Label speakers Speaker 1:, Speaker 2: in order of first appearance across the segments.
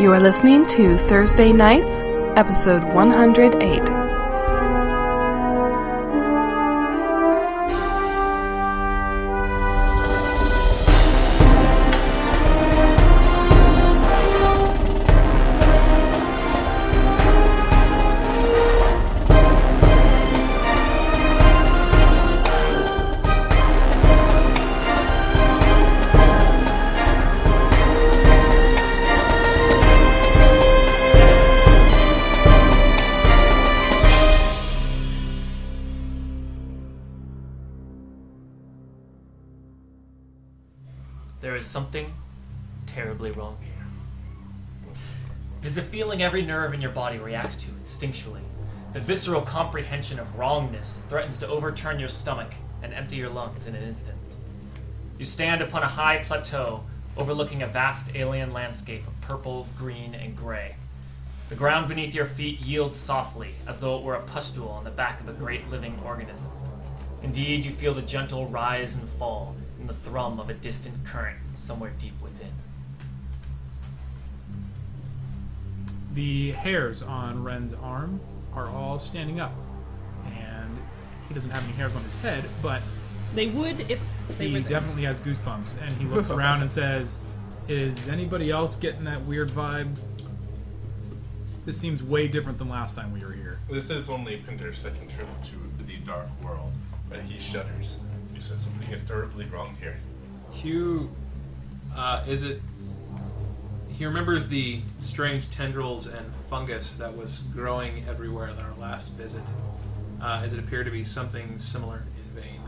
Speaker 1: You are listening to Thursday Nights, episode 108.
Speaker 2: There is something terribly wrong here. It is a feeling every nerve in your body reacts to instinctually. The visceral comprehension of wrongness threatens to overturn your stomach and empty your lungs in an instant. You stand upon a high plateau overlooking a vast alien landscape of purple, green, and gray. The ground beneath your feet yields softly, as though it were a pustule on the back of a great living organism. Indeed, you feel the gentle rise and fall in the thrum of a distant current somewhere deep within.
Speaker 3: The hairs on Ren's arm are all standing up, and he doesn't have any hairs on his head, but
Speaker 4: They would if they
Speaker 3: he
Speaker 4: were there.
Speaker 3: definitely has goosebumps. And he looks around and says, "Is anybody else getting that weird vibe? This seems way different than last time we were here."
Speaker 5: This is only Pinder's second trip to the Dark World, but he shudders. He says something is terribly wrong here.
Speaker 6: Hugh, uh, is it? He remembers the strange tendrils and fungus that was growing everywhere at our last visit. Uh, as it appeared to be something similar in vain.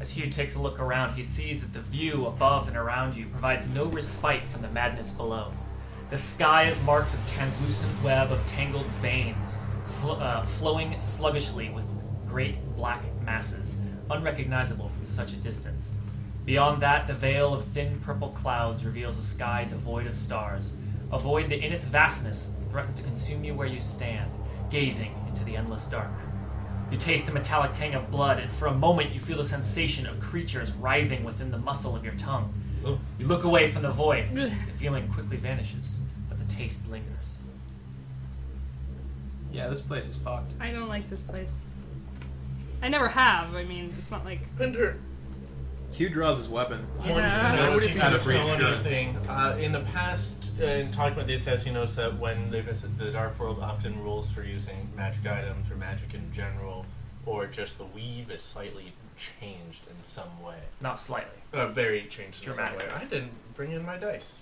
Speaker 2: As Hugh takes a look around, he sees that the view above and around you provides no respite from the madness below. The sky is marked with a translucent web of tangled veins, sl- uh, flowing sluggishly with great black masses, unrecognizable from such a distance. Beyond that, the veil of thin purple clouds reveals a sky devoid of stars, a void that in its vastness threatens to consume you where you stand, gazing into the endless dark. You taste the metallic tang of blood, and for a moment you feel the sensation of creatures writhing within the muscle of your tongue. You look away from the void. the feeling quickly vanishes, but the taste lingers.
Speaker 6: Yeah, this place is fucked.
Speaker 4: I don't like this place. I never have. I mean, it's not like
Speaker 5: Pinder,
Speaker 6: Hugh draws his weapon.
Speaker 4: Yeah.
Speaker 5: I
Speaker 6: That
Speaker 5: would
Speaker 6: would
Speaker 5: if
Speaker 6: be
Speaker 5: you can
Speaker 6: kind of
Speaker 5: tell
Speaker 6: reassurance.
Speaker 5: anything. Uh, in the past, uh, in talking about these guys, he knows that when they visit the Dark World, often rules for using magic items or magic in general, or just the weave is slightly changed in some way.
Speaker 2: Not slightly.
Speaker 5: Uh, very changed in some way.
Speaker 2: Dramatic.
Speaker 5: I didn't bring in my dice.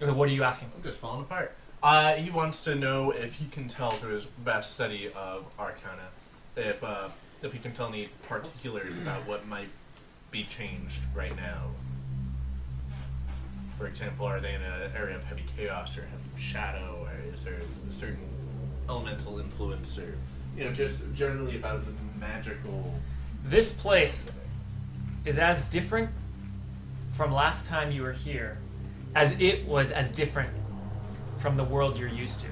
Speaker 2: Okay, what are you asking?
Speaker 5: I'm just falling apart. Uh, he wants to know if he can tell through his best study of Arcana if uh, if he can tell any particulars about what might be changed right now. For example, are they in an area of heavy chaos or heavy shadow, or is there a certain elemental influence, or you know, just generally about the magical?
Speaker 2: This place is as different from last time you were here as it was as different from the world you're used to.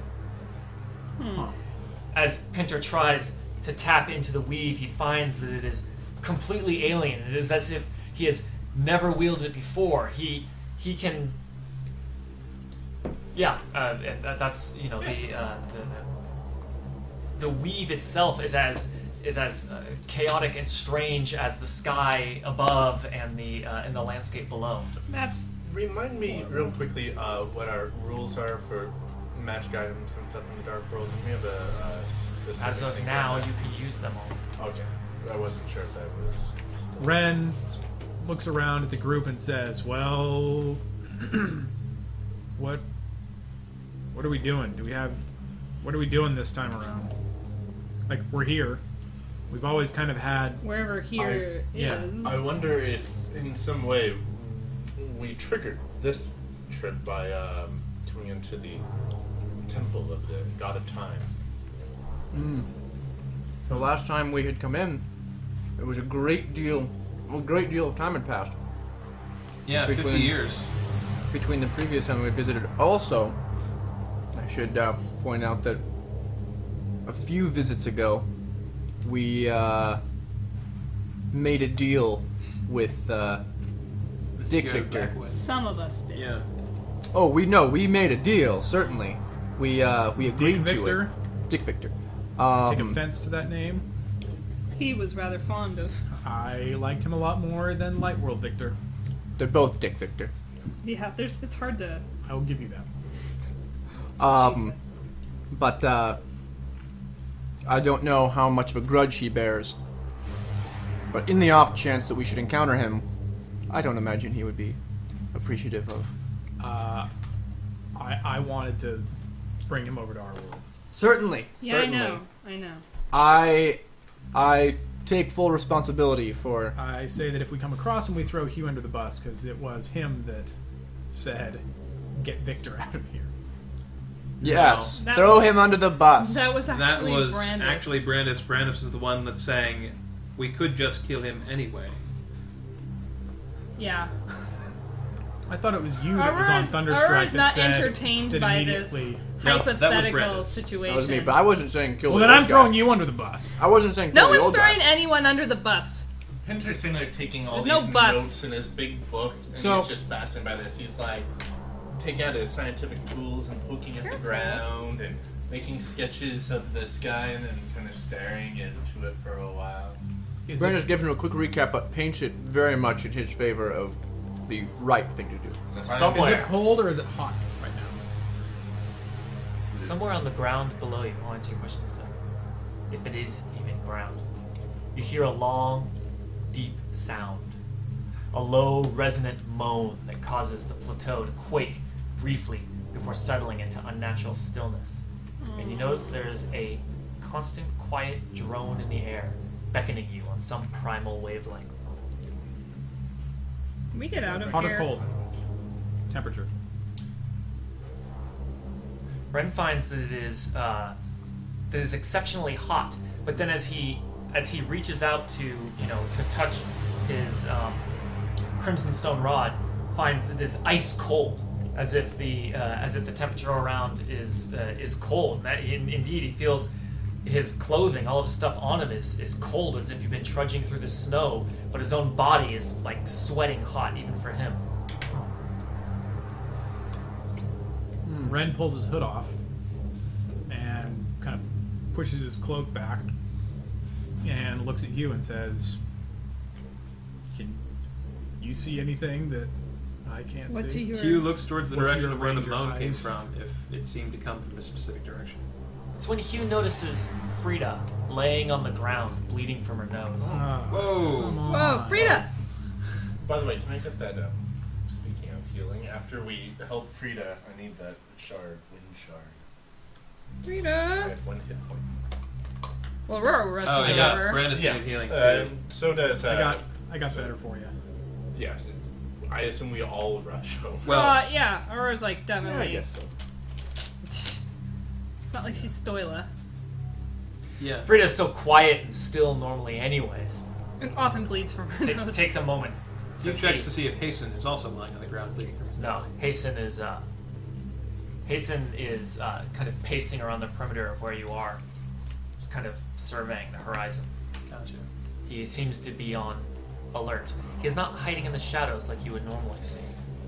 Speaker 2: As Pinter tries to tap into the weave, he finds that it is completely alien. It is as if he has never wielded it before. He he can. Yeah, uh, and that- that's you know the, uh, the, the the weave itself is as is as uh, chaotic and strange as the sky above and the uh, and the landscape below.
Speaker 4: that's
Speaker 5: Remind me real quickly uh, what our rules are for magic items and stuff in the dark world. We have a, uh, specific
Speaker 2: As of
Speaker 5: thing
Speaker 2: now,
Speaker 5: right
Speaker 2: you can use them all.
Speaker 5: Okay. I wasn't sure if that was. still-
Speaker 3: Ren looks around at the group and says, "Well, what? What are we doing? Do we have? What are we doing this time around? Like we're here. We've always kind of had.
Speaker 4: wherever here
Speaker 3: I-
Speaker 4: is.
Speaker 3: yeah.
Speaker 5: I wonder if, in some way, we triggered this trip by um, coming into the temple of the god of time.
Speaker 7: The last time we had come in, it was a great deal, a great deal of time had passed
Speaker 6: Yeah,
Speaker 7: Between-
Speaker 6: 50 years.
Speaker 7: between the previous time we visited. Also, I should uh, point out that a few visits ago, we uh, made a deal with uh, Dick
Speaker 6: Hugh
Speaker 7: Victor.
Speaker 6: Blackwood.
Speaker 4: Some of us did.
Speaker 6: Yeah.
Speaker 7: Oh, we know. We made a deal. Certainly, we uh, we agreed
Speaker 3: Victor?
Speaker 7: to it. Dick Victor.
Speaker 3: Take
Speaker 7: Um,
Speaker 3: offense to that name.
Speaker 4: He was rather fond of.
Speaker 3: I liked him a lot more than Light World Victor.
Speaker 7: they're both Dick Victor.
Speaker 4: Yeah, there's. It's hard to.
Speaker 3: I will give you that.
Speaker 7: Um, but uh, I don't know how much of a grudge he bears. But in the off chance that we should encounter him, I don't imagine he would be appreciative of.
Speaker 3: I, I wanted to bring him over to our world.
Speaker 7: Certainly,
Speaker 4: Yeah,
Speaker 7: certainly.
Speaker 4: I know. I know.
Speaker 7: I I take full responsibility for.
Speaker 3: I say that if we come across him, we throw Hugh under the bus because it was him that said, "Get Victor out of here."
Speaker 7: Yes,
Speaker 4: That
Speaker 7: throw
Speaker 4: was-
Speaker 7: him under the bus.
Speaker 4: That was
Speaker 6: That
Speaker 4: actually
Speaker 6: was
Speaker 4: Brandis.
Speaker 6: actually Brandis. Brandis was the one that's saying, "We could just kill him anyway."
Speaker 4: Yeah.
Speaker 3: I thought it was you that was on
Speaker 4: Aurora's-
Speaker 3: Thunderstrike
Speaker 4: Aurora's
Speaker 3: that
Speaker 4: not
Speaker 3: said
Speaker 4: entertained
Speaker 3: that
Speaker 4: by this
Speaker 3: immediately.
Speaker 6: No, that was
Speaker 4: hypothetical
Speaker 6: Brandis.
Speaker 4: situation.
Speaker 7: That was me, but I wasn't saying kill.
Speaker 3: Well,
Speaker 7: the
Speaker 3: then I'm
Speaker 7: old guy.
Speaker 3: throwing you under the bus.
Speaker 7: I wasn't saying kill
Speaker 4: no
Speaker 7: the
Speaker 4: one's
Speaker 7: old guy.
Speaker 4: throwing anyone under the bus.
Speaker 5: Hunter's sitting there taking all
Speaker 4: There's no
Speaker 5: these
Speaker 4: bus.
Speaker 5: notes in his big book, and
Speaker 7: So-
Speaker 5: he's just fascinated by this. He's like taking out his scientific tools and poking at the ground and making sketches of the sky and then kind of staring into it for a while.
Speaker 3: Is
Speaker 7: Brandis
Speaker 3: it-
Speaker 7: gives him a quick recap, but paints it very much in his favor of the right thing to do.
Speaker 5: So
Speaker 3: is
Speaker 2: Somewhere.
Speaker 3: it cold or is it hot right now?
Speaker 2: Somewhere on the ground below you, I'll answer your question in a second. If it is even ground, you hear a long, deep sound. A low, resonant moan that causes the plateau to quake briefly before settling into unnatural stillness. And you notice there is a constant, quiet drone in the air, beckoning you on some primal wavelength.
Speaker 4: Can we get out of
Speaker 3: Hot
Speaker 4: here?
Speaker 3: or cold? Temperature.
Speaker 2: Ren finds that it is uh, that it is exceptionally hot. But then, as he as he reaches out to you know to touch his um, crimson stone rod, finds that it is ice cold, as if the uh, as if the temperature around is uh, is cold. That, in, indeed, he feels his clothing, all of his stuff on him is is cold, as if you've been trudging through the snow. But his own body is like sweating hot, even for him.
Speaker 3: Ren pulls his hood off and kind of pushes his cloak back and looks at you and says, "Can you see anything that I can't
Speaker 4: What do
Speaker 3: see?"
Speaker 4: your
Speaker 6: Q looks towards the
Speaker 3: What's
Speaker 6: direction
Speaker 3: your
Speaker 6: of where the
Speaker 3: ranger
Speaker 6: moan came
Speaker 3: eyes?
Speaker 6: from, if it seemed to come from a specific direction.
Speaker 2: It's when Hugh notices Frida laying on the ground, bleeding from her nose.
Speaker 3: Ah,
Speaker 6: Oh.
Speaker 4: Oh,
Speaker 3: come
Speaker 6: Whoa!
Speaker 3: on.
Speaker 4: Whoa, Frida!
Speaker 5: By the way, can I get that? Uh, speaking of healing, after we help Frida, I need that shard, wind shard. I
Speaker 4: Frida!
Speaker 5: have one hit point.
Speaker 4: Well, Aurora rushes
Speaker 6: Oh yeah,
Speaker 4: over.
Speaker 6: Brandis needed healing too.
Speaker 5: Uh, so does. Uh,
Speaker 3: I got, I got better for you.
Speaker 5: Yes. I assume we all rush over.
Speaker 6: well,
Speaker 4: uh, yeah, Aurora's like definitely.
Speaker 7: so.
Speaker 4: It's not like she's Stoila.
Speaker 6: yeah.
Speaker 2: Frida's so quiet and still normally, anyways.
Speaker 4: And often bleeds from her
Speaker 2: It
Speaker 4: nose.
Speaker 2: takes a moment.
Speaker 6: He
Speaker 2: To
Speaker 6: checks to
Speaker 2: see.
Speaker 6: see if Hasten is also lying on the ground bleeding from his
Speaker 2: No,
Speaker 6: nose.
Speaker 2: Hasten is uh, Hasten is uh, kind of pacing around the perimeter of where you are, just kind of surveying the horizon.
Speaker 6: Gotcha.
Speaker 2: He seems to be on alert. He's not hiding in the shadows like you would normally see.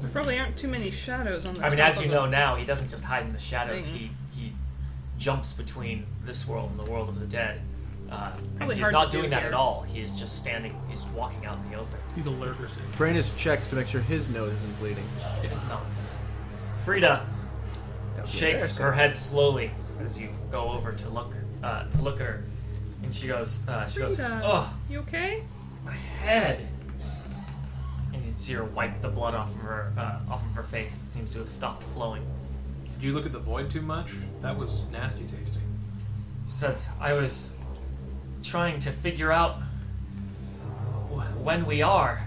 Speaker 4: there probably aren't too many shadows on the
Speaker 2: I mean,
Speaker 4: top
Speaker 2: as
Speaker 4: of
Speaker 2: you
Speaker 4: them.
Speaker 2: know now, he doesn't just hide in the shadows.
Speaker 4: Thing.
Speaker 2: He he jumps between this world and the world of the dead. Uh, and
Speaker 4: Probably
Speaker 2: he's
Speaker 4: hard
Speaker 2: not
Speaker 4: to do
Speaker 2: doing that
Speaker 4: here.
Speaker 2: at all. He is just standing. He's walking out in the open.
Speaker 3: He's a lurker.
Speaker 7: Brandis checks to make sure his nose isn't bleeding.
Speaker 2: It is not. Frida
Speaker 7: That would be
Speaker 2: shakes
Speaker 7: embarrassing.
Speaker 2: her head slowly as you go over to look uh, to look at her, and she goes, uh, she goes,
Speaker 4: Frida,
Speaker 2: "Oh,
Speaker 4: you okay?
Speaker 2: my head!" And you see her wipe the blood off of her uh, off of her face. It seems to have stopped flowing.
Speaker 6: Did you look at the void too much? That was nasty tasting.
Speaker 2: says, I was trying to figure out wh- when we are.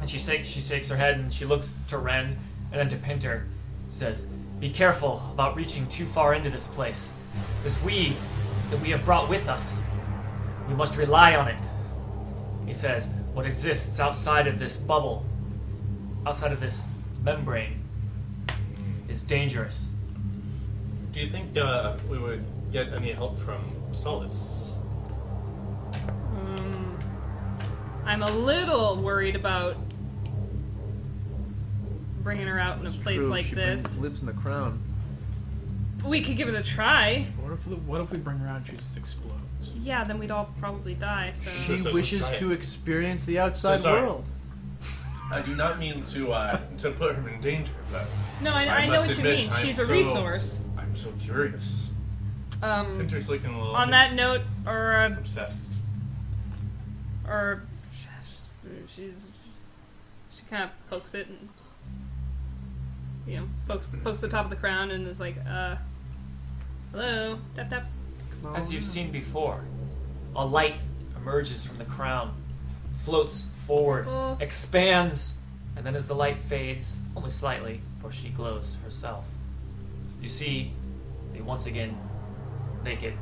Speaker 2: And she shakes, she shakes her head and she looks to Ren and then to Pinter. Says, Be careful about reaching too far into this place. This weave that we have brought with us, we must rely on it. He says, What exists outside of this bubble, outside of this membrane, is dangerous.
Speaker 5: Do you think uh, we would get any help from Solace?
Speaker 4: Um, I'm a little worried about bringing her out in a
Speaker 7: It's
Speaker 4: place
Speaker 7: true,
Speaker 4: like
Speaker 7: she
Speaker 4: this.
Speaker 7: brings- lives in the crown.
Speaker 4: We could give it a try.
Speaker 3: What if what if we bring her out and she just explodes?
Speaker 4: Yeah, then we'd all probably die. So
Speaker 7: She
Speaker 5: so- so
Speaker 7: wishes
Speaker 5: sorry.
Speaker 7: to experience the outside
Speaker 5: sorry.
Speaker 7: world.
Speaker 5: I do not mean to uh, to put her in danger, but
Speaker 4: no, I,
Speaker 5: I
Speaker 4: I, know
Speaker 5: must
Speaker 4: what
Speaker 5: admit,
Speaker 4: you mean.
Speaker 5: I'm
Speaker 4: She's a
Speaker 5: so-
Speaker 4: resource.
Speaker 5: I'm so curious.
Speaker 4: Um,
Speaker 5: Pinter's looking a little
Speaker 4: on
Speaker 5: bit
Speaker 4: that note, or uh,
Speaker 5: obsessed.
Speaker 4: or she's she kind of pokes it and you know pokes pokes the top of the crown and is like, uh, hello, tap tap.
Speaker 2: As you've seen before, a light emerges from the crown, floats forward,
Speaker 4: Oh.
Speaker 2: expands, and then as the light fades, only slightly, for she glows herself, you see the once again naked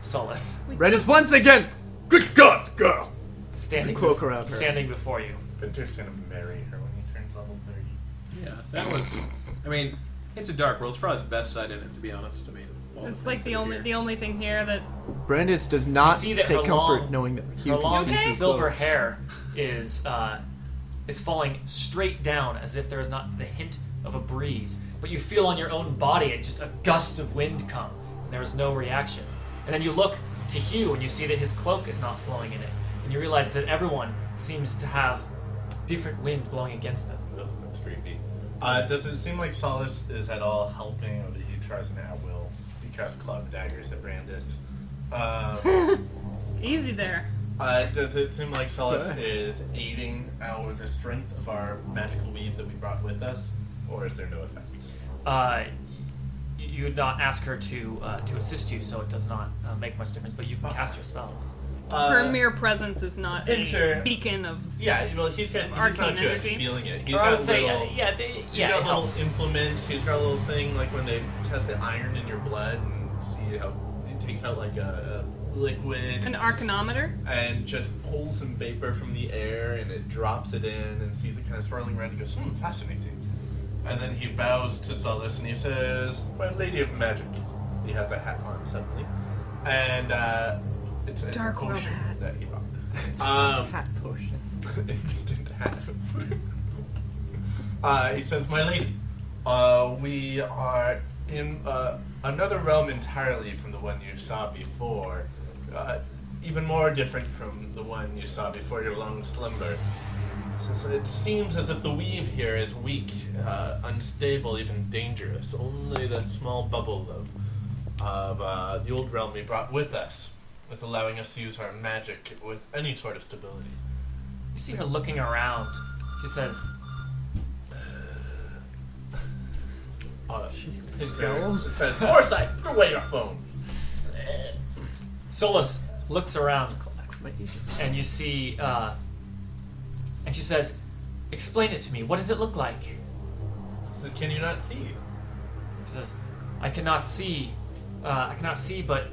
Speaker 2: Solace
Speaker 7: Red is once again. Good God, girl!
Speaker 2: standing,
Speaker 7: cloak around her.
Speaker 2: standing before you.
Speaker 5: Pinter's gonna marry her when he turns level thirty.
Speaker 6: Yeah, that was. I mean, it's a dark world. It's probably the best side in it, to be honest. I mean, all
Speaker 4: It's
Speaker 6: things
Speaker 4: like the
Speaker 6: that are
Speaker 4: only
Speaker 6: here.
Speaker 4: the only thing here that
Speaker 7: Brandis does
Speaker 2: You
Speaker 7: not
Speaker 2: see that
Speaker 7: take
Speaker 2: her
Speaker 7: comfort
Speaker 2: long,
Speaker 7: knowing that he
Speaker 2: her long
Speaker 7: can see
Speaker 4: Okay.
Speaker 7: through
Speaker 2: silver
Speaker 7: clothes.
Speaker 2: hair is uh, is falling straight down as if there is not the hint of a breeze. But you feel on your own body it just a gust of wind come, and there is no reaction. And then you look to Hugh and you see that his cloak is not flowing in it, and you realize that everyone seems to have different wind blowing against them.
Speaker 5: Ugh, Oh, that's creepy. Uh, does it seem like Solace is at all helping, or that he tries an at will because club daggers at Brandis? Um,
Speaker 4: easy there.
Speaker 5: uh, does it seem like Solace
Speaker 7: Sure.
Speaker 5: is aiding our the strength of our magical weave that we brought with us, or is there no effect?
Speaker 2: Uh, y- you would not ask her to uh, to assist you, so it does not uh, make much difference. But you can cast your spells.
Speaker 4: Her
Speaker 5: Uh,
Speaker 4: mere presence is not
Speaker 5: Enter.
Speaker 4: a beacon of
Speaker 5: Yeah, well, he's got he's
Speaker 4: Arcane
Speaker 5: not just
Speaker 4: energy?
Speaker 5: feeling it. He's
Speaker 2: Or
Speaker 5: got
Speaker 2: I would say,
Speaker 5: little,
Speaker 2: uh, yeah, they,
Speaker 5: he's
Speaker 2: yeah,
Speaker 5: got
Speaker 2: it
Speaker 5: little
Speaker 2: helps.
Speaker 5: implements. He's got a little thing like when they test the iron in your blood and see how it takes out like a, a liquid
Speaker 4: an arcanometer.
Speaker 5: and just pulls some vapor from the air and it drops it in and sees it kind of swirling around and goes, hmm, fascinating. And then he bows to Solace and he says, My Lady of Magic. He has a hat on suddenly. And uh, it's, it's
Speaker 4: Dark
Speaker 5: a
Speaker 4: world
Speaker 5: potion
Speaker 4: hat.
Speaker 5: that he bought. Um,
Speaker 7: Hat potion.
Speaker 5: instant hat. uh, he says, My lady, uh, we are in uh, another realm entirely from the one you saw before. Uh, even more different from the one you saw before your long slumber. So, so it seems as if the weave here is weak, uh, unstable, even dangerous. Only the small bubble of, of uh, the old realm we brought with us is allowing us to use our magic with any sort of stability.
Speaker 2: You see her looking around. She says,
Speaker 5: Uh, his goes. says, Forsyth, put away your phone.
Speaker 2: Solus looks around and you see, uh, and she says, Explain it to me. What does it look like? She
Speaker 5: He says, Can you not see?
Speaker 2: says, I cannot see, uh, I cannot see but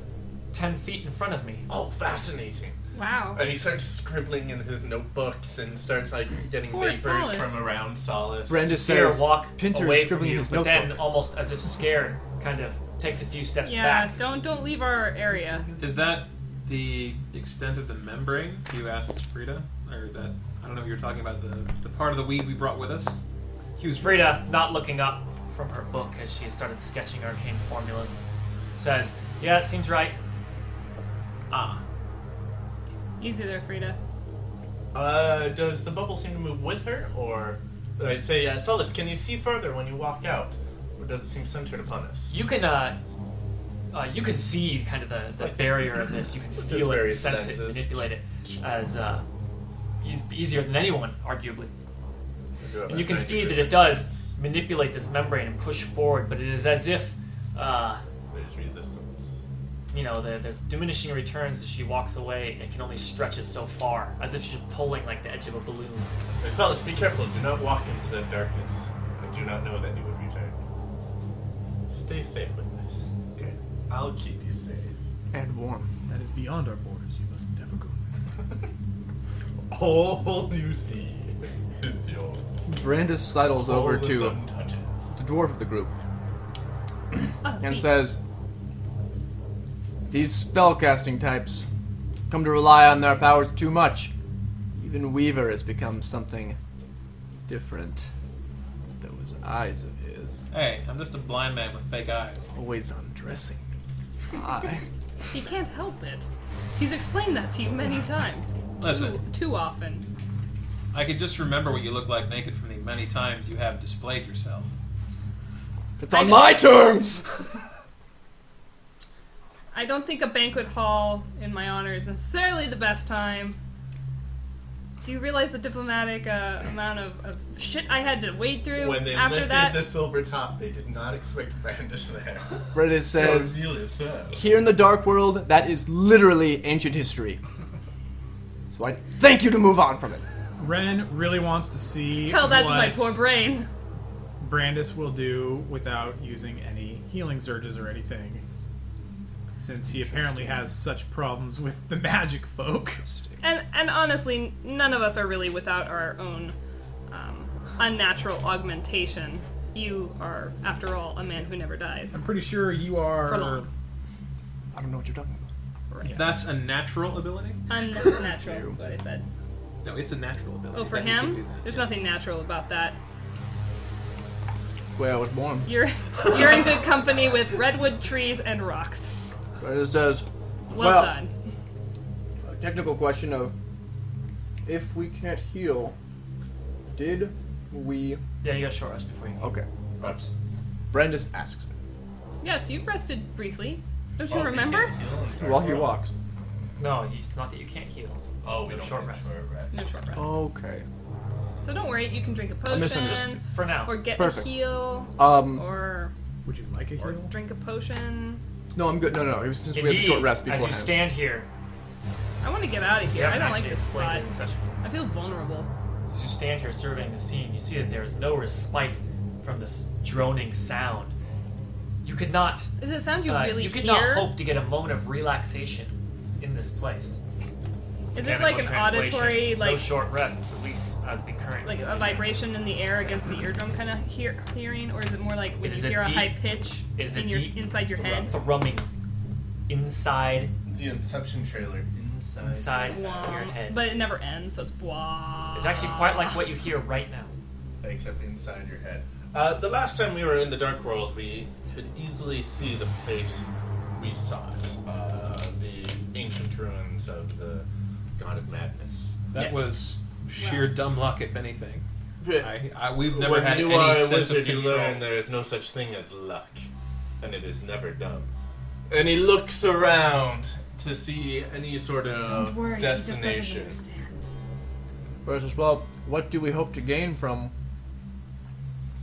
Speaker 2: 10 feet in front of me.
Speaker 5: Oh, fascinating.
Speaker 4: Wow.
Speaker 5: And he starts scribbling in his notebooks and starts like getting
Speaker 4: Poor
Speaker 5: papers
Speaker 4: Solace.
Speaker 5: from around Solace.
Speaker 7: Brenda
Speaker 2: See her
Speaker 7: says,
Speaker 2: walk
Speaker 7: Pinter
Speaker 2: away
Speaker 7: is scribbling
Speaker 2: from
Speaker 7: in
Speaker 2: you,
Speaker 7: his
Speaker 2: but
Speaker 7: notebook.
Speaker 2: then almost as if scared, kind of takes a few steps
Speaker 4: Yeah,
Speaker 2: back.
Speaker 4: don't don't leave our area.
Speaker 6: Is that the extent of the membrane? You asked Frida, or that I don't know. You were talking about the the part of the weed we brought with us. Hughes
Speaker 2: Frida, not looking up from her book as she has started sketching arcane formulas, says, Yeah, it seems right.
Speaker 6: Ah,
Speaker 4: Easy there, Frida.
Speaker 5: Uh, does the bubble seem to move with her? Or I say, uh, Solace, can you see further when you walk out? Or does it seem centered upon us?
Speaker 2: You can uh, uh, you can see kind of the, the barrier of this. You can
Speaker 5: With
Speaker 2: feel
Speaker 5: those
Speaker 2: it,
Speaker 5: various
Speaker 2: sense it,
Speaker 5: lenses.
Speaker 2: manipulate it as uh, eas easier than anyone, arguably. And you can see that it does manipulate this membrane and push forward, but it is as if uh,
Speaker 5: There's resistance.
Speaker 2: you know the, there's diminishing returns as she walks away. It can only stretch it so far, as if she's pulling like the edge of a balloon.
Speaker 5: So, Solace, be careful. Do not walk into the darkness. I do not know that you would return. Stay safe with us. Here, I'll keep you safe.
Speaker 7: and warm.
Speaker 3: That is beyond our borders. You must never go there.
Speaker 5: All you see is your.
Speaker 7: Brandis sidles
Speaker 5: all
Speaker 7: over
Speaker 5: the
Speaker 7: to
Speaker 5: sun touches.
Speaker 7: the dwarf of the group
Speaker 4: Oh,
Speaker 7: and
Speaker 4: sweet.
Speaker 7: says, These spellcasting types come to rely on their powers too much. Even Weaver has become something different. Those eyes of his.
Speaker 6: Hey, I'm just a blind man with fake eyes.
Speaker 7: Always undressing. His eye.
Speaker 4: He can't help it. He's explained that to you many times.
Speaker 6: Listen.
Speaker 4: Too, too often.
Speaker 6: I could just remember what you look like naked from the many times you have displayed yourself.
Speaker 7: It's
Speaker 4: I
Speaker 7: on
Speaker 4: know.
Speaker 7: my terms!
Speaker 4: I don't think a banquet hall in my honor is necessarily the best time. Do you realize the diplomatic uh, amount of, of shit I had to wade through
Speaker 5: When they
Speaker 4: after
Speaker 5: lifted
Speaker 4: that?
Speaker 5: the silver top, they did not expect Brandis there.
Speaker 7: Reddit says,
Speaker 5: Cornelius, uh,
Speaker 7: here in the dark world, that is literally ancient history. So I thank you to move on from it.
Speaker 3: Ren really wants to see
Speaker 4: Tell that to my
Speaker 3: what
Speaker 4: poor brain.
Speaker 3: Brandis will do without using any healing surges or anything, since he apparently has such problems with the magic folk.
Speaker 4: And and honestly, none of us are really without our own um, unnatural augmentation. You are, after all, a man who never dies.
Speaker 3: I'm pretty sure you
Speaker 4: For
Speaker 3: are.
Speaker 4: long.
Speaker 7: I don't know what you're talking about.
Speaker 4: Right.
Speaker 6: That's a natural ability?
Speaker 4: Unnatural is what I said.
Speaker 6: No, it's a natural ability.
Speaker 4: Oh, for
Speaker 6: that he can do
Speaker 4: him,
Speaker 6: that.
Speaker 4: there's nothing natural about that.
Speaker 7: Where I was born.
Speaker 4: You're you're in good company with redwood trees and rocks.
Speaker 7: Reddit says,
Speaker 4: Well,
Speaker 7: Well-
Speaker 4: done.
Speaker 7: a technical question of if we can't heal, did we.
Speaker 2: Yeah, you got short rest before you.
Speaker 7: Okay.
Speaker 2: That's
Speaker 7: Brandis asks
Speaker 4: Yes, you've rested briefly. Don't you
Speaker 2: Oh,
Speaker 5: well, we
Speaker 4: remember?
Speaker 5: can't heal in the
Speaker 7: while
Speaker 5: dark
Speaker 7: he
Speaker 5: world.
Speaker 7: walks.
Speaker 2: no. you- It's not that you can't heal.
Speaker 5: Oh, we
Speaker 2: No
Speaker 5: don't
Speaker 2: short
Speaker 5: get
Speaker 2: rest.
Speaker 5: short rest.
Speaker 4: No short rest.
Speaker 2: Oh.
Speaker 7: Okay.
Speaker 4: So don't worry, you can drink a
Speaker 7: misunderstood.
Speaker 4: potion
Speaker 2: For now.
Speaker 4: or get
Speaker 7: Perfect.
Speaker 4: a heal
Speaker 7: Um,
Speaker 4: or
Speaker 3: Would you like a
Speaker 4: or
Speaker 3: heal?
Speaker 4: drink a potion.
Speaker 7: no, I'm good. No, no, no. It was since we had
Speaker 2: Indeed,
Speaker 7: a short rest
Speaker 2: as you
Speaker 7: beforehand.
Speaker 2: stand here,
Speaker 4: I want to get out of
Speaker 2: you
Speaker 4: here. I
Speaker 2: haven't
Speaker 4: don't
Speaker 2: actually
Speaker 4: like this
Speaker 2: explained
Speaker 4: spot.
Speaker 2: it in such.
Speaker 4: I feel vulnerable.
Speaker 2: As you stand here surveying the scene, you see that there is no respite from this droning sound. You could not.
Speaker 4: Is it sound you
Speaker 2: uh,
Speaker 4: really
Speaker 2: you could
Speaker 4: hear?
Speaker 2: not hope to get a moment of relaxation in this place.
Speaker 4: Is it like an
Speaker 2: Mechanical translation,
Speaker 4: auditory,
Speaker 2: no
Speaker 4: like
Speaker 2: short rests, at least as the current.
Speaker 4: like a
Speaker 2: conditions.
Speaker 4: vibration in the air against the eardrum kind of hear- hearing, or is it more like when
Speaker 2: It
Speaker 4: you
Speaker 2: is a
Speaker 4: hear a,
Speaker 2: deep-
Speaker 4: high pitch
Speaker 2: It is a
Speaker 4: in your
Speaker 2: deep
Speaker 4: inside your head?
Speaker 2: thrumming inside
Speaker 5: The Inception trailer. Inside.
Speaker 2: inside
Speaker 4: Wah.
Speaker 2: your head.
Speaker 4: But it never ends, so it's blah.
Speaker 2: it's actually quite like what you hear right now.
Speaker 5: Except inside your head. Uh, the last time we were in the Dark World, we could easily see the place we sought. Uh, the ancient ruins of the God of Madness.
Speaker 6: That
Speaker 4: Yes.
Speaker 6: was sheer dumb luck, if anything.
Speaker 5: But
Speaker 6: I, I, we've never
Speaker 5: when
Speaker 6: had
Speaker 5: you
Speaker 6: any
Speaker 5: are a
Speaker 6: sense
Speaker 5: wizard,
Speaker 6: of
Speaker 5: you
Speaker 6: control.
Speaker 5: learn there is no such thing as luck, and it is never dumb. And he looks around to see any sort of destination.
Speaker 7: Brandis says, well, what do we hope to gain from?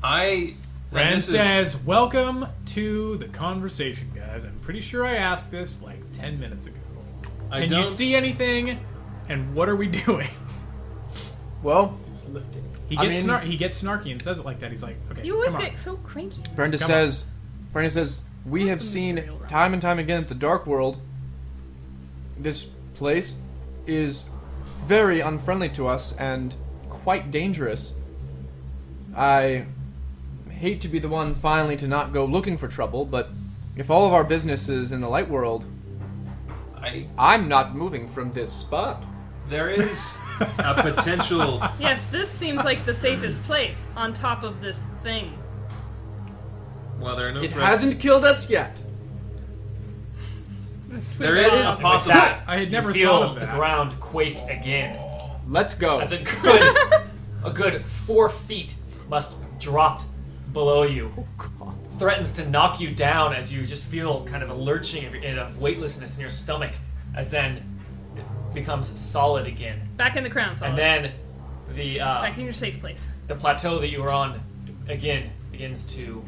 Speaker 6: I. and
Speaker 3: Ren
Speaker 6: this is-
Speaker 3: says, "Welcome to the conversation, guys." I'm pretty sure I asked this like ten minutes ago.
Speaker 6: I
Speaker 3: Can you
Speaker 6: don't-
Speaker 3: see anything? And what are we doing?
Speaker 7: Well,
Speaker 5: He's looking.
Speaker 3: He
Speaker 7: I
Speaker 3: gets
Speaker 7: mean-
Speaker 3: snar- he gets snarky and says it like that. He's like, "Okay,
Speaker 4: You always
Speaker 3: come
Speaker 4: get so cranky.
Speaker 7: Brandis
Speaker 3: Come on.
Speaker 7: says, Brandis says, we have seen
Speaker 4: material route.
Speaker 7: time and time again that the dark world. This place is very unfriendly to us and quite dangerous. I hate to be the one finally to not go looking for trouble, but if all of our business is in the light world,
Speaker 6: I,
Speaker 7: I'm not moving from this spot.
Speaker 6: there is a potential.
Speaker 4: Yes, this seems like the safest place on top of this thing.
Speaker 6: Well, there are no
Speaker 7: It
Speaker 6: threats.
Speaker 7: hasn't killed us yet.
Speaker 6: There is a
Speaker 4: Wow.
Speaker 2: With
Speaker 6: possible.
Speaker 2: that,
Speaker 3: I had
Speaker 2: you
Speaker 3: never
Speaker 2: feel
Speaker 3: thought of
Speaker 2: the
Speaker 3: that.
Speaker 2: ground quake again.
Speaker 7: Let's go.
Speaker 2: as a good a good four feet must have dropped below you threatens to knock you down as you just feel kind of a lurching of, of weightlessness in your stomach as then it becomes solid again
Speaker 4: Back in the crown, Solace.
Speaker 2: and then the uh,
Speaker 4: back in your safe place.
Speaker 2: the plateau that you were on again begins to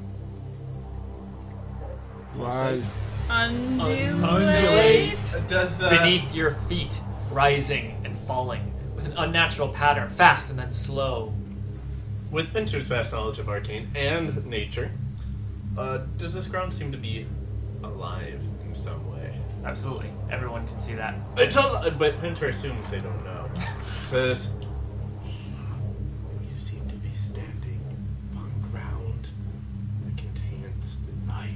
Speaker 7: Rise.
Speaker 4: Undulate.
Speaker 5: Does uh,
Speaker 2: beneath your feet rising and falling with an unnatural pattern fast and then slow
Speaker 5: with Pinter's vast knowledge of arcane and nature, uh, does this ground seem to be alive in some way?
Speaker 2: absolutely everyone can see that
Speaker 5: It's al- but Pinter assumes they don't know. Says, "You seem to be standing on ground that contains life.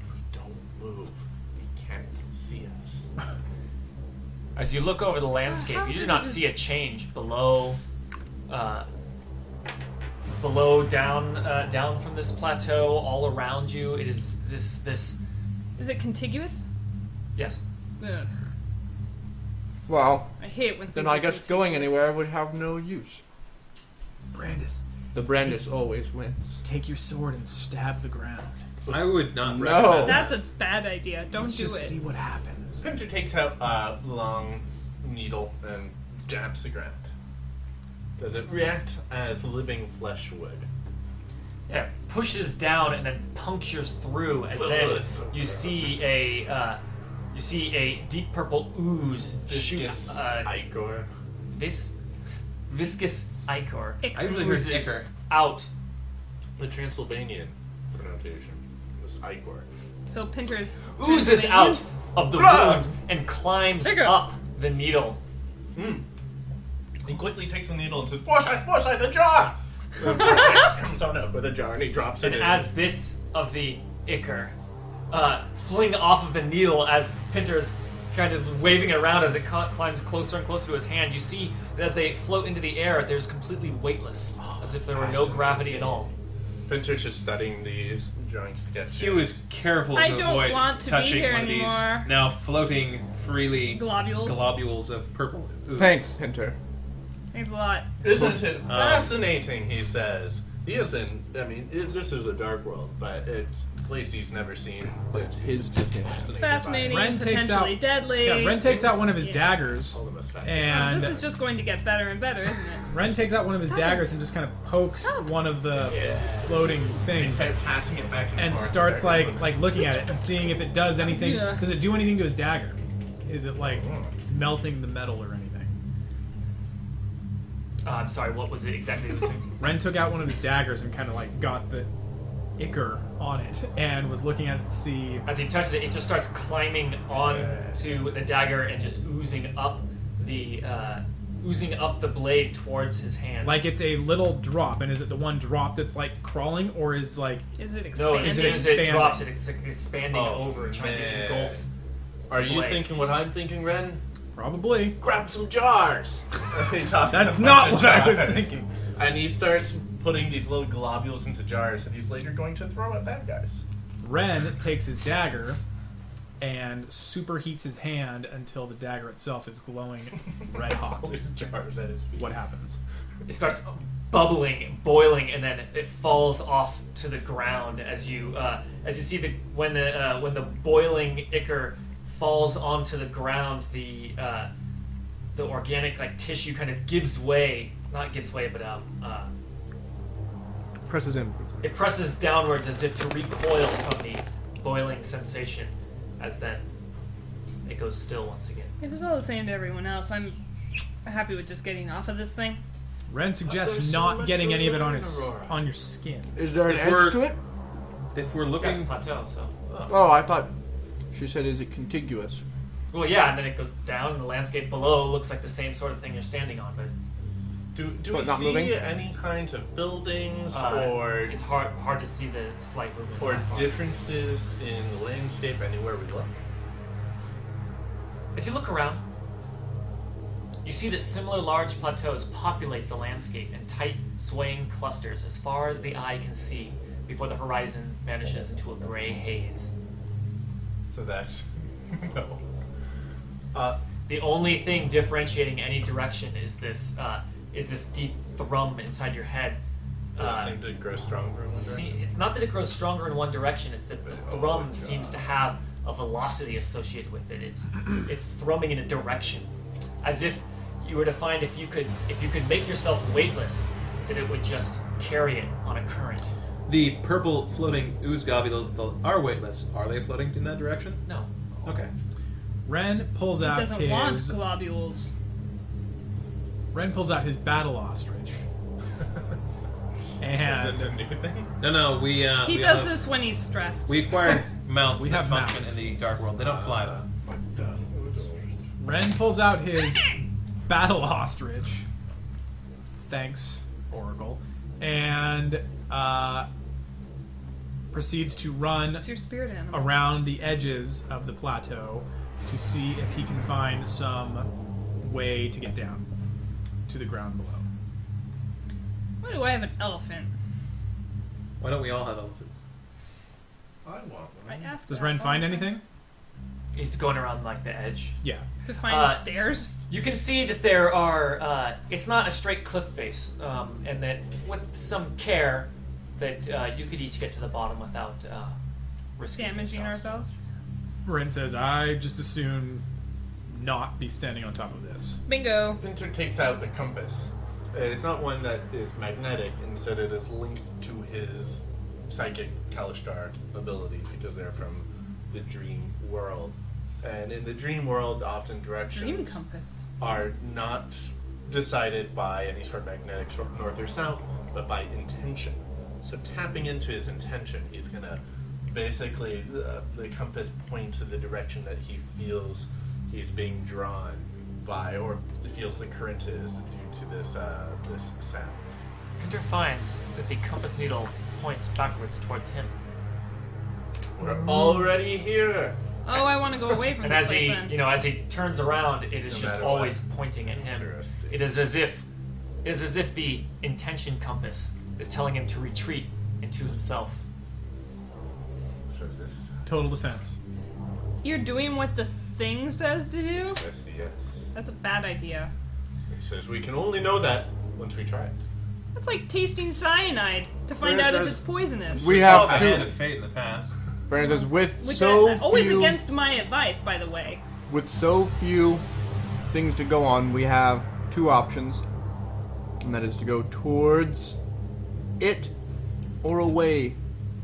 Speaker 5: If we don't move, you can't see us."
Speaker 2: As you look over the landscape, you do not see a change below uh, below, down, uh, down from this plateau, all around you. It is this, this.
Speaker 4: Is it contiguous?
Speaker 2: Yes.
Speaker 4: Ugh,
Speaker 7: Well,
Speaker 4: I hate when.
Speaker 7: then
Speaker 4: things
Speaker 7: I
Speaker 4: are
Speaker 7: guess
Speaker 4: contiguous.
Speaker 7: going anywhere would have no use.
Speaker 3: Brandis,
Speaker 7: The Brandis always wins.
Speaker 3: take your sword and stab the ground.
Speaker 6: I would not
Speaker 7: No.
Speaker 6: recommend
Speaker 4: That's a
Speaker 6: this.
Speaker 4: bad idea. Don't
Speaker 3: Let's
Speaker 4: do
Speaker 3: just
Speaker 4: it.
Speaker 3: see what happens.
Speaker 5: Spencer takes out a long needle and jabs the ground. Does it react as living flesh would?
Speaker 2: Yeah, pushes down and then punctures through, and then you see a uh, you see a deep purple ooze shoot.
Speaker 5: Viscous
Speaker 2: Uh,
Speaker 5: ichor.
Speaker 2: vis- viscous ichor
Speaker 4: Ichor.
Speaker 6: I usually hear
Speaker 2: oozes
Speaker 6: ichor.
Speaker 2: out.
Speaker 5: The Transylvanian pronunciation was ichor.
Speaker 4: So Pinter is
Speaker 2: Oozes out of the
Speaker 5: Ah!
Speaker 2: wound and climbs
Speaker 4: Ichor.
Speaker 2: up the needle.
Speaker 5: He quickly takes the needle and says, Forsyth, Forsyth, a jar! And Forsyth comes on up with a jar and he drops it
Speaker 2: And
Speaker 5: in.
Speaker 2: as bits of the ichor uh, fling off of the needle as Pinter is kind of waving it around as it co- climbs closer and closer to his hand, you see that as they float into the air, they're just completely weightless, as if there were no gravity at all.
Speaker 5: Pinter's just studying these drawing sketches.
Speaker 6: He was careful to
Speaker 4: I don't
Speaker 6: avoid
Speaker 4: want to be
Speaker 6: touching
Speaker 4: here
Speaker 6: one of
Speaker 4: anymore.
Speaker 6: these now floating freely
Speaker 4: globules.
Speaker 6: globules of purple. ooze.
Speaker 7: Thanks, Pinter.
Speaker 4: Thanks a lot.
Speaker 5: Isn't it fascinating? he says. He is in. I mean, it, this is a dark world, but it's a place he's never seen. It's
Speaker 7: His Disney.
Speaker 5: fascinating.
Speaker 4: Fascinating,
Speaker 3: Ren takes
Speaker 4: potentially
Speaker 3: out-
Speaker 4: deadly.
Speaker 3: Yeah, Ren takes out one of his
Speaker 4: Yeah.
Speaker 3: daggers,
Speaker 5: All of us fascinating.
Speaker 3: and
Speaker 4: this is just going to get better and better, isn't it?
Speaker 3: Ren takes out one of his
Speaker 4: Stop.
Speaker 3: daggers and just kind of pokes
Speaker 4: Stop.
Speaker 3: one of the
Speaker 5: Yeah.
Speaker 3: floating
Speaker 5: They
Speaker 3: things
Speaker 5: start passing it back and,
Speaker 3: and
Speaker 5: forth.
Speaker 3: starts like like looking at it and seeing if it does anything.
Speaker 4: Yeah.
Speaker 3: Does it do anything to his dagger? Is it like melting the metal or anything?
Speaker 2: Uh, I'm sorry, what was it exactly that was doing?
Speaker 3: Ren took out one of his daggers and kind of like got the ichor on it and was looking at it to see.
Speaker 2: As he touches it, it just starts climbing on to the dagger and just oozing up the uh, oozing up the blade towards his hand.
Speaker 3: Like it's a little drop, and is it the one drop that's like crawling, or is like
Speaker 4: Is it expanding?
Speaker 2: no, as soon as it
Speaker 3: expanding?
Speaker 2: drops, it it's expanding
Speaker 5: Oh,
Speaker 2: over, trying
Speaker 5: man.
Speaker 2: to engulf
Speaker 5: Are you
Speaker 2: Blade.
Speaker 5: thinking what I'm thinking, Ren?
Speaker 3: probably
Speaker 5: Grab some jars. And he tosses
Speaker 3: That's
Speaker 5: a bunch
Speaker 3: not
Speaker 5: of
Speaker 3: what I was
Speaker 5: jars.
Speaker 3: thinking.
Speaker 5: And he starts putting these little globules into jars that he's later going to throw at bad guys.
Speaker 3: Ren takes his dagger and superheats his hand until the dagger itself is glowing red hot.
Speaker 5: All these jars at his feet.
Speaker 3: What happens?
Speaker 2: It starts bubbling, boiling, and then it falls off to the ground as you uh, as you see the when the uh, when the boiling ichor falls onto the ground, the uh, the organic like tissue kind of gives way, not gives way, but um, uh,
Speaker 7: Presses in.
Speaker 2: it presses downwards as if to recoil from the boiling sensation, as then it goes still once again.
Speaker 4: It was all the same to everyone else. I'm happy with just getting off of this thing.
Speaker 3: Ren
Speaker 5: There's
Speaker 3: suggests
Speaker 5: so
Speaker 3: not
Speaker 5: much
Speaker 3: getting
Speaker 5: to
Speaker 3: any of it on
Speaker 5: learn,
Speaker 3: his
Speaker 5: Aurora.
Speaker 3: on your skin.
Speaker 7: Is there an
Speaker 6: If
Speaker 7: edge
Speaker 6: we're-
Speaker 7: to it?
Speaker 6: If we're
Speaker 2: Yeah, it's a
Speaker 6: looking,
Speaker 2: plateau, so.
Speaker 7: Oh, I thought she said, "Is it contiguous?"
Speaker 2: Well, yeah, and then it goes down, and the landscape below looks like the same sort of thing you're standing on, but
Speaker 5: Do, do
Speaker 7: But
Speaker 5: we
Speaker 7: not
Speaker 5: see
Speaker 7: moving?
Speaker 5: any kinds of buildings
Speaker 2: Uh,
Speaker 5: or
Speaker 2: it's hard hard to see the slight movement
Speaker 5: or
Speaker 2: of the forest.
Speaker 5: differences in the landscape anywhere we look?
Speaker 2: As you look around, you see that similar large plateaus populate the landscape in tight, swaying clusters as far as the eye can see before the horizon vanishes into a gray haze.
Speaker 5: So that's no. Uh,
Speaker 2: The only thing differentiating any direction is this uh, is this deep thrum inside your head.
Speaker 5: does
Speaker 2: Uh,
Speaker 5: it seem to grow stronger. in one
Speaker 2: see,
Speaker 5: direction?
Speaker 2: it's not that it grows stronger in one direction; it's that the
Speaker 5: Oh my
Speaker 2: thrum
Speaker 5: God.
Speaker 2: seems to have a velocity associated with it. It's it's thrumming in a direction, as if you were to find if you could if you could make yourself weightless, that it would just carry it on a current.
Speaker 6: the purple floating ooze globules though, are weightless. Are they floating in that direction?
Speaker 2: No,
Speaker 6: Okay.
Speaker 3: Ren pulls
Speaker 4: It
Speaker 3: out
Speaker 4: doesn't want
Speaker 3: his
Speaker 4: globules.
Speaker 3: Ren pulls out his battle ostrich. and
Speaker 5: Is this a new thing?
Speaker 6: No, no. We uh,
Speaker 4: He
Speaker 6: we
Speaker 4: does
Speaker 6: have-
Speaker 4: this when he's stressed.
Speaker 6: We acquired mounts
Speaker 3: We
Speaker 6: that
Speaker 3: have
Speaker 6: function
Speaker 3: mounts.
Speaker 6: in the dark world. They don't fly though.
Speaker 3: Ren pulls out his battle ostrich. Thanks, Oracle. And uh, proceeds to run
Speaker 4: it's your spirit animal.
Speaker 3: around the edges of the plateau to see if he can find some way to get down to the ground below.
Speaker 4: Why do I have an elephant?
Speaker 6: Why don't we all have elephants?
Speaker 5: I want one.
Speaker 4: I asked.
Speaker 3: Does
Speaker 4: that
Speaker 3: Ren
Speaker 4: all
Speaker 3: find
Speaker 4: the time.
Speaker 3: anything?
Speaker 2: He's going around like the edge.
Speaker 3: Yeah.
Speaker 4: To find
Speaker 2: Uh,
Speaker 4: the stairs.
Speaker 2: You can see that there are. Uh, it's not a straight cliff face, um, and that with some care, that uh, you could each get to the bottom without uh, risking
Speaker 4: Damaging
Speaker 2: yourselves.
Speaker 4: ourselves.
Speaker 3: Ren says, I just assume not be standing on top of this.
Speaker 4: Bingo.
Speaker 5: Pinter takes out the compass. Uh, It's not one that is magnetic, instead, it is linked to his psychic Kalistar abilities because they're from the dream world. And in the dream world, often
Speaker 4: Dream
Speaker 5: directions
Speaker 4: compass.
Speaker 5: are not decided by any sort of magnetic sort of north or south, but by intention. So tapping into his intention, he's gonna basically uh, the compass points to the direction that he feels he's being drawn by, or feels the current is due to this uh, this sound.
Speaker 2: Kinder finds that the compass needle points backwards towards him,
Speaker 5: We're already here.
Speaker 4: Oh, I want to go away from
Speaker 2: and
Speaker 4: this
Speaker 2: as
Speaker 4: place
Speaker 2: he,
Speaker 4: then.
Speaker 2: you know, as he turns around, it is
Speaker 5: No
Speaker 2: just
Speaker 5: matter what.
Speaker 2: always pointing at him.
Speaker 5: Interesting.
Speaker 2: It is as if, it is as if the intention compass is telling him to retreat into himself.
Speaker 5: So is this is
Speaker 3: Total defense.
Speaker 4: You're doing what the thing says to do?
Speaker 5: That's the yes.
Speaker 4: That's a bad idea.
Speaker 5: He says we can only know that once we try it.
Speaker 4: That's like tasting cyanide to find
Speaker 7: Where
Speaker 4: out if
Speaker 7: says-
Speaker 4: it's poisonous.
Speaker 7: We
Speaker 6: I
Speaker 7: have
Speaker 6: had a
Speaker 7: two.
Speaker 6: fate in the past.
Speaker 7: Brandon says, with
Speaker 4: Oh, Which
Speaker 7: so
Speaker 4: is always
Speaker 7: few,
Speaker 4: against my advice, by the way.
Speaker 7: with so few things to go on, we have two options, and that is to go towards it or away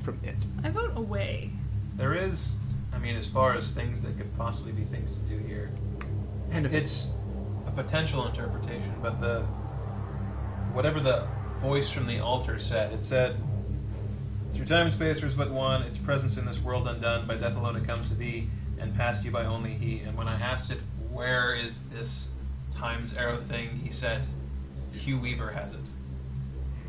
Speaker 7: from it.
Speaker 4: I vote away.
Speaker 6: There is, I mean, as far as things that could possibly be things to do here,
Speaker 7: And if
Speaker 6: it's a potential interpretation. But the whatever the voice from the altar said, it said, "Through time and space, there's but one. Its presence in this world undone. By death alone, it comes to thee, and past you by only he." And when I asked it, "Where is this times arrow thing?" he said, "Hugh Weaver has it."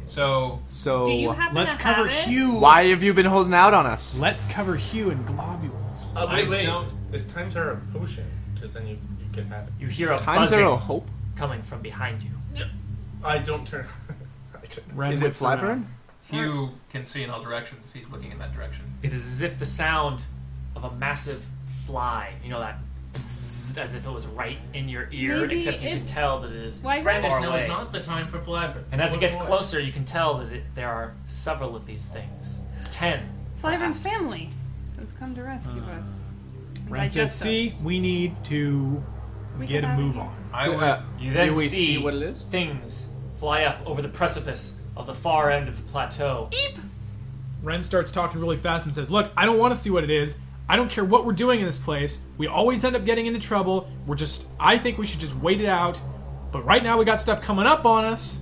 Speaker 6: So
Speaker 7: so,
Speaker 4: Do you happen
Speaker 3: Let's
Speaker 4: to
Speaker 3: cover
Speaker 4: have it?
Speaker 3: Hugh.
Speaker 7: why have you been holding out on us?
Speaker 3: Let's cover Hugh in globules.
Speaker 5: Uh,
Speaker 6: I
Speaker 5: wait, wait.
Speaker 6: don't-
Speaker 5: It's times are a potion, because then you, you can have it.
Speaker 2: You hear a
Speaker 7: Times
Speaker 2: buzzing
Speaker 7: are a hope.
Speaker 2: coming from behind you.
Speaker 5: I don't turn. I don't.
Speaker 3: Ren
Speaker 7: Is it
Speaker 3: whips around.
Speaker 7: Flavrin?
Speaker 6: Hugh can see in all directions. He's looking in that direction.
Speaker 2: It is as if the sound of a massive fly, you know, that bzzz, as if it was right in your ear,
Speaker 4: Maybe
Speaker 2: except you can
Speaker 4: it's-
Speaker 2: tell that it is
Speaker 4: Why
Speaker 2: Brandon,
Speaker 4: would
Speaker 2: Far away.
Speaker 5: the time for blabber.
Speaker 2: And as it
Speaker 5: What
Speaker 2: gets
Speaker 5: do I-
Speaker 2: closer, you can tell that it, there are several of these things. Ten.
Speaker 4: Flavrin's
Speaker 2: perhaps.
Speaker 4: family has come to rescue us. and
Speaker 3: Ren says,
Speaker 4: digest
Speaker 3: see,
Speaker 4: us.
Speaker 3: we need to
Speaker 4: We
Speaker 3: get
Speaker 4: can
Speaker 3: a
Speaker 4: have
Speaker 3: move
Speaker 4: it.
Speaker 3: on.
Speaker 6: I would.
Speaker 7: Uh,
Speaker 2: You then
Speaker 7: do we
Speaker 2: see,
Speaker 7: see what it is?
Speaker 2: things fly up over the precipice of the far end of the plateau.
Speaker 4: Eep!
Speaker 3: Ren starts talking really fast and says, Look, I don't want to see what it is. I don't care what we're doing in this place. We always end up getting into trouble. We're just, I think we should just wait it out. But right now we got stuff coming up on us.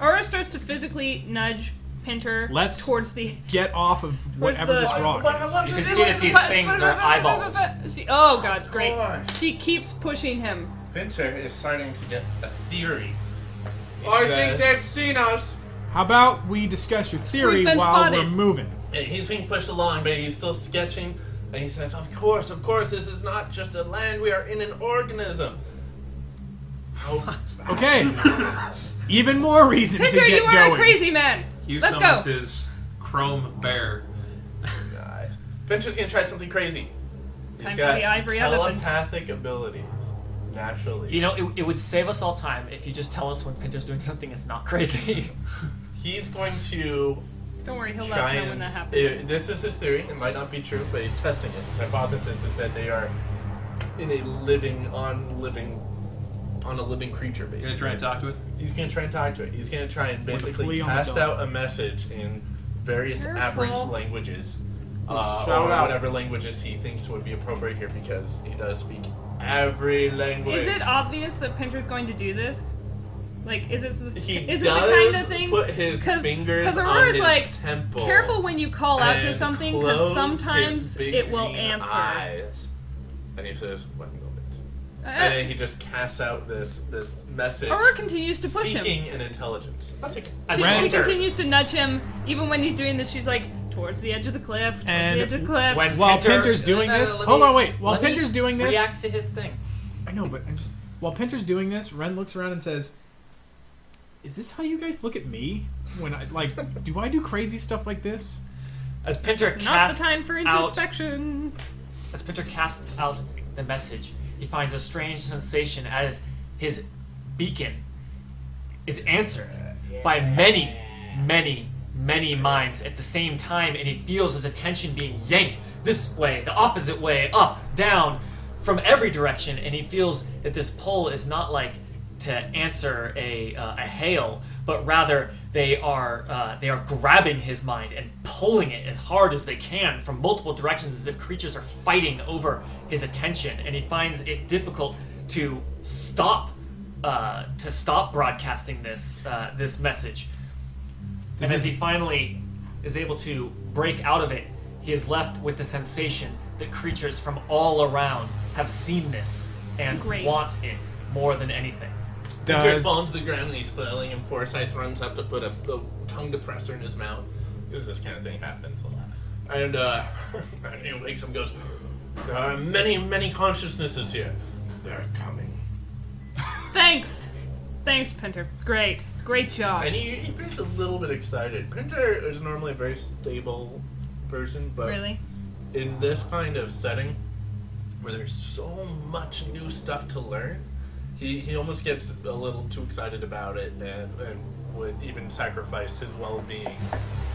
Speaker 4: Aura starts to physically nudge Pinter
Speaker 3: Let's-
Speaker 4: towards the.
Speaker 3: Get off of
Speaker 4: Where's
Speaker 3: whatever
Speaker 4: the-
Speaker 3: this rock
Speaker 5: But I
Speaker 3: is.
Speaker 5: want
Speaker 2: You
Speaker 5: to
Speaker 2: can
Speaker 5: see
Speaker 2: see
Speaker 5: what
Speaker 2: that these things are eyeballs.
Speaker 4: She- oh god, great.
Speaker 5: course.
Speaker 4: She keeps pushing him.
Speaker 5: Pinter is starting to get a theory.
Speaker 7: I
Speaker 5: think
Speaker 7: they've seen us.
Speaker 3: How about we discuss your theory
Speaker 4: been
Speaker 3: while
Speaker 4: spotted.
Speaker 3: we're moving?
Speaker 5: And he's being pushed along, but he's still sketching. And he says, "Of course, of course, this is not just a land. We are in an organism." How?
Speaker 3: Okay. Even more reason
Speaker 4: Pinter,
Speaker 3: to get
Speaker 4: you are
Speaker 3: going.
Speaker 4: a crazy man!
Speaker 6: Hugh
Speaker 4: Let's
Speaker 6: summons
Speaker 4: go!
Speaker 6: his chrome bear.
Speaker 5: Nice. Pinter's gonna try something crazy. He's
Speaker 4: Time for
Speaker 5: got
Speaker 4: the ivory elephant.
Speaker 5: telepathic abilities naturally.
Speaker 2: You know, it, it would save us all time if you just tell us when Pinter's doing something that's not crazy.
Speaker 5: he's going to
Speaker 4: Don't worry, he'll let us
Speaker 5: try
Speaker 4: know when
Speaker 5: and.
Speaker 4: that happens.
Speaker 5: it- this is his theory. It might not be true, but he's testing it. His hypothesis is that they are in a living, on living, on a living creature
Speaker 6: You
Speaker 5: basis.
Speaker 6: gonna try and talk to it?
Speaker 5: He's gonna try and talk to it. He's gonna try and
Speaker 3: a
Speaker 5: basically
Speaker 3: flea on the
Speaker 5: cast
Speaker 3: dog.
Speaker 5: out a message in various
Speaker 4: Careful.
Speaker 5: aberrant languages, uh,
Speaker 7: Shout
Speaker 5: or
Speaker 7: out.
Speaker 5: whatever languages he thinks would be appropriate here, because he does speak every language.
Speaker 4: Is it obvious that Pinter's going to do this? Like, is it the,
Speaker 5: He
Speaker 4: is it the
Speaker 5: does
Speaker 4: kind of thing?
Speaker 5: put his
Speaker 4: Because
Speaker 5: fingers
Speaker 4: Aurora's
Speaker 5: on his
Speaker 4: like,
Speaker 5: temple.
Speaker 4: careful when you call out to
Speaker 5: and
Speaker 4: something,
Speaker 5: close
Speaker 4: because
Speaker 5: his
Speaker 4: sometimes
Speaker 5: big
Speaker 4: it will
Speaker 5: green
Speaker 4: answer.
Speaker 5: eyes. And he says, "One moment," and
Speaker 4: Uh,
Speaker 5: then he just casts out this this message,
Speaker 4: Aurora continues to push him.
Speaker 5: seeking an intelligence. That's okay.
Speaker 2: As
Speaker 4: She, she
Speaker 2: Pinter,
Speaker 4: continues to nudge him, even when he's doing this. She's like, towards the edge of the cliff, towards
Speaker 3: And
Speaker 4: the edge of the cliff.
Speaker 2: when
Speaker 3: While
Speaker 2: Pinter-
Speaker 3: Pinter's doing
Speaker 2: No, no,
Speaker 3: this,
Speaker 2: let me-
Speaker 3: hold on, wait. While
Speaker 2: let me
Speaker 3: Pinter's doing this,
Speaker 2: react to his thing.
Speaker 3: I know, but I'm just while Pinter's doing this, Ren looks around and says, is this how you guys look at me when I like? do I do crazy stuff like this?
Speaker 2: As Pinter
Speaker 4: It's not the
Speaker 2: casts
Speaker 4: time for
Speaker 2: out
Speaker 4: introspection.
Speaker 2: As Pinter casts out the message, he finds a strange sensation as his beacon is answered by many, many, many minds at the same time, and he feels his attention being yanked this way, the opposite way, up, down, from every direction, and he feels that this pull is not like to answer a, uh, a hail, but rather they are uh, they are grabbing his mind and pulling it as hard as they can from multiple directions, as if creatures are fighting over his attention, and he finds it difficult to stop uh, to stop broadcasting this uh, this message. and as he finally is able to break out of it, he is left with the sensation that creatures from all around have seen this and
Speaker 4: Great.
Speaker 2: want it more than anything.
Speaker 5: Tears
Speaker 3: Does
Speaker 5: fall into the ground and he's flailing, and Forsyth runs up to put a, a tongue depressor in his mouth. Because this kind of thing happens a lot. And, uh, and he wakes up and goes, There are many, many consciousnesses here. They're coming.
Speaker 4: Thanks. Thanks, Pinter. Great. Great job.
Speaker 5: And he, he gets a little bit excited. Pinter is normally a very stable person, but
Speaker 4: Really?
Speaker 5: in this kind of setting where there's so much new stuff to learn, he, he almost gets a little too excited about it and, and would even sacrifice his well being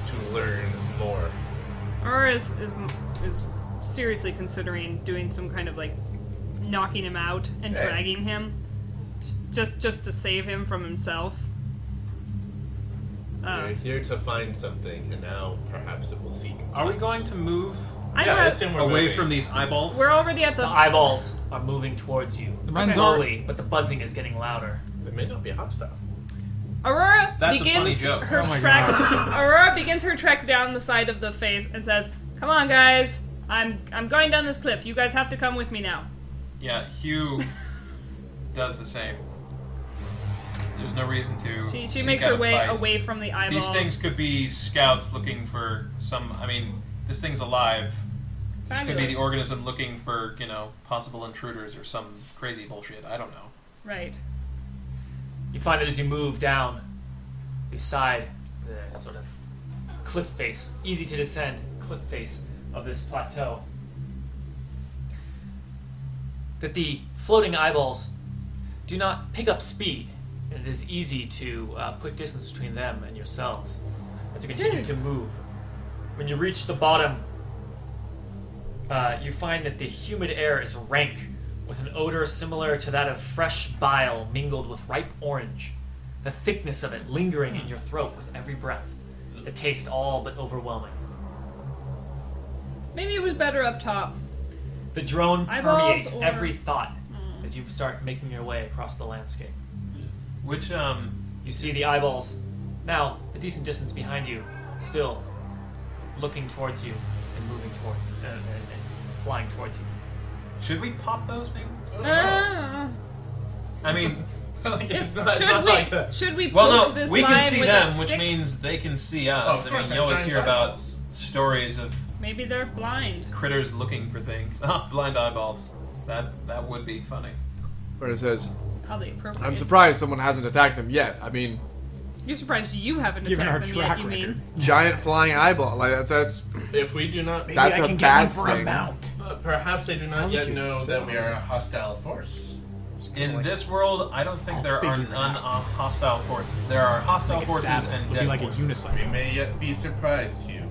Speaker 5: to learn more.
Speaker 4: Aurora is, is is seriously considering doing some kind of like knocking him out and
Speaker 5: Hey.
Speaker 4: dragging him, just just to save him from himself.
Speaker 5: You're
Speaker 4: Uh,
Speaker 5: here to find something, and now perhaps it will seek.
Speaker 6: Are we
Speaker 5: us.
Speaker 6: going to move
Speaker 4: I
Speaker 5: yeah, I
Speaker 4: thought-
Speaker 5: assume we're
Speaker 6: away
Speaker 5: moving.
Speaker 6: from these eyeballs?
Speaker 4: we're already at
Speaker 2: The
Speaker 4: the.
Speaker 2: eyeballs are moving towards you
Speaker 3: mine's
Speaker 2: slowly, but the buzzing is getting louder.
Speaker 5: It may not be hostile.
Speaker 4: Aurora
Speaker 6: That's a
Speaker 4: begins
Speaker 6: funny joke.
Speaker 4: her
Speaker 3: Oh my
Speaker 4: track. Aurora begins her trek down the side of the face and says, "Come on, guys. I'm I'm going down this cliff. You guys have to come with me now."
Speaker 6: Yeah, Hugh does the same. There's no reason to.
Speaker 4: She she
Speaker 6: seek
Speaker 4: makes
Speaker 6: out
Speaker 4: her
Speaker 6: a
Speaker 4: way
Speaker 6: fight.
Speaker 4: away from the eyeballs.
Speaker 6: These things could be scouts looking for some. I mean, this thing's alive. This could be the
Speaker 4: Fabulous.
Speaker 6: organism looking for, you know, possible intruders or some crazy bullshit. I don't know.
Speaker 4: Right.
Speaker 2: You find that as you move down beside the sort of cliff face, easy to descend cliff face of this plateau, that the floating eyeballs do not pick up speed, and it is easy to uh, put distance between them and yourselves as you continue to move. When you reach the bottom, uh, you find that the humid air is rank, with an odor similar to that of fresh bile mingled with ripe orange, the thickness of it lingering in your throat with every breath, the taste all but overwhelming.
Speaker 4: Maybe it was better up top.
Speaker 2: The drone
Speaker 4: Eyeballs
Speaker 2: permeates
Speaker 4: or-
Speaker 2: every thought as you start making your way across the landscape.
Speaker 6: Which, um,
Speaker 2: You see the eyeballs, now a decent distance behind you, still looking towards you and moving toward uh, and, and flying towards you.
Speaker 6: should we pop those, maybe?
Speaker 4: Ah.
Speaker 6: I mean,
Speaker 5: Like,
Speaker 4: If-
Speaker 5: it's not, it's
Speaker 4: should
Speaker 5: not
Speaker 4: we?
Speaker 5: like a-
Speaker 4: should we?
Speaker 6: well,
Speaker 4: poke
Speaker 6: no,
Speaker 4: this
Speaker 6: we can
Speaker 4: lion
Speaker 6: see
Speaker 4: with a
Speaker 6: them, which
Speaker 4: stick?
Speaker 6: means they can see
Speaker 5: Oh,
Speaker 6: us.
Speaker 5: of
Speaker 6: I
Speaker 5: course,
Speaker 6: mean, you
Speaker 5: they're
Speaker 6: always
Speaker 5: giant
Speaker 6: hear about
Speaker 5: eyeballs.
Speaker 6: stories of
Speaker 4: maybe they're blind.
Speaker 6: critters looking for things. Ah, blind eyeballs. That that would be funny.
Speaker 7: Where it says,
Speaker 4: How they appropriate.
Speaker 7: I'm surprised someone hasn't attacked them yet. I mean,
Speaker 4: You're surprised you haven't
Speaker 3: Given our
Speaker 4: attacked them yet.
Speaker 3: track
Speaker 4: You
Speaker 3: record.
Speaker 4: mean?
Speaker 7: giant flying eyeball. Like that's that's
Speaker 5: If we do not,
Speaker 7: that's a bad thing.
Speaker 5: uh, perhaps they do not yet
Speaker 7: you
Speaker 5: know that
Speaker 7: sound?
Speaker 5: we are a hostile force.
Speaker 6: In this world, I don't think there are
Speaker 7: figure it
Speaker 6: non hostile forces. There are hostile forces and
Speaker 3: would
Speaker 6: dead
Speaker 3: be like a
Speaker 6: forces.
Speaker 5: We
Speaker 3: unicycle.
Speaker 5: may yet be surprised, Hugh.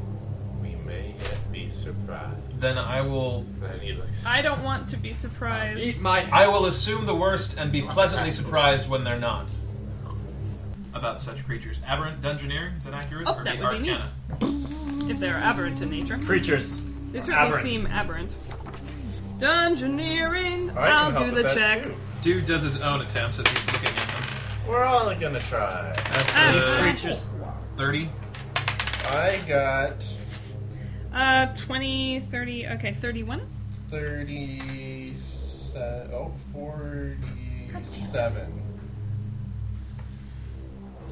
Speaker 5: We may yet be surprised.
Speaker 6: Then I will
Speaker 5: Then he looks.
Speaker 4: I don't want to be surprised.
Speaker 7: Eat my.
Speaker 6: I will assume the worst and be pleasantly surprised when they're not. About such creatures, aberrant dungeoneer is that accurate?
Speaker 4: Oh,
Speaker 6: or
Speaker 4: that
Speaker 6: the
Speaker 4: would be me.
Speaker 6: arcana? Uh,
Speaker 4: If they're aberrant in nature,
Speaker 2: Creatures
Speaker 4: they
Speaker 5: Uh,
Speaker 4: certainly
Speaker 2: aberrant.
Speaker 4: seem aberrant. Dungeoneering.
Speaker 5: Oh, I
Speaker 4: I'll
Speaker 5: can help
Speaker 4: do
Speaker 5: with
Speaker 4: the check.
Speaker 5: that too.
Speaker 6: Dude does his own attempts as he's looking at them.
Speaker 5: We're all gonna try.
Speaker 6: That's
Speaker 4: That's
Speaker 2: These
Speaker 6: uh,
Speaker 4: great.
Speaker 2: creatures
Speaker 6: thirty.
Speaker 5: I got
Speaker 4: Uh, 20, 30, okay, 31.
Speaker 5: 37. Oh, 47.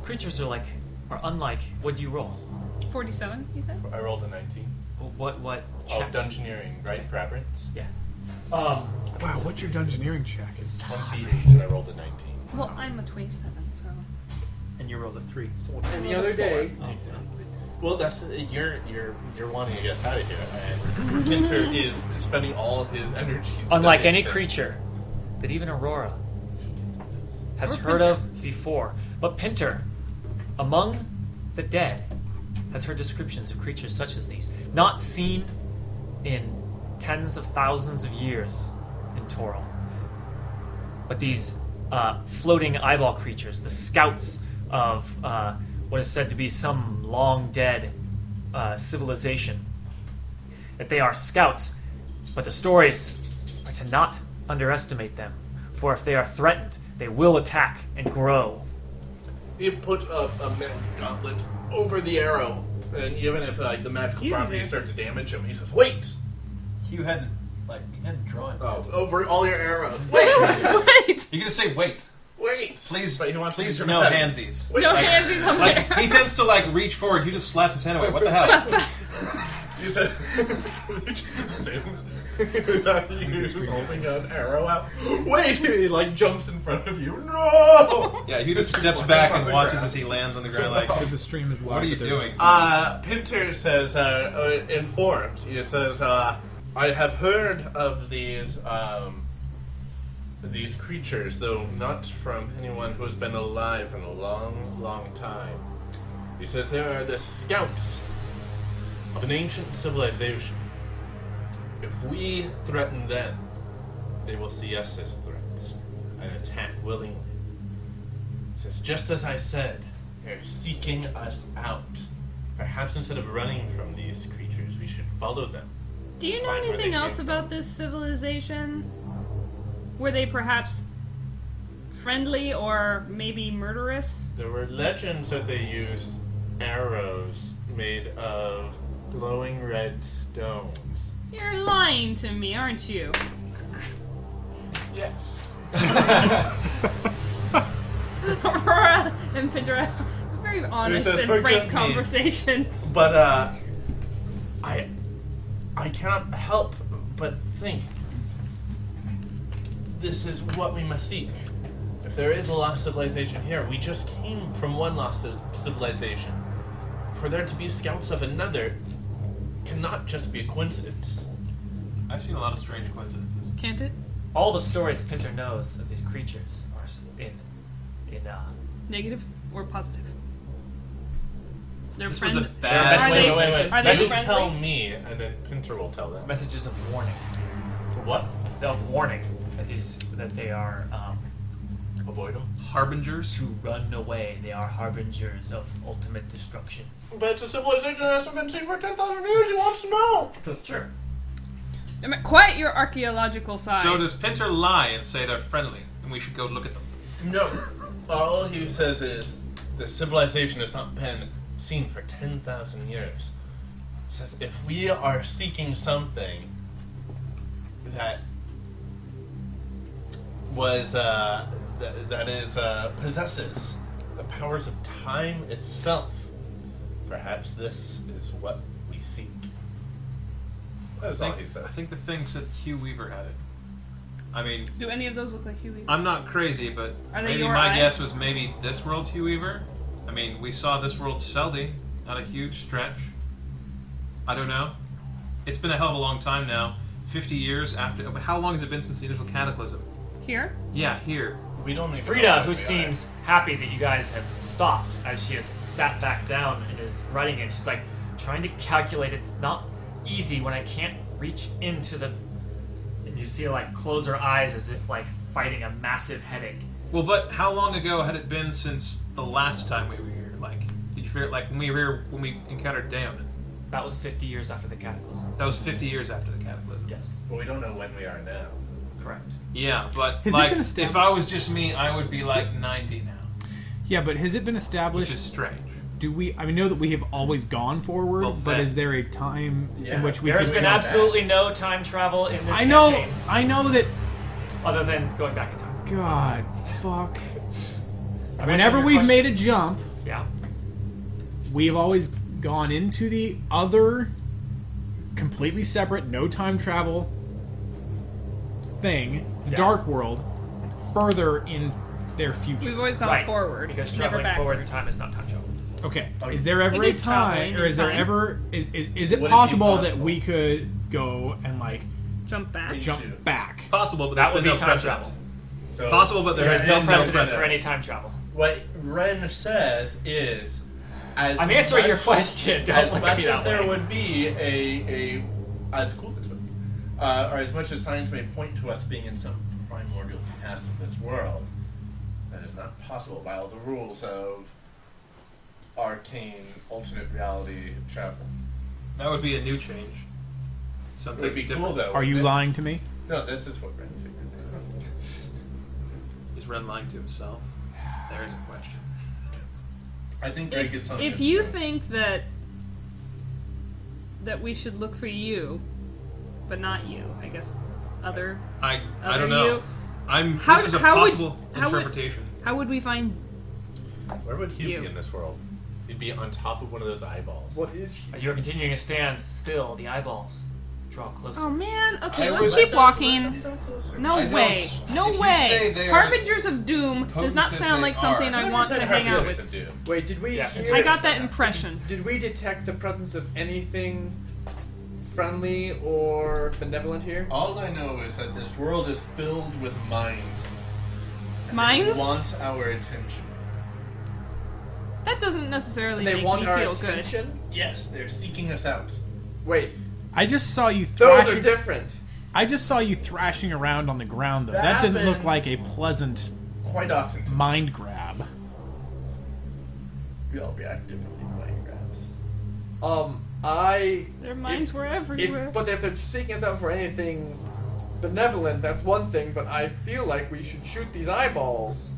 Speaker 2: creatures are like are unlike what you roll.
Speaker 4: 47, he said?
Speaker 5: I rolled a 19.
Speaker 2: What what
Speaker 5: Oh,
Speaker 2: check?
Speaker 5: dungeoneering, right? Preference?
Speaker 2: Yeah. Um,
Speaker 3: Wow, what's your dungeoneering check?
Speaker 5: 28, and I rolled a 19.
Speaker 4: Well, I'm a 27, so.
Speaker 2: and
Speaker 6: you rolled a three.
Speaker 5: And the other day,
Speaker 6: Oh, yeah.
Speaker 5: well, that's you're you're you're wanting to get out of here. And Pinter is spending all his energies.
Speaker 2: Unlike
Speaker 5: studying
Speaker 2: any
Speaker 5: things.
Speaker 2: creature that even Aurora has
Speaker 4: Or
Speaker 2: heard of before. But Pinter, among the dead, has heard descriptions of creatures such as these, not seen in tens of thousands of years in Toril. But these uh, floating eyeball creatures, the scouts of uh, what is said to be some long dead uh, civilization, that they are scouts, but the stories are to not underestimate them, for if they are threatened, they will attack and grow.
Speaker 5: You put a, a magic goblet over the arrow, and even if like the magical
Speaker 4: Easy
Speaker 5: properties
Speaker 4: there.
Speaker 5: start to damage him, he says, "Wait!
Speaker 6: You hadn't like you hadn't drawn.
Speaker 5: Oh, over all your arrows. Wait,
Speaker 4: Wait!
Speaker 6: You're gonna say wait.
Speaker 5: wait!
Speaker 6: Please,
Speaker 5: But he wants to
Speaker 6: please,
Speaker 5: be
Speaker 6: no
Speaker 5: dramatic.
Speaker 6: handsies.
Speaker 5: Wait,
Speaker 4: No
Speaker 5: I-
Speaker 4: handsies on
Speaker 6: Like,
Speaker 4: there.
Speaker 6: he tends to like reach forward. You just slaps his hand away. What the hell?
Speaker 5: You said he just assumes that he was holding an arrow out. Wait, he like jumps in front of you. No.
Speaker 6: yeah, he just steps back and watches as he lands on the ground. Like,
Speaker 3: If the stream is live.
Speaker 6: what are you
Speaker 3: but there's-
Speaker 6: doing?
Speaker 5: Uh, Pinter says, uh, uh, informs. He says, uh, I have heard of these um, these creatures, though not from anyone who has been alive in a long, long time. He says they are the scouts of an ancient civilization. If we threaten them, they will see us as threats and attack willingly. He says, just as I said, they're seeking us out. Perhaps instead of running from these creatures, we should follow them.
Speaker 4: Do you know
Speaker 5: Find where they
Speaker 4: anything
Speaker 5: came
Speaker 4: else
Speaker 5: from.
Speaker 4: about this civilization? Were they perhaps friendly or maybe murderous?
Speaker 5: There were legends that they used arrows made of glowing red stones.
Speaker 4: You're lying to me, aren't you?
Speaker 5: Yes.
Speaker 4: Aurora and Pedra. a Very honest
Speaker 5: says,
Speaker 4: and
Speaker 5: "Forgive
Speaker 4: frank
Speaker 5: me."
Speaker 4: conversation.
Speaker 5: But uh I I cannot help but think this is what we must seek. If there is a lost civilization here, we just came from one lost civ- civilization. For there to be scouts of another cannot just be a coincidence.
Speaker 6: I've seen a lot of strange coincidences.
Speaker 4: Can't it?
Speaker 2: All the stories Pinter knows of these creatures are s- in in uh,
Speaker 4: Negative or positive? They're
Speaker 6: This was
Speaker 4: friend-
Speaker 6: a
Speaker 2: bad
Speaker 4: Uh, Are they,
Speaker 2: Wait, wait,
Speaker 5: wait.
Speaker 4: Are they
Speaker 5: you
Speaker 4: friendly?
Speaker 5: tell me, and then Pinter will tell them.
Speaker 2: messages of warning,
Speaker 5: What?
Speaker 2: of warning that these that they are um,
Speaker 5: Avoid them.
Speaker 6: Harbingers.
Speaker 2: to run away. They are harbingers of ultimate destruction.
Speaker 5: But it's a civilization that hasn't been seen for 10,000 years. He wants to know.
Speaker 2: That's true.
Speaker 4: I mean, Quiet your archaeological side.
Speaker 6: So does Pinter lie and say they're friendly and we should go look at them?
Speaker 5: No. All he says is the civilization has not been seen for 10,000 years. He says if we are seeking something that was, uh, that, that is, uh, possesses the powers of time itself, perhaps this is what we seek. That's
Speaker 6: I
Speaker 5: all
Speaker 6: think,
Speaker 5: he says.
Speaker 6: I think the thing said Hugh Weaver had it. I mean,
Speaker 4: Do any of those look like Huey?
Speaker 6: I'm not crazy, but
Speaker 4: Are they
Speaker 6: maybe
Speaker 4: your
Speaker 6: my
Speaker 4: eyes?
Speaker 6: guess was maybe this world's Hugh Weaver. I mean, we saw this world's Seldy, not a huge stretch. I don't know. It's been a hell of a long time now. 50 years after. But how long has it been since the initial cataclysm?
Speaker 4: Here?
Speaker 6: Yeah, here.
Speaker 5: We don't even know
Speaker 2: Frida,
Speaker 5: where
Speaker 2: who
Speaker 5: we are.
Speaker 2: seems happy that you guys have stopped, as she has sat back down and is writing it, she's like trying to calculate. It's not easy when I can't reach into the. And you see her like close her eyes as if like fighting a massive headache.
Speaker 6: Well, but how long ago had it been since the last time we were here? Like, did you figure, like, when we were here, when we encountered Daemon?
Speaker 2: That was 50 years after the cataclysm.
Speaker 6: That was 50 years after the cataclysm.
Speaker 2: Yes,
Speaker 5: But we don't know when we are now.
Speaker 2: correct.
Speaker 6: Yeah, but
Speaker 3: Has it
Speaker 6: like,
Speaker 3: been
Speaker 6: if
Speaker 3: established-
Speaker 6: I was just me, I would be like 90 now,
Speaker 3: Yeah, but has it been
Speaker 6: which
Speaker 3: established?
Speaker 6: is strange.
Speaker 3: do we? I mean, know that we have always gone forward,
Speaker 6: Well,
Speaker 3: but
Speaker 6: that-
Speaker 3: is there a time
Speaker 5: Yeah.
Speaker 3: in which we?
Speaker 2: There's
Speaker 3: could
Speaker 2: been
Speaker 3: jump-
Speaker 2: absolutely no time travel in this
Speaker 3: I know.
Speaker 2: campaign,
Speaker 3: I know that.
Speaker 2: other than going back in time.
Speaker 3: God, fuck.
Speaker 2: I
Speaker 3: Whenever
Speaker 2: answered your
Speaker 3: we've
Speaker 2: question.
Speaker 3: made a jump,
Speaker 2: yeah,
Speaker 3: we have always gone into the other, completely separate, no time travel thing, the
Speaker 2: Yeah.
Speaker 3: dark world, further in their future.
Speaker 4: We've always gone
Speaker 2: right.
Speaker 4: forward,
Speaker 2: Because
Speaker 4: never
Speaker 2: traveling
Speaker 4: back.
Speaker 2: forward in time is not time travel.
Speaker 3: Okay. Is there ever
Speaker 4: It
Speaker 3: a
Speaker 4: is traveling
Speaker 3: time, or is there
Speaker 4: in time.
Speaker 3: ever is, is, is it
Speaker 5: Would it be
Speaker 3: possible that
Speaker 5: possible?
Speaker 3: we could go and like
Speaker 4: Jump back.
Speaker 5: Leave.
Speaker 3: jump
Speaker 5: Sure.
Speaker 3: back?
Speaker 6: Possible, but
Speaker 2: That
Speaker 6: there's
Speaker 2: would
Speaker 6: been
Speaker 2: be
Speaker 6: no
Speaker 2: time
Speaker 6: precedent.
Speaker 2: travel.
Speaker 5: So
Speaker 6: Possible, but there
Speaker 2: There's
Speaker 6: has
Speaker 2: no
Speaker 6: been
Speaker 2: precedent for any time travel.
Speaker 5: What Ren says is, as
Speaker 2: I'm answering
Speaker 5: much-
Speaker 2: your question. Don't
Speaker 5: As
Speaker 2: look at
Speaker 5: much
Speaker 2: me
Speaker 5: as
Speaker 2: that
Speaker 5: there
Speaker 2: way.
Speaker 5: would be a a as cool as this would be, uh, or as much as science may point to us being in some primordial past of this world, that is not possible by all the rules of arcane alternate reality travel.
Speaker 6: That would be a new change.
Speaker 5: It
Speaker 6: Something
Speaker 5: would be
Speaker 6: different.
Speaker 5: cool though.
Speaker 3: Are you
Speaker 5: wouldn't it?
Speaker 3: lying to me?
Speaker 5: No, this is what Ren figured.
Speaker 6: Is Ren lying to himself? There is a question.
Speaker 5: I think Greg gets
Speaker 4: If,
Speaker 5: something.
Speaker 4: if you think that that we should look for you, but not you, I guess other.
Speaker 6: I I
Speaker 4: Other
Speaker 6: don't know.
Speaker 4: you?
Speaker 6: I'm.
Speaker 4: How-
Speaker 6: this is a
Speaker 4: how would-
Speaker 6: possible
Speaker 4: how would-
Speaker 6: interpretation.
Speaker 4: How would we find?
Speaker 5: where would Hugh
Speaker 4: You.
Speaker 5: be in this world? He'd be on top of one of those eyeballs.
Speaker 7: What is he?
Speaker 2: As you're continuing to stand still, the eyeballs draw closer.
Speaker 7: Um,
Speaker 4: Oh man. Okay,
Speaker 5: I
Speaker 4: let's
Speaker 5: would-
Speaker 4: keep walking. No
Speaker 6: I don't-
Speaker 4: way. No
Speaker 6: if you say
Speaker 4: way.
Speaker 6: they are as
Speaker 4: Harbingers of Doom does
Speaker 6: potent
Speaker 4: not
Speaker 6: as
Speaker 4: sound
Speaker 6: they
Speaker 4: like something
Speaker 6: are.
Speaker 4: I want to hang out with.
Speaker 7: Wait, did we
Speaker 2: Yeah,
Speaker 7: hear?
Speaker 2: it's-
Speaker 4: I got that impression.
Speaker 7: Did we detect the presence of anything friendly or benevolent here?
Speaker 5: All I know is that this world is filled with minds
Speaker 4: Minds?
Speaker 5: want our attention.
Speaker 4: That doesn't necessarily
Speaker 7: They
Speaker 4: make
Speaker 7: want
Speaker 4: me
Speaker 7: our
Speaker 4: feel
Speaker 7: attention.
Speaker 5: Yes, they're seeking us out.
Speaker 7: Wait,
Speaker 3: I just saw you
Speaker 7: those
Speaker 3: thrashing.
Speaker 7: are different.
Speaker 3: I just saw you thrashing around on the ground though. That,
Speaker 5: That
Speaker 3: didn't look
Speaker 5: happens.
Speaker 3: like a pleasant
Speaker 5: Quite often,
Speaker 3: mind grab.
Speaker 5: we all react differently to mind grabs.
Speaker 7: Um, I.
Speaker 4: good. Their minds
Speaker 7: If-
Speaker 4: were everywhere.
Speaker 7: If, but if they're seeking us out for anything benevolent, that's one thing. But I feel like we should shoot these eyeballs.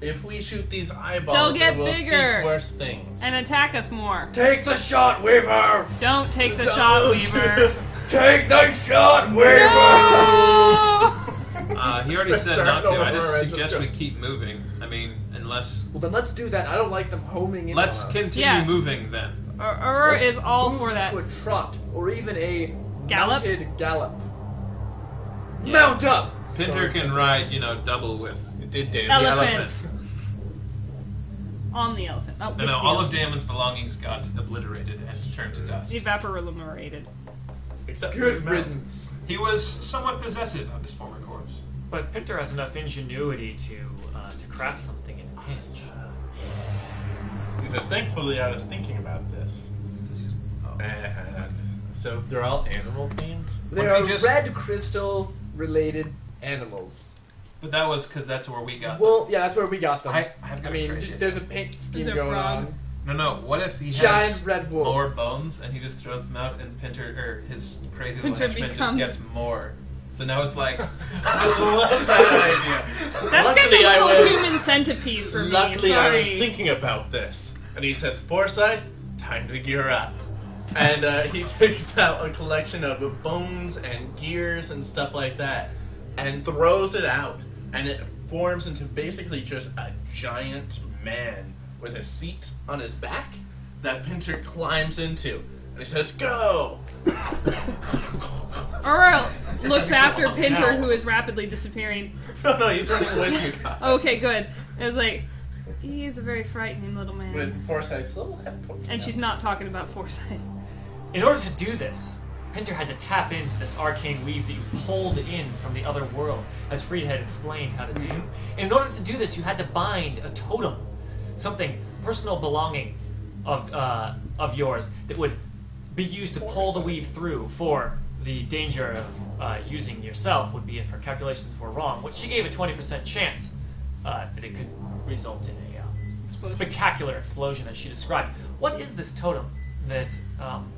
Speaker 5: If we shoot these eyeballs,
Speaker 4: They'll get
Speaker 5: they will
Speaker 4: bigger.
Speaker 5: seek worse things.
Speaker 4: and attack us more.
Speaker 7: Take the shot, Weaver.
Speaker 4: Don't take the shot, Weaver.
Speaker 7: Take the shot, Weaver.
Speaker 6: Uh, he already said
Speaker 5: Turn
Speaker 6: not to. I
Speaker 5: over
Speaker 6: just
Speaker 5: and
Speaker 6: suggest
Speaker 5: just go.
Speaker 6: we keep moving. I mean, unless
Speaker 7: Well, then let's do that. I don't like them homing in.
Speaker 6: let's
Speaker 5: uh,
Speaker 7: on us.
Speaker 6: continue
Speaker 4: Yeah.
Speaker 6: moving then.
Speaker 4: Or, or
Speaker 7: Let's
Speaker 4: is all
Speaker 7: move
Speaker 4: for that.
Speaker 7: To a trot or even a
Speaker 4: Gallop?
Speaker 7: mounted gallop.
Speaker 4: Yeah.
Speaker 7: Mount up.
Speaker 6: Pinter
Speaker 7: Sorry.
Speaker 6: can ride, you know, double with
Speaker 5: it did damage.
Speaker 6: the
Speaker 4: Elephant.
Speaker 6: elephant.
Speaker 4: On the elephant. Oh,
Speaker 6: No, no. All of Damon's belongings got obliterated and turned to dust.
Speaker 4: Evaporated.
Speaker 5: Except for
Speaker 7: Good
Speaker 5: his mouth.
Speaker 7: riddance.
Speaker 6: He was somewhat possessive of his former corpse.
Speaker 2: But Pinter has enough ingenuity to uh, to craft something in a pinch.
Speaker 5: He says, "Thankfully, I was thinking about this." And so they're all animal themed.
Speaker 7: They
Speaker 6: What if
Speaker 7: are
Speaker 6: we just-
Speaker 7: red crystal related animals.
Speaker 6: But that was because that's where we got.
Speaker 7: Well, yeah, that's where we got them.
Speaker 6: I- I've got a
Speaker 7: I mean,
Speaker 6: great
Speaker 7: just
Speaker 6: idea.
Speaker 7: there's a paint scheme
Speaker 4: Is there
Speaker 7: going
Speaker 4: frog?
Speaker 7: on.
Speaker 6: no, no. What if he
Speaker 7: Giant
Speaker 6: has
Speaker 7: red wolf.
Speaker 6: more bones and he just throws them out and Pinter or his crazy little
Speaker 4: Pinter
Speaker 6: henchman
Speaker 4: becomes-
Speaker 6: just gets more. So now it's like
Speaker 5: I love that idea.
Speaker 4: That's kind of
Speaker 5: Luckily,
Speaker 4: a
Speaker 5: I
Speaker 4: little
Speaker 5: was-
Speaker 4: human centipede for
Speaker 5: Luckily,
Speaker 4: me.
Speaker 5: I
Speaker 4: Sorry.
Speaker 5: was thinking about this. And he says, Forsyth, time to gear up. And uh, he takes out a collection of bones and gears and stuff like that and throws it out. And it forms into basically just a giant man with a seat on his back that Pinter climbs into. And he says, Go!
Speaker 4: Earl looks after Pinter,
Speaker 2: No.
Speaker 4: who is rapidly disappearing.
Speaker 5: No, no, he's running with you guys.
Speaker 4: Okay, good. It's like, he is a very frightening little man.
Speaker 5: With Forsyth's little head poking
Speaker 4: and
Speaker 5: out.
Speaker 4: she's not talking about Forsyth.
Speaker 2: In order to do this, Pinter had to tap into this arcane weave that you pulled in from the other world, as Fried had explained how to do. And in order to do this, you had to bind a totem, something personal belonging of uh, of yours that would be used to pull the weave through. For the danger of uh, using yourself would be if her calculations were wrong, which she gave a twenty percent chance uh, that it could result in a uh, spectacular explosion, as she described. What is this totem that? Um,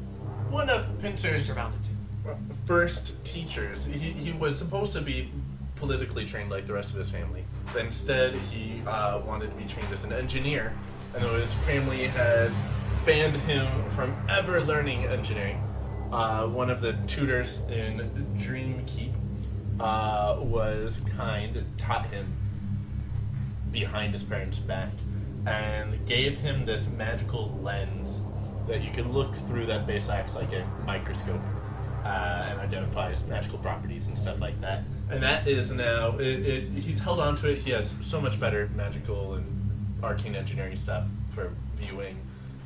Speaker 5: One of Pinter's
Speaker 2: surrounded to.
Speaker 5: first teachers. He, he was supposed to be politically trained like the rest of his family, but instead he uh, wanted to be trained as an engineer, and though his family had banned him from ever learning engineering, uh, one of the tutors in Dreamkeep uh, was kind, taught him behind his parents' back and gave him this magical lens that you could look through that base acts like a microscope. uh, and identifies magical properties and stuff like that. And that is now it, it, he's held on to it. He has so much better magical and arcane engineering stuff for viewing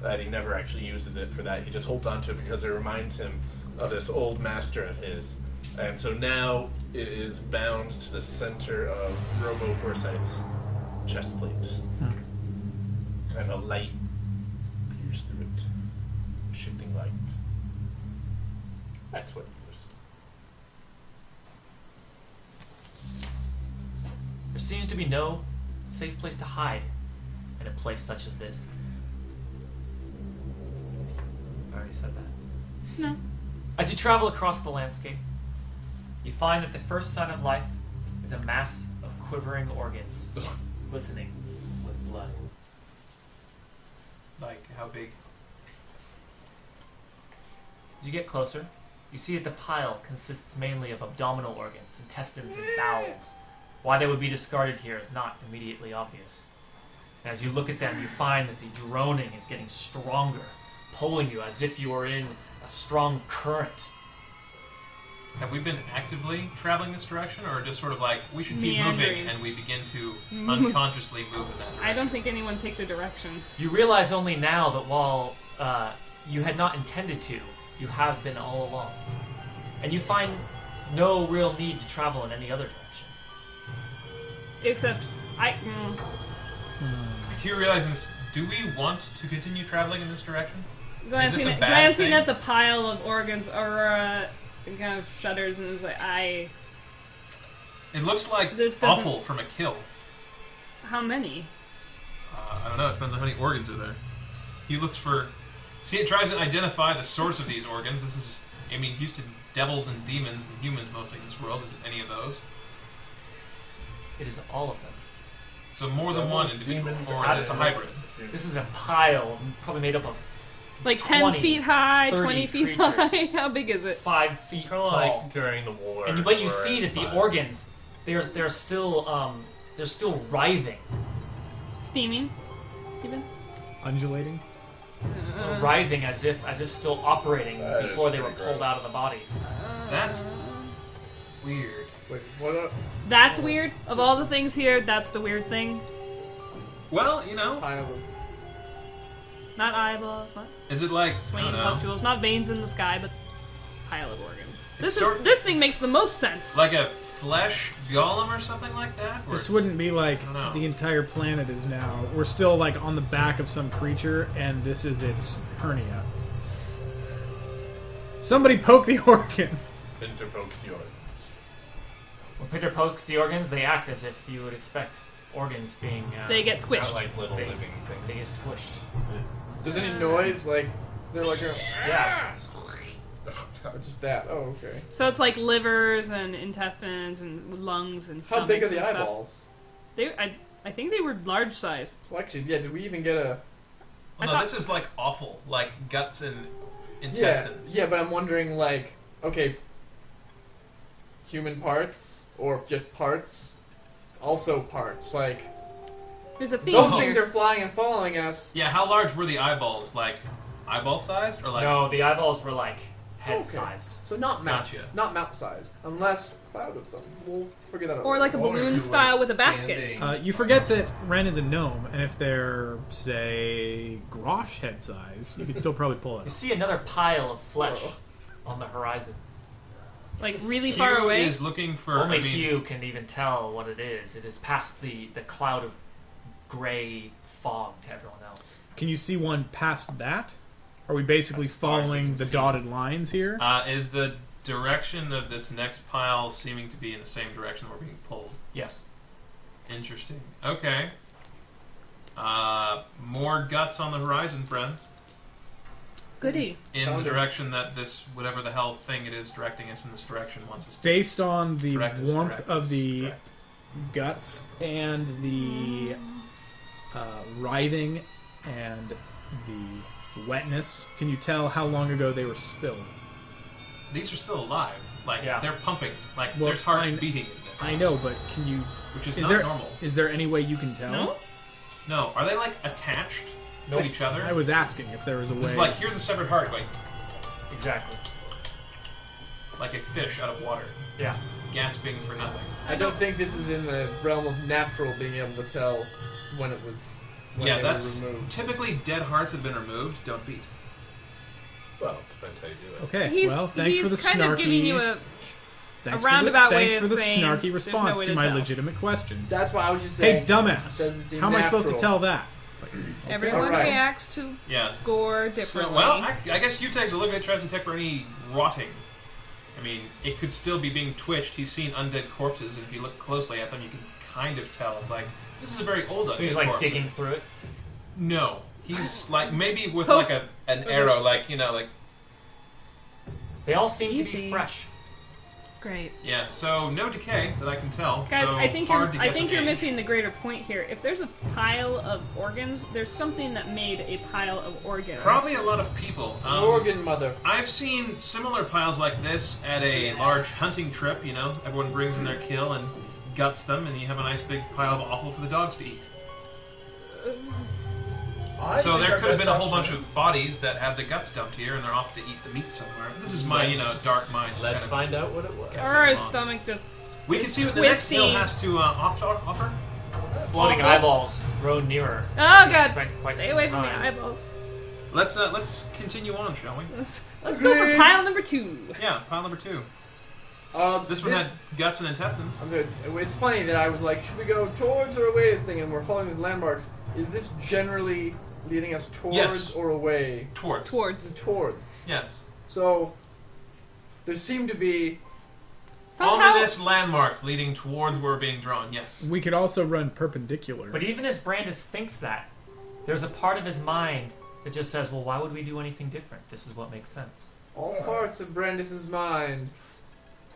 Speaker 5: that he never actually uses it for that. He just holds on to it because it reminds him of this old master of his. And so now it is bound to the center of Robo Forsyth's chest plate. And a light peers through it. Shifting light. That's what it is.
Speaker 2: There seems to be no safe place to hide in a place such as this. I already said that.
Speaker 4: No.
Speaker 2: As you travel across the landscape, you find that the first sign of life is a mass of quivering organs, glistening with blood.
Speaker 6: Like how big?
Speaker 2: As you get closer, you see that the pile consists mainly of abdominal organs, intestines, and bowels. Why they would be discarded here is not immediately obvious. And as you look at them, you find that the droning is getting stronger, pulling you as if you were in a strong current.
Speaker 6: Have we been actively traveling this direction, or just sort of like we should keep moving
Speaker 4: Meandering.
Speaker 6: and we begin to unconsciously move in that direction?
Speaker 4: I don't think anyone picked a direction.
Speaker 2: You realize only now that while uh, you had not intended to, you have been all along. And you find no real need to travel in any other direction.
Speaker 4: Except, I. Mm,
Speaker 6: Here realizing this, do we want to continue traveling in this direction?
Speaker 4: glancing
Speaker 6: a
Speaker 4: at,
Speaker 6: bad
Speaker 4: glancing
Speaker 6: thing?
Speaker 4: at the pile of organs, Aurora kind of shudders and is like, I.
Speaker 6: It looks like
Speaker 4: This doesn't-
Speaker 6: awful from a kill.
Speaker 4: How many?
Speaker 6: Uh, I don't know. It depends on how many organs are there. He looks for. See, it tries to identify the source of these organs. This is. I mean, he's used to devils and demons and humans mostly in this world. Is it any of those?
Speaker 2: It is all of them.
Speaker 6: So more than one individual,
Speaker 5: demons,
Speaker 6: or is it a
Speaker 2: absolutely.
Speaker 6: hybrid?
Speaker 2: This is a pile, probably made up of
Speaker 4: Like 10
Speaker 2: 20,
Speaker 4: feet high,
Speaker 2: 30
Speaker 4: 20 feet
Speaker 2: creatures.
Speaker 4: high? How big is it?
Speaker 2: five feet
Speaker 5: Kind of
Speaker 2: tall.
Speaker 5: like during the war.
Speaker 2: and but you
Speaker 5: or
Speaker 2: see that
Speaker 5: it's
Speaker 2: the
Speaker 5: fine.
Speaker 2: organs, they're, they're still um, they're still writhing,
Speaker 4: Steaming? Even?
Speaker 3: Undulating.
Speaker 2: writhing as if as if still operating
Speaker 5: That is
Speaker 2: before they were
Speaker 5: pretty
Speaker 2: pulled
Speaker 5: gross.
Speaker 2: out of the bodies.
Speaker 6: That's weird.
Speaker 5: Wait, what up?
Speaker 4: That's weird. Of all the things here, that's the weird thing.
Speaker 6: Well, you know,
Speaker 4: Not eyeballs, not
Speaker 6: is it like I
Speaker 4: swinging
Speaker 6: don't know,
Speaker 4: pustules, not veins in the sky, but pile of organs. This is
Speaker 6: sort-
Speaker 4: this thing makes the most sense.
Speaker 6: like a flesh golem or something like that? Where
Speaker 3: This
Speaker 6: it's-
Speaker 3: wouldn't be like
Speaker 6: don't know.
Speaker 3: the entire planet is now. We're still like on the back of some creature, and this is its hernia. Somebody poke the organs.
Speaker 5: Interpokes the organ.
Speaker 2: When Peter pokes the organs, they act as if you would expect organs being. Uh,
Speaker 4: They get squished.
Speaker 5: Not like little
Speaker 2: They-
Speaker 5: living things.
Speaker 2: They get squished.
Speaker 7: There's
Speaker 4: Uh.
Speaker 7: any noise like they're like a,
Speaker 2: Yeah.
Speaker 7: just that. Oh, okay.
Speaker 4: so it's like livers and intestines and lungs and
Speaker 7: How big are
Speaker 4: stomachs
Speaker 7: the
Speaker 4: and stuff.
Speaker 7: eyeballs?
Speaker 4: They, I, I think they were large sized.
Speaker 7: Well, actually, yeah. Did we even get a?
Speaker 6: Well,
Speaker 4: I
Speaker 6: no,
Speaker 4: thought-
Speaker 6: this is like awful, like guts and
Speaker 7: Yeah,
Speaker 6: intestines.
Speaker 7: yeah. But I'm wondering, like, okay, human parts or just parts? Also parts. Like
Speaker 4: There's a theme
Speaker 3: Oh.
Speaker 7: those
Speaker 4: here.
Speaker 7: things are flying and following us.
Speaker 6: Yeah, how large were the eyeballs? Like eyeball sized, or like
Speaker 2: no, the eyeballs were like head
Speaker 7: Okay.
Speaker 2: sized.
Speaker 7: So not mouse,
Speaker 6: Gotcha.
Speaker 7: not mouse size, unless cloud of them. We'll figure that out.
Speaker 4: or like a
Speaker 7: later.
Speaker 4: balloon style with a basket.
Speaker 5: Standing.
Speaker 3: Uh, you forget that Ren is a gnome, and if they're say Grosh head size, you could still probably pull
Speaker 2: You
Speaker 3: it.
Speaker 2: see another pile of flesh
Speaker 7: Whoa.
Speaker 2: on the horizon.
Speaker 4: Like really
Speaker 6: Hugh
Speaker 4: far away.
Speaker 6: is looking for.
Speaker 2: Only
Speaker 6: I mean,
Speaker 2: Hugh can even tell what it is. It is past the, the cloud of gray fog to everyone else.
Speaker 3: Can you see one past that? Are we basically
Speaker 2: As far as I
Speaker 3: following
Speaker 2: can
Speaker 3: the
Speaker 2: see.
Speaker 3: dotted lines here?
Speaker 6: Uh, is the direction of this next pile seeming to be in the same direction we're being pulled?
Speaker 2: Yes.
Speaker 6: Interesting. Okay. Uh, more guts on the horizon, friends.
Speaker 4: Goody.
Speaker 6: In
Speaker 7: Found
Speaker 6: the
Speaker 7: it.
Speaker 6: direction that this whatever the hell thing it is directing us in this direction wants us to.
Speaker 3: Based on the
Speaker 6: direct us,
Speaker 3: warmth
Speaker 6: direct us,
Speaker 3: of the
Speaker 6: direct.
Speaker 3: guts and the uh, writhing and the wetness, can you tell how long ago they were spilled?
Speaker 6: These are still alive. Like
Speaker 2: Yeah.
Speaker 6: they're pumping. Like
Speaker 3: Well,
Speaker 6: there's hearts
Speaker 3: I-
Speaker 6: beating in this,
Speaker 3: I know, but can you?
Speaker 6: which is,
Speaker 3: is
Speaker 6: not
Speaker 3: there
Speaker 6: normal.
Speaker 3: is there any way you can tell?
Speaker 4: No?
Speaker 6: No, are they like attached
Speaker 3: Nope.
Speaker 6: to each other?
Speaker 3: I was asking if there was a way.
Speaker 6: It's like here's a separate heart. Like
Speaker 2: Exactly.
Speaker 6: like a fish out of water,
Speaker 2: Yeah.
Speaker 6: gasping for nothing.
Speaker 8: I don't think this is in the realm of natural being able to tell when it was. When
Speaker 6: yeah,
Speaker 8: they
Speaker 6: that's
Speaker 8: Were removed.
Speaker 6: typically dead hearts have been removed. Don't beat.
Speaker 5: Well, depends how you do it.
Speaker 3: Okay.
Speaker 4: He's,
Speaker 3: well, thanks
Speaker 4: he's
Speaker 3: for the
Speaker 4: kind
Speaker 3: snarky.
Speaker 4: of giving you a.
Speaker 3: thanks
Speaker 4: roundabout
Speaker 3: for the,
Speaker 4: way
Speaker 3: thanks
Speaker 4: of
Speaker 3: for the
Speaker 4: saying
Speaker 3: snarky
Speaker 4: there's no
Speaker 3: response
Speaker 4: way
Speaker 3: to
Speaker 4: to
Speaker 3: my
Speaker 4: tell.
Speaker 3: legitimate question.
Speaker 8: That's why I was just saying.
Speaker 3: Hey,
Speaker 8: doesn't
Speaker 3: dumbass!
Speaker 8: seem
Speaker 3: How am I supposed to
Speaker 8: natural.
Speaker 3: tell that?
Speaker 4: Everyone
Speaker 8: Alright.
Speaker 4: reacts to
Speaker 6: Yeah.
Speaker 4: gore
Speaker 6: So,
Speaker 4: differently.
Speaker 6: well, I, I guess you takes a look at tries and tech for any rotting. I mean, it could still be being twitched. He's seen undead corpses, and if you look closely at them, you can kind of tell. Like this is a very old.
Speaker 2: So he's
Speaker 6: undead
Speaker 2: like
Speaker 6: corpse.
Speaker 2: digging through it.
Speaker 6: No, he's like maybe with
Speaker 4: Poke
Speaker 6: like a an
Speaker 4: with
Speaker 6: arrow,
Speaker 4: his-
Speaker 6: like you know, like
Speaker 2: They all seem to be
Speaker 4: Easy.
Speaker 2: fresh.
Speaker 4: Great.
Speaker 6: yeah. So no decay that I can tell.
Speaker 4: Guys,
Speaker 6: so
Speaker 4: I think you're,
Speaker 6: hard to
Speaker 4: I
Speaker 6: guess
Speaker 4: think
Speaker 6: an
Speaker 4: you're
Speaker 6: age.
Speaker 4: missing the greater point here. If there's a pile of organs, there's something that made a pile of organs.
Speaker 6: Probably a lot of people. Um,
Speaker 8: Organ mother.
Speaker 6: I've seen similar piles like this at a large hunting trip. You know, everyone brings in their kill and guts them, and you have a nice big pile of offal for the dogs to eat.
Speaker 5: I
Speaker 6: so
Speaker 5: think
Speaker 6: there
Speaker 5: our
Speaker 6: could
Speaker 5: best
Speaker 6: have been a whole bunch
Speaker 5: option-
Speaker 6: of bodies that have the guts dumped here, and they're off to eat the meat somewhere. This is my, you know, dark mind. just
Speaker 5: Let's
Speaker 6: kind of
Speaker 5: find out what it was.
Speaker 6: guessing
Speaker 4: Or our
Speaker 6: along.
Speaker 4: stomach just. oh,
Speaker 6: We can see what the next meal
Speaker 4: Twisting.
Speaker 6: has to uh, off- offer.
Speaker 2: Floating eyeballs grow nearer.
Speaker 4: Oh
Speaker 2: You
Speaker 4: god!
Speaker 2: spent quite
Speaker 4: Stay
Speaker 2: some
Speaker 4: away from the
Speaker 2: time.
Speaker 4: eyeballs.
Speaker 6: Let's uh, let's continue on, shall we?
Speaker 4: Let's, let's go for pile number two.
Speaker 6: Yeah, pile number two.
Speaker 8: Uh,
Speaker 6: This one had guts and intestines.
Speaker 8: I'm good. It's funny that I was like, should we go towards or away this thing? And we're following these landmarks. Is this generally leading us towards
Speaker 6: Yes.
Speaker 8: or away?
Speaker 6: Towards.
Speaker 8: This
Speaker 4: Towards.
Speaker 8: is towards.
Speaker 6: Yes.
Speaker 8: So there seem to be.
Speaker 4: Somehow.
Speaker 6: Ominous landmarks leading towards where we're being drawn. Yes.
Speaker 3: We could also run perpendicular.
Speaker 2: But even as Brandis thinks that, there's a part of his mind that just says, well, why would we do anything different? This is what makes sense.
Speaker 8: All parts of Brandis's mind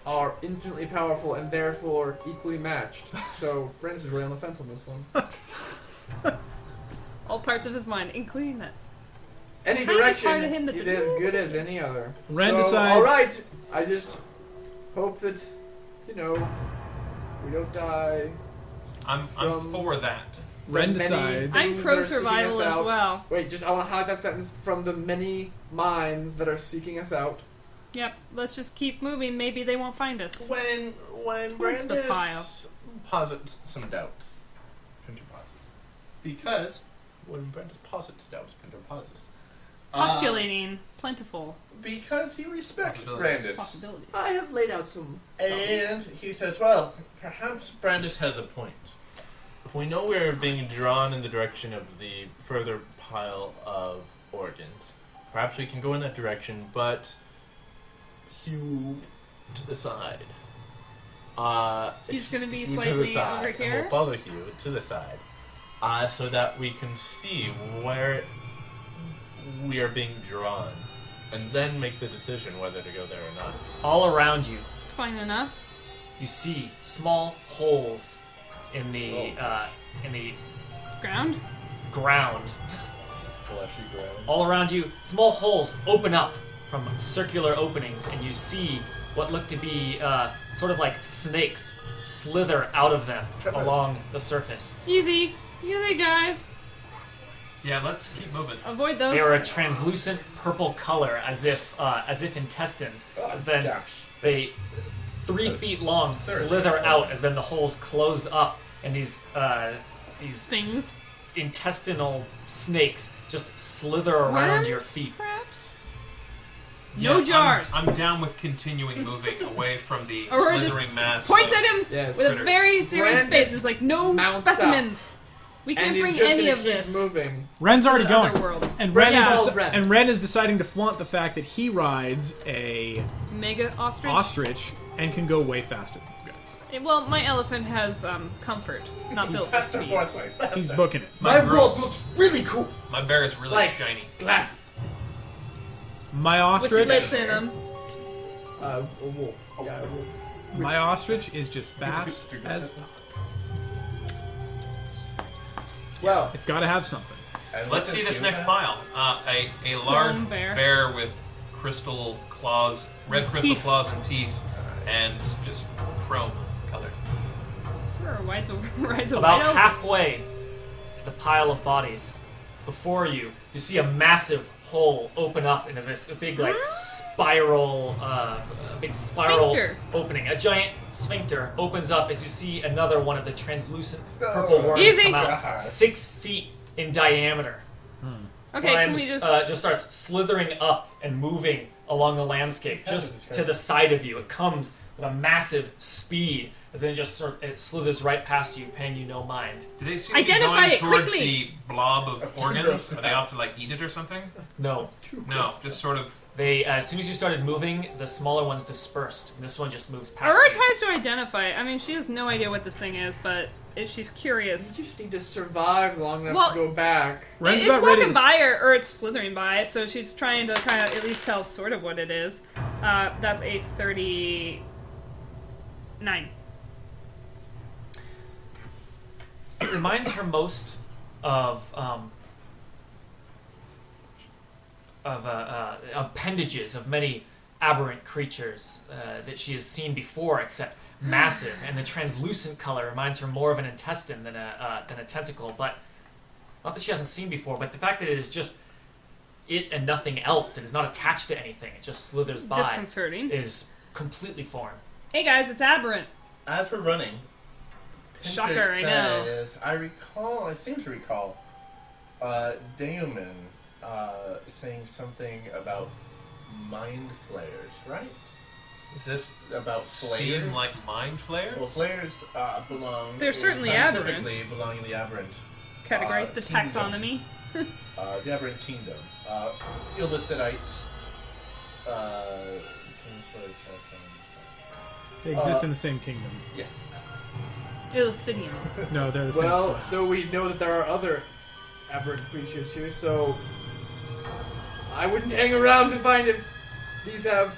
Speaker 8: are infinitely powerful and therefore equally matched. So Brandis is really on the fence on this one.
Speaker 4: all parts of his mind, including that.
Speaker 8: Any
Speaker 4: Kind of part of him
Speaker 8: direction
Speaker 4: that's
Speaker 8: is
Speaker 4: a
Speaker 8: as
Speaker 4: little
Speaker 8: good as any other.
Speaker 3: Ren
Speaker 8: so,
Speaker 3: decides-
Speaker 8: All right, I just hope that you know we don't die.
Speaker 6: I'm I'm
Speaker 8: From-
Speaker 6: for that.
Speaker 3: Ren
Speaker 8: the many-
Speaker 3: decides.
Speaker 8: I-
Speaker 4: I'm
Speaker 8: Things that
Speaker 4: pro
Speaker 8: are seeking
Speaker 4: survival
Speaker 8: us
Speaker 4: as
Speaker 8: out.
Speaker 4: well.
Speaker 8: Wait, just I want to highlight that sentence from the many minds that are seeking us out.
Speaker 4: Yep, let's just keep moving. Maybe they won't find us.
Speaker 8: Uh,
Speaker 5: When when
Speaker 4: Towards the pile.
Speaker 5: Brandis posits some doubts, Pinter pauses. Because when Brandis posits doubts, Pinter pauses. Uh,
Speaker 4: Postulating plentiful
Speaker 5: because he respects
Speaker 6: Possibilities.
Speaker 5: Brandis.
Speaker 4: possibilities.
Speaker 8: I have laid out some.
Speaker 5: And he says, well, perhaps Brandis has a point. If we know we're being drawn in the direction of the further pile of organs, perhaps we can go in that direction, but hew to the side. Uh,
Speaker 4: He's gonna be
Speaker 5: hew to the
Speaker 4: slightly
Speaker 5: side,
Speaker 4: over
Speaker 5: and
Speaker 4: here?
Speaker 5: We'll follow Hugh to the side uh, so that we can see where we are being drawn and then make the decision whether to go there or not.
Speaker 2: All around you,
Speaker 4: Fine enough.
Speaker 2: you see small holes in the
Speaker 5: Oh.
Speaker 2: uh, in the
Speaker 4: Ground.
Speaker 2: ground.
Speaker 5: Fleshy ground.
Speaker 2: All around you, small holes open up from circular openings, and you see what look to be uh, sort of like snakes slither out of them
Speaker 5: Tremors.
Speaker 2: along the surface.
Speaker 4: Easy. Easy, guys.
Speaker 6: Yeah, let's keep moving.
Speaker 4: Avoid those.
Speaker 2: They are a translucent purple color, as if uh, as if intestines. As then they three
Speaker 5: So-
Speaker 2: feet long slither out, as then the holes close up, and these uh, these
Speaker 4: things.
Speaker 2: intestinal snakes just slither around your
Speaker 4: Worms,
Speaker 2: feet.
Speaker 4: Perhaps.
Speaker 6: Yeah,
Speaker 4: no
Speaker 6: I'm-
Speaker 4: jars.
Speaker 6: I'm, down with continuing moving away from the
Speaker 4: Or we're just
Speaker 6: slithering mass.
Speaker 4: Points
Speaker 6: of-
Speaker 4: at him
Speaker 8: Yes.
Speaker 4: with a
Speaker 6: Critters.
Speaker 4: very serious
Speaker 8: Brandis
Speaker 4: face. It's like no
Speaker 8: mounts up.
Speaker 4: specimens. We can't
Speaker 8: and he's
Speaker 4: bring
Speaker 8: just
Speaker 4: any
Speaker 8: gonna
Speaker 4: of
Speaker 8: keep
Speaker 4: this.
Speaker 8: moving.
Speaker 3: Ren's already
Speaker 4: to the other
Speaker 3: going.
Speaker 4: world.
Speaker 3: And Ren,
Speaker 4: Yeah.
Speaker 3: is
Speaker 8: Calls Ren.
Speaker 3: and Ren is deciding to flaunt the fact that he rides a
Speaker 4: Mega ostrich.
Speaker 3: ostrich and can go way faster than you guys.
Speaker 4: Eh, well, my elephant has um, comfort, not built for
Speaker 5: Faster,
Speaker 4: speed.
Speaker 5: faster, faster.
Speaker 3: He's booking it.
Speaker 6: My,
Speaker 8: My
Speaker 6: bro-
Speaker 8: world looks really cool.
Speaker 6: my bear is really
Speaker 2: Like-
Speaker 6: shiny.
Speaker 2: Glasses.
Speaker 3: My
Speaker 4: With
Speaker 3: ostrich,
Speaker 4: slits in um, them.
Speaker 8: Uh, a wolf. Yeah, a wolf.
Speaker 3: my ostrich is just fast as
Speaker 8: Well,
Speaker 3: it's got to have something.
Speaker 5: And
Speaker 6: Let's see this
Speaker 5: assume
Speaker 6: next
Speaker 5: that-
Speaker 6: pile. Uh, a, a large
Speaker 4: Lone
Speaker 6: bear.
Speaker 4: bear.
Speaker 6: with crystal claws, red crystal
Speaker 4: Teeth.
Speaker 6: claws and teeth, and just chrome colored.
Speaker 4: Sure, rides a, rides a
Speaker 2: About
Speaker 4: whale.
Speaker 2: halfway to the pile of bodies before you, you see a massive hole open up in a, vis- a big
Speaker 4: Ah.
Speaker 2: like spiral, uh, a big spiral
Speaker 4: Sphincter.
Speaker 2: opening. A giant sphincter opens up as you see another one of the translucent purple worms
Speaker 4: Easy.
Speaker 2: come out, six feet in diameter.
Speaker 4: Okay, can
Speaker 2: climbs,
Speaker 4: we just?
Speaker 2: uh, just starts slithering up and moving along the landscape, just to the side of you. It comes with a massive speed, as then it just sort it slithers right past you, paying you no mind.
Speaker 6: Do they seem to be
Speaker 4: Identify
Speaker 6: going
Speaker 4: it
Speaker 6: towards
Speaker 4: quickly.
Speaker 6: the blob of organs? Are they off to like eat it or something?
Speaker 2: No,
Speaker 6: No, just sort of.
Speaker 2: they. as soon as you started moving, the smaller ones dispersed, and this one just moves past.
Speaker 4: Aurora
Speaker 2: you.
Speaker 4: tries to identify. I mean, she has no idea what this thing is, but if she's curious.
Speaker 7: You just need to survive long enough
Speaker 4: Well-
Speaker 7: to go back.
Speaker 3: Ren's
Speaker 4: it's
Speaker 3: about ready
Speaker 4: walking
Speaker 3: to
Speaker 4: by or, or it's slithering by, so she's trying to kind of at least tell sort of what it is. Uh, that's a 39.
Speaker 2: It reminds her most of um, of uh, uh, appendages of many aberrant creatures uh, that she has seen before, except massive. And the translucent color reminds her more of an intestine than a uh, than a tentacle. But not that she hasn't seen before, but the fact that it is just it and nothing else. It is not attached to anything. It just slithers by.
Speaker 4: Disconcerting.
Speaker 2: Is completely foreign.
Speaker 4: Hey guys, it's aberrant.
Speaker 5: As we're running, Pinterest
Speaker 4: Shocker, I know.
Speaker 5: says, I recall, I seem to recall, uh, Daemon uh, saying something about mind flayers, right?
Speaker 6: Does this
Speaker 5: About flayers.
Speaker 6: seem like mind flayer?
Speaker 5: well, flares uh, belong.
Speaker 4: They're certainly
Speaker 5: scientifically belong in the aberrant,
Speaker 4: Category,
Speaker 5: Uh,
Speaker 4: the
Speaker 5: kingdom.
Speaker 4: taxonomy.
Speaker 5: uh, the aberrant kingdom. Uh, Illithidite. Uh, kings for the Chelsea.
Speaker 3: They exist
Speaker 7: Uh,
Speaker 3: in the same kingdom.
Speaker 5: yes.
Speaker 4: Illithidian.
Speaker 3: No, they're the same.
Speaker 7: Well,
Speaker 3: class.
Speaker 7: so we know that there are other aberrant creatures here, so I wouldn't hang around to find if these have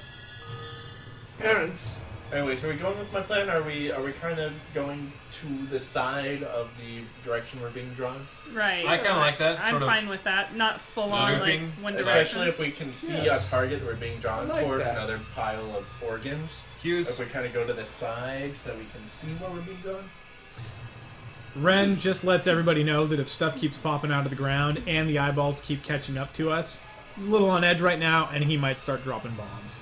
Speaker 7: parents.
Speaker 5: Anyway, so are we going with my plan? Are we are we kind of going to the side of the direction we're being drawn?
Speaker 4: Right.
Speaker 6: I kinda like that,
Speaker 4: I'm
Speaker 6: sort of
Speaker 4: fine with that. Not full on like
Speaker 6: looping,
Speaker 4: one direction.
Speaker 5: Especially if we can see
Speaker 7: Yes.
Speaker 5: a target that we're being drawn
Speaker 7: I like
Speaker 5: towards
Speaker 7: that.
Speaker 5: another pile of organs.
Speaker 6: Hughes.
Speaker 5: If we kind of go to the side so we can see where we're being drawn.
Speaker 3: Ren just lets everybody know that if stuff keeps popping out of the ground and the eyeballs keep catching up to us, he's a little on edge right now, and he might start dropping bombs.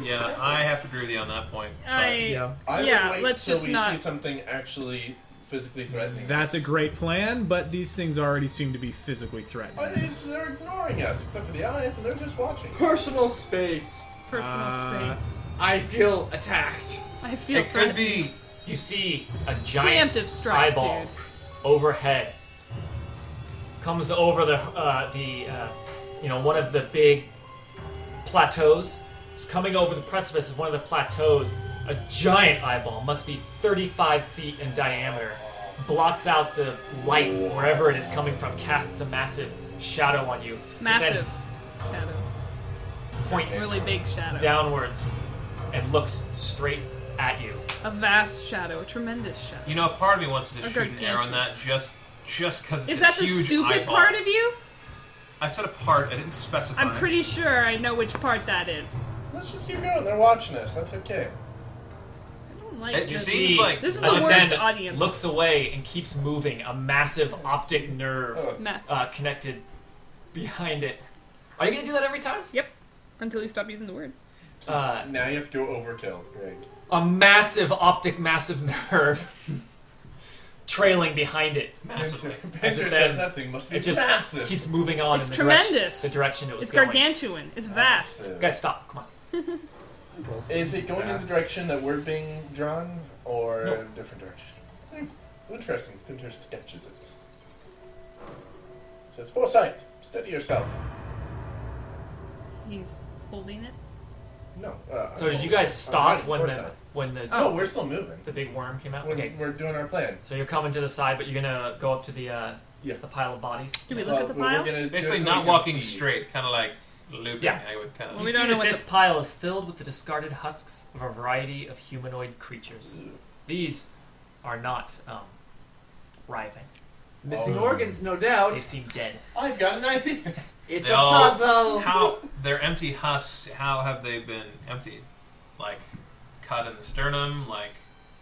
Speaker 6: Yeah, I have to agree with you on that point. but-
Speaker 4: I
Speaker 7: Yeah.
Speaker 5: I
Speaker 4: Yeah,
Speaker 5: would wait
Speaker 4: let's
Speaker 5: till
Speaker 4: just
Speaker 5: we
Speaker 4: not-
Speaker 5: see something actually physically threatening.
Speaker 3: That's a
Speaker 5: us.
Speaker 3: great plan, but these things already seem to be physically
Speaker 5: But
Speaker 3: threatening.
Speaker 5: it's- they're ignoring us except for the eyes, and they're just watching.
Speaker 7: Personal space.
Speaker 4: personal
Speaker 3: Uh,
Speaker 4: space.
Speaker 7: I feel attacked.
Speaker 4: I feel
Speaker 6: it could be.
Speaker 2: You see a giant
Speaker 4: preemptive strike,
Speaker 2: eyeball
Speaker 4: dude.
Speaker 2: overhead comes over the uh, the uh, you know one of the big plateaus. It's coming over the precipice of one of the plateaus. A giant eyeball must be 35 feet in diameter. Blots out the light wherever it is coming from. Casts a massive shadow on you. It
Speaker 4: Massive shadow.
Speaker 2: Then points
Speaker 4: Really big shadow.
Speaker 2: downwards and looks straight at you.
Speaker 4: A vast shadow. A tremendous shadow.
Speaker 6: You know, a part of me wants to just
Speaker 4: A
Speaker 6: shoot an arrow on
Speaker 4: gargantuan.
Speaker 6: that just just because it's
Speaker 4: Is
Speaker 6: a
Speaker 4: that the
Speaker 6: huge
Speaker 4: stupid
Speaker 6: eyeball.
Speaker 4: part of you?
Speaker 6: I said a part. I didn't specify.
Speaker 4: I'm pretty sure I know which part that is.
Speaker 5: Let's just keep going. They're watching us. That's okay.
Speaker 4: I don't like
Speaker 6: It
Speaker 4: this.
Speaker 6: just seems like
Speaker 4: This is
Speaker 2: As
Speaker 4: the
Speaker 2: it
Speaker 4: worst
Speaker 2: then
Speaker 4: audience.
Speaker 2: Looks away and keeps moving. A massive optic
Speaker 5: Oh.
Speaker 2: nerve
Speaker 4: mess.
Speaker 2: uh, connected behind it. Are you gonna do that every time?
Speaker 4: yep. Until you stop using the word.
Speaker 2: Uh,
Speaker 5: Now you have to go overkill, Greg.
Speaker 2: a massive optic, massive nerve trailing behind it.
Speaker 6: massively.
Speaker 2: As
Speaker 5: Pinterest
Speaker 2: it
Speaker 5: says
Speaker 2: then-
Speaker 5: that thing must be
Speaker 2: It just
Speaker 5: massive.
Speaker 2: keeps moving on
Speaker 4: It's
Speaker 2: in the direction-
Speaker 4: tremendous.
Speaker 2: the direction it was
Speaker 4: It's
Speaker 2: going.
Speaker 4: gargantuan. It's vast.
Speaker 5: Massive.
Speaker 2: Guys, stop! Come on.
Speaker 5: Is it going in the
Speaker 7: Yes.
Speaker 5: direction that we're being drawn, or
Speaker 2: No.
Speaker 5: a different direction? Hmm. Interesting. Pinterest sketches it. Says foresight. Steady yourself.
Speaker 4: He's holding it.
Speaker 5: No. Uh,
Speaker 2: So did you guys stop
Speaker 5: Alright,
Speaker 2: when
Speaker 5: of
Speaker 2: the
Speaker 5: course
Speaker 2: when the
Speaker 4: Oh.
Speaker 5: No, we're still moving.
Speaker 2: the big worm came out?
Speaker 5: We're,
Speaker 2: Okay.
Speaker 5: we're doing our plan.
Speaker 2: So you're coming to the side, but you're gonna go up to the uh,
Speaker 5: Yeah.
Speaker 2: the pile of bodies.
Speaker 4: Do we
Speaker 5: Well,
Speaker 4: look at the
Speaker 5: we're- we're
Speaker 4: pile?
Speaker 5: gonna do it
Speaker 6: Basically,
Speaker 5: so we
Speaker 6: not
Speaker 5: can
Speaker 6: walking
Speaker 5: see.
Speaker 6: straight, kind of like looping.
Speaker 2: Yeah.
Speaker 6: I would kind
Speaker 4: Well,
Speaker 6: of.
Speaker 2: you
Speaker 4: we don't
Speaker 2: see
Speaker 4: know
Speaker 2: that
Speaker 4: what
Speaker 2: this
Speaker 4: the-
Speaker 2: pile is filled with the discarded husks of a variety of humanoid creatures. These are not um, writhing.
Speaker 7: Missing
Speaker 5: Oh.
Speaker 7: organs, no
Speaker 2: They
Speaker 7: doubt.
Speaker 2: seem dead.
Speaker 5: I've got an idea.
Speaker 7: It's
Speaker 6: They
Speaker 7: a
Speaker 6: all-
Speaker 7: puzzle.
Speaker 6: How they're empty husks? How have they been emptied? Like cut in the sternum? Like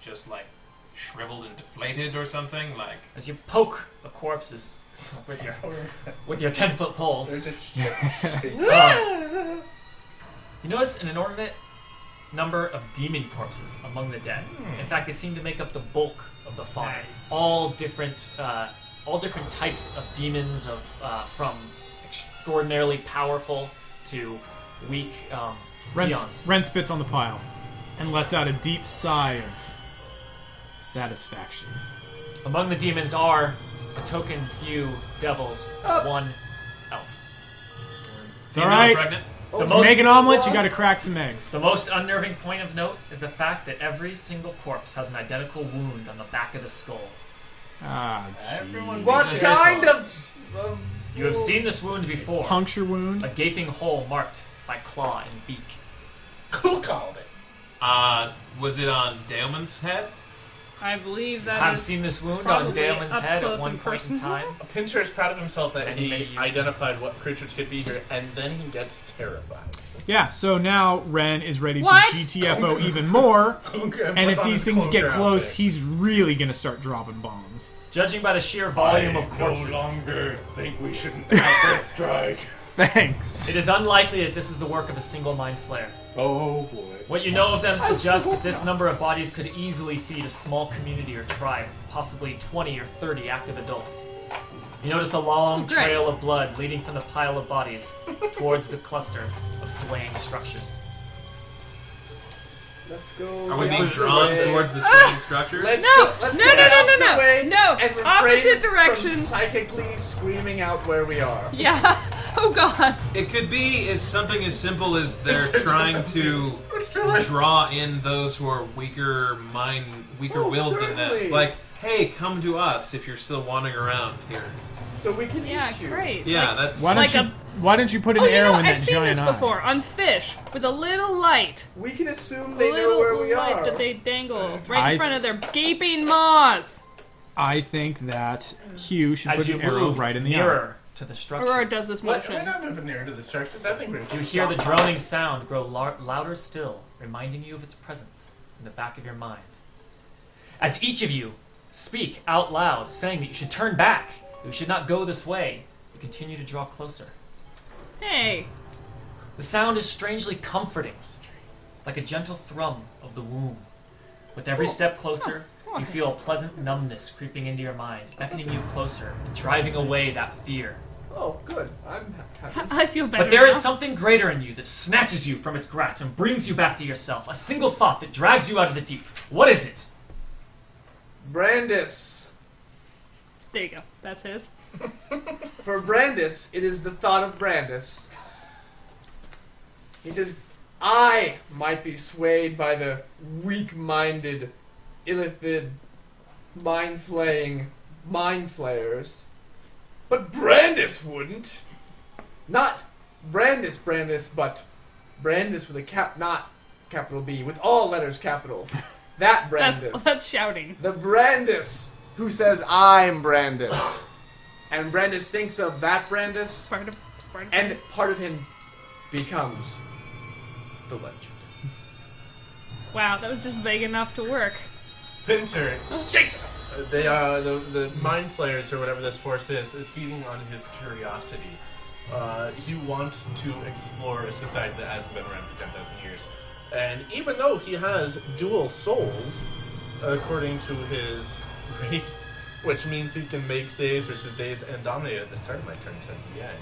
Speaker 6: just like shriveled and deflated or something? Like
Speaker 2: As you poke the corpses, with your with your ten foot poles. Uh, You notice an inordinate number of demon corpses among the dead. In fact, they seem to make up the bulk of the fauna.
Speaker 5: Nice.
Speaker 2: All different, uh, all different types of demons, of uh, from extraordinarily powerful to weak um,
Speaker 3: Ren,
Speaker 2: peons.
Speaker 3: Ren spits on the pile and lets out a deep sigh of satisfaction.
Speaker 2: Among the demons are a token few devils, one elf.
Speaker 3: It's all right.
Speaker 6: Pregnant.
Speaker 2: The
Speaker 3: To
Speaker 2: most,
Speaker 3: make an omelet, you got to crack some eggs.
Speaker 2: the most unnerving point of note is the fact that every single corpse has an identical wound on the back of the skull.
Speaker 3: Ah,
Speaker 5: Everyone
Speaker 7: What
Speaker 5: be
Speaker 7: kind
Speaker 5: careful.
Speaker 7: of? of
Speaker 2: You have seen this wound before.
Speaker 3: puncture wound.
Speaker 2: A gaping hole marked by claw and beak.
Speaker 5: Who called it?
Speaker 6: Uh, was it on Daemon's head?
Speaker 4: I believe that
Speaker 2: I've
Speaker 4: is-
Speaker 2: seen this wound on
Speaker 4: probably
Speaker 2: Damon's
Speaker 4: up
Speaker 2: head at
Speaker 4: close
Speaker 2: one
Speaker 4: and
Speaker 2: point in
Speaker 4: personal.
Speaker 2: time.
Speaker 5: Pinter is proud of himself that
Speaker 2: And many
Speaker 5: he
Speaker 2: years
Speaker 5: identified what creatures could be here, and then he gets terrified.
Speaker 3: Yeah. So now Ren is ready to
Speaker 4: What?
Speaker 3: GTFO even more.
Speaker 5: Okay,
Speaker 3: And
Speaker 5: what's
Speaker 3: if
Speaker 5: on
Speaker 3: these
Speaker 5: his
Speaker 3: things get
Speaker 5: cloaker
Speaker 3: close,
Speaker 5: outfit?
Speaker 3: he's really gonna start dropping bombs.
Speaker 2: Judging by the sheer volume of corpses,
Speaker 5: longer think we shouldn't have this strike.
Speaker 2: it
Speaker 3: Thanks.
Speaker 2: is unlikely that this is the work of a single mind flare.
Speaker 5: Oh boy.
Speaker 2: What you know of them suggests that this number of bodies could easily feed a small community or tribe, possibly 20 or 30 active adults. You notice a long
Speaker 4: great.
Speaker 2: trail of blood leading from the pile of bodies towards the cluster of swaying structures.
Speaker 7: Let's go.
Speaker 6: Are we
Speaker 7: the
Speaker 6: being
Speaker 7: opposite
Speaker 6: drawn
Speaker 7: way.
Speaker 6: towards the swinging structure?
Speaker 7: Let's
Speaker 4: No,
Speaker 7: go. Let's
Speaker 4: no,
Speaker 7: go
Speaker 4: no, no,
Speaker 7: the
Speaker 4: no,
Speaker 7: opposite
Speaker 4: no.
Speaker 7: way
Speaker 4: No,
Speaker 7: And refrain
Speaker 4: opposite
Speaker 7: from
Speaker 4: direction.
Speaker 7: psychically screaming out where we are.
Speaker 4: Yeah. Oh god.
Speaker 6: It could be as something as simple as they're trying to draw in those who are weaker mind, weaker
Speaker 7: Oh,
Speaker 6: willed than
Speaker 7: certainly.
Speaker 6: them. Like, hey, come to us if you're still wandering around here.
Speaker 7: So we can
Speaker 4: Yeah,
Speaker 7: eat you.
Speaker 4: great.
Speaker 6: Yeah,
Speaker 4: Like-
Speaker 6: that's
Speaker 3: Why don't
Speaker 4: Like
Speaker 3: you?
Speaker 4: a-
Speaker 3: why don't you put an
Speaker 4: oh, you
Speaker 3: arrow
Speaker 4: know,
Speaker 3: in that
Speaker 4: I've seen
Speaker 3: giant
Speaker 4: this
Speaker 3: eye?
Speaker 4: before on fish with a little light.
Speaker 7: We can assume
Speaker 4: A
Speaker 7: they
Speaker 4: little
Speaker 7: know where we
Speaker 4: light
Speaker 7: are.
Speaker 4: that they dangle right
Speaker 3: I-
Speaker 4: in front of their gaping maws.
Speaker 3: I think that Hugh should
Speaker 2: As
Speaker 3: put
Speaker 2: you
Speaker 3: an arrow
Speaker 2: move
Speaker 3: right in the eye.
Speaker 2: nearer to the structures,
Speaker 4: Aurora does this
Speaker 5: What? We're
Speaker 4: motion.
Speaker 5: not moving near to the structures. I think we're.
Speaker 2: You hear the droning sound grow lar- louder still, reminding you of its presence in the back of your mind. As each of you speak out loud, saying that you should turn back, that you should not go this way, you continue to draw closer.
Speaker 4: Hey,
Speaker 2: The sound is strangely comforting, like a gentle thrum of the womb. With every step closer, you feel a pleasant numbness creeping into your mind, beckoning you closer and driving away that fear.
Speaker 7: Oh, good. I'm happy.
Speaker 4: I feel better.
Speaker 2: But there is
Speaker 4: now.
Speaker 2: something greater in you that snatches you from its grasp and brings you back to yourself. A single thought that drags you out of the deep. What is it?
Speaker 7: Brandis.
Speaker 4: There you go. That's his.
Speaker 7: For Brandis, it is the thought of Brandis. He says, I might be swayed by the weak minded, illithid, mind flaying mind flayers, but Brandis wouldn't. Not Brandis, Brandis, but Brandis with a cap, not capital B, with all letters capital. That Brandis.
Speaker 4: That's that's shouting.
Speaker 7: The Brandis who says I'm Brandis. and Brandis thinks of that Brandis,
Speaker 4: Sparta, Sparta.
Speaker 7: and part of him becomes the legend.
Speaker 4: wow, that was just vague enough to work.
Speaker 5: Pinter shakes us. They uh, the the mind flayers or whatever this force is is feeding on his curiosity. Uh, he wants to explore a society that hasn't been around for ten thousand years, and even though he has dual souls, according to his race, which means he can make saves versus days and dominate at the start of my turn instead of the end,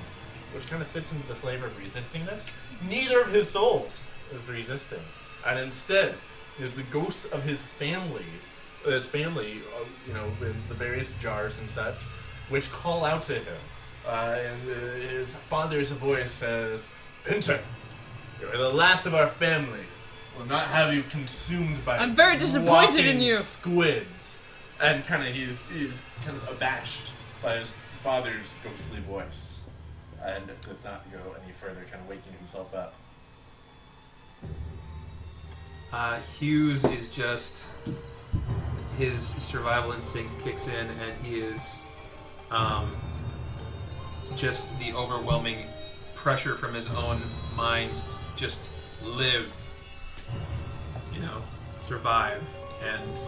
Speaker 5: which kind of fits into the flavor of resisting this. Neither of his souls is resisting, and instead is the ghosts of his families, his family, uh, you know, in the various jars and such, which call out to him. Uh, and uh, his father's voice says, "Pinter, you're the last of our family. We'll not have you consumed by
Speaker 4: I'm very disappointed in
Speaker 5: walking
Speaker 4: you."
Speaker 5: squids." And kind of he's he's kind of abashed by his father's ghostly voice, and does not go any further, kind of waking himself up.
Speaker 6: Uh, Hughes is just his survival instinct kicks in, and he is um, just the overwhelming pressure from his own mind. to Just live, you know, survive, and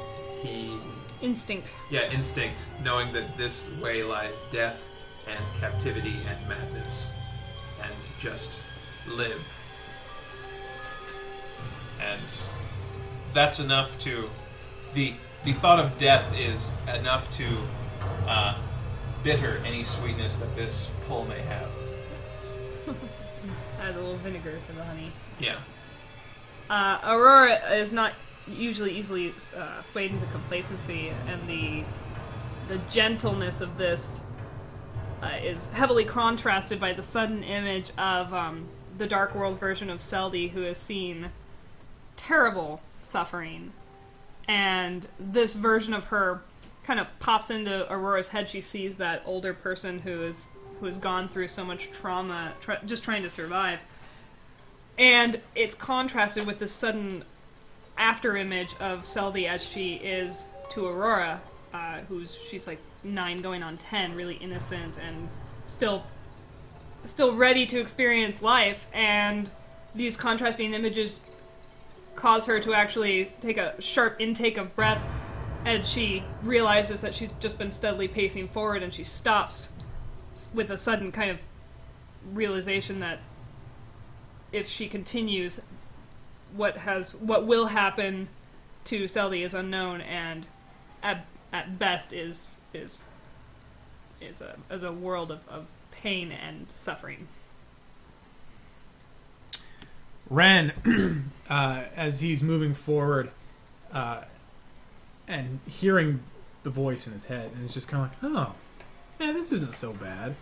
Speaker 6: he
Speaker 4: Instinct.
Speaker 6: yeah, instinct, knowing that this way lies death, and captivity and madness and just live. And that's enough to the the thought of death is enough to uh, bitter any sweetness that this pull may have.
Speaker 4: Add a little vinegar to the honey.
Speaker 6: Yeah.
Speaker 4: Uh, Aurora is not usually easily uh, swayed into complacency, and the the gentleness of this uh, is heavily contrasted by the sudden image of um, the Dark World version of Seldy, who has seen terrible suffering, and this version of her kind of pops into Aurora's head. She sees that older person who is who has gone through so much trauma, try, just trying to survive and it's contrasted with the sudden after image of Seldy as she is to Aurora, uh, who's she's like nine going on ten, really innocent and still still ready to experience life, and these contrasting images cause her to actually take a sharp intake of breath and she realizes that she's just been steadily pacing forward and she stops s- with a sudden kind of realization that if she continues, what has what will happen to Seldy is unknown, and at at best is is is a is a world of, of pain and suffering.
Speaker 3: Ren, uh, as he's moving forward uh, and hearing the voice in his head, and it's just kind of like, oh, man, this isn't so bad.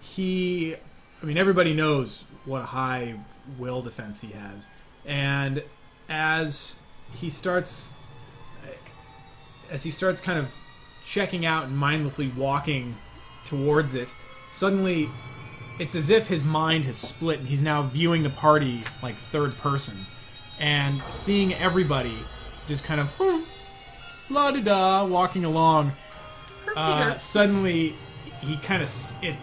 Speaker 3: He, I mean, everybody knows what a high will defense he has. And as he starts, as he starts kind of checking out and mindlessly walking towards it, suddenly it's as if his mind has split and he's now viewing the party like third person and seeing everybody just kind of hmm, la da da walking along. Uh, suddenly, he kind of it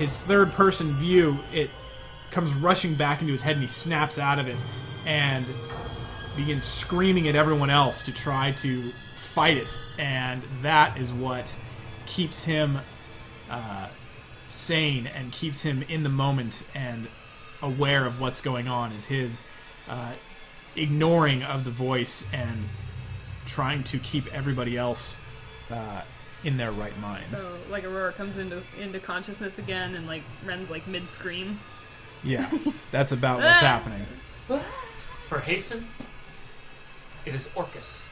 Speaker 3: his third person view it comes rushing back into his head and he snaps out of it and begins screaming at everyone else to try to fight it and that is what keeps him sane and keeps him in the moment and aware of what's going on is his uh, ignoring of the voice and trying to keep everybody else uh, in their right minds.
Speaker 4: So like Aurora comes into into consciousness again, and like Ren's like mid scream.
Speaker 3: Yeah, that's about what's
Speaker 4: Ah!
Speaker 3: happening.
Speaker 2: For Hasten, it is Orcus.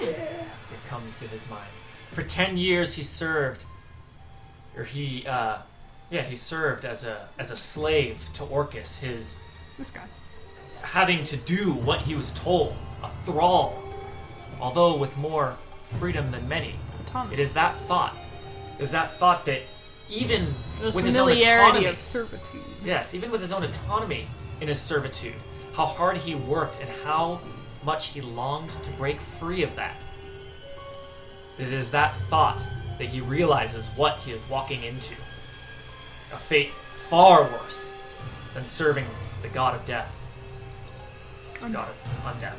Speaker 2: Yeah. It comes to his mind. For ten years, he served, or he, uh, yeah, he served as a as a slave to Orcus. His
Speaker 4: This guy.
Speaker 2: having to do what he was told, a thrall, although with more freedom than many.
Speaker 4: Tom.
Speaker 2: It is that thought, it is that thought that even
Speaker 4: The
Speaker 2: with his own
Speaker 4: familiarity
Speaker 2: autonomy,
Speaker 4: of servitude.
Speaker 2: Yes, even with his own autonomy in his servitude, how hard he worked and how much he longed to break free of that. It is that thought that he realizes what he is walking into. A fate far worse than serving the god of death. The god of undeath.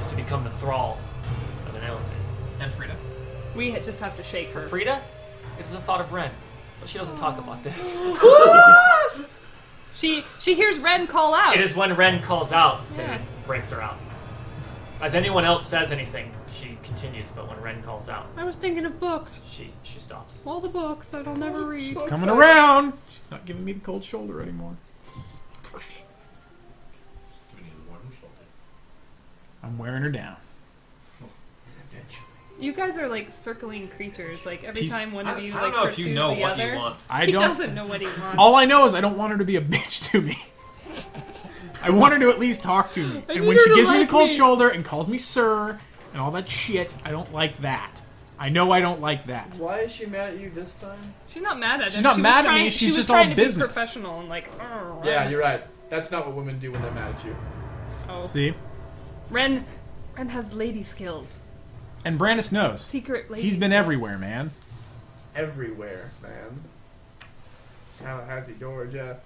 Speaker 2: Is to become the thrall of an elephant.
Speaker 6: And Frida.
Speaker 4: We ha- just have to shake
Speaker 2: For
Speaker 4: her.
Speaker 2: Frida, it is the thought of Ren, but she doesn't talk about this.
Speaker 4: She she hears Ren call out.
Speaker 2: It is when Ren calls out
Speaker 4: Yeah.
Speaker 2: that it breaks her out. As anyone else says anything, she continues, but when Ren calls out,
Speaker 4: I was thinking of books.
Speaker 2: she she stops.
Speaker 4: All the books that I'll never read.
Speaker 3: She's coming around. She's not giving me the cold shoulder anymore.
Speaker 5: Giving you the warm shoulder.
Speaker 3: I'm wearing her down.
Speaker 4: You guys are like circling creatures. Like every
Speaker 3: He's-
Speaker 4: time one
Speaker 6: I,
Speaker 4: of you like
Speaker 6: I don't know if
Speaker 4: pursues
Speaker 6: you know
Speaker 4: the
Speaker 6: what
Speaker 4: other,
Speaker 6: you want.
Speaker 3: I
Speaker 4: he
Speaker 3: don't.
Speaker 4: doesn't know what he wants.
Speaker 3: All I know is I don't want her to be a bitch to me. I want her to at least talk to me. and
Speaker 4: need
Speaker 3: when
Speaker 4: her
Speaker 3: she
Speaker 4: to
Speaker 3: gives me
Speaker 4: like
Speaker 3: the cold
Speaker 4: me.
Speaker 3: shoulder and calls me sir and all that shit, I don't like that. I know I don't like that.
Speaker 7: Why is she mad at you this time?
Speaker 4: She's not mad at
Speaker 3: She's
Speaker 4: him.
Speaker 3: not
Speaker 4: she
Speaker 3: mad at
Speaker 4: was trying,
Speaker 3: me,
Speaker 4: She
Speaker 3: she's
Speaker 4: was
Speaker 3: just
Speaker 4: trying
Speaker 3: all
Speaker 4: to
Speaker 3: business.
Speaker 4: be professional and like. "Arr,
Speaker 7: Yeah,
Speaker 4: Ren."
Speaker 7: you're right. That's not what women do when they're mad at you.
Speaker 4: Oh.
Speaker 3: See?
Speaker 4: Ren, Ren has lady skills.
Speaker 3: And Brandis knows.
Speaker 4: Secret lady.
Speaker 3: He's been
Speaker 4: skills.
Speaker 3: everywhere, man.
Speaker 7: Everywhere, man. Tallahassee, Georgia.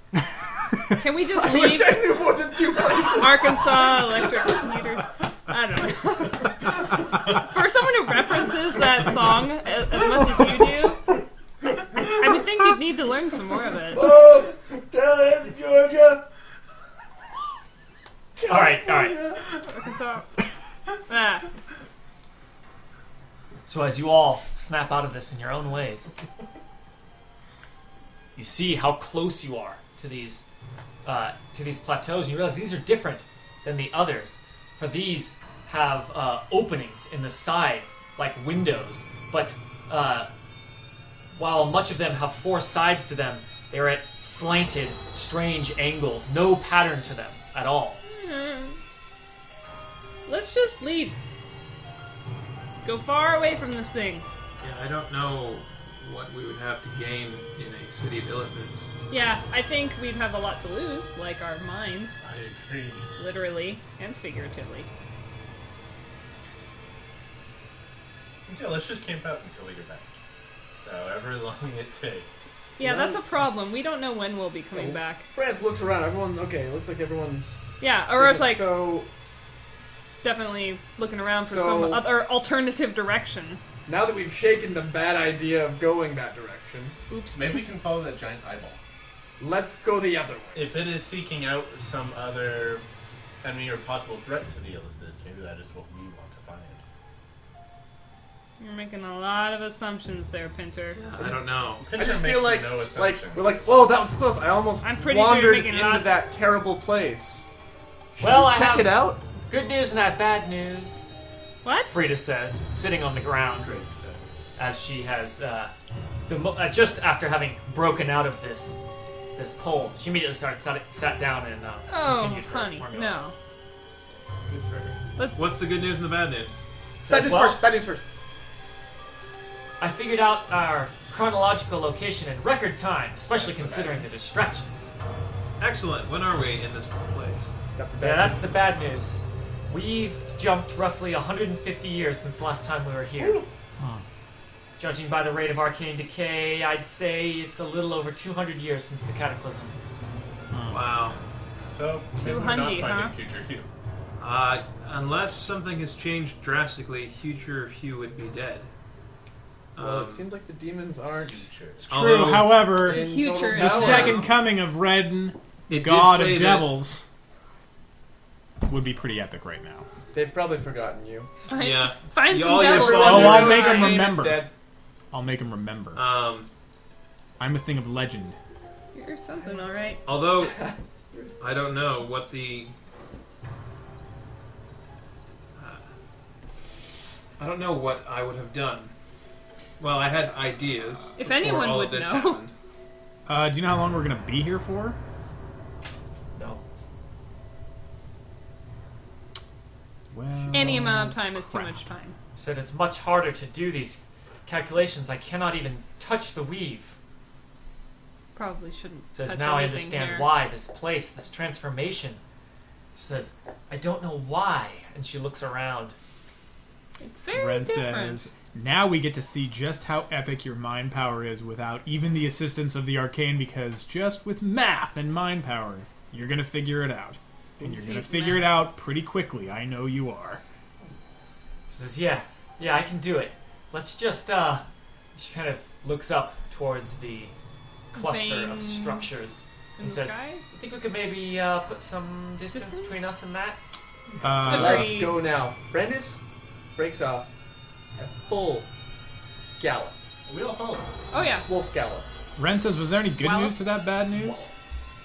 Speaker 4: Can we just
Speaker 7: I wish
Speaker 4: leave
Speaker 7: I knew more than two places.
Speaker 4: Arkansas electric computers? I don't know. For someone who references that song as, as much as you do, you need to learn some more of it.
Speaker 7: Oh, Tallahassee, Georgia.
Speaker 2: All right, all right.
Speaker 4: So, ah,
Speaker 2: So as you all snap out of this in your own ways, you see how close you are to these uh, to these plateaus, and you realize these are different than the others. For these have uh, openings in the sides like windows, but uh, while much of them have four sides to them, they are at slanted, strange angles, no pattern to them at all.
Speaker 4: let's just leave. Go far away from this thing.
Speaker 6: Yeah, I don't know what we would have to gain in a city of illithids.
Speaker 4: Yeah, I think we'd have a lot to lose, like our minds,
Speaker 5: I agree.
Speaker 4: literally and figuratively.
Speaker 5: Yeah, let's just camp out until we get back. However long it takes.
Speaker 4: Yeah, that's a problem. We don't know when we'll be coming back.
Speaker 7: France looks around. Everyone, okay, it looks like everyone's.
Speaker 4: Yeah, or it's like
Speaker 7: so.
Speaker 4: definitely looking around for
Speaker 7: So-
Speaker 4: some other alternative direction.
Speaker 7: Now that we've shaken the bad idea of going that direction,
Speaker 4: Oops.
Speaker 5: Maybe we can follow that giant eyeball.
Speaker 7: let's go the other way.
Speaker 5: If it is seeking out some other enemy or possible threat to the Illithids, maybe that is what we want to find.
Speaker 4: You're making a lot of assumptions there, Pinter.
Speaker 6: I don't know.
Speaker 7: I
Speaker 5: Pinter
Speaker 7: just
Speaker 5: makes
Speaker 7: feel like,
Speaker 5: no
Speaker 7: like
Speaker 5: assumptions.
Speaker 7: we're like, whoa, that was close. I almost
Speaker 4: I'm pretty sure you're
Speaker 7: wandered
Speaker 4: making
Speaker 7: into
Speaker 4: lots-
Speaker 7: that terrible place. Should
Speaker 2: Well,
Speaker 7: we
Speaker 2: I
Speaker 7: check
Speaker 2: have-
Speaker 7: it out.
Speaker 2: Good news and I have bad news.
Speaker 4: What?
Speaker 2: Frida says, sitting on the ground
Speaker 5: Great, so.
Speaker 2: as she has, uh, the mo- uh, just after having broken out of this this pole, she immediately started sat, sat down and uh,
Speaker 4: Oh,
Speaker 2: continued her
Speaker 4: honey,
Speaker 2: formulas.
Speaker 4: no.
Speaker 5: Good for her.
Speaker 4: Let's.
Speaker 6: What's the good news and the bad news?
Speaker 7: Bad
Speaker 2: Says,
Speaker 7: news
Speaker 2: well,
Speaker 7: first. Bad news first.
Speaker 2: I figured out our chronological location in record time, especially considering the distractions.
Speaker 6: Excellent. When are we in this place?
Speaker 7: Stop the
Speaker 2: Yeah,
Speaker 7: bad
Speaker 2: that's the bad news. We've jumped roughly 150 years since last time we were here. Judging by the rate of arcane decay, I'd say it's a little over 200 years since the cataclysm.
Speaker 6: Wow.
Speaker 5: So, maybe
Speaker 4: Too
Speaker 5: we're not
Speaker 4: hundy,
Speaker 5: finding
Speaker 4: huh?
Speaker 5: future Hugh.
Speaker 6: Uh, unless something has changed drastically, future Hugh would be dead.
Speaker 7: news. Well,
Speaker 6: Um,
Speaker 7: it seems like the demons aren't.
Speaker 5: Future.
Speaker 3: It's true.
Speaker 6: Although-
Speaker 3: However,
Speaker 7: in
Speaker 4: Future
Speaker 7: total
Speaker 4: is-
Speaker 3: the
Speaker 7: power.
Speaker 3: second coming of Redden,
Speaker 6: it did
Speaker 3: God
Speaker 6: say
Speaker 3: of
Speaker 6: that-
Speaker 3: Devils, would be pretty epic right now.
Speaker 7: They've probably forgotten you.
Speaker 4: Find,
Speaker 6: Yeah.
Speaker 4: find
Speaker 6: You
Speaker 4: some
Speaker 6: all your
Speaker 4: devils.
Speaker 6: fault.
Speaker 4: under
Speaker 3: Oh, I'll
Speaker 4: the
Speaker 3: make 'em
Speaker 4: rocks.
Speaker 3: a remember.
Speaker 7: It's dead.
Speaker 3: I'll make them remember.
Speaker 6: Um,
Speaker 3: I'm a thing of legend.
Speaker 4: You're something, all right.
Speaker 6: Although I don't know what the uh, I don't know what I would have done. Well, I had ideas.
Speaker 4: If
Speaker 6: before
Speaker 4: anyone
Speaker 6: all
Speaker 4: would
Speaker 6: of this
Speaker 4: know.
Speaker 6: happened.
Speaker 3: Uh, do you know how long we're gonna be here for?
Speaker 2: No.
Speaker 3: Well,
Speaker 4: Any amount of time is too
Speaker 3: crap.
Speaker 4: much time.
Speaker 2: Said it's much harder to do these calculations. I cannot even touch the weave.
Speaker 4: Probably shouldn't.
Speaker 2: Says
Speaker 4: touch
Speaker 2: now I
Speaker 4: anything
Speaker 2: understand
Speaker 4: here.
Speaker 2: why this place, this transformation. She says, I don't know why. And she looks around.
Speaker 4: It's very
Speaker 3: Ren
Speaker 4: different.
Speaker 3: says, "Now we get to see just how epic your mind power is without even the assistance of the arcane, because just with math and mind power, you're gonna figure it out, and you're gonna
Speaker 4: Indeed,
Speaker 3: figure
Speaker 4: math.
Speaker 3: it out pretty quickly. I know you are."
Speaker 2: She says, Yeah, yeah, I can do it. Let's just, uh. She kind of looks up towards the cluster of
Speaker 4: Veins
Speaker 2: structures.
Speaker 4: In
Speaker 2: He
Speaker 4: the
Speaker 2: says,
Speaker 4: sky?
Speaker 2: You think we could maybe uh, put some distance
Speaker 4: Distance?
Speaker 2: between us and that?
Speaker 3: Uh,
Speaker 7: Let's
Speaker 4: Agreed.
Speaker 7: go now. Brandis breaks off at full gallop,
Speaker 5: We all follow.
Speaker 4: Oh yeah.
Speaker 7: wolf gallop.
Speaker 3: Ren says, "Was there any good
Speaker 4: Well-
Speaker 3: news to that bad news?"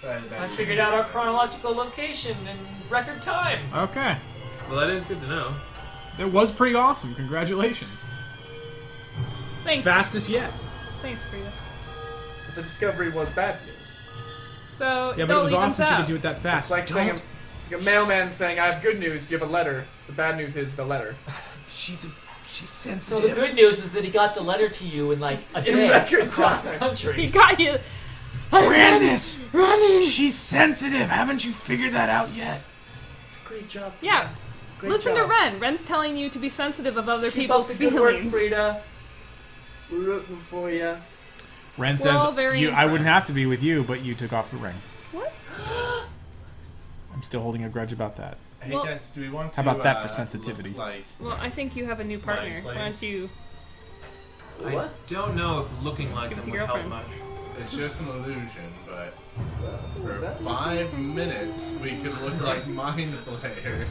Speaker 5: Uh, that
Speaker 2: I
Speaker 5: we-
Speaker 2: figured out our chronological location in record time.
Speaker 3: Okay,
Speaker 6: Well, that is good to know.
Speaker 3: that was pretty awesome. Congratulations,
Speaker 4: Thanks.
Speaker 3: fastest yet.
Speaker 4: Thanks, Frida.
Speaker 7: But the discovery was bad news.
Speaker 4: So
Speaker 3: Yeah,
Speaker 4: it
Speaker 3: but it
Speaker 4: all
Speaker 3: was
Speaker 4: evens
Speaker 3: awesome. She
Speaker 4: Oh, out.
Speaker 3: could do it that fast.
Speaker 7: It's like saying it's like a mailman saying, "I have good news. You have a letter. The bad news is the letter."
Speaker 3: she's a, she's
Speaker 2: So the
Speaker 3: sensitive.
Speaker 2: good news is that he got the letter to you in like a
Speaker 7: In
Speaker 2: day
Speaker 7: record
Speaker 2: across the
Speaker 7: time.
Speaker 2: country.
Speaker 4: He got you.
Speaker 3: Brandis,
Speaker 4: Running.
Speaker 3: she's sensitive. Haven't you figured that out yet?
Speaker 7: It's a great job.
Speaker 4: Yeah.
Speaker 7: Great
Speaker 4: Listen
Speaker 7: job.
Speaker 4: to Ren. Ren's telling you to be sensitive of other
Speaker 7: Keep
Speaker 4: people's
Speaker 7: up the good work,
Speaker 4: feelings.
Speaker 7: Frida. We're rooting for you.
Speaker 3: Ren
Speaker 4: We're
Speaker 3: says,
Speaker 4: all very
Speaker 3: you, "I wouldn't
Speaker 4: impressed.
Speaker 3: have to be with you, but you took off the ring."
Speaker 4: What?
Speaker 3: I'm still holding a grudge about that.
Speaker 5: Hey
Speaker 4: Well-
Speaker 5: guys, do we want
Speaker 3: How
Speaker 5: to,
Speaker 3: about that for
Speaker 5: uh,
Speaker 3: sensitivity?
Speaker 5: look like
Speaker 4: Well, I think you have a new partner.
Speaker 5: Nice,
Speaker 4: Why
Speaker 5: ladies.
Speaker 4: don't you?
Speaker 6: I don't know if looking like
Speaker 4: Give it
Speaker 6: them
Speaker 4: to
Speaker 6: would help
Speaker 4: girlfriend.
Speaker 6: much.
Speaker 5: It's just an illusion, but for five minutes we can look like mind players.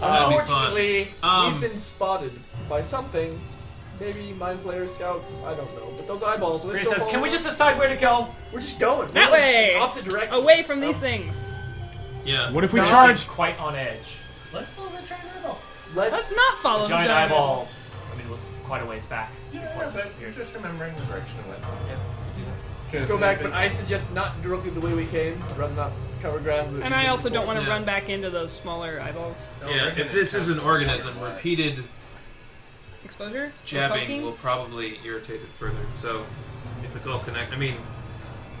Speaker 2: Um,
Speaker 7: Unfortunately,
Speaker 6: Um,
Speaker 7: we've been spotted by something. Maybe mind flayer scouts. I don't know. But those eyeballs. are they
Speaker 2: Bree
Speaker 7: still
Speaker 2: says, "Can we
Speaker 7: following
Speaker 2: just decide where to go?"
Speaker 7: us? We're just going
Speaker 4: That
Speaker 7: We're in
Speaker 4: way!
Speaker 7: the Opposite direction.
Speaker 4: Away from these
Speaker 6: Oh.
Speaker 7: Up.
Speaker 4: things.
Speaker 6: yeah.
Speaker 3: What if we
Speaker 2: Bree
Speaker 3: charge?
Speaker 2: seems quite on edge.
Speaker 5: Let's follow the giant eyeball.
Speaker 4: Let's
Speaker 7: Let's.
Speaker 4: not follow
Speaker 2: The
Speaker 4: the
Speaker 2: giant eyeball. I mean, it was quite a ways back before
Speaker 5: Yeah,
Speaker 2: it
Speaker 5: but
Speaker 2: disappeared.
Speaker 5: just remembering the direction of it.
Speaker 2: Yeah.
Speaker 7: Let's go back. But I suggest not directly the way we came. I'd rather not cover ground. that
Speaker 4: And
Speaker 7: we
Speaker 4: I
Speaker 7: did
Speaker 4: also don't
Speaker 7: before.
Speaker 4: want to
Speaker 6: Yeah.
Speaker 4: run back into those smaller eyeballs.
Speaker 6: Yeah, if this is an organism, repeated
Speaker 4: Exposure?
Speaker 6: jabbing
Speaker 4: Poking?
Speaker 6: will probably irritate it further. So, if it's all connect, I mean,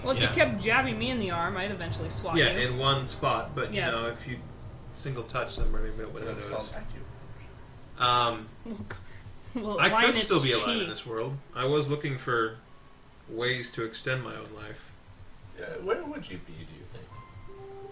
Speaker 4: Well, if
Speaker 6: yeah.
Speaker 4: you kept jabbing me in the arm, I'd eventually swat
Speaker 6: yeah,
Speaker 4: you.
Speaker 6: in one spot, but
Speaker 4: Yes.
Speaker 6: you know, if you single touch them, maybe it would have
Speaker 5: It's called
Speaker 6: noticed.
Speaker 5: IQ.
Speaker 6: Um,
Speaker 4: Well,
Speaker 6: I
Speaker 4: line
Speaker 6: could
Speaker 4: its
Speaker 6: still be alive
Speaker 4: cheek.
Speaker 6: in this world. I was looking for ways to extend my own life.
Speaker 5: Yeah, where would you be, do you think?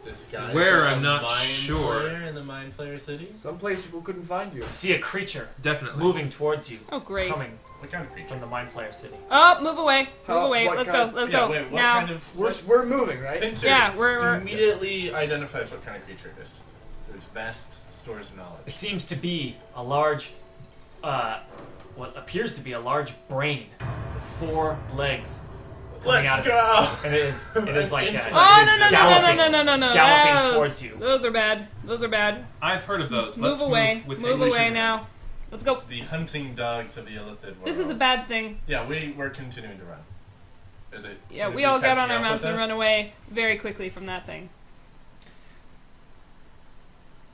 Speaker 5: This guy.
Speaker 6: Where,
Speaker 5: is a
Speaker 6: I'm not
Speaker 5: mind
Speaker 6: sure.
Speaker 5: Flayer in the Mind Flayer City?
Speaker 7: Someplace people couldn't find you.
Speaker 2: See a creature
Speaker 6: Definitely
Speaker 2: moving towards you,
Speaker 4: Oh, great.
Speaker 2: coming
Speaker 5: What kind of creature?
Speaker 2: from the Mind Flayer City.
Speaker 4: Oh, move away.
Speaker 7: How-
Speaker 4: Move away.
Speaker 7: what
Speaker 4: Let's
Speaker 7: kind-
Speaker 4: go. Let's
Speaker 5: yeah,
Speaker 4: go.
Speaker 5: wait, what
Speaker 4: now.
Speaker 5: kind of.
Speaker 7: We're,
Speaker 5: what-
Speaker 7: we're moving, right?
Speaker 5: Pinter
Speaker 4: yeah, we're. we're
Speaker 5: immediately identifies what kind of creature it is. There's best stores of
Speaker 2: It
Speaker 5: knowledge.
Speaker 2: seems to be a large, uh, what appears to be a large brain with four legs coming out
Speaker 5: Let's
Speaker 2: of
Speaker 5: go!
Speaker 2: It is. It is like a, it
Speaker 4: Oh no
Speaker 2: is
Speaker 4: no no no
Speaker 2: galloping.
Speaker 4: no no no no!
Speaker 2: galloping
Speaker 4: Those-
Speaker 2: towards you.
Speaker 4: Those are bad. Those are bad.
Speaker 6: I've heard of those.
Speaker 4: move
Speaker 6: Let's
Speaker 4: away.
Speaker 6: with
Speaker 4: Move
Speaker 6: English.
Speaker 4: away now. Let's go.
Speaker 5: The hunting dogs of the illithid world.
Speaker 4: This is a bad thing.
Speaker 5: Yeah, we, we're continuing to run. Is it.
Speaker 4: Yeah,
Speaker 5: should it
Speaker 4: we
Speaker 5: be
Speaker 4: all got
Speaker 5: catching
Speaker 4: on our
Speaker 5: up
Speaker 4: mounts
Speaker 5: with
Speaker 4: and
Speaker 5: us?
Speaker 4: run away very quickly from that thing.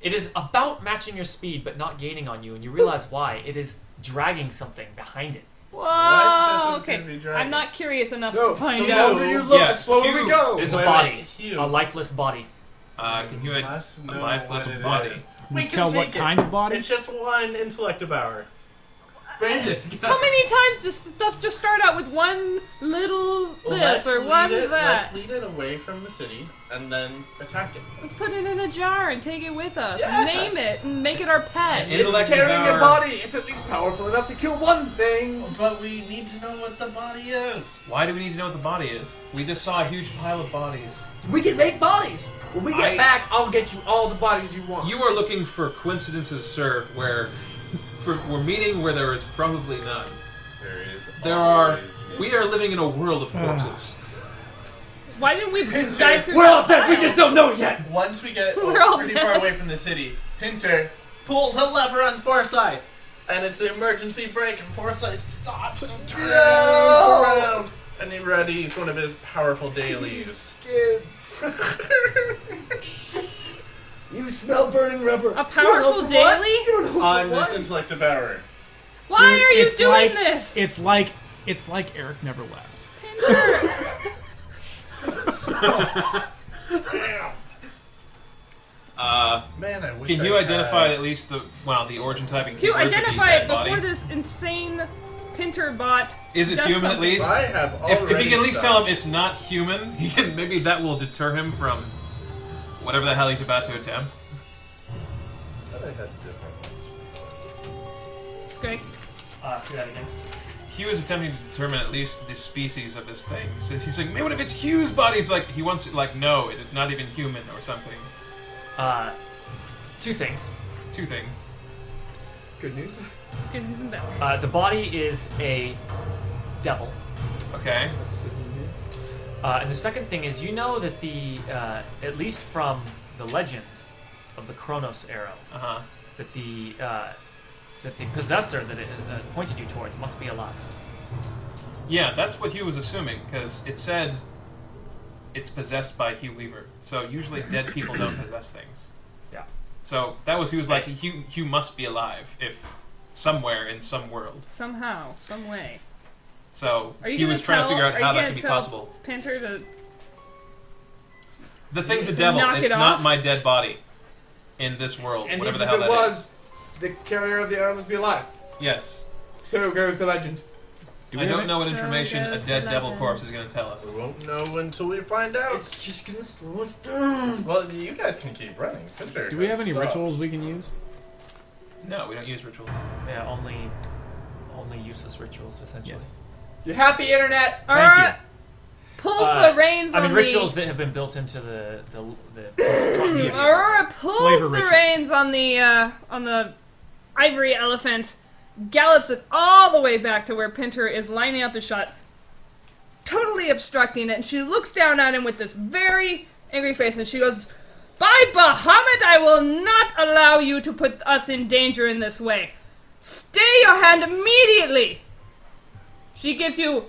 Speaker 2: It is about matching your speed, but not gaining on you, and you realize why. It is dragging something behind it.
Speaker 5: does
Speaker 4: Whoa!
Speaker 5: it appear to
Speaker 4: Okay,
Speaker 5: be dragon?
Speaker 4: I'm not curious enough
Speaker 7: No,
Speaker 4: to find
Speaker 7: the
Speaker 4: out.
Speaker 7: longer you look,
Speaker 6: Yeah,
Speaker 7: the slower we
Speaker 6: huge.
Speaker 7: go.
Speaker 2: It is
Speaker 5: Wait,
Speaker 2: a
Speaker 5: wait,
Speaker 2: body,
Speaker 5: Hugh.
Speaker 2: a lifeless body.
Speaker 6: Uh, can you add
Speaker 5: Must
Speaker 6: a
Speaker 5: know
Speaker 6: lifeless
Speaker 5: what it
Speaker 6: body?
Speaker 5: is.
Speaker 3: We can tell what
Speaker 5: take it.
Speaker 3: kind of body?
Speaker 5: It's just one intellect devourer. Brandon,
Speaker 4: How many times does stuff just start out with one little this
Speaker 5: let's
Speaker 4: or
Speaker 5: lead
Speaker 4: one
Speaker 5: it,
Speaker 4: that?
Speaker 5: Let's lead it away from the city and then attack it.
Speaker 4: Let's put it in a jar and take it with us.
Speaker 5: Yes.
Speaker 4: Name it and make it our pet.
Speaker 7: It's
Speaker 6: Intellect
Speaker 7: carrying a
Speaker 6: devour.
Speaker 7: body. It's at least powerful enough to kill one thing.
Speaker 5: But we need to know what the body is.
Speaker 6: Why do we need to know what the body is? We just saw a huge pile of bodies.
Speaker 7: We can make bodies. When we get
Speaker 6: I-
Speaker 7: back, I'll get you all the bodies you want.
Speaker 6: You are looking for coincidences, sir, where for, we're meeting where there is probably none.
Speaker 5: There is.
Speaker 6: There are. We are living in a world of corpses.
Speaker 4: Why didn't we dive through?
Speaker 2: Well,
Speaker 4: that
Speaker 2: that we just don't know yet.
Speaker 5: Once we get
Speaker 4: We're all
Speaker 5: pretty
Speaker 4: dead.
Speaker 5: far away from the city, Pinter pulls a lever on Forsyth, and it's an emergency brake, and Forsyth stops and turns around, and he readies one of his powerful dailies.
Speaker 7: Kids. you smell burning rubber.
Speaker 4: A powerful
Speaker 7: you don't know for what?
Speaker 4: daily?
Speaker 7: You don't know for
Speaker 5: On
Speaker 7: what?
Speaker 5: this intellect devourer.
Speaker 4: Why
Speaker 3: Dude,
Speaker 4: are you
Speaker 3: it's
Speaker 4: doing
Speaker 3: like-
Speaker 4: this?
Speaker 3: It's like it's like Eric never left.
Speaker 6: Uh,
Speaker 5: Man, I wish.
Speaker 6: can
Speaker 5: I
Speaker 6: you identify
Speaker 5: had-
Speaker 6: at least the well the origin type and
Speaker 4: you
Speaker 6: convert to
Speaker 4: identify it
Speaker 6: detailed body?
Speaker 4: before this insane Pinter bot.
Speaker 6: Is it
Speaker 4: does
Speaker 6: human at
Speaker 4: something.
Speaker 6: least?
Speaker 5: I have already.
Speaker 6: If, if you can at least tell
Speaker 5: stopped.
Speaker 6: him it's not human, he can maybe that will deter him from whatever the hell he's about to attempt.
Speaker 5: I thought I had different ones.
Speaker 4: Okay.
Speaker 2: Uh, see that again.
Speaker 6: Hugh is attempting to determine at least the species of this thing. So he's like, man, what if it's Hugh's body? It's like he wants it. Like, no, it is not even human or something.
Speaker 2: Uh, two things.
Speaker 6: Two things.
Speaker 7: Good news.
Speaker 4: Good, isn't that
Speaker 2: Uh, the body is a devil,
Speaker 6: Okay.
Speaker 7: That's easy.
Speaker 2: uh, and the second thing is you know that the uh, at least from the legend of the Kronos arrow
Speaker 6: Uh huh.
Speaker 2: that the uh, that the possessor that it uh, pointed you towards must be alive.
Speaker 6: Yeah, that's what Hugh was assuming because it said it's possessed by Hugh Weaver. So usually dead people don't possess things.
Speaker 2: Yeah.
Speaker 6: So that was he was like Hugh. Hugh must be alive if somewhere in some world.
Speaker 4: Somehow, some way.
Speaker 6: So
Speaker 4: Are you
Speaker 6: he
Speaker 4: gonna
Speaker 6: was trying
Speaker 4: tell-
Speaker 6: to figure
Speaker 4: are
Speaker 6: out
Speaker 4: you
Speaker 6: how that
Speaker 4: gonna
Speaker 6: could be
Speaker 4: tell
Speaker 6: possible.
Speaker 4: Pinter to
Speaker 6: The thing's a
Speaker 4: to
Speaker 6: devil.
Speaker 4: knock
Speaker 6: It's
Speaker 4: it
Speaker 6: not
Speaker 4: off?
Speaker 6: my dead body in this world,
Speaker 7: And
Speaker 6: whatever
Speaker 7: if
Speaker 6: the hell
Speaker 7: it
Speaker 6: that is.
Speaker 7: was, the carrier of the arrow must be alive.
Speaker 6: Yes.
Speaker 7: So goes the legend.
Speaker 3: Do
Speaker 6: I
Speaker 3: we have
Speaker 6: don't
Speaker 3: it?
Speaker 6: know what
Speaker 4: So
Speaker 6: information a
Speaker 4: goes
Speaker 6: dead
Speaker 4: the
Speaker 6: devil
Speaker 4: legend.
Speaker 6: corpse is going to tell us.
Speaker 5: We won't know until we find out.
Speaker 7: It's just gonna slow us down.
Speaker 5: Well, you guys can keep running. Pinter
Speaker 3: Do we have any
Speaker 5: stopped.
Speaker 3: rituals we can use?
Speaker 6: No, we don't use rituals.
Speaker 2: Yeah, only only useless rituals essentially.
Speaker 3: Yes.
Speaker 7: You happy, internet?
Speaker 4: Alright. pulls
Speaker 2: Uh,
Speaker 4: the reins
Speaker 2: I mean,
Speaker 4: on
Speaker 2: rituals
Speaker 4: the
Speaker 2: that have been built into the the, the continuity.
Speaker 4: Hmm, Aurora pulls
Speaker 3: Flavor
Speaker 4: the
Speaker 3: rituals.
Speaker 4: reins on the uh, on the ivory elephant, gallops it all the way back to where Pinter is lining up his shot, totally obstructing it, and she looks down at him with this very angry face, and she goes, "By Bahamut, I will not allow you to put us in danger in this way. Stay your hand immediately." She gives you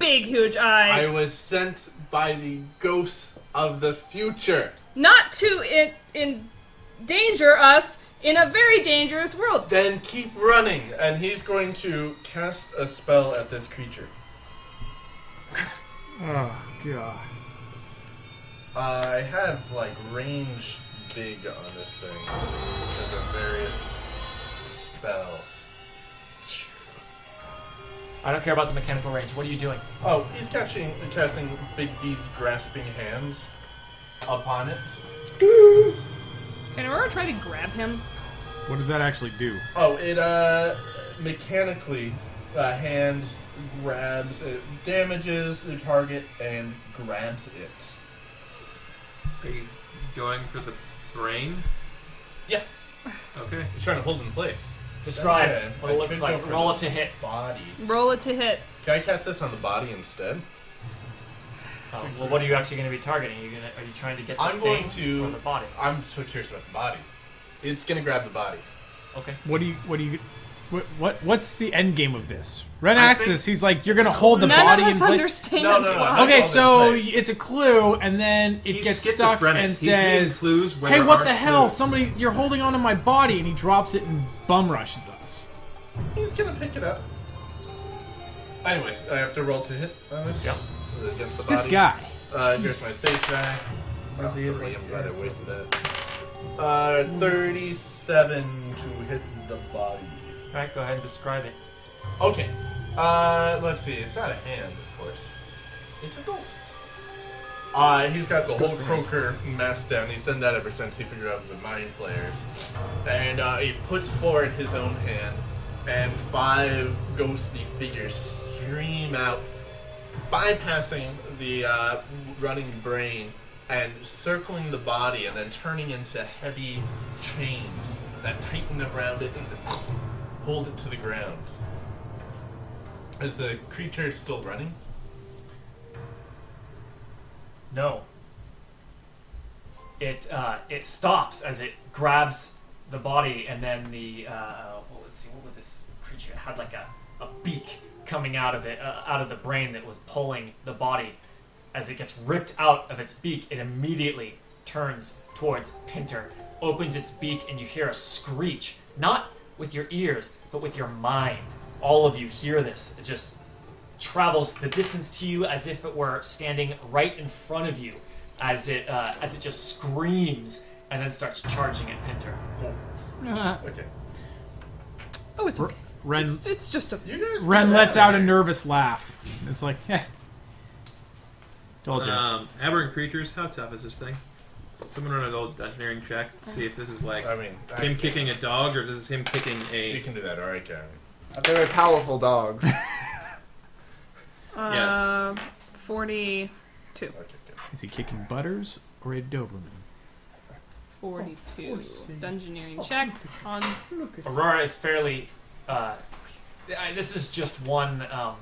Speaker 4: big, huge eyes.
Speaker 5: I was sent by the ghosts of the future.
Speaker 4: not to en- endanger us in a very dangerous world.
Speaker 5: Then keep running, and he's going to cast a spell at this creature.
Speaker 3: Oh god.
Speaker 5: I have like range big on this thing because of various spells.
Speaker 2: I don't care about the mechanical range. What are you doing?
Speaker 5: Oh, he's catching, casting Big B's grasping hands upon it.
Speaker 4: Can Aurora try to grab him?
Speaker 3: What does that actually do?
Speaker 5: Oh, it uh, mechanically uh, hand grabs, it damages the target and grabs it.
Speaker 6: Are you going for the brain?
Speaker 5: Yeah.
Speaker 6: Okay.
Speaker 5: He's trying to hold in place.
Speaker 2: Describe
Speaker 5: Okay,
Speaker 2: what it
Speaker 5: I
Speaker 2: looks
Speaker 5: could go
Speaker 2: like.
Speaker 5: for
Speaker 2: Roll
Speaker 5: the
Speaker 2: it to hit.
Speaker 5: Body.
Speaker 4: Roll it to hit.
Speaker 5: Can I cast this on the body instead?
Speaker 2: Oh, well, what are you actually going to be targeting? Are you, gonna, are you trying to get the
Speaker 5: I'm
Speaker 2: thing
Speaker 5: going to-
Speaker 2: or the body?
Speaker 5: I'm so curious about the body. It's gonna grab the body.
Speaker 2: Okay.
Speaker 3: What do you? What do you? What, what what's the end game of this? Red
Speaker 5: I
Speaker 3: Axis. He's like, you're gonna hold Oh, the
Speaker 4: None
Speaker 3: body
Speaker 4: of us
Speaker 3: in place.
Speaker 4: understand.
Speaker 5: No, no, no,
Speaker 4: why.
Speaker 5: I'm not-
Speaker 3: Okay,
Speaker 5: Hold it in
Speaker 3: so
Speaker 5: place.
Speaker 3: it's a clue, and then it
Speaker 6: He's
Speaker 3: gets stuck
Speaker 6: schizophrenic.
Speaker 3: and
Speaker 6: He's leaving
Speaker 3: says,
Speaker 6: clues where
Speaker 3: "Hey,
Speaker 6: there
Speaker 3: what
Speaker 6: aren't
Speaker 3: the hell?
Speaker 6: clues."
Speaker 3: Somebody, you're holding onto my body!" And he drops it and bum rushes us.
Speaker 5: He's gonna pick it up. Anyways, I have to roll to hit on this.
Speaker 2: Yep.
Speaker 5: Against the body.
Speaker 3: This guy.
Speaker 5: Uh, here's my sage die. Oh,
Speaker 3: Really is
Speaker 5: three,
Speaker 3: like-
Speaker 5: I'm glad I wasted that. Uh, 37 to hit the body.
Speaker 2: All right. Go ahead and describe it.
Speaker 5: Okay. Uh, let's see. It's not a hand, of course. It's a ghost. Uh, he's got the whole croaker mask down. He's done that ever since he figured out the mind flayers. And uh, he puts forward his own hand, and five ghostly figures stream out, bypassing the uh, running brain and circling the body, and then turning into heavy chains that tighten around it and hold it to the ground. Is the creature still running?
Speaker 2: No. It uh, it stops as it grabs the body, and then the uh, uh, well, let's see, what would this creature it had like a, a beak coming out of it, uh, out of the brain that was pulling the body. As it gets ripped out of its beak, it immediately turns towards Pinter, opens its beak, and you hear a screech. Not with your ears, but with your mind. All of you hear this. It just travels the distance to you as if it were standing right in front of you, as it uh, as it just screams and then starts charging at Pinter.
Speaker 5: Okay.
Speaker 4: Oh, it's okay.
Speaker 3: Ren
Speaker 4: It's, it's just a.
Speaker 5: You guys.
Speaker 3: Ren
Speaker 5: get
Speaker 3: lets out
Speaker 5: out of
Speaker 3: a
Speaker 5: here.
Speaker 3: nervous laugh. It's like, "Heh." told you.
Speaker 6: Um, aberrant creatures. How tough is this thing? Someone run an old engineering check. See if this is like
Speaker 5: I mean, I-
Speaker 6: him kicking a dog, or if this is him kicking
Speaker 5: You
Speaker 6: a.
Speaker 5: can do that, all right, Karen.
Speaker 7: A very powerful dog.
Speaker 4: Uh, 42.
Speaker 5: Okay, good.
Speaker 3: Is he kicking butters or a Doberman?
Speaker 4: 42.
Speaker 3: Oh,
Speaker 4: Dungeoneering check on.
Speaker 2: Aurora is fairly. Uh, I- this is just one. Um,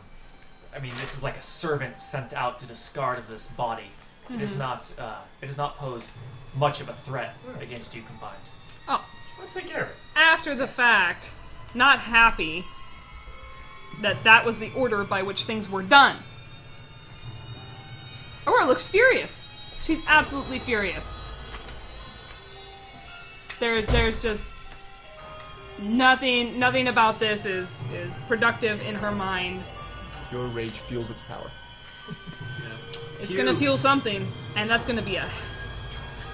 Speaker 2: I mean, this is like a servant sent out to discard of this body. It
Speaker 4: Mm-hmm.
Speaker 2: does not. Uh, it does not pose much of a threat
Speaker 4: Hmm.
Speaker 2: against you combined.
Speaker 4: Oh,
Speaker 5: Let's take care of it.
Speaker 4: after the fact, not happy that that was the order by which things were done. Aurora looks furious. She's absolutely furious. There, there's just nothing. Nothing about this is is productive in her mind.
Speaker 7: Your rage fuels its power.
Speaker 4: It's gonna fuel something, and that's gonna be a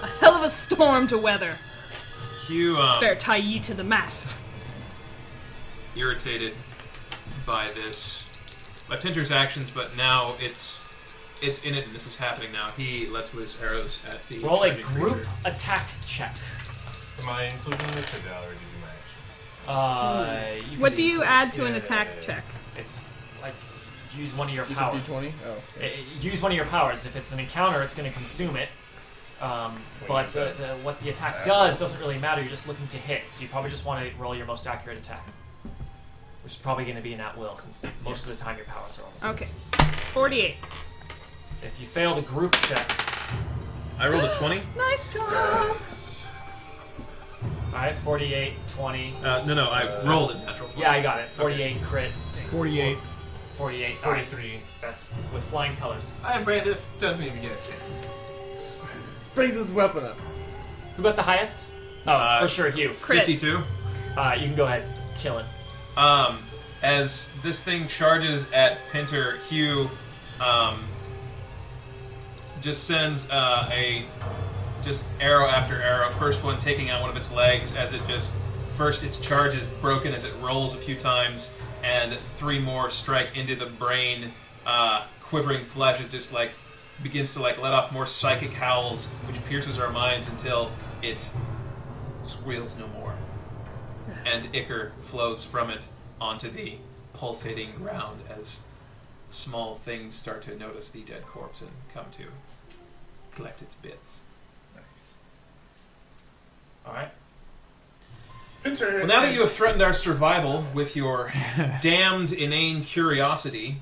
Speaker 4: a hell of a storm to weather.
Speaker 6: Hugh um,
Speaker 4: Better tie ye to the mast.
Speaker 6: irritated by this by Pinter's actions, but now it's it's in it, and this is happening now. He lets loose arrows at the
Speaker 2: Roll a
Speaker 6: target
Speaker 2: group
Speaker 6: creature.
Speaker 2: attack check.
Speaker 5: Am I including this, or did I already do my
Speaker 2: Uh,
Speaker 5: action?
Speaker 2: you can
Speaker 4: Hmm. What do you add to an
Speaker 5: Yeah.
Speaker 4: attack check?
Speaker 2: It's like use one of your
Speaker 7: Just a
Speaker 2: powers.
Speaker 7: d20? Oh.
Speaker 2: Uh, Use one of your powers. If it's an encounter, it's going to consume it. Um, but the, the, what the attack does doesn't really matter. You're just looking to hit, so you probably just want to roll your most accurate attack, which is probably going to be an at will, since most of the time your powers are almost.
Speaker 4: Okay. 48.
Speaker 2: If you fail the group check,
Speaker 6: I rolled a 20.
Speaker 4: Nice job!
Speaker 2: I have 48, 20.
Speaker 6: Uh, no, no, I rolled a natural 20.
Speaker 2: Yeah, I got it. 48 crit.
Speaker 3: 48.
Speaker 2: 48. all right.
Speaker 5: 43.
Speaker 2: That's with flying colors.
Speaker 5: I Brandis doesn't even get a chance.
Speaker 7: Brings his weapon up.
Speaker 2: Who got the highest? Oh,
Speaker 6: Uh,
Speaker 2: for sure, Hugh.
Speaker 4: Crit.
Speaker 6: 52.
Speaker 2: Uh, you can go ahead, kill it.
Speaker 6: Um, as this thing charges at Pinter, Hugh um, just sends uh, a just arrow after arrow. First one taking out one of its legs as it just first its charge is broken as it rolls a few times, and three more strike into the brain. Uh, quivering flesh is just like begins to like let off more psychic howls, which pierces our minds until it squeals no more and ichor flows from it onto the pulsating ground as small things start to notice the dead corpse and come to collect its bits.
Speaker 2: All right.
Speaker 6: Well, now that you have threatened our survival with your damned inane curiosity,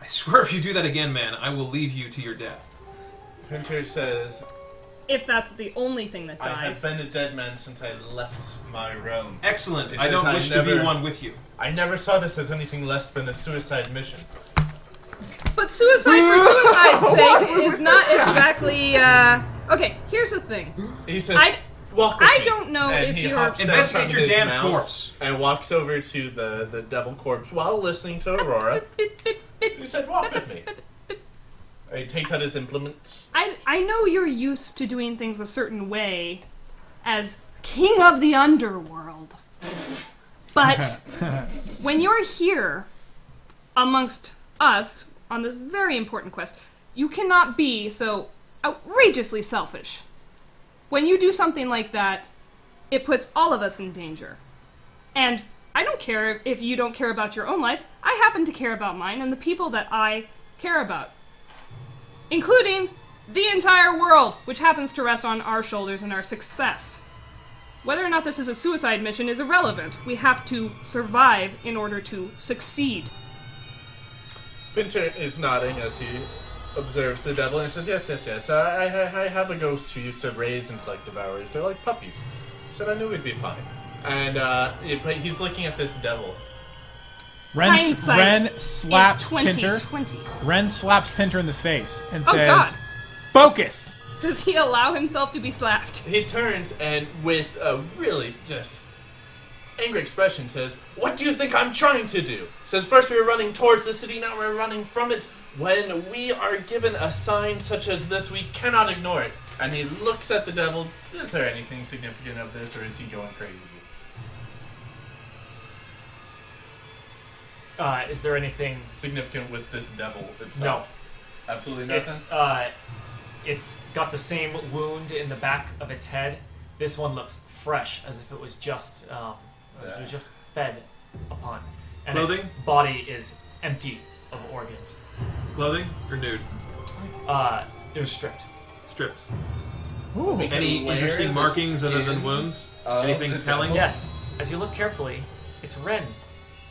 Speaker 6: I swear if you do that again, man, I will leave you to your death.
Speaker 5: Pinter says,
Speaker 4: If that's the only thing that
Speaker 5: I have
Speaker 4: dies.
Speaker 5: been a dead man since I left my realm.
Speaker 6: Excellent.
Speaker 5: It
Speaker 6: I don't
Speaker 5: says I
Speaker 6: wish to be
Speaker 5: never-
Speaker 6: one with you.
Speaker 5: I never saw this as anything less than a suicide mission.
Speaker 4: But suicide for suicide's sake is not exactly. Uh, okay, here's the thing.
Speaker 5: He says,
Speaker 4: I
Speaker 5: "Walk with
Speaker 4: I
Speaker 5: me."
Speaker 4: don't know
Speaker 5: and
Speaker 4: if
Speaker 5: he
Speaker 4: you're-
Speaker 5: hops down
Speaker 6: Investigate
Speaker 5: from
Speaker 6: your
Speaker 5: his
Speaker 6: damned
Speaker 5: mount
Speaker 6: corpse.
Speaker 5: And walks over to the, the devil corpse while listening to Aurora. he said, "Walk with me." And he takes out his implements.
Speaker 4: I I know you're used to doing things a certain way, as king of the underworld. But when you're here, amongst us on this very important quest, you cannot be so outrageously selfish. When you do something like that, it puts all of us in danger. And I don't care if you don't care about your own life. I happen to care about mine and the people that I care about, including the entire world, which happens to rest on our shoulders and our success. Whether or not this is a suicide mission is irrelevant. We have to survive in order to succeed.
Speaker 5: Pinter is nodding as he observes the devil and says, "Yes, yes, yes. I, I, I have a ghost who used to raise like devourers. They're like puppies." He said, "I knew we'd be fine." And uh, it- but he's looking at this devil.
Speaker 3: Ren,
Speaker 4: Hindsight
Speaker 3: Ren
Speaker 4: is
Speaker 3: slaps
Speaker 4: twenty
Speaker 3: Pinter.
Speaker 4: twenty.
Speaker 3: Ren slaps Pinter in the face and
Speaker 4: Oh,
Speaker 3: says,
Speaker 4: God.
Speaker 3: "Focus."
Speaker 4: Does he allow himself to be slapped?
Speaker 5: He turns and, with a really just angry expression, says, "What do you think I'm trying to do?" Says first we were running towards the city, now we're running from it. When we are given a sign such as this, we cannot ignore it. And he looks at the devil. Is there anything significant of this, or is he going crazy?
Speaker 2: Uh, is there anything?
Speaker 5: Significant with this devil
Speaker 2: No.
Speaker 5: itself? No, absolutely nothing.
Speaker 2: It's uh, it's got the same wound in the back of its head. This one looks fresh, as if it was just um, as if it was just fed upon, and its
Speaker 6: Clothing?
Speaker 2: body is empty of organs.
Speaker 6: Clothing or nude?
Speaker 2: Uh, it was stripped.
Speaker 6: Stripped.
Speaker 3: Ooh.
Speaker 6: Any
Speaker 5: Where
Speaker 6: interesting
Speaker 5: the
Speaker 6: markings other than
Speaker 5: skins
Speaker 6: wounds?
Speaker 5: of
Speaker 6: Anything
Speaker 5: the
Speaker 6: telling?
Speaker 5: devil-
Speaker 2: Yes, as you look carefully, it's Ren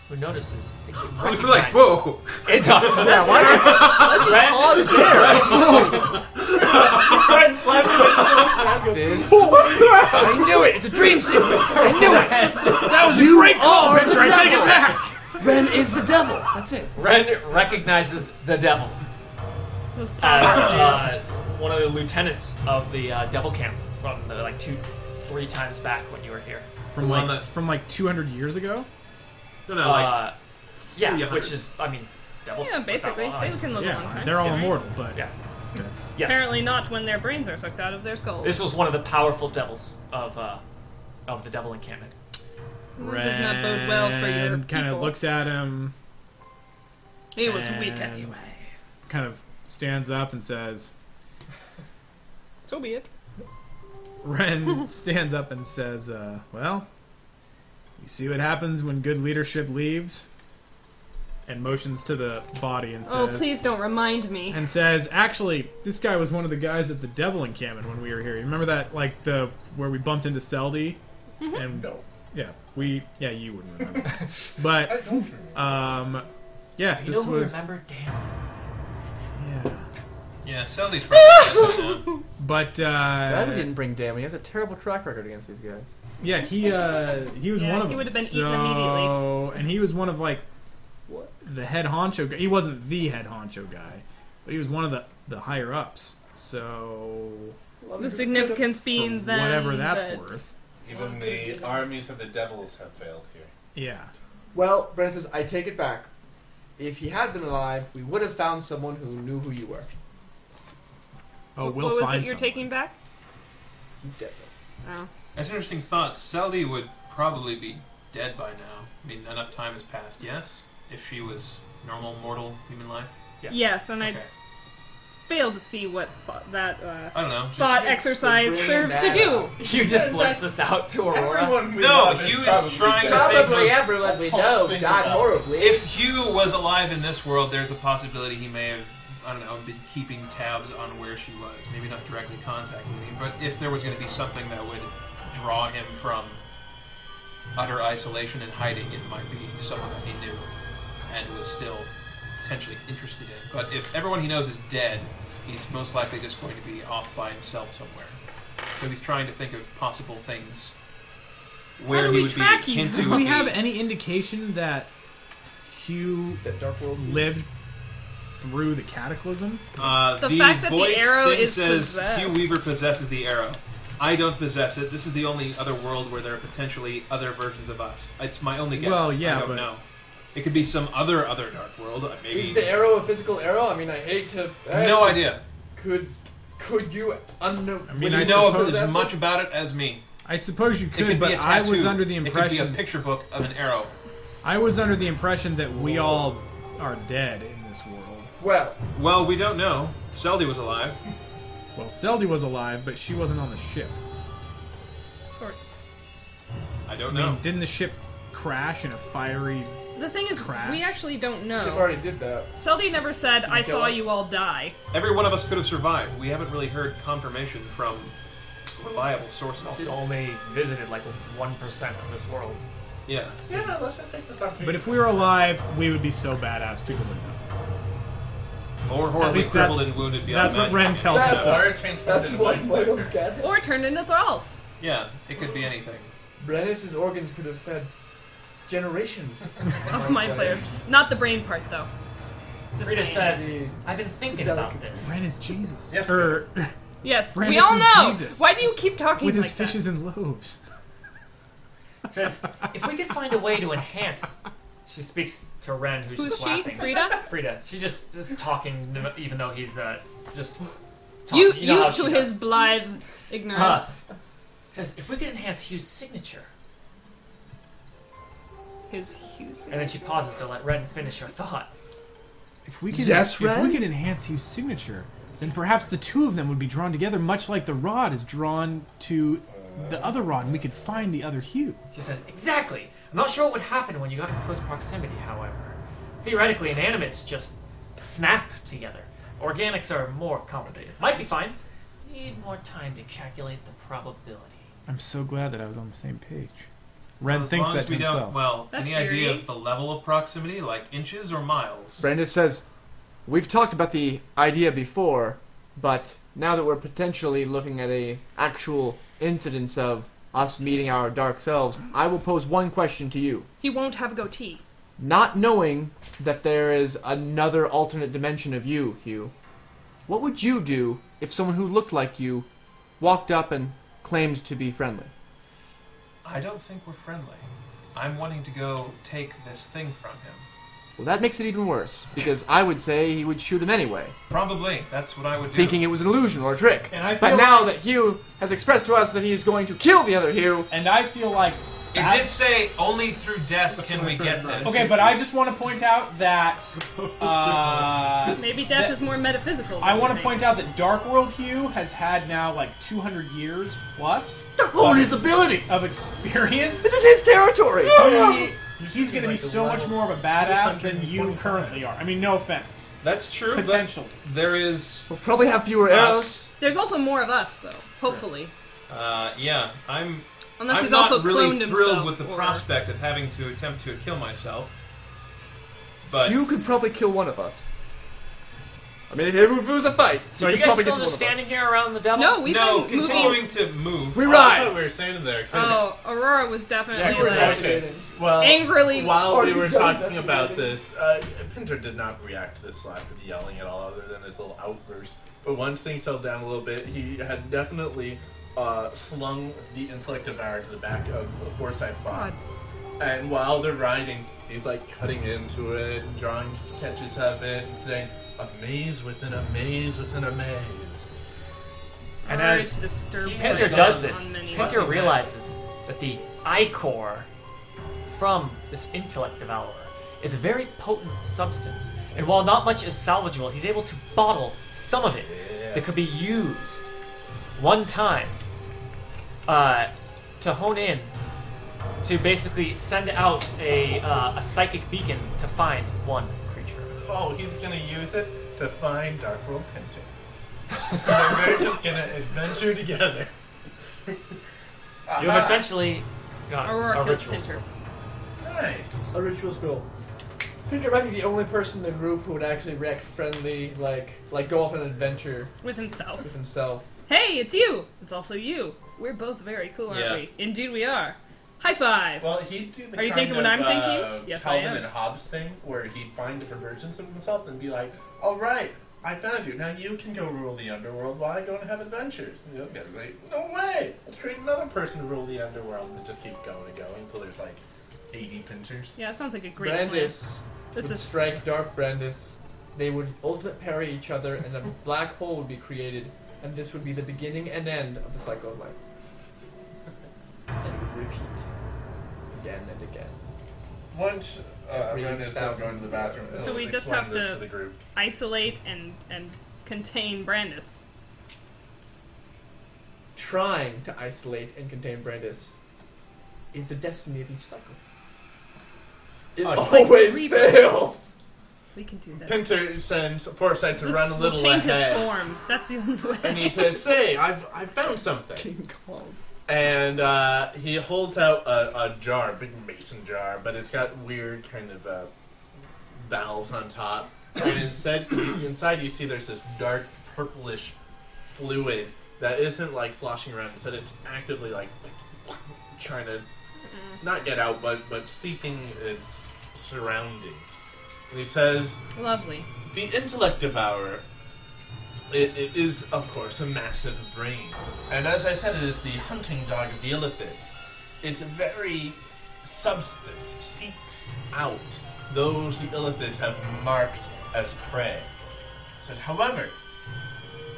Speaker 2: who notices. It
Speaker 6: We're
Speaker 2: recognizes.
Speaker 6: like, whoa!
Speaker 2: It does. yeah, why did Ren,
Speaker 7: This. Oh. I knew it. It's a dream sequence. I knew it. That was a great call, Richard. I take it back. Ren is the devil. That's it.
Speaker 2: Ren recognizes the devil
Speaker 4: Those
Speaker 2: as uh,
Speaker 4: powers
Speaker 2: one of the lieutenants of the uh, devil camp from the, like two, three times back when you were here.
Speaker 3: From
Speaker 6: one
Speaker 3: like
Speaker 6: that-
Speaker 3: from like 200 years ago.
Speaker 6: No, no, like,
Speaker 2: uh, yeah,
Speaker 6: Oh, yeah,
Speaker 2: which
Speaker 6: hundred.
Speaker 2: is, I mean, devils.
Speaker 4: yeah,
Speaker 2: live that
Speaker 4: basically.
Speaker 2: long,
Speaker 4: They
Speaker 2: obviously.
Speaker 4: can live a long
Speaker 3: Yeah,
Speaker 4: time.
Speaker 3: they're all immortal, but
Speaker 2: Yeah.
Speaker 3: that's
Speaker 2: Yes.
Speaker 4: Apparently not when their brains are sucked out of their skulls.
Speaker 2: this was one of the powerful devils of uh, of the devil encampment.
Speaker 4: That does not bode well for your
Speaker 3: kind of
Speaker 4: people.
Speaker 3: looks at him,
Speaker 4: He was weak
Speaker 3: and-
Speaker 4: anyway.
Speaker 3: kind of stands up and says,
Speaker 4: So be it.
Speaker 3: Ren stands up and says, uh, "Well, you see what happens when good leadership leaves. and motions to the body and says,
Speaker 4: Oh, please don't remind me.
Speaker 3: and says, "Actually, this guy was one of the guys at the Devil Encampment when we were here. You remember that, like the where we bumped into Seldy,
Speaker 4: Mm-hmm.
Speaker 3: and
Speaker 9: No.
Speaker 3: yeah, we yeah you wouldn't remember, but
Speaker 9: I don't remember.
Speaker 3: um, yeah,
Speaker 2: You
Speaker 3: this
Speaker 2: don't
Speaker 3: was
Speaker 2: remember? Damn.
Speaker 3: yeah,
Speaker 6: Yeah, sell these probably. yeah.
Speaker 3: but
Speaker 8: Glad we
Speaker 3: uh,
Speaker 8: didn't bring Damn. He has a terrible track record against these guys.
Speaker 3: yeah, he uh he was one
Speaker 4: Yeah, he
Speaker 3: of them.
Speaker 4: would've been
Speaker 3: so,
Speaker 4: eaten immediately.
Speaker 3: and he was one of like the head honcho. Guy. He wasn't the head honcho guy, but he was one of the the higher ups. So
Speaker 4: The significance being
Speaker 3: for
Speaker 4: then
Speaker 3: whatever that's
Speaker 4: that-
Speaker 3: worth.
Speaker 5: Even the armies of the devils have failed here.
Speaker 3: Yeah.
Speaker 8: Well, Brennan says, I take it back. If he had been alive, we would have found someone who knew who you were.
Speaker 3: Oh,
Speaker 4: What
Speaker 3: we'll
Speaker 4: was
Speaker 3: find
Speaker 4: it you're
Speaker 3: someone.
Speaker 4: taking back?
Speaker 8: He's dead. though.
Speaker 4: Oh.
Speaker 6: That's an interesting thought. Seldy would probably be dead by now. I mean, enough time has passed, yes? If she was normal, mortal, human life?
Speaker 2: Yes.
Speaker 4: Yes, and
Speaker 6: Okay.
Speaker 4: I failed to see what thought that uh,
Speaker 6: I don't know. Just-
Speaker 4: thought
Speaker 8: it's
Speaker 4: exercise
Speaker 8: the green
Speaker 4: serves to
Speaker 8: man
Speaker 4: do.
Speaker 2: You just blitzed us out to Aurora.
Speaker 5: Everyone we
Speaker 6: No,
Speaker 5: love
Speaker 6: Hugh is
Speaker 5: probably
Speaker 6: trying
Speaker 5: dead.
Speaker 6: to- Probably
Speaker 8: everyone
Speaker 5: we know died
Speaker 8: horribly.
Speaker 6: If Hugh was alive in this world, there's a possibility he may have, I don't know, been keeping tabs on where she was. Maybe not directly contacting me, but if there was going to be something that would draw him from utter isolation and hiding, it might be someone that he knew and was still potentially interested in. But if everyone he knows is dead, he's most likely just going to be off by himself somewhere. So he's trying to think of possible things where
Speaker 4: do
Speaker 6: he
Speaker 4: we
Speaker 6: would
Speaker 4: track
Speaker 6: be.
Speaker 4: you?
Speaker 6: Hints he
Speaker 3: Do
Speaker 6: would
Speaker 3: we
Speaker 6: be-
Speaker 3: have any indication that Hugh
Speaker 8: that dark world.
Speaker 3: lived through the cataclysm?
Speaker 6: Uh,
Speaker 4: The fact that the
Speaker 6: voice
Speaker 4: arrow
Speaker 6: thing
Speaker 4: is
Speaker 6: says
Speaker 4: possessed.
Speaker 6: Hugh Weaver possesses the arrow. I don't possess it. This is the only other world where there are potentially other versions of us. It's my only guess.
Speaker 3: Well, yeah,
Speaker 6: I don't
Speaker 3: but-
Speaker 6: know. It could be some other other dark world. uh, Maybe
Speaker 8: Is the arrow a physical arrow? I mean, I hate to. ask,
Speaker 6: no
Speaker 8: but
Speaker 6: idea.
Speaker 8: Could could you unknown?
Speaker 3: I mean,
Speaker 6: you
Speaker 3: I
Speaker 6: know
Speaker 3: suppose
Speaker 6: as
Speaker 8: that's
Speaker 6: much about it as me.
Speaker 3: I suppose you
Speaker 6: It
Speaker 3: could,
Speaker 6: could
Speaker 3: but
Speaker 6: be a
Speaker 3: I
Speaker 6: tattoo.
Speaker 3: was under the
Speaker 6: It could be a
Speaker 3: impression
Speaker 6: picture book of an arrow.
Speaker 3: I was under the impression that we all are dead in this world.
Speaker 8: Well,
Speaker 6: Well, we don't know. Seldy was alive.
Speaker 3: Well, Seldy was alive, but she wasn't on the ship.
Speaker 4: Sort.
Speaker 6: I don't
Speaker 3: I mean,
Speaker 6: know.
Speaker 3: didn't the ship crash in a fiery?
Speaker 4: The thing is,
Speaker 3: Crash.
Speaker 4: we actually don't
Speaker 8: she
Speaker 4: know.
Speaker 8: already did that.
Speaker 4: Seldy never said, "I
Speaker 8: kill
Speaker 4: saw
Speaker 8: us?"
Speaker 4: you all die."
Speaker 6: Every one of us could have survived. We haven't really heard confirmation from reliable sources.
Speaker 2: Also, only visited like 1% of this world.
Speaker 6: yeah.
Speaker 5: Yeah, no, let's just take this opportunity.
Speaker 3: But if we were alive, we would be so badass. People would know.
Speaker 6: Or horribly
Speaker 3: least
Speaker 6: crippled
Speaker 3: that's-
Speaker 6: and wounded beyond
Speaker 3: That's what
Speaker 6: magic.
Speaker 3: Ren tells
Speaker 8: That's-
Speaker 3: us.
Speaker 5: Aurora transformed
Speaker 8: That's
Speaker 5: into
Speaker 8: one way
Speaker 5: Black
Speaker 8: to
Speaker 5: Panther.
Speaker 8: look at it.
Speaker 4: Or turned into thralls.
Speaker 6: Yeah, it could be anything.
Speaker 8: Brennus's organs could have fed generations
Speaker 4: Of my players, not the brain part though. Just
Speaker 2: Rita
Speaker 4: saying.
Speaker 2: says,
Speaker 8: Indeed.
Speaker 2: I've been thinking about
Speaker 8: Delicacy.
Speaker 2: this.
Speaker 3: Ren is Jesus.
Speaker 5: Yes,
Speaker 3: Or
Speaker 4: "Yes, we
Speaker 3: Brandis
Speaker 4: all
Speaker 3: is
Speaker 4: know."
Speaker 3: Jesus.
Speaker 4: Why do you keep talking
Speaker 3: with
Speaker 4: like
Speaker 3: his fishes
Speaker 4: that?
Speaker 3: and loaves.
Speaker 2: Says, if we could find a way to enhance. She speaks to Ren, who's,
Speaker 4: Who's
Speaker 2: just
Speaker 4: she?
Speaker 2: laughing.
Speaker 4: Frida?
Speaker 2: Frida. She just is talking, n- even though he's uh, just. Talking.
Speaker 4: You,
Speaker 2: know how
Speaker 4: used to
Speaker 2: she
Speaker 4: his
Speaker 2: does.
Speaker 4: blithe ignorance,
Speaker 2: Says, if we could enhance Hugh's signature.
Speaker 4: his hues.
Speaker 2: And then she pauses to let Ren finish her thought.
Speaker 3: If we could,
Speaker 8: Yes,
Speaker 3: if
Speaker 8: Ren?
Speaker 3: we could enhance Hugh's signature, then perhaps the two of them would be drawn together, much like the rod is drawn to the other rod, and we could find the other Hugh.
Speaker 2: She says, exactly. I'm not sure what would happen when you got in close proximity, however. Theoretically, inanimates just snap together. Organics are more complicated. Might be fine. Need more time to calculate the probability.
Speaker 3: I'm so glad that I was on the same page.
Speaker 6: Well,
Speaker 3: Ren
Speaker 6: as
Speaker 3: thinks
Speaker 6: long
Speaker 3: that
Speaker 6: as
Speaker 3: to
Speaker 6: we
Speaker 3: himself.
Speaker 6: Don't, well,
Speaker 4: That's
Speaker 6: any idea
Speaker 4: eerie.
Speaker 6: of the level of proximity, like inches or miles?
Speaker 8: Brandis says, "We've talked about the idea before, but now that we're potentially looking at a actual incidence of us meeting our dark selves, I will pose one question to you.
Speaker 4: He won't have a goatee.
Speaker 8: Not knowing that there is another alternate dimension of you, Hugh, what would you do if someone who looked like you walked up and claimed to be friendly?
Speaker 6: I don't think we're friendly. I'm wanting to go take this thing from him.
Speaker 8: Well, that makes it even worse because I would say he would shoot him anyway."
Speaker 6: Probably. That's what I would do.
Speaker 8: thinking it was an illusion or a trick.
Speaker 3: And I
Speaker 8: but
Speaker 3: feel-
Speaker 8: now that Hugh has expressed to us that he is going to kill the other Hugh,
Speaker 3: And I feel like
Speaker 6: it did say only through death can we get this.
Speaker 3: Okay, but I just want to point out that uh,
Speaker 4: Maybe death
Speaker 3: that-
Speaker 4: is more metaphysical.
Speaker 3: I want to point out that Dark World Hugh has had now like 200 years plus.
Speaker 4: out
Speaker 7: ruin his abilities.
Speaker 10: of experience.
Speaker 7: Uh, This is his territory.
Speaker 10: He- he's going to be
Speaker 2: like the
Speaker 10: so much
Speaker 2: level
Speaker 10: more of a badass than
Speaker 2: 220
Speaker 10: you currently are. I mean, no offense.
Speaker 6: That's true. but
Speaker 10: Potentially.
Speaker 6: There is
Speaker 7: We'll probably have fewer arrows.
Speaker 6: us.
Speaker 4: There's also more of us, though. Hopefully,
Speaker 6: Uh, yeah, I'm.
Speaker 4: unless
Speaker 6: I'm
Speaker 4: he's
Speaker 6: not
Speaker 4: also
Speaker 6: really
Speaker 4: cloned
Speaker 6: thrilled
Speaker 4: himself.
Speaker 6: with the
Speaker 4: or-
Speaker 6: prospect of having to attempt to kill myself. But
Speaker 7: You could probably kill one of us. I mean, if it was a fight,
Speaker 2: So
Speaker 7: you
Speaker 2: are
Speaker 7: could
Speaker 2: you guys
Speaker 7: probably
Speaker 2: still just
Speaker 7: get to one of us.
Speaker 2: standing here around the devil?
Speaker 4: No, we've
Speaker 6: no,
Speaker 4: been
Speaker 6: continuing
Speaker 4: moving.
Speaker 6: to move.
Speaker 7: We
Speaker 5: Oh, I thought
Speaker 7: ride.
Speaker 5: we were standing there.
Speaker 4: Oh, Aurora was definitely
Speaker 2: Yeah, we're
Speaker 4: like,
Speaker 5: Okay. Well,
Speaker 4: angrily.
Speaker 5: while
Speaker 7: Are
Speaker 5: we
Speaker 7: you
Speaker 5: were
Speaker 7: done
Speaker 5: talking about
Speaker 7: investigating?
Speaker 5: this, uh, Pinter did not react to the slap of the yelling at all, other than his little outburst. But once things settled down a little bit, he had definitely uh, slung the intellect devourer to the back of the Forsyth
Speaker 4: God.
Speaker 5: bot. And while they're riding, he's like cutting into it and drawing sketches of it and saying, "A maze within a maze within a maze."
Speaker 2: And
Speaker 4: Very
Speaker 2: as
Speaker 4: disturbing.
Speaker 2: Pinter
Speaker 4: on
Speaker 2: does this,
Speaker 4: many
Speaker 2: Pinter
Speaker 4: levels.
Speaker 2: realizes that the ichor from this intellect devourer is a very potent substance, and while not much is salvageable, he's able to bottle some of it that could be used one time uh, to hone in, to basically send out a, uh, a psychic beacon to find one creature.
Speaker 5: Oh, he's gonna use it to find Darkworld Pinter. and they're just gonna adventure together.
Speaker 2: You
Speaker 5: Uh-huh.
Speaker 2: have essentially got
Speaker 4: Aurora
Speaker 2: a
Speaker 4: kills
Speaker 2: ritual.
Speaker 4: Pinter.
Speaker 5: Nice.
Speaker 7: A ritual scroll. Pinter might be the only person in the group who would actually react friendly, like like go off on an adventure
Speaker 4: with himself.
Speaker 7: with himself.
Speaker 4: Hey, it's you. It's also you. We're both very cool, aren't
Speaker 6: Yeah.
Speaker 4: we? Indeed, we are. High five.
Speaker 5: Well, he'd do the
Speaker 4: Are you
Speaker 5: kind
Speaker 4: thinking what
Speaker 5: of,
Speaker 4: I'm
Speaker 5: uh,
Speaker 4: thinking? Yes, I
Speaker 5: Calvin
Speaker 4: am.
Speaker 5: and Hobbes thing, where he'd find different versions of himself and be like, "All right, I found you. Now you can go rule the underworld while I go and have adventures." And you'll get like, "No way! Let's create another person to rule the underworld and just keep going and going until there's like 80 pinchers."
Speaker 4: yeah, that sounds like a great plan.
Speaker 7: Brandis
Speaker 4: This
Speaker 7: would
Speaker 4: is
Speaker 7: strike Dark Brandis. They would ultimate parry each other, and a black hole would be created, and this would be the beginning and end of the cycle of life. and it would repeat again and again.
Speaker 5: Once uh,
Speaker 7: Every
Speaker 5: Ren is done going
Speaker 7: thousand.
Speaker 5: to the bathroom,
Speaker 7: So
Speaker 5: he'll
Speaker 4: we just
Speaker 5: explain
Speaker 4: have
Speaker 5: this
Speaker 4: to-
Speaker 5: to the group.
Speaker 4: isolate and and contain Brandis.
Speaker 7: Trying to isolate and contain Brandis is the destiny of each cycle. It
Speaker 5: Oh,
Speaker 7: always fails.
Speaker 4: We can do that.
Speaker 5: Pinter sends Foresight to
Speaker 4: This
Speaker 5: run a
Speaker 4: will
Speaker 5: little
Speaker 4: change his
Speaker 5: ahead,
Speaker 4: form. That's the only way.
Speaker 5: and he says, "Say, I've I found something."
Speaker 7: King Kong.
Speaker 5: and uh, he holds out a, a jar, a big mason jar, but it's got weird kind of uh, valves on top. And inside, inside, you see there's this dark purplish fluid that isn't like sloshing around. Instead, it's actively like trying to not get out, but but seeking its surroundings. And he says,
Speaker 4: Lovely.
Speaker 5: the intellect devourer. It, it is, of course, a massive brain, and as I said, it is the hunting dog of the illithids. Its very substance seeks out those the illithids have marked as prey. Says, however,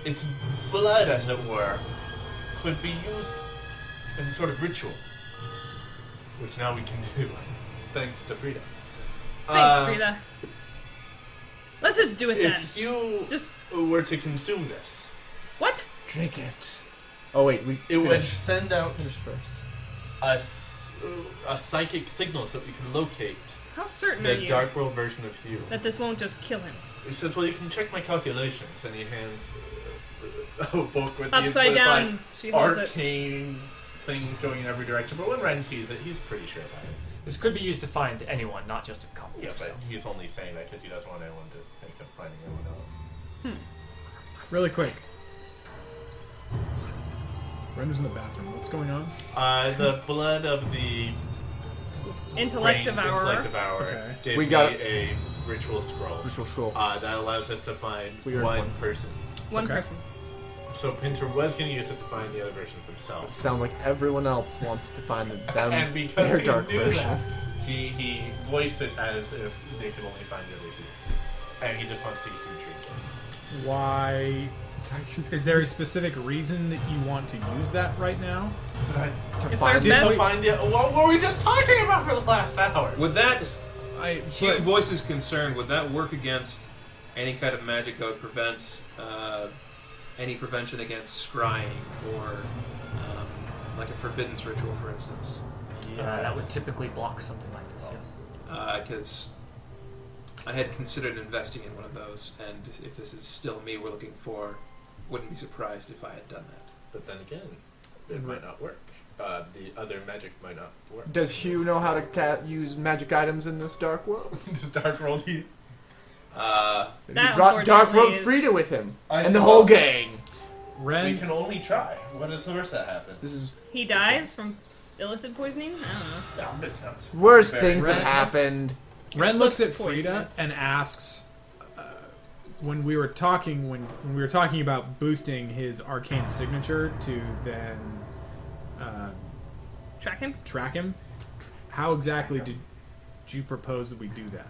Speaker 5: its blood, as it were, could be used in sort of ritual, which now we can do, thanks to Frida. Uh,
Speaker 4: Thanks,
Speaker 3: Uh,
Speaker 4: Frida. Let's just do it then.
Speaker 5: If you
Speaker 4: Just
Speaker 5: were to consume this,
Speaker 4: what?
Speaker 7: Drink it. Oh wait, we
Speaker 5: it would send out
Speaker 7: finish first.
Speaker 5: a, s- a psychic signal so that we can locate
Speaker 4: How certain are
Speaker 5: the
Speaker 4: you
Speaker 5: dark world version of you.
Speaker 4: that this won't just kill him?
Speaker 5: It says, "Well, you can check my calculations," and he hands a book with these
Speaker 4: Upside
Speaker 5: sort of,
Speaker 4: down. she
Speaker 5: like,
Speaker 4: holds it.
Speaker 5: arcane things going in every direction. But when Ren sees it, he's pretty sure about it.
Speaker 2: This could be used to find anyone, not just a couple.
Speaker 5: Yeah,
Speaker 2: so.
Speaker 5: but he's only saying that because he doesn't want anyone to think of finding anyone else.
Speaker 3: Really quick. Render's in the bathroom. What's going on?
Speaker 5: Uh, the blood of the
Speaker 4: Intellect
Speaker 5: brain,
Speaker 4: devourer.
Speaker 5: intellect devourer
Speaker 3: Okay.
Speaker 5: gave
Speaker 7: We got
Speaker 5: me a ritual scroll.
Speaker 7: Ritual scroll.
Speaker 5: Uh, that allows us to find
Speaker 7: We are
Speaker 5: one
Speaker 7: one.
Speaker 5: person.
Speaker 4: One
Speaker 3: Okay.
Speaker 4: person.
Speaker 5: So Pinter was going to use it to find the other version of himself.
Speaker 7: Sound like everyone else wants to find them
Speaker 5: And because
Speaker 7: their
Speaker 5: he
Speaker 7: dark
Speaker 5: knew
Speaker 7: version.
Speaker 5: that, he, he voiced it as if they could only find the other two. And he just wants to use him drink it.
Speaker 3: Why?
Speaker 7: It's actually
Speaker 3: Is there a specific reason that you want to use that right now?
Speaker 5: So that,
Speaker 7: to
Speaker 4: It's our
Speaker 7: find
Speaker 5: to
Speaker 4: best.
Speaker 5: find the... What were we just talking about for the last hour?
Speaker 2: Uh,
Speaker 6: With that
Speaker 3: I
Speaker 6: huge voice is concerned, would that work against any kind of magic that would prevent uh, any prevention against scrying or um, like a forbiddance ritual, for instance,
Speaker 2: Uh, that would typically block something like this, yes.
Speaker 6: because Uh, I had considered investing in one of those, and if this is still me we're looking for, wouldn't be surprised if I had done that.
Speaker 5: But then again, it might not work. Uh, the other magic might not work.
Speaker 7: Does Hugh know how to ca- use magic items in this dark world?
Speaker 5: Does Dark World he
Speaker 6: Uh,
Speaker 4: That
Speaker 7: he brought Dark
Speaker 4: unfortunately
Speaker 7: World
Speaker 4: is-
Speaker 7: Frida with him.
Speaker 5: I
Speaker 7: and the
Speaker 5: know.
Speaker 7: whole gang.
Speaker 3: Ren,
Speaker 5: we can only try. What is the worst that happens?
Speaker 7: This is
Speaker 4: He dies from illicit poisoning? I don't know.
Speaker 5: It sounds
Speaker 7: worst
Speaker 5: very
Speaker 7: things
Speaker 3: Ren-
Speaker 7: that happened.
Speaker 3: Ren looks
Speaker 4: looks
Speaker 3: at Frida
Speaker 4: poisonous.
Speaker 3: and asks, uh, "When we were talking, when when we were talking about boosting his arcane signature to then uh,
Speaker 4: Track him?
Speaker 3: track him, how exactly did, did you propose that we do that?"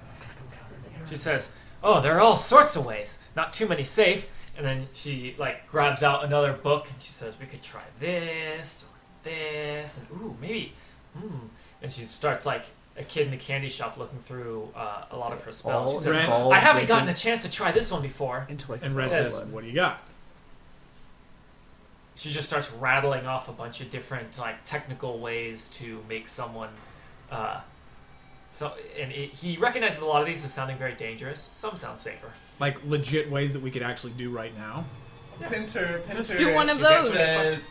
Speaker 2: She says, "Oh, there are all sorts of ways. Not too many safe." And then she like grabs out another book and she says, "We could try this or this, and ooh, maybe." Hmm. And she starts like a kid in a candy shop looking through uh, a lot of her spells. She
Speaker 7: All
Speaker 2: says,
Speaker 3: Ren-
Speaker 7: involved
Speaker 2: "I haven't
Speaker 7: with
Speaker 2: gotten
Speaker 7: an
Speaker 2: a chance to try this one before."
Speaker 7: intellectual
Speaker 3: And Ren
Speaker 2: Says-
Speaker 3: says, "What do you got?"
Speaker 2: She just starts rattling off a bunch of different like technical ways to make someone. Uh, so and it, he recognizes a lot of these as sounding very dangerous. Some sound safer.
Speaker 3: Like legit ways that we could actually do right now.
Speaker 5: Pinter, Pinter
Speaker 4: Let's do one of
Speaker 2: those.
Speaker 5: Says,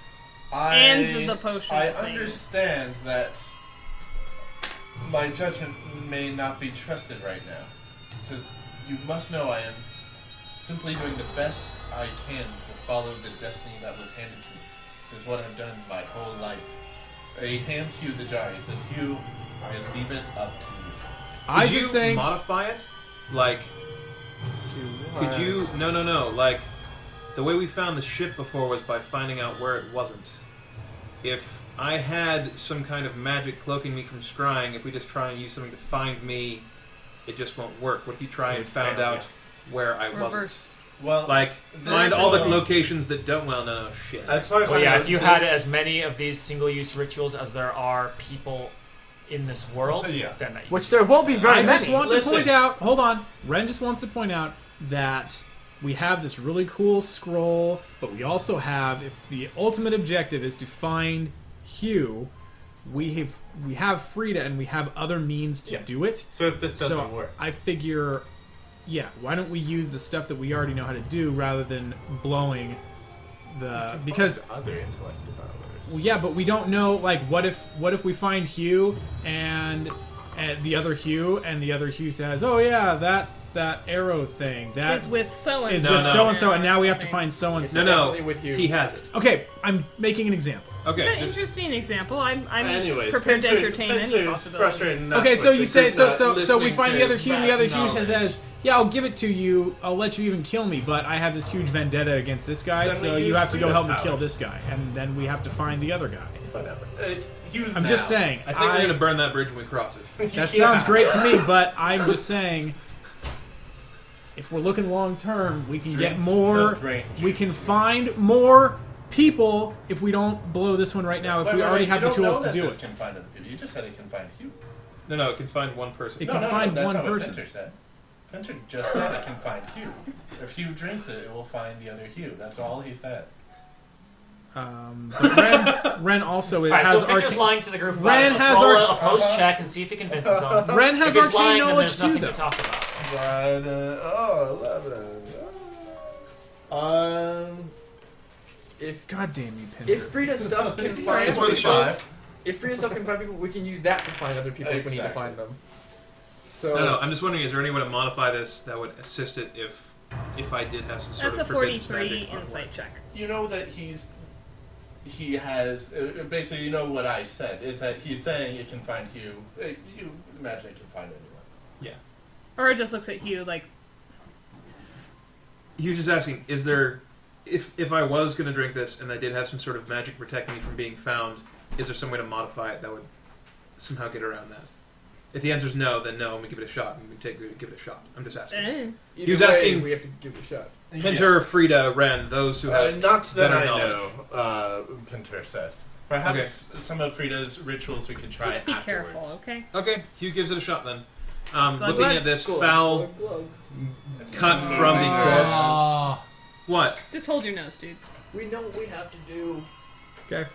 Speaker 5: I,
Speaker 4: And the potion
Speaker 5: I
Speaker 4: thing.
Speaker 5: understand that my judgment may not be trusted right now. Says you must know I am simply doing the best I can to follow the destiny that was handed to me. This is what I've done my whole life. He hands you the jar. He says, "You, I leave it up to you."
Speaker 3: I
Speaker 6: could
Speaker 3: just
Speaker 6: you
Speaker 3: think
Speaker 6: modify it, like
Speaker 7: To,
Speaker 6: Could you? No, no, no. Like, the way we found the ship before was by finding out where it wasn't. If I had some kind of magic cloaking me from scrying, if we just try and use something to find me, it just won't work. What if you try
Speaker 2: It
Speaker 6: and
Speaker 2: would
Speaker 6: found
Speaker 2: fail,
Speaker 6: out where I wasn't?
Speaker 4: Reverse.
Speaker 5: Well,
Speaker 6: Like,
Speaker 5: This
Speaker 6: find all the
Speaker 5: is-
Speaker 6: locations that don't. Well, no, shit.
Speaker 5: as far as
Speaker 2: Well,
Speaker 5: I
Speaker 2: yeah,
Speaker 5: know,
Speaker 2: if you had
Speaker 5: this-
Speaker 2: as many of these single-use rituals as there are people in this world,
Speaker 5: Yeah.
Speaker 2: then that you
Speaker 7: Which there won't be very
Speaker 3: I just
Speaker 7: many.
Speaker 3: want
Speaker 5: Listen.
Speaker 3: to point out. Hold on. Ren just wants to point out that we have this really cool scroll, but we also have, if the ultimate objective is to find Hugh, we have we have Frida, and we have other means to
Speaker 5: Yeah.
Speaker 3: do it.
Speaker 5: So if this doesn't
Speaker 3: so
Speaker 5: work,
Speaker 3: I figure, yeah, why don't we use the stuff that we already know how to do rather than blowing the because
Speaker 5: other intellectual powers.
Speaker 3: well, yeah, but we don't know. Like, what if what if we find Hugh and, and the other Hugh, and the other Hugh says, "Oh yeah, that that arrow thing that
Speaker 4: Is with so and
Speaker 3: is
Speaker 4: so.
Speaker 6: No,
Speaker 3: with
Speaker 6: no.
Speaker 3: so and so, and now we have to find so and
Speaker 7: It's
Speaker 3: so."
Speaker 6: no, no.
Speaker 7: Definitely with you.
Speaker 6: He has it.
Speaker 3: Okay, I'm making an example.
Speaker 4: It's an
Speaker 6: Okay. just-
Speaker 4: interesting example. I'm, I'm
Speaker 5: Anywated.
Speaker 4: prepared to entertain any possibility.
Speaker 3: Okay, so you say so so so we find the other Hugh, and the other Hugh says, "Yeah, I'll give it to you. I'll let you even kill me, but I have this huge vendetta against this guy,
Speaker 5: Then we
Speaker 3: so
Speaker 5: use
Speaker 3: you have to go
Speaker 5: Frida's
Speaker 3: help me
Speaker 5: powers.
Speaker 3: kill this guy, and then we have to find the other guy."
Speaker 5: Whatever. It's Hughes
Speaker 3: I'm
Speaker 5: now.
Speaker 3: just saying.
Speaker 6: I think we're gonna burn that bridge when we cross it.
Speaker 3: That
Speaker 5: Yeah.
Speaker 3: sounds great to me, but I'm just saying, if we're looking long term, we can get
Speaker 5: Drink
Speaker 3: more.
Speaker 5: the brain
Speaker 3: We
Speaker 5: juice.
Speaker 3: can find more people if we don't blow this one right now. If
Speaker 5: Wait,
Speaker 3: we
Speaker 5: wait,
Speaker 3: already
Speaker 5: wait,
Speaker 3: have
Speaker 5: you
Speaker 3: the
Speaker 5: don't know
Speaker 3: tools to
Speaker 5: that
Speaker 3: do
Speaker 5: this
Speaker 3: it.
Speaker 5: Can find other people. You just said it can find Hugh.
Speaker 6: No, no. It can find one person.
Speaker 3: It
Speaker 5: No,
Speaker 3: can
Speaker 5: no, no,
Speaker 3: find
Speaker 5: that's
Speaker 3: one
Speaker 5: not what
Speaker 3: person.
Speaker 5: Pinter said. Pinter just said it can find Hugh. If Hugh drinks it, it will find the other Hugh. That's all he said.
Speaker 3: Um, but Ren's, Ren also
Speaker 2: All right,
Speaker 3: has
Speaker 2: so Victor's
Speaker 3: arca-
Speaker 2: lying to the group. About
Speaker 3: Ren
Speaker 2: it. Let's
Speaker 3: has
Speaker 2: roll
Speaker 3: arc-
Speaker 2: a post check and see if he convinces them.
Speaker 3: Ren
Speaker 2: if
Speaker 3: has
Speaker 2: he's
Speaker 3: arcane
Speaker 2: lying, then there's
Speaker 3: knowledge too,
Speaker 2: nothing
Speaker 3: though.
Speaker 2: to talk about.
Speaker 5: But, uh, oh, 11. Um,
Speaker 7: If
Speaker 3: God damn you, Pinter.
Speaker 7: if Frida stuff can find
Speaker 5: it's worth a
Speaker 7: people,
Speaker 5: shot.
Speaker 7: if Frida stuff can find people, we can use that to find other people if we need to
Speaker 5: Exactly.
Speaker 7: find them. So
Speaker 6: No, no. I'm just wondering, is there any way to modify this that would assist it if, if I did have some sort
Speaker 4: That's a
Speaker 6: of forbiddance
Speaker 4: 43
Speaker 6: magic on it?
Speaker 4: insight check.
Speaker 5: You know that he's. He has. Uh, basically, you know what I said is that he's saying it can find Hugh. Uh, you imagine it can find anyone.
Speaker 6: Yeah.
Speaker 4: Or it just looks at you like,
Speaker 6: he was just asking is there if if i was going to drink this and i did have some sort of magic protecting me from being found is there some way to modify it that would somehow get around that if the answer is no then no and we give it a shot and we take we give it a shot i'm just asking
Speaker 4: eh.
Speaker 7: either
Speaker 6: He was
Speaker 7: way,
Speaker 6: asking-
Speaker 7: we have to give it a shot.
Speaker 6: Pinter, Frida, Ren, those who
Speaker 5: Uh,
Speaker 6: have
Speaker 5: not that
Speaker 6: better
Speaker 5: I
Speaker 6: knowledge.
Speaker 5: know, uh, Pinter says. Perhaps some of Frida's rituals we could try
Speaker 4: just be
Speaker 5: afterwards.
Speaker 4: careful, okay?
Speaker 6: Okay, Hugh gives it a shot then. Um,
Speaker 4: Glug,
Speaker 6: looking
Speaker 4: glug.
Speaker 6: at this
Speaker 7: Glug,
Speaker 6: foul
Speaker 7: glug, glug.
Speaker 6: cut from the corpse.
Speaker 3: Ah.
Speaker 6: What?
Speaker 4: Just hold your nose, dude.
Speaker 7: We know what we have to do.
Speaker 3: Okay.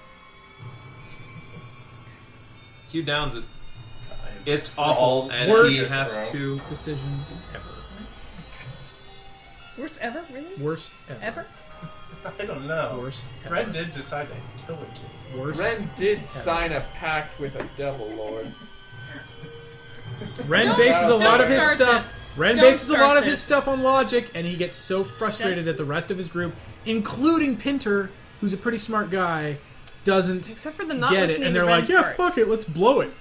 Speaker 6: Hugh Downs, it, it's awful,
Speaker 5: all-
Speaker 6: and he
Speaker 5: Worst
Speaker 6: has
Speaker 5: throw.
Speaker 6: to.
Speaker 3: Decision ever.
Speaker 4: Worst ever, really?
Speaker 3: Worst ever.
Speaker 4: Ever?
Speaker 5: I don't know.
Speaker 3: Worst ever.
Speaker 5: Red did decide to kill it.
Speaker 3: Worst.
Speaker 7: Ren did sign a pact with a devil lord.
Speaker 3: Ren
Speaker 4: Don't-
Speaker 3: bases a
Speaker 4: don't
Speaker 3: lot of his
Speaker 4: start
Speaker 3: stuff.
Speaker 4: this.
Speaker 3: Ren
Speaker 4: Don't
Speaker 3: bases a
Speaker 4: start
Speaker 3: lot of his
Speaker 4: this.
Speaker 3: stuff on logic, and he gets so frustrated
Speaker 4: That's-
Speaker 3: that the rest of his group, including Pinter, who's a pretty smart guy, doesn't
Speaker 4: Except for the not
Speaker 3: get it,
Speaker 4: listening
Speaker 3: and
Speaker 4: to
Speaker 3: they're
Speaker 4: Ren
Speaker 3: like, "Yeah,
Speaker 4: part.
Speaker 3: fuck it, let's blow it."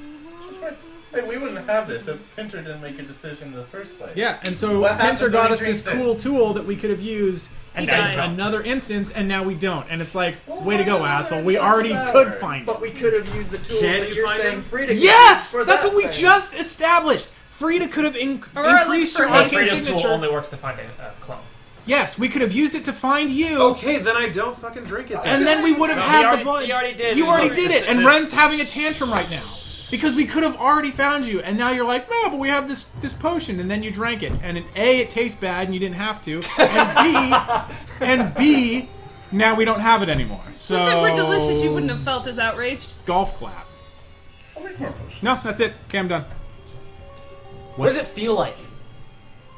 Speaker 5: Hey, we wouldn't have this if Pinter didn't make a decision in the first place.
Speaker 3: Yeah, and so
Speaker 5: What happens
Speaker 3: Pinter
Speaker 5: when
Speaker 3: got
Speaker 5: he
Speaker 3: us this
Speaker 5: drinks it?
Speaker 3: cool tool that we could have used, and
Speaker 4: He
Speaker 3: then
Speaker 4: dies.
Speaker 3: another instance, and now we don't. And it's like,
Speaker 5: Well,
Speaker 3: way to
Speaker 5: why
Speaker 3: go,
Speaker 5: not?
Speaker 3: asshole!
Speaker 5: It's
Speaker 3: We
Speaker 5: not
Speaker 3: already
Speaker 5: bad.
Speaker 3: could find it.
Speaker 7: But we could have used the tools
Speaker 6: Can't
Speaker 7: that
Speaker 6: you
Speaker 7: you're
Speaker 6: find
Speaker 7: saying
Speaker 6: them?
Speaker 7: Frida. could
Speaker 3: Yes,
Speaker 7: use for
Speaker 3: that's
Speaker 7: that
Speaker 3: what we
Speaker 7: thing.
Speaker 3: just established. Frida could have in-
Speaker 4: Or at
Speaker 3: increased
Speaker 4: least
Speaker 3: her
Speaker 4: for
Speaker 2: Well,
Speaker 4: Well,
Speaker 3: AK
Speaker 4: his
Speaker 2: Fredo's tool
Speaker 3: signature.
Speaker 2: only works to find a, a clone.
Speaker 3: Yes, we could have used it to find you.
Speaker 6: Okay, then I don't fucking drink it. Then.
Speaker 3: And then we would have
Speaker 2: No, he
Speaker 3: had the
Speaker 2: already-
Speaker 3: blood.
Speaker 2: he already did.
Speaker 3: You
Speaker 2: He
Speaker 3: already
Speaker 2: already
Speaker 3: did it,
Speaker 2: said
Speaker 3: and
Speaker 2: this.
Speaker 3: Ren's having a tantrum right now because we could have already found you, and now you're like, no, but we have this this potion, and then you drank it, and in a it tastes bad, and you didn't have to, and b and b now we don't have it anymore. So
Speaker 4: If it were delicious, you wouldn't have felt as outraged.
Speaker 3: golf clap.
Speaker 5: I'll make more potions.
Speaker 3: No, that's it. Okay, I'm done.
Speaker 2: What does it feel like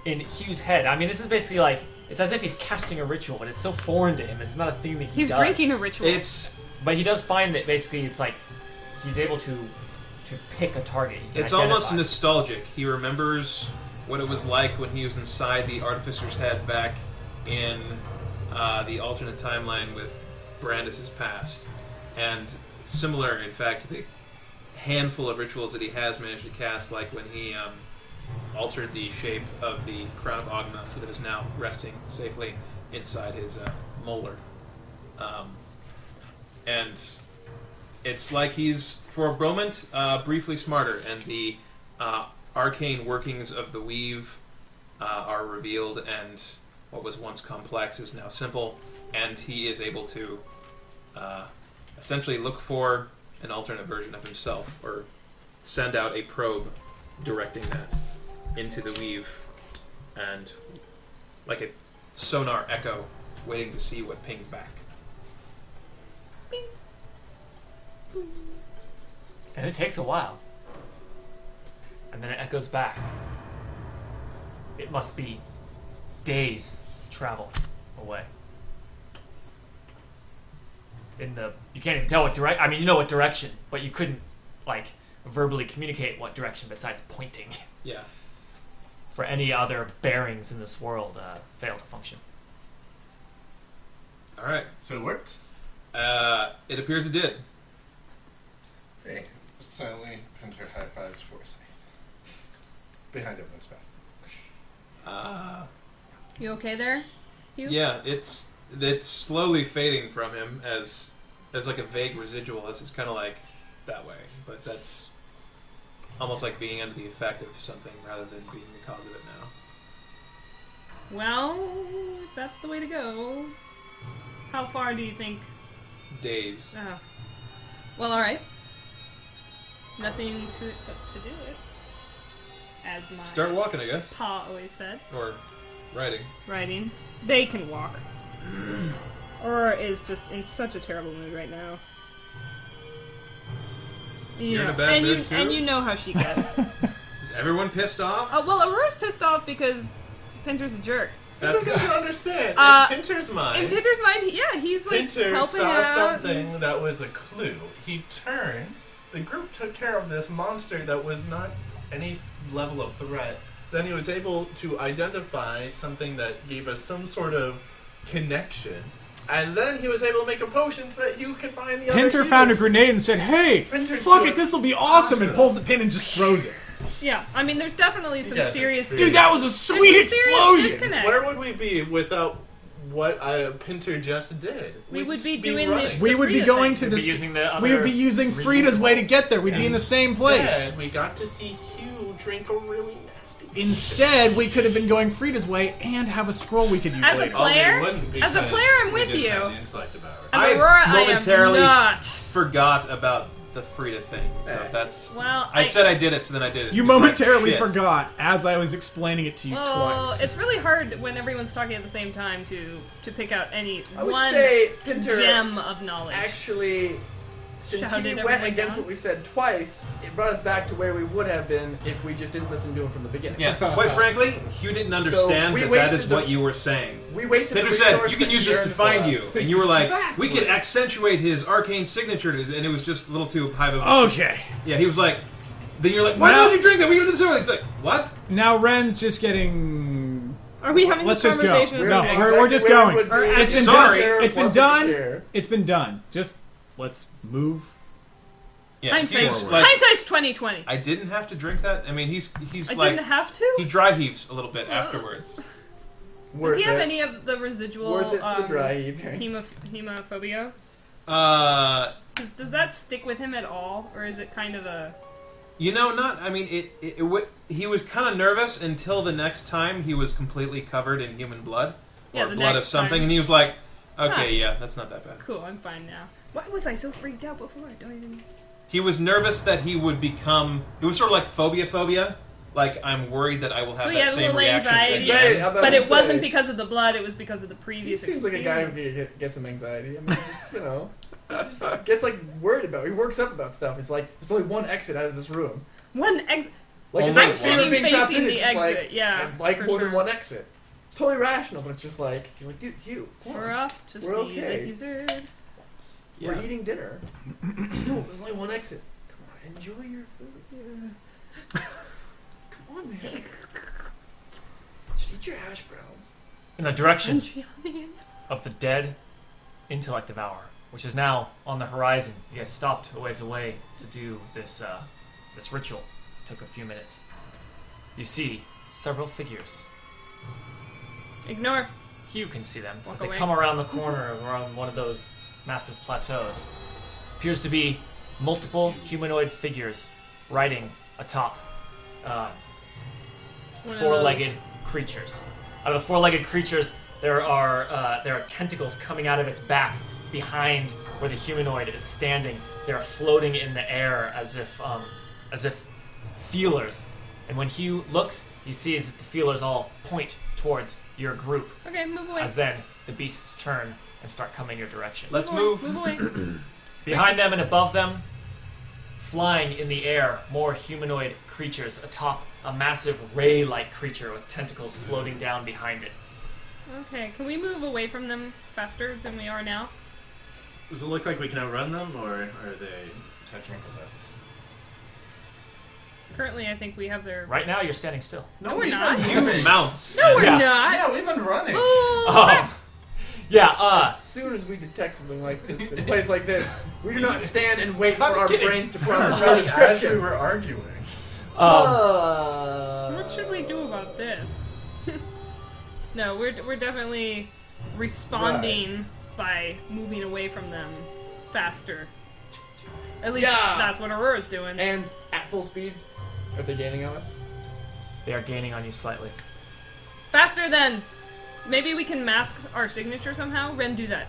Speaker 2: in Hugh's head? I mean, this is basically like it's as if he's casting a ritual, and it's so foreign to him. It's not a thing that he
Speaker 4: He's
Speaker 2: does.
Speaker 4: drinking a ritual.
Speaker 6: It's
Speaker 2: But he does find that basically it's like he's able to to pick a target. He can
Speaker 6: it's
Speaker 2: identify.
Speaker 6: almost nostalgic. He remembers what it was like when he was inside the artificer's head back in uh, the alternate timeline with Brandis's past, and similar, in fact, the handful of rituals that he has managed to cast, like when he um, altered the shape of the crown of Ogma, so that it's now resting safely inside his uh, molar, um, and it's like he's for a moment uh, briefly smarter, and the uh, arcane workings of the weave uh, are revealed, and what was once complex is now simple, and he is able to uh, essentially look for an alternate version of himself, or send out a probe directing that into the weave, and like a sonar echo, waiting to see what pings back.
Speaker 2: and it takes a while, and then it echoes back. It must be days travel away. In the you can't even tell what direct. I mean, you know what direction, but you couldn't like verbally communicate what direction besides pointing.
Speaker 6: Yeah.
Speaker 2: for any other bearings in this world uh, fail to function.
Speaker 6: All right.
Speaker 5: So it worked.
Speaker 6: Uh, it appears it did.
Speaker 5: Hey, silently Pinter high fives Forsyth. Behind everyone's back.
Speaker 6: Uh,
Speaker 4: you okay there? Hugh?
Speaker 6: yeah, it's it's slowly fading from him as there's like a vague residual. This is kind of like that way, but that's almost like being under the effect of something rather than being the cause of it now.
Speaker 4: Well, if that's the way to go. How far do you think?
Speaker 6: Days.
Speaker 4: Oh. Well, all right. Nothing to but to do it. As my
Speaker 6: Start walking, I guess,
Speaker 4: pa always said,
Speaker 6: or riding.
Speaker 4: writing. They can walk. or is just in such a terrible mood right now. You
Speaker 6: You're in
Speaker 4: know-
Speaker 6: a bad
Speaker 4: and
Speaker 6: mood,
Speaker 4: you,
Speaker 6: too?
Speaker 4: And you know how she gets. uh,
Speaker 6: Is everyone pissed off?
Speaker 4: well, Aurora's pissed off because Pinter's a jerk.
Speaker 6: That's
Speaker 5: Everyone doesn't understand.
Speaker 4: Uh,
Speaker 5: in Pinter's
Speaker 4: In
Speaker 5: mind,
Speaker 4: Pinter's mind, he- yeah, he's like
Speaker 5: Pinter
Speaker 4: helping
Speaker 5: saw
Speaker 4: out.
Speaker 5: something that was a clue. He turned. The group took care of this monster that was not any level of threat. Then he was able to identify something that gave us some sort of connection. And then he was able to make a potion so that you can find the other.
Speaker 3: Pinter
Speaker 5: you.
Speaker 3: found a grenade and said, "Hey,
Speaker 5: Pinter's
Speaker 3: fuck
Speaker 5: doing
Speaker 3: it, this will be awesome," and
Speaker 5: awesome.
Speaker 3: pulls the pin and just throws it.
Speaker 4: Yeah, I mean, there's definitely some
Speaker 5: guys are
Speaker 4: serious
Speaker 5: crazy.
Speaker 3: Dude, that was a
Speaker 4: there's
Speaker 3: sweet
Speaker 4: some serious
Speaker 3: explosion.
Speaker 4: disconnect.
Speaker 5: Where would we be without what uh, Pinter just did?
Speaker 4: We
Speaker 5: We'd
Speaker 4: would be
Speaker 5: just
Speaker 4: doing the-
Speaker 5: running.
Speaker 3: We
Speaker 4: The
Speaker 3: would be
Speaker 4: Frida
Speaker 3: going
Speaker 4: thing.
Speaker 3: to
Speaker 2: We'd be
Speaker 3: this.
Speaker 2: using the
Speaker 3: we would
Speaker 2: other
Speaker 3: be using Frida's way to get there. We'd be in the same place.
Speaker 5: Instead, we got to see Hugh drink a really nasty.
Speaker 3: Instead, we could have been going Frida's way and have a scroll we could use.
Speaker 4: As a
Speaker 3: later.
Speaker 5: Oh, we
Speaker 4: Player?
Speaker 5: wouldn't
Speaker 4: As a
Speaker 5: because
Speaker 4: player, I'm
Speaker 5: we
Speaker 4: with
Speaker 5: didn't
Speaker 4: you.
Speaker 5: have the intellect devourer.
Speaker 4: As
Speaker 6: I
Speaker 4: Aurora, I
Speaker 6: momentarily-
Speaker 4: am not.
Speaker 6: forgot about the Frida thing. So that's.
Speaker 4: Well,
Speaker 6: I said I did it, so then I did it.
Speaker 3: you
Speaker 6: It's like,
Speaker 3: momentarily
Speaker 6: shit.
Speaker 3: forgot as I was explaining it to you
Speaker 4: Well,
Speaker 3: twice.
Speaker 4: Oh, it's really hard when everyone's talking at the same time to to pick out any
Speaker 7: I would
Speaker 4: one
Speaker 7: say Pinter
Speaker 4: gem of knowledge.
Speaker 7: actually
Speaker 8: Since
Speaker 4: Shouted
Speaker 8: he went
Speaker 4: everyone
Speaker 8: against
Speaker 4: down.
Speaker 8: what we said twice, it brought us back to where we would have been if we just didn't listen to him from the beginning.
Speaker 6: Yeah, quite frankly, Hugh didn't understand
Speaker 8: we
Speaker 6: that that
Speaker 8: wasted
Speaker 6: is
Speaker 8: the-
Speaker 6: what you were saying.
Speaker 8: We wasted
Speaker 6: They
Speaker 8: the
Speaker 6: just said,
Speaker 8: resource
Speaker 6: you can
Speaker 8: that
Speaker 6: use this to
Speaker 8: yearned
Speaker 6: find
Speaker 8: for
Speaker 6: you.
Speaker 8: us.
Speaker 6: And you were like, we
Speaker 8: Exactly.
Speaker 6: could accentuate his arcane signature, to- and it was just a little too high of a...
Speaker 4: Oh,
Speaker 3: Okay.
Speaker 6: Yeah, he was like... Then you're like, why
Speaker 3: Well-
Speaker 6: don't you drink that? We could do this earlier. It's like, what?
Speaker 3: Now Ren's just getting.
Speaker 4: Are we having
Speaker 3: Let's
Speaker 4: this
Speaker 3: just go.
Speaker 4: conversation?
Speaker 3: No,
Speaker 4: Okay.
Speaker 3: we're- we're just
Speaker 8: where
Speaker 3: going.
Speaker 8: it would
Speaker 4: Or
Speaker 8: be
Speaker 4: it's
Speaker 8: if
Speaker 6: been
Speaker 8: the
Speaker 6: done.
Speaker 8: chair
Speaker 3: It's been
Speaker 8: wasn't
Speaker 3: done.
Speaker 8: here.
Speaker 3: It's been done. Just let's move.
Speaker 6: Yeah,
Speaker 4: Hindsight's,
Speaker 6: he's like,
Speaker 4: hindsight's twenty twenty. I,
Speaker 6: I didn't have to drink that. I mean, he's he's like...
Speaker 4: didn't have
Speaker 6: He
Speaker 4: to.
Speaker 6: dry heaves a little bit afterwards.
Speaker 8: Worth
Speaker 4: Does he have
Speaker 8: it.
Speaker 4: any of the residual
Speaker 8: Worth it to
Speaker 4: um,
Speaker 8: the dry heaving.
Speaker 4: hemo- hemophobia?
Speaker 6: Uh,
Speaker 4: Does, does that stick with him at all, or is it kind of a?
Speaker 6: you know, not. I mean, it. it, it wa- he was kind of nervous until the next time he was completely covered in human blood
Speaker 4: Yeah,
Speaker 6: or
Speaker 4: the
Speaker 6: blood
Speaker 4: next
Speaker 6: of something,
Speaker 4: time.
Speaker 6: and he was like, "Okay,
Speaker 4: Huh.
Speaker 6: yeah, that's not that bad."
Speaker 4: Cool, I'm fine now. Why was I so freaked out before? I don't even.
Speaker 6: He was nervous that he would become. It was sort of like phobia, phobia. Like I'm worried that I will have
Speaker 4: So he
Speaker 6: that
Speaker 4: had a
Speaker 6: same
Speaker 4: little
Speaker 6: reaction.
Speaker 4: anxiety.
Speaker 6: again.
Speaker 8: Say, how about
Speaker 4: But
Speaker 8: you
Speaker 4: it wasn't
Speaker 8: say-
Speaker 4: because of the blood; it was because of the
Speaker 8: He
Speaker 4: previous.
Speaker 8: seems like a guy who
Speaker 4: experience.
Speaker 8: get- gets some anxiety. I mean, just you know, he's just gets like worried about. He works up about stuff. It's like there's only one exit out of this room.
Speaker 4: One ex-
Speaker 8: Like it's
Speaker 6: Only
Speaker 8: like
Speaker 6: one.
Speaker 8: fear of being trapped in.
Speaker 4: Facing
Speaker 8: It's
Speaker 4: the
Speaker 8: just like
Speaker 4: exit, yeah,
Speaker 8: I'd like
Speaker 4: for
Speaker 8: more than
Speaker 4: sure.
Speaker 8: one exit. It's totally rational, but it's just like you're like, dude, you. come on.
Speaker 4: We're off to
Speaker 8: We're
Speaker 4: see
Speaker 8: okay.
Speaker 4: the wizard.
Speaker 8: We're
Speaker 6: Yeah.
Speaker 8: eating dinner. no, there's only one exit. Come on, enjoy your food. Come on, man. Just eat your hash browns.
Speaker 2: in the direction
Speaker 4: Crunchy on the inside.
Speaker 2: of the dead intellect of hour, which is now on the horizon. You guys stopped a ways away to do this uh, this ritual. took a few minutes. You see several figures.
Speaker 4: Ignore.
Speaker 2: You can see them
Speaker 4: Walk
Speaker 2: as they
Speaker 4: away.
Speaker 2: come around the corner of- around one of those massive plateaus. Appears to be multiple humanoid figures riding atop uh,
Speaker 4: One of
Speaker 2: four-legged creatures. Out of the four-legged creatures, there are uh, there are tentacles coming out of its back behind where the humanoid is standing. They are floating in the air as if um, as if feelers. And when Hugh looks, he sees that the feelers all point towards your group.
Speaker 4: those. Okay, move away.
Speaker 2: As then the beasts turn and start coming your direction.
Speaker 6: Let's
Speaker 4: Move
Speaker 6: move.
Speaker 4: away, Move away.
Speaker 2: Behind them and above them, flying in the air, more humanoid creatures atop a massive ray like creature with tentacles floating down behind it.
Speaker 4: okay, can we move away from them faster than we are now?
Speaker 5: Does it look like we can outrun them, or are they touching with us?
Speaker 4: Currently, I think we have their.
Speaker 2: Right now, you're standing still.
Speaker 4: No, we're not.
Speaker 6: Human mounts.
Speaker 4: No, we're
Speaker 2: Yeah.
Speaker 4: not.
Speaker 5: Yeah, we've been running.
Speaker 4: Oh, crap.
Speaker 2: Oh. Yeah, uh,
Speaker 8: As soon as we detect something like this in a place like this, we do not stand and wait for
Speaker 2: I'm
Speaker 8: our
Speaker 2: just kidding.
Speaker 8: brains to process our description. Uh,
Speaker 5: were arguing.
Speaker 2: um,
Speaker 4: What should we do about this? no, we're we're definitely responding by moving away from them faster. At least
Speaker 8: Yeah.
Speaker 4: that's what Aurora's doing.
Speaker 8: And at full speed, are they gaining on us?
Speaker 2: they are gaining on you slightly.
Speaker 4: faster than. Maybe we can mask our signature somehow. Ren, do that.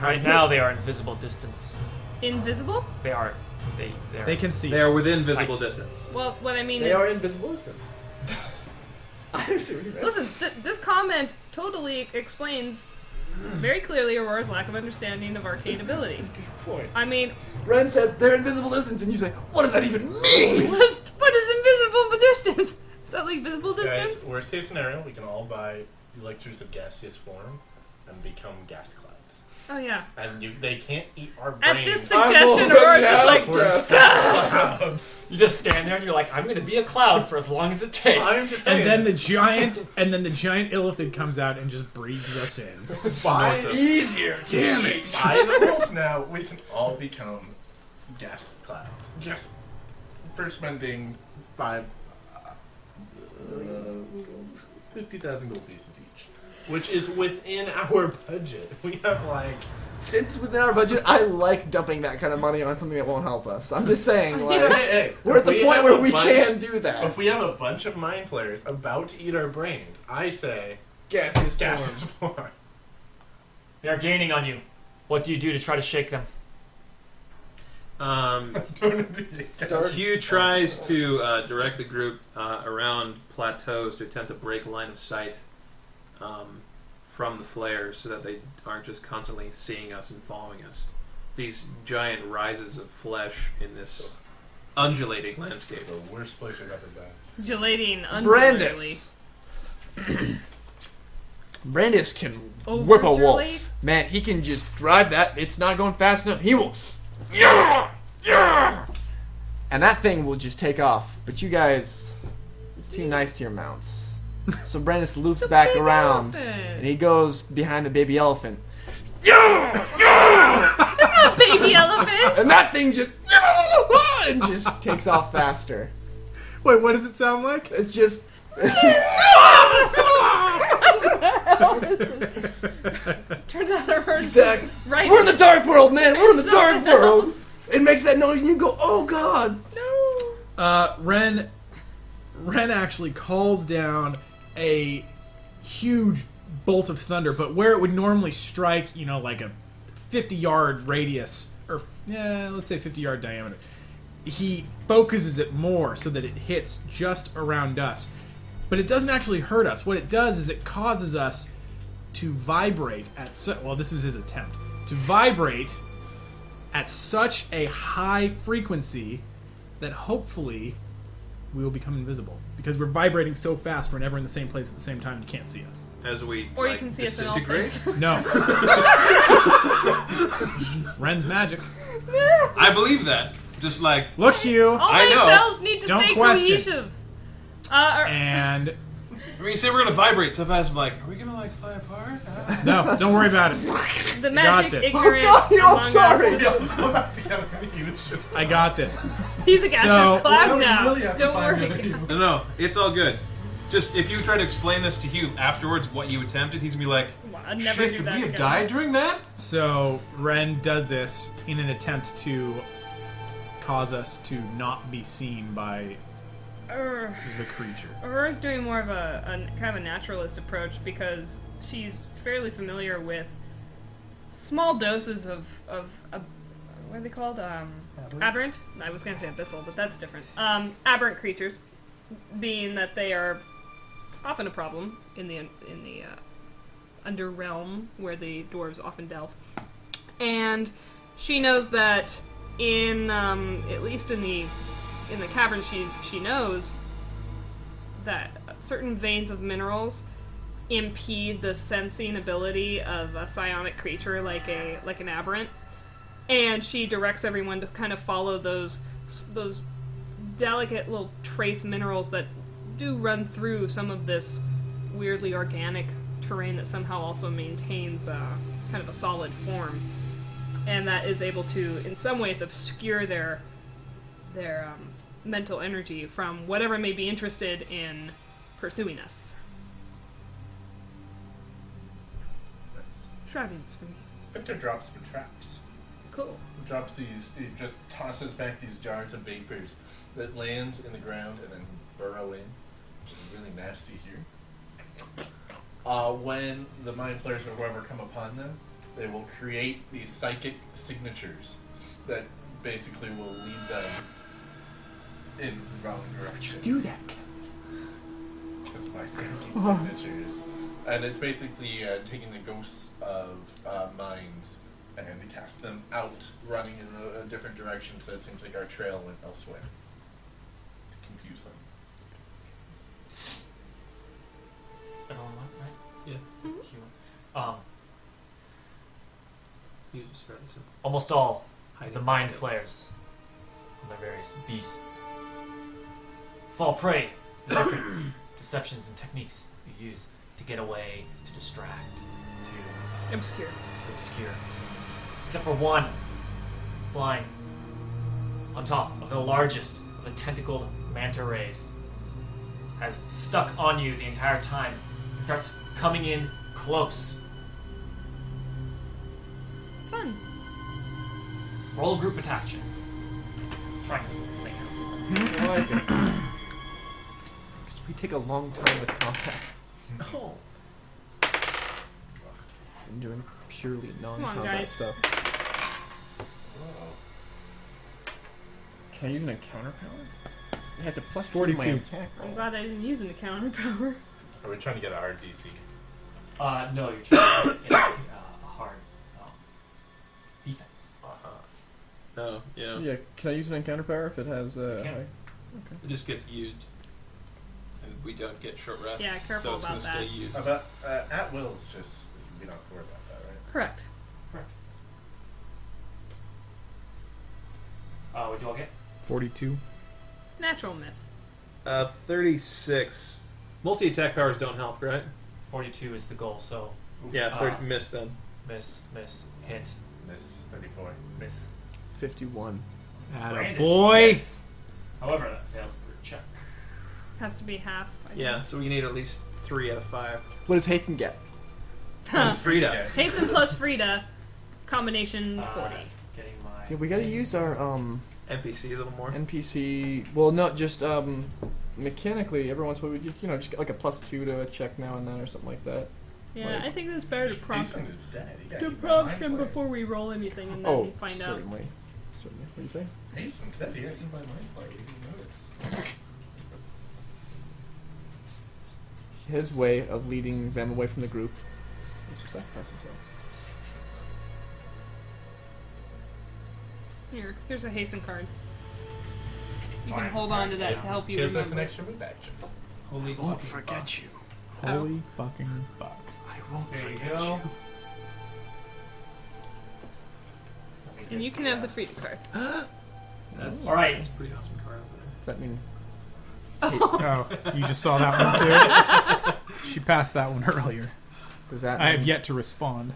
Speaker 2: Right now, they are invisible distance.
Speaker 4: Invisible?
Speaker 2: They are. They, they, are,
Speaker 3: They can see.
Speaker 6: They are
Speaker 3: us.
Speaker 6: within visible
Speaker 2: Sight.
Speaker 6: distance.
Speaker 4: Well, what I mean
Speaker 8: They
Speaker 4: is,
Speaker 8: are invisible distance. I understand what you meant.
Speaker 4: listen, th- this comment totally explains very clearly Aurora's lack of understanding of arcane ability.
Speaker 8: Good point.
Speaker 4: I mean,
Speaker 8: Ren says they're invisible distance, and you say, "What does that even mean?"
Speaker 4: what is, what is invisible distance? Is that like visible
Speaker 5: Guys,
Speaker 4: distance?
Speaker 5: worst case scenario, we can all buy electors of gaseous form and become gas clouds.
Speaker 4: oh yeah.
Speaker 5: And you, they can't eat our brains.
Speaker 4: At this
Speaker 8: I'm
Speaker 4: suggestion,
Speaker 8: all
Speaker 4: Aurora's just
Speaker 8: down
Speaker 4: like,
Speaker 8: for it.
Speaker 5: clouds.
Speaker 2: You just stand there and you're like, I'm going to be a cloud for as long as it takes.
Speaker 5: I'm just
Speaker 3: And
Speaker 5: saying,
Speaker 3: then the giant, and then the giant illithid comes out and just breathes us in.
Speaker 5: buy,
Speaker 8: Easier, damn it!
Speaker 5: buy the rules now. We can all become gas clouds. Just for spending five, uh, fifty thousand gold pieces each, which is within our budget. We have like
Speaker 8: Since it's within our budget, I like dumping that kind of money on something that won't help us. I'm just saying,
Speaker 5: hey,
Speaker 8: like,
Speaker 5: hey, hey,
Speaker 8: we're at
Speaker 5: if
Speaker 8: the
Speaker 5: we
Speaker 8: point
Speaker 5: have
Speaker 8: where
Speaker 5: a
Speaker 8: we
Speaker 5: bunch-
Speaker 8: can do that.
Speaker 5: If we have a bunch of mind flayers about to eat our brains, I say
Speaker 8: Guess who's
Speaker 5: gas
Speaker 8: born.
Speaker 5: is born.
Speaker 2: They are gaining on you. What do you do to try to shake them?
Speaker 6: Um,
Speaker 8: Start
Speaker 6: Hugh tries to uh, direct the group uh, around plateaus to attempt to break line of sight um, from the flares so that they aren't just constantly seeing us and following us. these giant rises of flesh in this undulating landscape.
Speaker 5: The worst place I've ever been.
Speaker 4: Gelating undulatingly.
Speaker 7: Brandis. Brandis can
Speaker 4: Oh,
Speaker 7: whip a
Speaker 4: undulate?
Speaker 7: wolf. Man, he can just drive that. It's not going fast enough. He will. Yeah! Yeah! And that thing will just take off. But you guys seem nice to your mounts. So Brandis loops back
Speaker 4: Big
Speaker 7: around
Speaker 4: elephant.
Speaker 7: and he goes behind the baby elephant.
Speaker 4: A baby elephant.
Speaker 7: And that thing just and just takes off faster.
Speaker 3: Wait, what does it sound like?
Speaker 7: It's just it's just-
Speaker 4: Turns out I heard
Speaker 7: Zach,
Speaker 4: right.
Speaker 7: We're in the dark world, man. We're in the dark
Speaker 4: Something
Speaker 7: world.
Speaker 4: else.
Speaker 7: It makes that noise and you go, "Oh god."
Speaker 4: No.
Speaker 3: Uh, Ren, Ren actually calls down a huge bolt of thunder, but where it would normally strike, you know, like a fifty-yard radius, or yeah, let's say fifty-yard diameter, he focuses it more so that it hits just around us. But it doesn't actually hurt us. What it does is it causes us to vibrate at su- well, this is his attempt to vibrate at such a high frequency that hopefully we will become invisible because we're vibrating so fast we're never in the same place at the same time you can't see us
Speaker 6: As we
Speaker 4: Or you
Speaker 6: like,
Speaker 4: can see us in all
Speaker 6: disintegrate.
Speaker 4: places.
Speaker 3: no ren's magic
Speaker 6: I believe that. Just like
Speaker 3: look you
Speaker 4: All
Speaker 6: I
Speaker 4: these
Speaker 6: know.
Speaker 4: cells need to
Speaker 3: Don't
Speaker 4: stay
Speaker 3: question.
Speaker 4: cohesive. Uh, are-
Speaker 3: and
Speaker 6: I mean, you say we're gonna vibrate so fast. I'm like, are we gonna like fly apart? Uh,
Speaker 3: no don't worry about it
Speaker 4: the
Speaker 3: got
Speaker 4: magic
Speaker 3: this.
Speaker 4: ignorant.
Speaker 7: Oh, God, no, I'm
Speaker 4: among us
Speaker 7: sorry.
Speaker 4: is-
Speaker 5: I'm about to get up and eat this shit.
Speaker 3: i got this
Speaker 4: He's a gaseous
Speaker 3: So-
Speaker 4: cloud
Speaker 5: Well,
Speaker 4: now.
Speaker 5: really have to
Speaker 4: Don't
Speaker 5: find other
Speaker 4: worry.
Speaker 5: people.
Speaker 6: no, no, it's all good. Just if you try to explain this to Hugh afterwards, what you attempted, he's gonna be like,
Speaker 4: I'd never
Speaker 6: "Shit,
Speaker 4: do
Speaker 6: could
Speaker 4: that
Speaker 6: we have
Speaker 4: again."
Speaker 6: died during that?"
Speaker 3: so ren does this in an attempt to cause us to not be seen by
Speaker 4: Ur-
Speaker 3: the creature
Speaker 4: Aurora's doing more of a, a kind of a naturalist approach because she's fairly familiar with small doses of of, of what are they called? Um, aberrant. I was going to say abyssal, but that's different. Um, aberrant creatures, being that they are often a problem in the in the uh, under realm where the dwarves often delve, and she knows that in um, at least in the in the cavern she she knows that certain veins of minerals impede the sensing ability of a psionic creature like a like an aberrant and she directs everyone to kind of follow those those delicate little trace minerals that do run through some of this weirdly organic terrain that somehow also maintains uh, kind of a solid form and that is able to in some ways obscure their their um, mental energy from whatever may be interested in pursuing us. Shrivings for me.
Speaker 5: Victor drops some traps.
Speaker 4: Cool.
Speaker 5: Drops these, he just tosses back these jars of vapors that land in the ground and then burrow in, which is really nasty here. Uh, when the mind flayers or whoever come upon them, they will create these psychic signatures that basically will lead them in the wrong direction.
Speaker 3: do that
Speaker 5: That's my psychic signatures. And it's basically uh, taking the ghosts of uh, minds and cast them out, running in a, a different direction so it seems like our trail went elsewhere. To confuse them.
Speaker 2: Everyone went, right? Mm-hmm.
Speaker 6: Yeah.
Speaker 2: Cute. Um,
Speaker 6: You just read this. in
Speaker 2: almost all the
Speaker 6: hiding.
Speaker 2: mind flares and their various beasts fall prey to the different deceptions and techniques you use to get away, to distract, to
Speaker 4: Obscure.
Speaker 2: to obscure. Except for one flying on top of the largest of the tentacled manta rays. Has stuck on you the entire time. It starts coming in close.
Speaker 4: Fun.
Speaker 2: Roll group attack check. Trying this thing out.
Speaker 7: Because we take a long time with combat.
Speaker 4: Oh.
Speaker 5: No.
Speaker 7: and doing purely
Speaker 4: on,
Speaker 7: non-combat
Speaker 4: guys.
Speaker 7: stuff. Can I use an encounter power? It has a plus two to my
Speaker 3: 42.
Speaker 7: attack roll.
Speaker 4: I'm glad I didn't use an encounter power.
Speaker 5: Are we trying to get a hard DC?
Speaker 2: Uh, no, you're trying to get a, uh, a hard um, defense.
Speaker 5: Uh huh.
Speaker 6: Oh, yeah.
Speaker 7: Yeah, can I use an encounter power if it has uh,
Speaker 2: can.
Speaker 7: high-
Speaker 6: It just gets used. And we don't get short rests.
Speaker 4: Yeah, careful
Speaker 6: so it's
Speaker 4: about
Speaker 6: gonna Stay
Speaker 4: that.
Speaker 6: used.
Speaker 5: Uh, But uh, at will's just you don't have to worry about that, right?
Speaker 4: Correct.
Speaker 2: Uh, what do you all get?
Speaker 7: 42?
Speaker 4: Natural miss.
Speaker 6: Uh, 36. Multi attack powers don't help, right?
Speaker 2: 42 is the goal, so
Speaker 6: Yeah, 30,
Speaker 2: Uh,
Speaker 6: miss then.
Speaker 2: miss, miss, hit,
Speaker 5: Miss thirty-four.
Speaker 2: miss.
Speaker 7: 51.
Speaker 2: Brandis
Speaker 3: boy.
Speaker 2: hits. However, that fails for check.
Speaker 4: Has to be half. I think.
Speaker 6: Yeah, so we need at least 3 out of 5.
Speaker 7: What does Hasten get?
Speaker 4: Huh.
Speaker 6: Frida.
Speaker 4: Hasten plus Frida, combination
Speaker 2: Uh,
Speaker 4: forty.
Speaker 2: Getting my.
Speaker 7: Yeah, we gotta use our um,
Speaker 6: NPC a little more.
Speaker 7: NPC. Well, not just um, mechanically. Every once in a while, we you know, just get like a plus two to a check now and then or something like that.
Speaker 4: Yeah,
Speaker 7: like-
Speaker 4: I think that's better to prompt him.
Speaker 5: Ethan is dead. You gotta
Speaker 4: To
Speaker 5: keep that
Speaker 4: prompt
Speaker 5: mind
Speaker 4: him
Speaker 5: clear.
Speaker 4: before we roll anything and then
Speaker 7: oh,
Speaker 4: find out.
Speaker 7: certainly. Certainly. What do you say?
Speaker 5: Ethan's dead. You gotta keep my mind clear. You didn't notice.
Speaker 7: His way of leading them away from the group is to sacrifice himself.
Speaker 4: Here, here's a hasten card. You
Speaker 5: Fine,
Speaker 4: can hold on to
Speaker 5: fine,
Speaker 4: that
Speaker 5: yeah.
Speaker 4: to help you
Speaker 5: Gives us an
Speaker 4: remember.
Speaker 5: extra move action.
Speaker 6: Holy
Speaker 7: you.
Speaker 4: Oh.
Speaker 3: Holy fucking fuck.
Speaker 7: I won't
Speaker 2: There you go. Let me
Speaker 4: Oh. and
Speaker 2: get
Speaker 4: you can have the Frida card.
Speaker 6: That's,
Speaker 2: All right.
Speaker 6: That's a pretty awesome card over there.
Speaker 7: Does that mean
Speaker 3: Oh, you just saw that one too. she passed that one earlier.
Speaker 7: does that
Speaker 3: I have
Speaker 7: mean,
Speaker 3: yet to respond.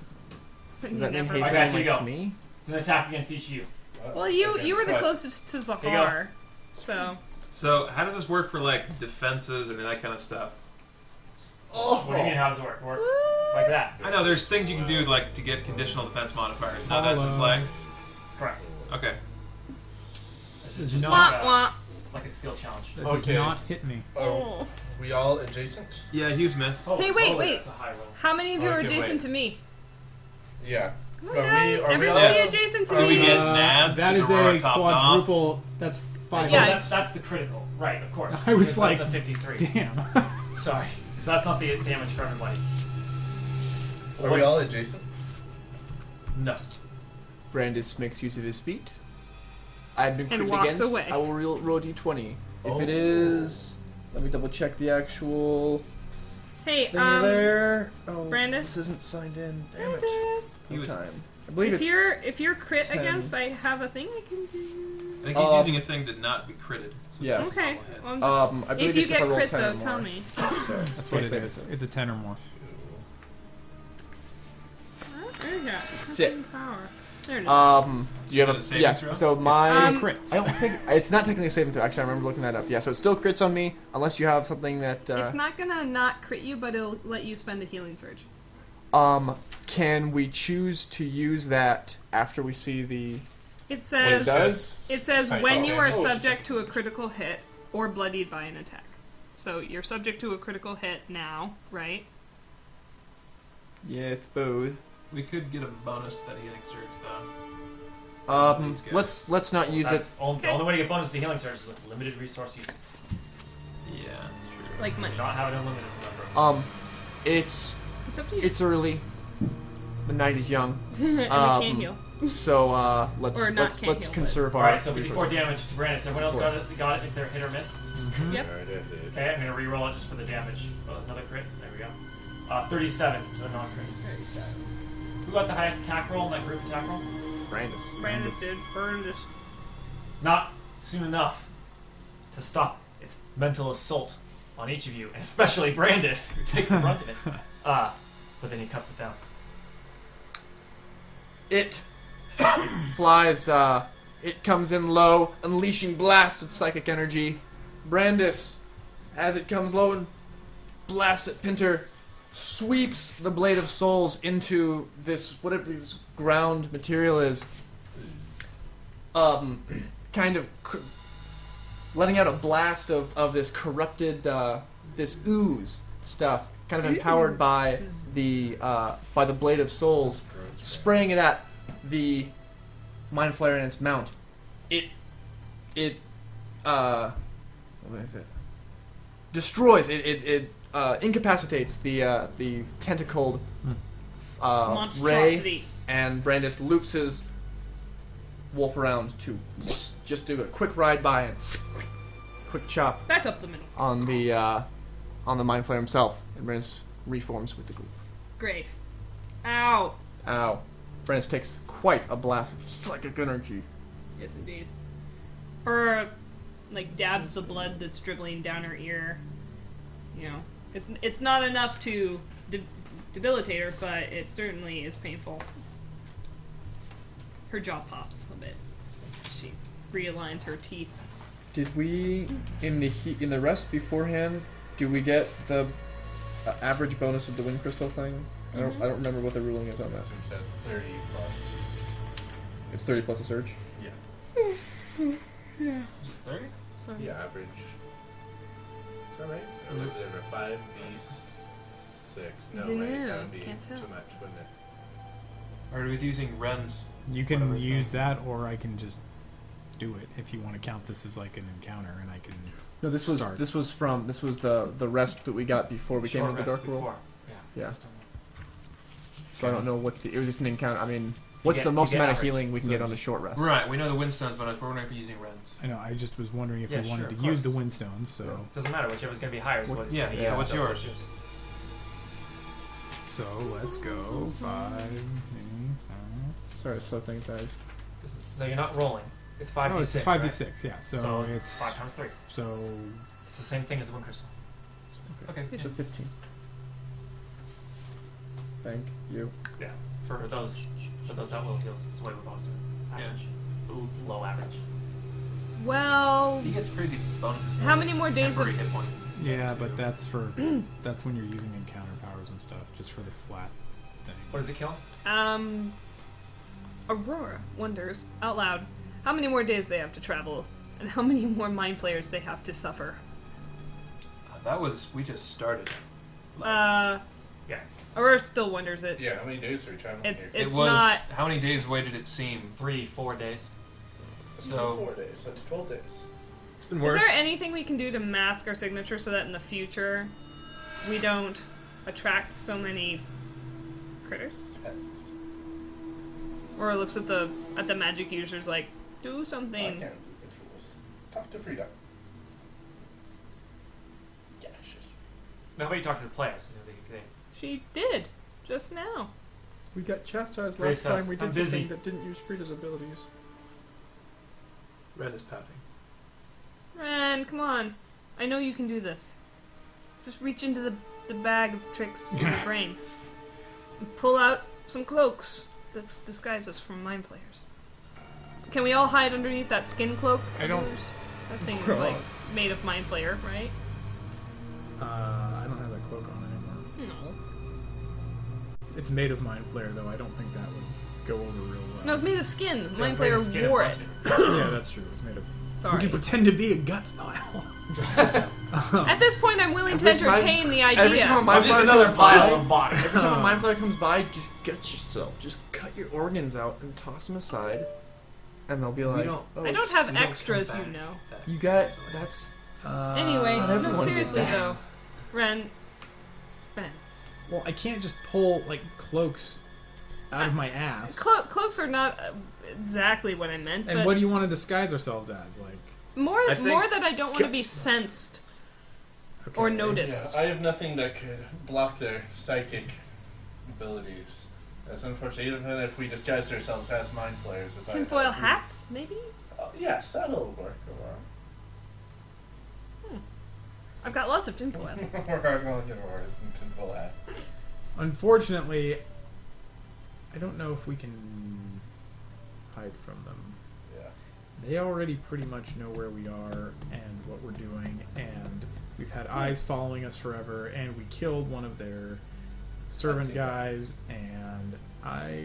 Speaker 7: does that mean
Speaker 4: Never
Speaker 7: Hasten
Speaker 4: mind.
Speaker 2: Okay, so you
Speaker 7: likes
Speaker 2: go.
Speaker 7: me?
Speaker 2: It's an attack against each of you.
Speaker 4: Well, you you were the
Speaker 5: But-
Speaker 4: closest to
Speaker 2: you go.
Speaker 4: Zahar, so
Speaker 6: So, how does this work for, like, defenses and that kind of stuff?
Speaker 2: What do you mean? How does it work? It works like that.
Speaker 6: I know there's things you can do, like, to get conditional defense modifiers. Now that's in
Speaker 3: Hello.
Speaker 6: play.
Speaker 2: Correct.
Speaker 6: Okay.
Speaker 2: This
Speaker 3: It's
Speaker 2: is just
Speaker 7: Oh.
Speaker 3: not-
Speaker 2: like
Speaker 4: womp
Speaker 2: a,
Speaker 4: womp.
Speaker 2: like a skill challenge.
Speaker 3: That does
Speaker 5: Okay.
Speaker 3: not hit me.
Speaker 5: Oh, we all adjacent?
Speaker 6: Yeah, Hughes missed.
Speaker 2: Oh,
Speaker 4: Hey, wait,
Speaker 2: oh,
Speaker 4: wait.
Speaker 2: That's a high roll.
Speaker 4: How many of you
Speaker 5: Oh,
Speaker 4: are
Speaker 5: okay,
Speaker 4: adjacent
Speaker 5: wait.
Speaker 4: to me?
Speaker 5: Yeah.
Speaker 4: Come on,
Speaker 5: Are we-
Speaker 4: guys.
Speaker 5: are we
Speaker 4: Everybody
Speaker 6: allowed-
Speaker 4: adjacent to
Speaker 6: Do we
Speaker 4: me.
Speaker 6: get nabs?
Speaker 3: Uh, That
Speaker 6: Is
Speaker 3: is
Speaker 6: Aurora
Speaker 3: a
Speaker 6: topped off?
Speaker 3: quadruple. That's five.
Speaker 2: Yeah,
Speaker 4: Yeah,
Speaker 2: that's, that's the critical. Right, of course.
Speaker 3: I was
Speaker 2: Because that's
Speaker 3: like,
Speaker 2: the 53.
Speaker 3: Damn.
Speaker 2: Sorry. So that's not the damage for everybody.
Speaker 5: Are we all adjacent?
Speaker 2: No.
Speaker 7: Brandis makes use of his feet. I've been
Speaker 4: And
Speaker 7: critiqued
Speaker 4: walks
Speaker 7: against.
Speaker 4: away.
Speaker 7: I will roll, roll d20.
Speaker 5: Oh.
Speaker 7: If it is, let me double check the actual
Speaker 4: Hey,
Speaker 7: thing
Speaker 4: um,
Speaker 7: there. Oh,
Speaker 4: Brandis?
Speaker 7: this isn't signed in. Damn it!
Speaker 4: Curtis,
Speaker 7: No
Speaker 6: He was-
Speaker 7: time. I believe
Speaker 4: if
Speaker 7: it's
Speaker 4: you're if you're crit
Speaker 7: 10.
Speaker 4: against, I have a thing I can do.
Speaker 6: I think he's
Speaker 7: Um,
Speaker 6: using a thing to not be critted. So
Speaker 7: Yes.
Speaker 6: that's
Speaker 4: Okay.
Speaker 6: all I had.
Speaker 4: Well, I'm just,
Speaker 7: Um, I believe
Speaker 4: if you
Speaker 7: it's if I
Speaker 4: get
Speaker 7: roll
Speaker 4: crit
Speaker 7: 10 or
Speaker 4: though,
Speaker 7: more.
Speaker 4: tell me.
Speaker 3: That's what it
Speaker 7: Twenty-six.
Speaker 3: is. It's a ten or more.
Speaker 4: Huh? There you go.
Speaker 7: Six.
Speaker 4: Power. There it is.
Speaker 7: Um, do you
Speaker 6: Is
Speaker 7: have
Speaker 6: it a
Speaker 7: a,
Speaker 6: saving
Speaker 7: yeah?
Speaker 6: throw?
Speaker 7: So my
Speaker 4: Um,
Speaker 3: crits.
Speaker 7: I don't think it's not technically a saving throw. Actually, I remember looking that up. Yeah, so it still crits on me unless you have something that uh,
Speaker 4: it's not gonna not crit you, but it'll let you spend a healing surge.
Speaker 7: um can we choose to use that after we see the
Speaker 4: It
Speaker 7: when it
Speaker 4: says
Speaker 7: does?
Speaker 4: It says
Speaker 5: Sorry.
Speaker 4: when
Speaker 5: Oh,
Speaker 4: you
Speaker 5: okay.
Speaker 4: are
Speaker 5: Oh, it's
Speaker 4: subject to a critical hit or bloodied by an attack. So you're subject to a critical hit now, right?
Speaker 7: Yeah, it's both.
Speaker 6: We could get a bonus to that healing surge, though.
Speaker 7: Um,
Speaker 6: These guys.
Speaker 7: let's let's not use it.
Speaker 2: That's all, the only way to get bonus to healing surge is with limited resource uses.
Speaker 6: Yeah, that's true.
Speaker 4: Like
Speaker 2: Do
Speaker 4: money.
Speaker 2: Not have an unlimited number. of-
Speaker 7: Um, it's
Speaker 4: It's up to you.
Speaker 7: it's early. The night is young,
Speaker 4: and we
Speaker 7: um,
Speaker 4: can't heal.
Speaker 7: so uh, let's
Speaker 4: Or not
Speaker 7: let's
Speaker 4: can't
Speaker 7: let's
Speaker 4: heal, but-
Speaker 7: conserve our
Speaker 2: Alright, so 54
Speaker 7: resources.
Speaker 2: damage to Brandis. Everyone else
Speaker 7: Four.
Speaker 2: got it, got it if they're hit or miss?
Speaker 4: Yep.
Speaker 2: Okay, I'm going to reroll it just for the damage. Oh, another crit. There we go. Uh, 37 to a non crit. Who got the highest attack roll in that group attack roll?
Speaker 7: Brandis.
Speaker 4: Brandis, dude. Brandis.
Speaker 2: Not soon enough to stop its mental assault on each of you, and especially Brandis, who takes the brunt of it. Uh, but then he cuts it down.
Speaker 7: It flies, uh, it comes in low, unleashing blasts of psychic energy. Brandis, as it comes low and blasts at Pinter, sweeps the blade of souls into this, whatever this ground material is. Um, kind of cr- letting out a blast of, of this corrupted, uh, this ooze stuff, kind of empowered by the, uh, by the blade of souls spraying it at the mind flare and its mount. It it uh what is it? Destroys it it, it uh, incapacitates the uh, the tentacled uh, ray
Speaker 4: Monstrosity.
Speaker 7: and Brandis loops his wolf around to just do a quick ride by and quick chop
Speaker 4: Back up the middle.
Speaker 7: on the uh, on the mind flayer himself, and Brennus reforms with the group.
Speaker 4: Great. Ow.
Speaker 7: Ow! Brennus takes quite a blast of psychic energy.
Speaker 4: Yes, indeed. Or like dabs the blood that's dribbling down her ear. You know, it's it's not enough to de- debilitate her, but it certainly is painful. Her jaw pops a bit. She realigns her teeth.
Speaker 7: Did we in the heat in the rest beforehand? Do we get the uh, average bonus of the wind crystal thing? I don't, I don't remember what the ruling is on that.
Speaker 5: Since that's 30 plus.
Speaker 7: It's thirty plus a surge.
Speaker 5: Yeah.
Speaker 2: Thirty?
Speaker 5: Yeah, average. Is that right? Or was it over 5d6? No,
Speaker 4: You
Speaker 5: wait,
Speaker 4: know,
Speaker 5: that would be
Speaker 4: can't tell.
Speaker 5: too much, wouldn't it?
Speaker 6: Or are we using runs?
Speaker 3: You can
Speaker 6: Whatever it's
Speaker 3: use that, or I can just do it if you want to count this as like an encounter, and I can.
Speaker 7: No, this was
Speaker 3: Start.
Speaker 7: this was from this was the the rest that we got before we
Speaker 2: Short
Speaker 7: came into the
Speaker 2: rest
Speaker 7: dark world.
Speaker 2: before.
Speaker 7: Yeah. So I don't know what the it was just an encounter. I mean, what's
Speaker 2: get-
Speaker 7: the
Speaker 2: you
Speaker 7: most
Speaker 2: get
Speaker 7: amount of
Speaker 2: average.
Speaker 7: healing we can
Speaker 3: So
Speaker 7: get on the
Speaker 3: just-
Speaker 7: short rest?
Speaker 6: Right, we know the windstones, but I was wondering if you're using runs.
Speaker 3: I know. I just was wondering if
Speaker 2: Yeah,
Speaker 3: we
Speaker 2: sure,
Speaker 3: wanted
Speaker 2: of
Speaker 3: to use the
Speaker 2: course.
Speaker 3: windstone. So,
Speaker 2: Doesn't matter. Whichever's going to be higher is what it's
Speaker 6: Yeah,
Speaker 2: going to be.
Speaker 7: yeah,
Speaker 6: what's
Speaker 2: so
Speaker 6: yours?
Speaker 3: so let's go five. mm, uh,
Speaker 7: Sorry, to slow things down.
Speaker 2: it's- No, you're not rolling. It's 5d6.
Speaker 3: no, it's five
Speaker 2: right?
Speaker 3: to six. Yeah. So,
Speaker 2: So
Speaker 3: it's
Speaker 2: 5 times 3.
Speaker 3: so
Speaker 2: It's the same thing as the Wind Crystal.
Speaker 6: Okay.
Speaker 7: So fifteen. Thank you.
Speaker 2: Yeah. For those for those that will heals, it's the way we're both doing. it.
Speaker 6: Yeah.
Speaker 2: Average. Ooh, Low average.
Speaker 4: Well,
Speaker 6: He gets crazy bonuses.
Speaker 4: How
Speaker 6: on
Speaker 4: many more days
Speaker 6: temporary
Speaker 4: of-
Speaker 6: hit points and stuff,
Speaker 3: yeah,
Speaker 6: too.
Speaker 3: but that's for that's when you're using encounter powers and stuff, just for the flat thing.
Speaker 2: What does it kill?
Speaker 4: um, Aurora wonders out loud how many more days they have to travel and how many more mind flayers they have to suffer.
Speaker 6: Uh, that was we just started.
Speaker 4: Uh,
Speaker 2: Yeah.
Speaker 4: Aurora still wonders it.
Speaker 5: Yeah, how many days are we traveling
Speaker 4: It's-
Speaker 5: here?
Speaker 6: it was
Speaker 4: not-
Speaker 6: how many days away did it seem?
Speaker 2: 3, 4 days.
Speaker 6: so-
Speaker 5: Four days, that's 12 days.
Speaker 6: It's been
Speaker 4: Is
Speaker 6: worse.
Speaker 4: there anything we can do to mask our signature so that in the future we don't attract so many critters? Or looks at the at the magic users like, do
Speaker 5: I can
Speaker 4: something.
Speaker 5: do rituals. Talk to Frida. Yeah, she's
Speaker 2: How about you talk to the players? They- they-
Speaker 4: She did just now.
Speaker 7: We got chastised
Speaker 2: Grace last has- time we did I'm busy. something
Speaker 7: that didn't use Frida's abilities.
Speaker 6: Ren is pouting.
Speaker 4: Ren, come on. I know you can do this. Just reach into the, the bag of tricks in your brain. And pull out some cloaks that disguise us from mind players. Can we all hide underneath that skin cloak?
Speaker 3: I don't-
Speaker 4: That thing is
Speaker 7: God.
Speaker 4: like made of mind flayer, right?
Speaker 3: Uh, I don't have that cloak on anymore.
Speaker 4: No.
Speaker 3: It's made of mind flare, though. I don't think that would go over real well.
Speaker 4: No, it's made of skin.
Speaker 2: they
Speaker 4: Mind
Speaker 2: have greater
Speaker 4: flayer
Speaker 2: skin and
Speaker 4: wore it.
Speaker 2: moisture.
Speaker 3: yeah, that's true. It's made of. We
Speaker 4: Sorry.
Speaker 3: can pretend to be a guts pile.
Speaker 4: At this point, I'm willing to
Speaker 7: Every time-
Speaker 4: entertain the idea.
Speaker 7: Every time a mind
Speaker 2: just
Speaker 7: flayer
Speaker 2: another
Speaker 7: comes
Speaker 2: pile
Speaker 7: by,
Speaker 2: of bodies.
Speaker 7: every time a mind flayer comes by, just gut yourself. Just cut your organs out and toss them aside, and they'll be like,
Speaker 6: don't-
Speaker 7: "Oh,
Speaker 4: I don't
Speaker 7: sh-
Speaker 4: have
Speaker 6: We don't
Speaker 4: extras,
Speaker 6: come
Speaker 4: you
Speaker 6: back.
Speaker 4: know.
Speaker 7: You got that's
Speaker 3: Uh,
Speaker 4: Anyway,
Speaker 7: not
Speaker 4: no,
Speaker 7: everyone did
Speaker 4: seriously
Speaker 7: that.
Speaker 4: though, Ren, Ren,
Speaker 3: Well, I can't just pull like cloaks out of my ass.
Speaker 4: Clo- cloaks are not uh, exactly what I meant,
Speaker 3: and
Speaker 4: but
Speaker 3: what do you want to disguise ourselves as? Like,
Speaker 4: more
Speaker 6: I think-
Speaker 4: more that I don't want to be sensed
Speaker 3: okay,
Speaker 4: or noticed.
Speaker 5: Yeah, I have nothing that could block their psychic abilities. That's unfortunate. Even if we disguised ourselves as mind players, as I
Speaker 4: Tinfoil
Speaker 5: have.
Speaker 4: hats, maybe.
Speaker 5: Oh, yes, that'll work. Aurora.
Speaker 4: I've got lots of tinfoil.
Speaker 5: We're going to Aurora's and tinfoil hat.
Speaker 3: Unfortunately, I don't know if we can hide from them.
Speaker 5: Yeah.
Speaker 3: They already pretty much know where we are and what we're doing, and we've had
Speaker 4: Hmm.
Speaker 3: eyes following us forever, and we killed one of their servant guys, and I.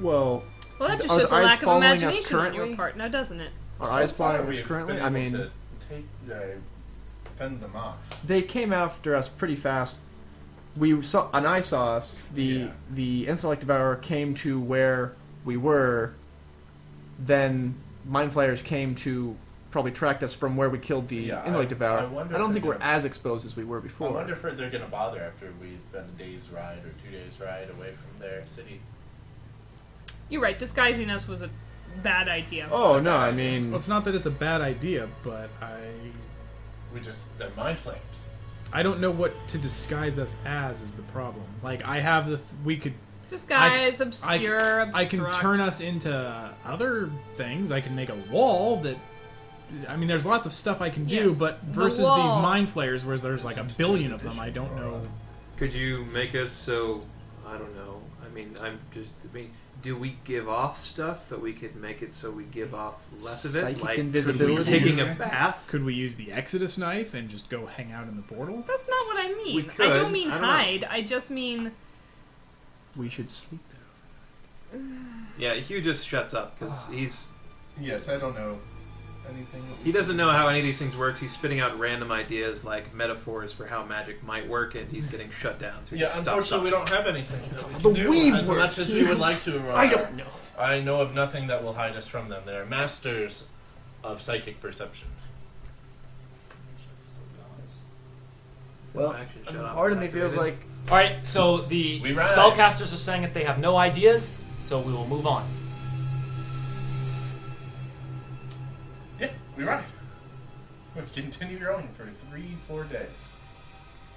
Speaker 7: well,
Speaker 4: Well, that just
Speaker 7: Are the
Speaker 4: shows a
Speaker 7: eyes
Speaker 4: lack of
Speaker 7: following us
Speaker 4: imagination on your
Speaker 7: currently?
Speaker 4: part, now doesn't it?
Speaker 7: our
Speaker 5: So
Speaker 7: eyes
Speaker 5: far,
Speaker 7: following us
Speaker 5: we've
Speaker 7: currently."
Speaker 5: been
Speaker 7: I
Speaker 5: able
Speaker 7: mean,
Speaker 5: to take, uh, fend them off.
Speaker 7: they came after us pretty fast. We saw, and I saw us. The
Speaker 5: Yeah.
Speaker 7: the intellect devourer came to where we were. Then mind flayers came to probably tracked us from where we killed the
Speaker 5: Yeah, I-
Speaker 7: intellect devourer.
Speaker 5: I wonder
Speaker 7: don't
Speaker 5: if
Speaker 7: think
Speaker 5: they're
Speaker 7: we're
Speaker 5: gonna-
Speaker 7: as exposed as we were
Speaker 5: I
Speaker 7: before.
Speaker 5: wonder if they're going to bother after we've been a day's ride or two days ride away from their city.
Speaker 4: You're right. Disguising us was a bad idea.
Speaker 7: Oh no, I mean,
Speaker 10: Well, it's not that it's a bad idea, but I
Speaker 5: We just they're mind flames.
Speaker 10: I don't know what to disguise us as is the problem. Like I have the th- we could
Speaker 4: This guy is
Speaker 10: I,
Speaker 4: obscure,
Speaker 10: I can
Speaker 4: obstruct.
Speaker 10: turn us into other things. I can make a wall that I mean there's lots of stuff I can do,
Speaker 4: Yes,
Speaker 10: but
Speaker 4: the
Speaker 10: versus these
Speaker 4: wall.
Speaker 10: mind flayers whereas there's like a billion of them, I don't know.
Speaker 6: Could you make us so? I don't know. I mean, I'm just. I mean, do we give off stuff that we could make it so we give off less of it?
Speaker 7: Psychic
Speaker 6: like
Speaker 7: invisibility?
Speaker 6: taking a bath.
Speaker 10: Could we use the Exodus knife and just go hang out in the portal?
Speaker 4: That's not what I mean.
Speaker 6: We
Speaker 4: I
Speaker 6: could.
Speaker 4: don't mean
Speaker 6: I don't know.
Speaker 4: hide. I just mean
Speaker 7: we should sleep there.
Speaker 6: Yeah, Hugh just shuts up because he's
Speaker 5: Yes, I don't know anything.
Speaker 6: he doesn't know how any of these things works. He's spitting out random ideas like metaphors for how magic might work, and he's getting shut down. So he
Speaker 5: Yeah,
Speaker 6: just stops
Speaker 5: unfortunately, we
Speaker 6: talking.
Speaker 5: don't have anything. that we
Speaker 7: The
Speaker 5: can do,
Speaker 7: weave
Speaker 5: as
Speaker 7: works.
Speaker 5: much as we would like to. uh,
Speaker 7: I don't know.
Speaker 5: I know of nothing that will hide us from them. They are masters of psychic perception.
Speaker 7: Well,
Speaker 6: Action, shut up.
Speaker 7: part of me feels like
Speaker 2: All right, so the
Speaker 5: We ride.
Speaker 2: spellcasters are saying that they have no ideas, so we will move on.
Speaker 5: Yeah, we ride. We continue going for three, four days.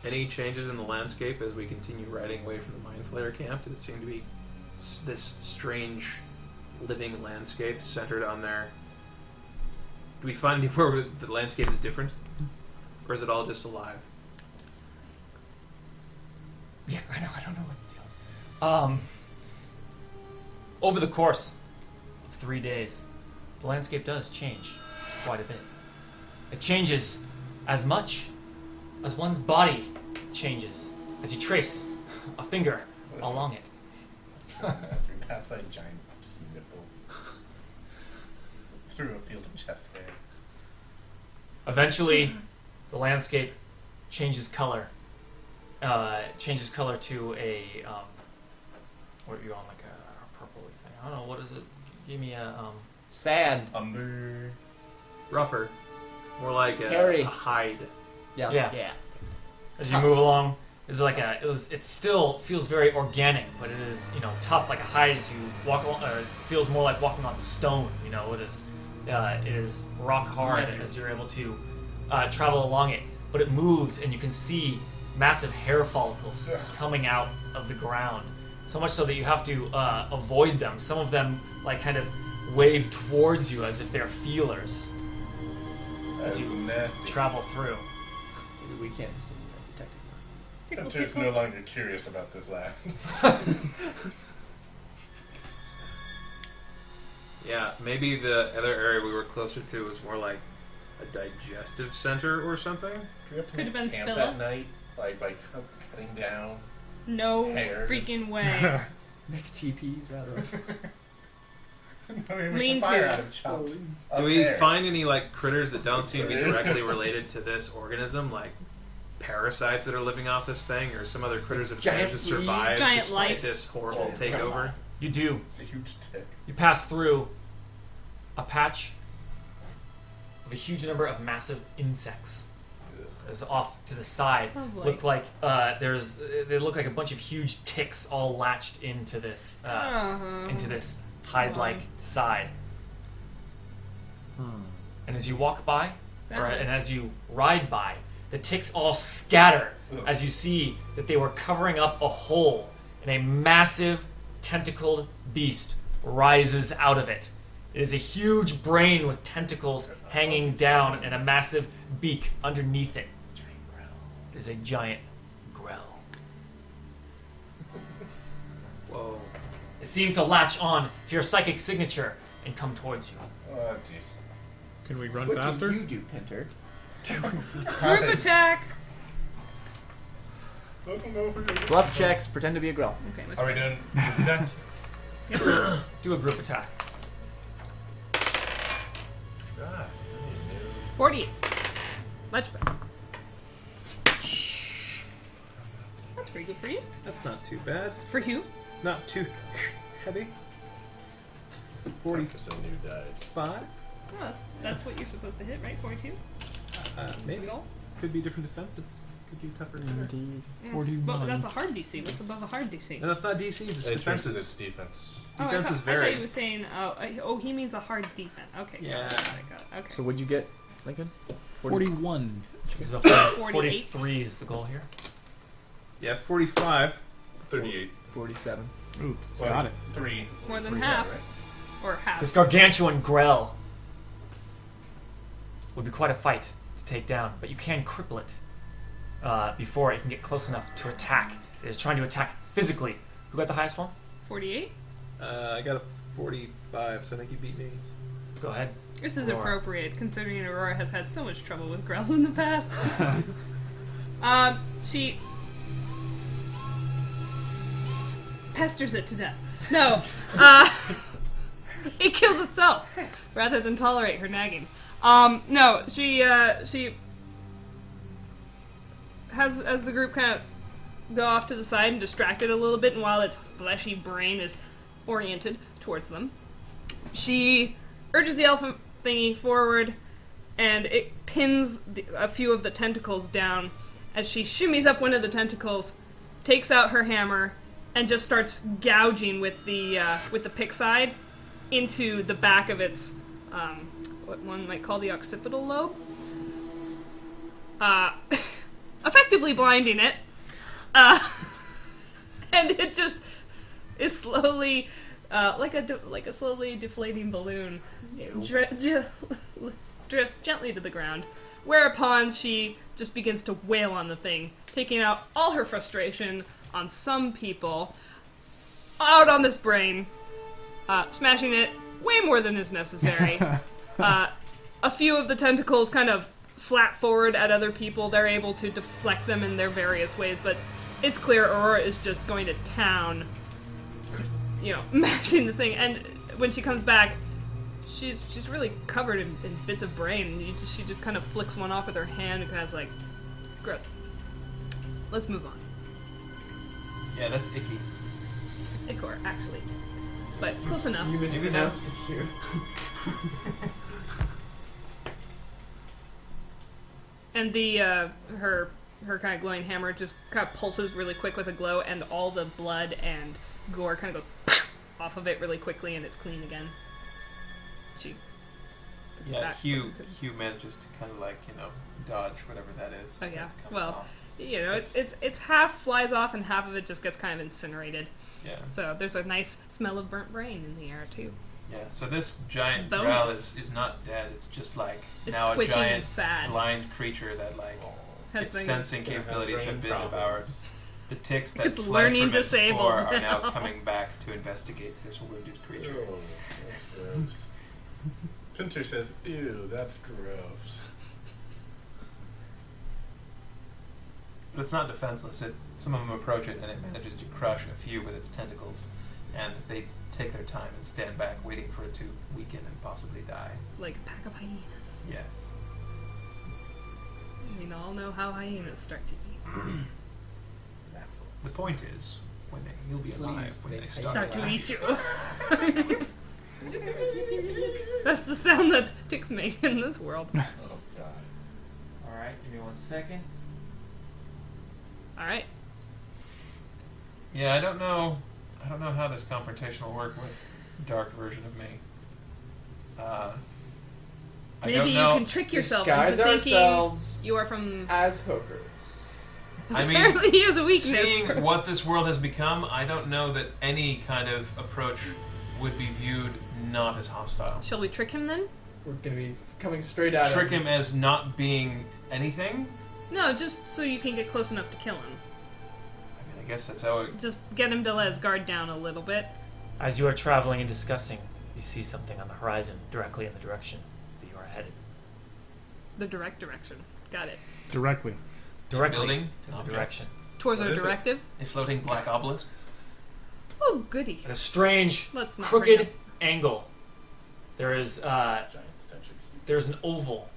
Speaker 6: Any changes in the landscape as we continue riding away from the Mind Flayer camp? Did it seem to be s- this strange living landscape centered on their. Do we find anywhere where the landscape is different? Or is it all just alive?
Speaker 2: Yeah, I know. I don't know what the deal is. Um, over the course of three days, the landscape does change quite a bit. It changes as much as one's body changes as you trace a finger along it.
Speaker 5: As we pass that giant just nipple through a field of chest hair.
Speaker 2: Eventually, the landscape changes color. Uh, changes color to a um, what are you on like a, a purple thing? I don't know what is it. Give me a um,
Speaker 8: Sad.
Speaker 5: Umber.
Speaker 6: Rougher. More like a,
Speaker 8: Hairy.
Speaker 6: a hide.
Speaker 8: Yeah.
Speaker 2: Yeah.
Speaker 8: Yeah.
Speaker 2: as you move along. Is like a it was it still feels very organic, but it is you know tough like a high as you walk along. Or it feels more like walking on stone. You know it is uh, it is rock hard as you're able to uh, travel along it, but it moves and you can see massive hair follicles coming out of the ground. So much so that you have to uh, avoid them. Some of them like kind of wave towards you as if they're feelers
Speaker 5: That's
Speaker 2: you
Speaker 5: nasty.
Speaker 2: travel through.
Speaker 8: We can't see that detective.
Speaker 5: I'm just no longer curious about this lab.
Speaker 6: Yeah, maybe the other area we were closer to was more like a digestive center or something?
Speaker 4: Could have been
Speaker 5: camp
Speaker 4: Philip.
Speaker 5: at night, like by cut- cutting down.
Speaker 4: no
Speaker 5: Hairs.
Speaker 4: freaking way.
Speaker 8: Make teepees out of
Speaker 4: Lean
Speaker 5: tos.
Speaker 4: tos.
Speaker 6: Do we find any like critters that don't seem to be
Speaker 5: Critter.
Speaker 6: directly related to this organism, like parasites that are living off this thing, or some other critters that have
Speaker 8: Giant
Speaker 6: managed to survive
Speaker 8: fleas.
Speaker 4: Giant
Speaker 6: despite
Speaker 4: lice.
Speaker 6: this horrible
Speaker 5: Giant
Speaker 6: takeover?
Speaker 2: You do
Speaker 5: It's a huge tick.
Speaker 2: You pass through a patch of a huge number of massive insects. It's off to the side.
Speaker 4: Lovely.
Speaker 2: Look like uh, there's they look like a bunch of huge ticks all latched into this uh,
Speaker 4: Uh-huh.
Speaker 2: into this hide-like side. And as you walk by, or,
Speaker 4: Sounds-
Speaker 2: and as you ride by, the ticks all scatter as you see that they were covering up a hole, and a massive tentacled beast rises out of it. It is a huge brain with tentacles hanging down and a massive beak underneath it. It is a giant grell.
Speaker 6: Whoa.
Speaker 2: It seems to latch on to your psychic signature and come towards you.
Speaker 5: Oh, jeez.
Speaker 10: Can we run
Speaker 8: What
Speaker 10: faster?
Speaker 8: do you do, Pinter?
Speaker 4: Group attack.
Speaker 8: Bluff checks. Pretend to be a girl.
Speaker 4: Okay,
Speaker 5: Are we doing that?
Speaker 2: Do a group attack.
Speaker 5: Ah,
Speaker 4: forty. Much better. That's pretty good for you.
Speaker 6: That's not too bad.
Speaker 4: For you.
Speaker 6: Not too heavy. It's
Speaker 5: Practice on new dice.
Speaker 6: 45?
Speaker 4: Oh, that's what you're supposed to hit, right? Forty-two.
Speaker 6: Uh,
Speaker 4: Is the
Speaker 6: maybe.
Speaker 4: goal?
Speaker 6: Could be different defenses. could do tougher.
Speaker 10: Indeed.
Speaker 4: Yeah.
Speaker 10: 41.
Speaker 4: But that's a hard DC. What's above a hard DC?
Speaker 6: No, that's not DCs. It's
Speaker 5: It's versus
Speaker 6: defenses.
Speaker 5: its defense.
Speaker 4: oh, I
Speaker 6: defense
Speaker 4: thought,
Speaker 6: is
Speaker 4: I
Speaker 6: very-
Speaker 4: thought you were saying, uh, I- oh, he means a hard defense. Okay. got it,
Speaker 6: Yeah.
Speaker 4: Got it, got it. Okay.
Speaker 8: So what'd you get, Lincoln?
Speaker 10: 41.
Speaker 2: This is a
Speaker 4: 48.
Speaker 2: 43 is the goal here.
Speaker 6: Yeah, 45.
Speaker 5: 38.
Speaker 8: 47.
Speaker 10: Ooh, got it.
Speaker 5: Three.
Speaker 4: More than
Speaker 5: Three,
Speaker 4: half.
Speaker 5: right?
Speaker 4: or half.
Speaker 2: This gargantuan grell would be quite a fight to take down, but you can cripple it uh, before it can get close enough to attack. It is trying to attack physically. Who got the highest one?
Speaker 4: 48?
Speaker 6: Uh, I got a 45, so I think you beat me.
Speaker 2: Go ahead.
Speaker 4: This is
Speaker 2: Aurora.
Speaker 4: appropriate, considering Aurora has had so much trouble with growls in the past. um, she pesters it to death. No, uh, it kills itself rather than tolerate her nagging. Um, no, she uh, she has as the group kind of go off to the side and distract it a little bit, and while its fleshy brain is oriented towards them, she urges the elephant thingy forward, and it pins the, a few of the tentacles down as she shimmies up one of the tentacles, takes out her hammer, and just starts gouging with the uh, with the pick side into the back of its um, what one might call the occipital lobe, uh, effectively blinding it, uh, and it just is slowly uh, like a de- like a slowly deflating balloon, dri- ge- drifts gently to the ground. Whereupon she just begins to wail on the thing, taking out all her frustration on some people, out on this brain, uh, smashing it way more than is necessary. uh, a few of the tentacles kind of slap forward at other people. They're able to deflect them in their various ways, but it's clear Aurora is just going to town you know, mashing the thing. And when she comes back, she's she's really covered in, in bits of brain. You just, she just kind of flicks one off with her hand and kind of like, gross. Let's move on.
Speaker 6: Yeah, that's icky.
Speaker 4: It's Ikor, actually. But close enough.
Speaker 8: mispronounced it here.
Speaker 4: And the uh, her her kind of glowing hammer just kind of pulses really quick with a glow, and all the blood and gore kind of goes off of it really quickly, and it's clean again. She puts it
Speaker 6: Yeah,
Speaker 4: back.
Speaker 6: Hugh, Hugh manages to kind of like, you know, dodge whatever that is.
Speaker 4: Oh, yeah.
Speaker 6: that comes
Speaker 4: Well,
Speaker 6: off.
Speaker 4: You know, it's it's it's half flies off and half of it just gets kind of incinerated.
Speaker 6: Yeah.
Speaker 4: So there's a nice smell of burnt brain in the air too.
Speaker 6: Yeah, so this giant
Speaker 4: Bonus.
Speaker 6: growl is, is not dead. It's just like
Speaker 4: It's
Speaker 6: now a
Speaker 4: twitching and
Speaker 6: giant
Speaker 4: sad.
Speaker 6: blind creature that like
Speaker 4: Has
Speaker 6: its
Speaker 4: been-
Speaker 6: sensing
Speaker 5: Gonna have
Speaker 6: capabilities
Speaker 5: brain
Speaker 6: have been
Speaker 5: problems.
Speaker 6: devoured. The ticks that
Speaker 4: It's
Speaker 6: fled
Speaker 4: learning
Speaker 6: from it
Speaker 4: disabled
Speaker 6: before are now
Speaker 4: now.
Speaker 6: coming back to investigate this wounded creature.
Speaker 5: Ew, that's gross. Pinter says, ew, that's gross.
Speaker 6: But it's not defenseless. It, some of them approach it and it manages to crush a few with its tentacles, and they take their time and stand back, waiting for it to weaken and possibly die.
Speaker 4: like a pack of hyenas.
Speaker 6: Yes.
Speaker 4: We all know how hyenas start to eat.
Speaker 6: The point is, when they, you'll be alive
Speaker 8: Please
Speaker 6: when
Speaker 8: make
Speaker 6: they
Speaker 8: haste.
Speaker 6: start,
Speaker 4: Start to
Speaker 6: attack
Speaker 4: eat you. That's the sound that ticks make in this world.
Speaker 6: Oh,
Speaker 2: Alright, give me one second.
Speaker 4: All right.
Speaker 6: Yeah, I don't know. I don't know how this confrontation will work with dark version of me. Uh, I
Speaker 4: Maybe
Speaker 6: don't
Speaker 4: you
Speaker 6: know.
Speaker 4: can trick yourself
Speaker 8: Disguise
Speaker 4: into thinking
Speaker 8: ourselves
Speaker 4: you are from.
Speaker 8: as hookers.
Speaker 6: I mean,
Speaker 4: apparently, he has a weakness.
Speaker 6: Seeing what this world has become, I don't know that any kind of approach would be viewed not as hostile.
Speaker 4: Shall we trick him then?
Speaker 8: We're gonna be coming straight at
Speaker 6: Trick him as not being anything.
Speaker 4: No, just so you can get close enough to kill him.
Speaker 6: I mean, I guess that's how it.
Speaker 4: Just get him to let his guard down a little bit.
Speaker 2: As you are traveling and discussing, you see something on the horizon directly in the direction that you are headed.
Speaker 4: The direct direction. Got it.
Speaker 10: Directly.
Speaker 2: Directly
Speaker 6: building,
Speaker 2: in
Speaker 6: an
Speaker 2: the
Speaker 6: object.
Speaker 2: direction.
Speaker 4: Towards
Speaker 5: What
Speaker 4: our
Speaker 5: is it?
Speaker 4: directive.
Speaker 6: A floating black obelisk.
Speaker 4: Oh, goody.
Speaker 2: At a strange,
Speaker 4: Let's not bring
Speaker 2: crooked
Speaker 4: up-
Speaker 2: angle, there is uh,
Speaker 5: Giant statue.
Speaker 2: there's an oval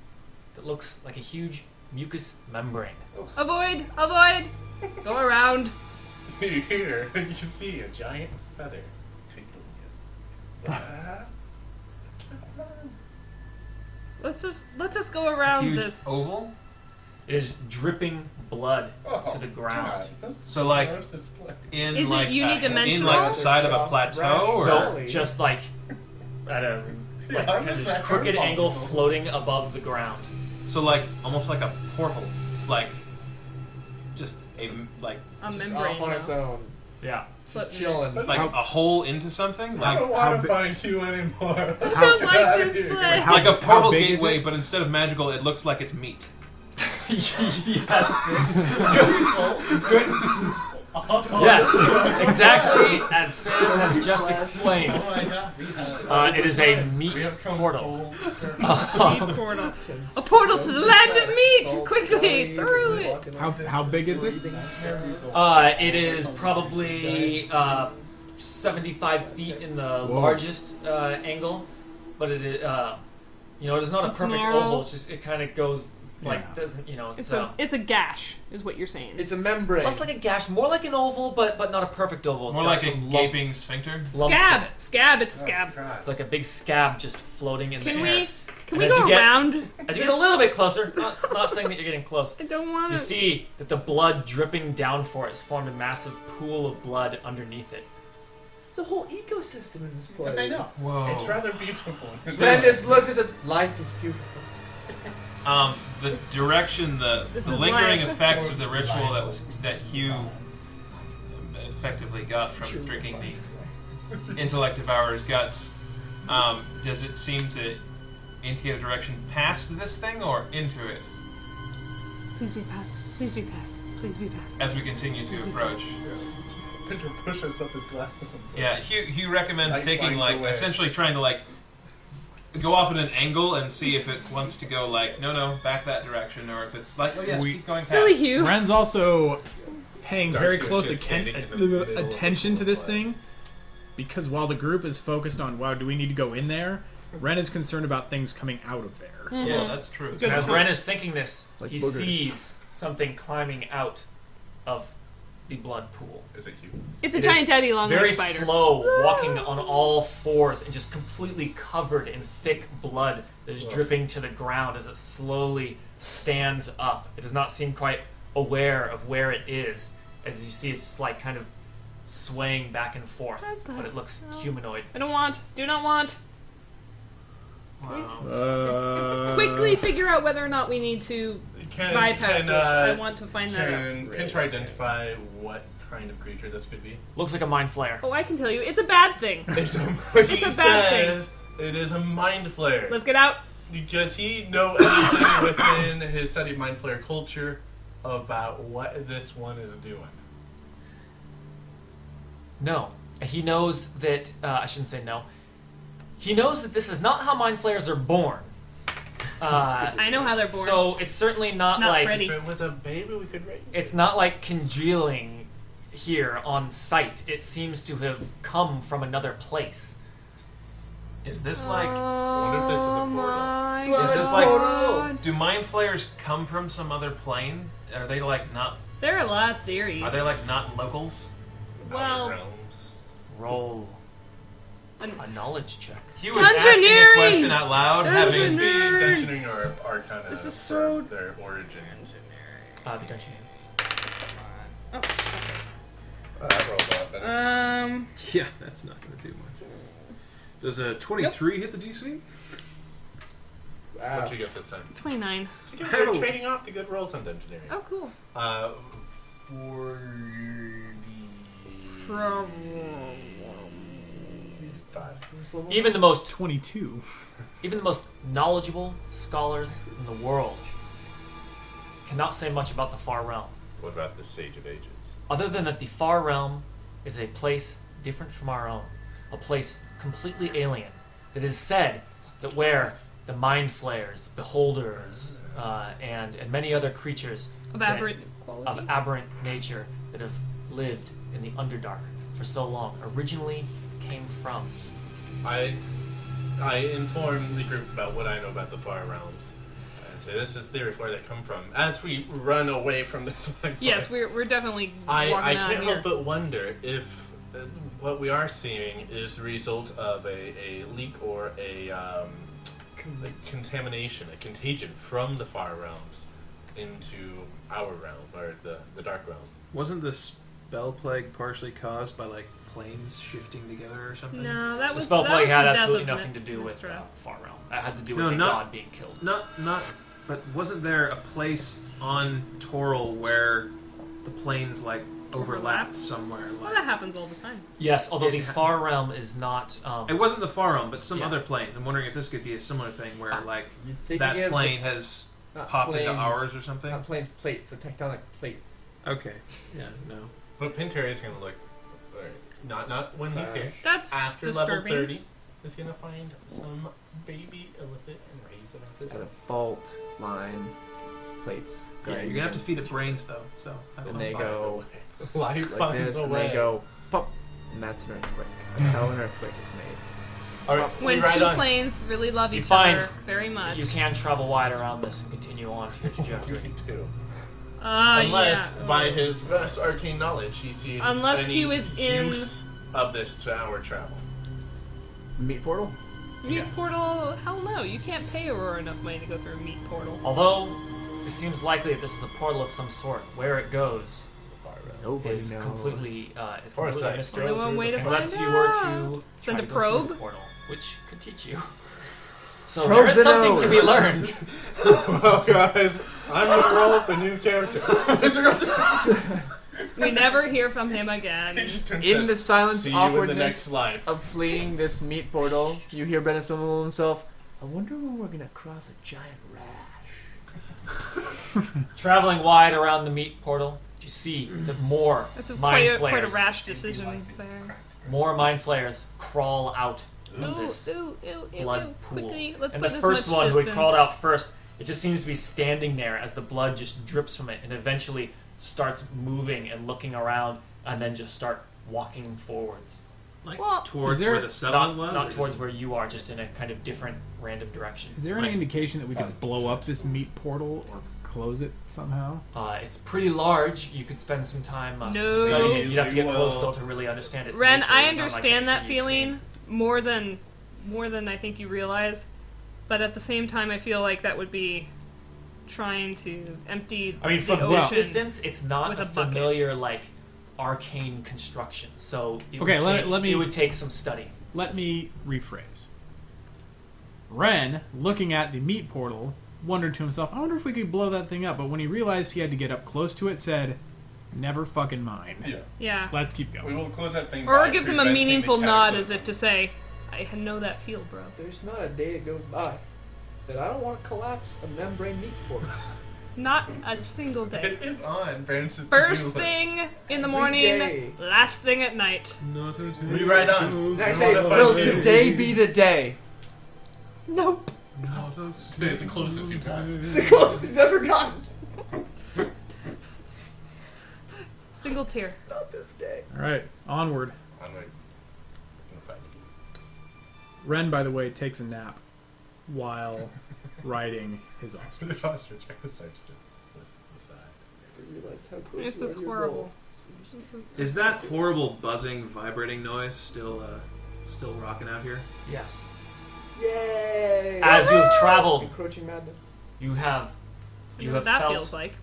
Speaker 2: that looks like a huge mucous membrane.
Speaker 4: Avoid, avoid. Go around.
Speaker 5: You hear and you see a giant feather tickling it. Ah.
Speaker 4: Let's just let's just go around
Speaker 6: Huge
Speaker 4: this
Speaker 6: oval.
Speaker 2: It is dripping blood to
Speaker 5: Oh,
Speaker 2: the ground.
Speaker 6: So, like, in
Speaker 4: Is it
Speaker 6: like in
Speaker 4: unidimensional?
Speaker 6: like the side of a plateau, or
Speaker 2: No, just like at a like
Speaker 5: I'm
Speaker 2: kind of
Speaker 5: just
Speaker 2: this
Speaker 5: that
Speaker 2: crooked
Speaker 5: curveball.
Speaker 2: angle floating above the ground.
Speaker 6: so like almost like a portal, like just a like
Speaker 4: A
Speaker 8: Just
Speaker 4: membrane.
Speaker 8: off on
Speaker 4: though.
Speaker 8: its own.
Speaker 2: Yeah.
Speaker 8: Just
Speaker 4: Floating
Speaker 8: chilling.
Speaker 6: like a hole into something,
Speaker 5: I
Speaker 6: like
Speaker 5: don't want to find you anymore.
Speaker 4: there. I don't like this place.
Speaker 6: like a portal
Speaker 10: big is
Speaker 6: gateway, but instead of magical, it looks like it's meat.
Speaker 2: Yes, exactly as Sam has just explained.
Speaker 5: Oh my god, we have,
Speaker 2: Uh, it is a meat
Speaker 5: we have come
Speaker 2: portal. Oh,
Speaker 5: full circle.
Speaker 4: Meat portal. A portal to the land of meat! Quickly, through it!
Speaker 10: How, how big is it?
Speaker 2: Uh, it is probably uh, 75 feet in the largest uh, angle, but it is, uh, you know, it is not a
Speaker 4: It's
Speaker 2: perfect
Speaker 4: narrow.
Speaker 2: oval. It's just it kind of goes like
Speaker 10: Yeah.
Speaker 2: doesn't you know? It's,
Speaker 4: It's
Speaker 2: uh,
Speaker 4: a, it's a gash, is what you're saying.
Speaker 8: It's a membrane.
Speaker 2: it's less like a gash, more like an oval, but but not a perfect oval. It's
Speaker 6: More
Speaker 2: got
Speaker 6: like a
Speaker 2: some lump-
Speaker 6: gaping sphincter.
Speaker 2: lumps in
Speaker 4: scab!
Speaker 2: it.
Speaker 4: Scab, it's scab.
Speaker 2: It's like a big scab just floating in
Speaker 4: Can
Speaker 2: the
Speaker 4: we
Speaker 2: air.
Speaker 4: can
Speaker 2: And
Speaker 4: we
Speaker 2: as you
Speaker 4: go
Speaker 2: get-
Speaker 4: around?
Speaker 2: As you get a little bit closer, not, not saying that you're getting close,
Speaker 4: I don't want
Speaker 2: You
Speaker 4: to.
Speaker 2: see that the blood dripping down for it has formed a massive pool of blood underneath it.
Speaker 8: It's a whole ecosystem in this place.
Speaker 5: I know.
Speaker 6: Whoa.
Speaker 5: It's rather beautiful.
Speaker 8: Landis looks and says, "Life is beautiful."
Speaker 6: Um, the direction, the,
Speaker 4: This
Speaker 6: the
Speaker 4: is
Speaker 6: lingering
Speaker 4: life.
Speaker 6: effects of the ritual that was that Hugh um, effectively got from drinking the intellect devourer's guts. Um, does it seem to indicate a direction past this thing or into it
Speaker 4: Please be past. Please be past. Please be past.
Speaker 6: as we continue to approach?
Speaker 5: Pinter pushes up his glasses. and-
Speaker 6: Yeah, Hugh, Hugh recommends
Speaker 5: Light finds
Speaker 6: taking like
Speaker 5: a way.
Speaker 6: essentially trying to like go off at an angle and see if it wants to go like no no back that direction or if it's like oh yes
Speaker 10: We-
Speaker 6: keep going past.
Speaker 4: Silly Hugh.
Speaker 10: Ren's also paying very
Speaker 5: Darcy was
Speaker 10: close
Speaker 5: just
Speaker 10: atten-
Speaker 5: standing in the middle of the
Speaker 10: attention to this
Speaker 5: floor.
Speaker 10: thing because while the group is focused on, wow, do we need to go in there? Ren is concerned about things coming out of there.
Speaker 6: Yeah, that's true.
Speaker 4: Good
Speaker 2: as
Speaker 4: point.
Speaker 2: Ren is thinking this,
Speaker 7: Like
Speaker 2: he
Speaker 7: boogers.
Speaker 2: sees something climbing out of the blood pool.
Speaker 5: Is it you?
Speaker 4: It's a
Speaker 2: It is
Speaker 4: giant daddy long
Speaker 2: Very
Speaker 4: leg spider.
Speaker 2: slow, walking on all fours and just completely covered in thick blood that is dripping to the ground as it slowly stands up. It does not seem quite aware of where it is. As you see, it's just like kind of swaying back and forth,
Speaker 4: What the
Speaker 2: but it looks
Speaker 4: hell?
Speaker 2: humanoid.
Speaker 4: I don't want. Do not want.
Speaker 6: Wow.
Speaker 10: Uh,
Speaker 4: Quickly figure out whether or not we need to
Speaker 5: Can,
Speaker 4: bypass
Speaker 5: can,
Speaker 4: this. I
Speaker 5: uh,
Speaker 4: want to find that out.
Speaker 5: Can Pinter identify what kind of creature this could be?
Speaker 2: Looks like a mind flare.
Speaker 4: Oh, I can tell you, it's a bad thing.
Speaker 5: It's a,
Speaker 4: a bad
Speaker 5: thing. It is a mind flare.
Speaker 4: Let's get out.
Speaker 5: Does he know anything within his study of mind flare culture about what this one is doing?
Speaker 2: No. He knows that. Uh, I shouldn't say no. He knows that this is not how mind flayers are born. Uh,
Speaker 4: I know how they're born.
Speaker 2: so it's certainly not,
Speaker 4: It's not
Speaker 2: like
Speaker 4: pretty.
Speaker 5: If it was a baby, we could raise it.
Speaker 2: it's not like congealing here on site. It seems to have come from another place.
Speaker 6: Is this like
Speaker 5: wonder if this is a
Speaker 4: oh
Speaker 5: portal.
Speaker 4: my
Speaker 6: is this
Speaker 4: God.
Speaker 6: like do mind flayers come from some other plane? Are they like not
Speaker 4: There are a lot of theories.
Speaker 6: are they like not locals?
Speaker 4: well-
Speaker 5: Outer realms.
Speaker 2: Roll
Speaker 4: An-
Speaker 2: a knowledge check.
Speaker 6: Hugh was asking a
Speaker 4: Dungeoneering!
Speaker 6: question out loud, having
Speaker 5: Maybe
Speaker 4: Nerd.
Speaker 5: Dungeoneering or Arcana.
Speaker 4: This is
Speaker 5: for
Speaker 4: so-
Speaker 5: Their origin.
Speaker 2: Uh, but don't you
Speaker 4: Oh,
Speaker 5: Uh, robot.
Speaker 4: okay. Um.
Speaker 6: Yeah, that's not gonna do much. Does a twenty-three hit the DC?
Speaker 8: Wow.
Speaker 5: What'd you get this time?
Speaker 4: 29.
Speaker 5: Together, We're trading off the good rolls on Dungeoneering.
Speaker 4: Oh, cool.
Speaker 5: Uh, 45.
Speaker 2: know. Even the most
Speaker 10: 22.
Speaker 2: even the most knowledgeable scholars in the world cannot say much about the far realm.
Speaker 5: What about the Sage of Ages?
Speaker 2: other than that the far realm is a place different from our own, a place completely alien. It is said that where the mind flayers, beholders, uh, and and many other creatures
Speaker 4: Of
Speaker 2: that-
Speaker 4: aberrant quality.
Speaker 2: of aberrant nature that have lived in the underdark for so long originally came from.
Speaker 5: I I inform the group about what I know about the far realms. And say this is theory of where they come from. As we run away from this one.
Speaker 4: yes, we're, we're definitely
Speaker 5: I,
Speaker 4: walking
Speaker 5: I
Speaker 4: out
Speaker 5: can't
Speaker 4: here.
Speaker 5: help but wonder if uh, what we are seeing is the result of a, a leak or a, um, a contamination, a contagion from the far realms into our realm or the, the dark realm.
Speaker 6: Wasn't the spell plague partially caused by like planes shifting together or something?
Speaker 4: No, that
Speaker 2: The
Speaker 4: was
Speaker 2: spell
Speaker 4: that
Speaker 2: plague
Speaker 4: was
Speaker 2: had
Speaker 4: the death
Speaker 2: absolutely
Speaker 4: of
Speaker 2: nothing to
Speaker 4: Mi-
Speaker 2: do with
Speaker 4: Mistra.
Speaker 2: uh, Far Realm. That had to do with
Speaker 6: No,
Speaker 2: a
Speaker 6: not-
Speaker 2: god being killed.
Speaker 6: Not, not. But wasn't there a place on Toril where the planes like overlapped somewhere?
Speaker 4: Well,
Speaker 6: Like,
Speaker 4: that happens all the time.
Speaker 2: Yes, although
Speaker 6: It
Speaker 2: the
Speaker 6: ha-
Speaker 2: Far Realm is not.
Speaker 6: It
Speaker 2: Um,
Speaker 6: wasn't the Farum, but some
Speaker 2: Yeah.
Speaker 6: other planes. I'm wondering if this could be a similar thing where, like,
Speaker 8: You're thinking
Speaker 6: that
Speaker 8: of
Speaker 6: plane has
Speaker 8: the, not
Speaker 6: popped into
Speaker 8: planes-
Speaker 6: ours or something.
Speaker 8: Not planes, plates, the tectonic plates.
Speaker 6: Okay. Yeah. No.
Speaker 5: But Pinter is going to look. Or not not when he's here.
Speaker 4: That's
Speaker 5: After
Speaker 4: disturbing.
Speaker 5: level 30, he's going to find some baby elephant and raise it up.
Speaker 8: It's
Speaker 5: his
Speaker 8: got a
Speaker 5: arm.
Speaker 8: fault line plates.
Speaker 7: Going
Speaker 6: yeah, you're gonna have to
Speaker 7: against
Speaker 6: feed it
Speaker 7: each
Speaker 6: brains though. So. I don't
Speaker 8: And they
Speaker 6: know.
Speaker 8: go
Speaker 5: Life
Speaker 8: like
Speaker 5: finds
Speaker 8: this,
Speaker 5: a
Speaker 8: and
Speaker 5: way.
Speaker 8: they go pop, and that's an earthquake. That's how an earthquake is made.
Speaker 5: All right, we
Speaker 4: When
Speaker 5: ride
Speaker 4: two
Speaker 5: on.
Speaker 4: planes really love
Speaker 2: You
Speaker 4: each
Speaker 2: find
Speaker 4: other very much.
Speaker 2: you can travel wide around this and continue on to your
Speaker 5: You
Speaker 2: trajectory.
Speaker 5: do.
Speaker 4: Uh,
Speaker 5: Unless,
Speaker 4: yeah.
Speaker 5: by his best arcane knowledge, he sees
Speaker 4: Unless
Speaker 5: any
Speaker 4: he was in-
Speaker 5: use of this to our travel.
Speaker 7: Meat portal?
Speaker 4: Meat portal? Hell no! You can't pay Aurora enough money to go through a meat portal.
Speaker 2: Although it seems likely that this is a portal of some sort, where it goes
Speaker 7: Nobody
Speaker 2: is
Speaker 7: knows.
Speaker 2: completely uh, is
Speaker 5: Or it's
Speaker 2: completely
Speaker 5: like-
Speaker 2: mystery.
Speaker 4: Only one way to find
Speaker 2: Unless
Speaker 4: out.
Speaker 2: you were to
Speaker 4: Send
Speaker 2: try to go through the
Speaker 4: a probe?
Speaker 2: portal, which could teach you. So
Speaker 7: Probe
Speaker 2: there is
Speaker 7: the
Speaker 2: something to
Speaker 7: nose.
Speaker 2: be learned.
Speaker 5: well, Oh, guys, I'm gonna roll up a new character.
Speaker 4: we never hear from him again.
Speaker 7: In the silence,
Speaker 5: See you in the next
Speaker 7: awkwardness
Speaker 5: life.
Speaker 7: of fleeing this meat portal, you hear Bennett mumble to himself, I wonder when we're gonna cross a giant rash.
Speaker 2: Traveling wide around the meat portal, you see that more
Speaker 4: That's a,
Speaker 2: mind
Speaker 4: quite, a, quite a
Speaker 2: flares,
Speaker 4: rash decision there.
Speaker 2: more mind flares crawl out
Speaker 4: Ooh,
Speaker 2: of this
Speaker 4: ooh, ooh, ooh, ooh.
Speaker 2: blood pool.
Speaker 4: Quickly, let's
Speaker 2: and
Speaker 4: put
Speaker 2: the
Speaker 4: this
Speaker 2: first
Speaker 4: much
Speaker 2: one who
Speaker 4: distance.
Speaker 2: had crawled out first, it just seems to be standing there as the blood just drips from it and eventually starts moving and looking around and then just start walking forwards.
Speaker 6: like
Speaker 4: Well,
Speaker 10: is
Speaker 6: towards
Speaker 10: there-
Speaker 6: where the
Speaker 2: Not,
Speaker 6: settlement was.
Speaker 2: not
Speaker 6: or
Speaker 2: towards
Speaker 6: just-
Speaker 2: where you are, just in a kind of different random direction.
Speaker 10: Is there any
Speaker 6: Right.
Speaker 10: indication that we could blow up this meat portal or close it somehow?
Speaker 2: Uh, it's pretty large. You could spend some time uh,
Speaker 4: No.
Speaker 2: studying it. You'd have to get
Speaker 5: Well-
Speaker 2: close though to really understand its
Speaker 4: Ren,
Speaker 2: nature.
Speaker 4: I
Speaker 2: It's not like
Speaker 4: understand that
Speaker 2: anything you've seen.
Speaker 4: feeling more than more than I think you realize, but at the same time, I feel like that would be trying to empty.
Speaker 2: I mean,
Speaker 4: the
Speaker 2: from this
Speaker 4: ocean.
Speaker 2: distance, it's not
Speaker 4: with
Speaker 2: a,
Speaker 4: a bucket.
Speaker 2: familiar like arcane construction. So it
Speaker 10: Okay,
Speaker 2: would
Speaker 10: let-
Speaker 2: take,
Speaker 10: let me-
Speaker 2: it would take some study.
Speaker 10: Let me rephrase. Ren, looking at the meat portal, wondered to himself, I wonder if we could blow that thing up. But when he realized he had to get up close to it, said, Never fucking mind.
Speaker 4: Yeah,
Speaker 10: Let's keep
Speaker 5: We
Speaker 10: going.
Speaker 5: will close that thing.
Speaker 4: or
Speaker 5: by
Speaker 4: it gives him a
Speaker 5: preventing the
Speaker 4: meaningful nod as
Speaker 5: cataclysm.
Speaker 4: if to say, "I know that feel, bro."
Speaker 8: There's not a day that goes by that I don't want to collapse a membrane meat portal.
Speaker 4: Not a single day.
Speaker 5: It is on Baron's to-do
Speaker 4: First
Speaker 5: list.
Speaker 4: thing in the
Speaker 8: Every
Speaker 4: morning,
Speaker 8: day.
Speaker 4: last thing at night.
Speaker 6: Not a day
Speaker 5: We ride on.
Speaker 6: goes
Speaker 8: Next
Speaker 5: day,
Speaker 6: by.
Speaker 5: Will
Speaker 7: Today be the day.
Speaker 8: Nope.
Speaker 6: Not a
Speaker 5: Today's the closest you've gotten.
Speaker 8: It's the closest he's ever gotten.
Speaker 4: Single tear.
Speaker 8: Not this day.
Speaker 10: All right, onward.
Speaker 5: I'm like, I'm fine.
Speaker 10: Ren, by the way, takes a nap while riding his ostrich.
Speaker 5: The ostrich. I was like, "What's the side?"
Speaker 8: I realized how close
Speaker 4: This
Speaker 8: you
Speaker 4: is
Speaker 8: are to your
Speaker 4: horrible.
Speaker 8: goal.
Speaker 4: This is-
Speaker 6: Is that horrible buzzing, vibrating noise still uh, still rocking out here?
Speaker 2: Yes.
Speaker 8: Yay!
Speaker 2: As you have traveled,
Speaker 8: Encroaching madness.
Speaker 2: you have
Speaker 4: I
Speaker 2: you
Speaker 4: know what
Speaker 2: have
Speaker 4: that
Speaker 2: felt
Speaker 4: feels like.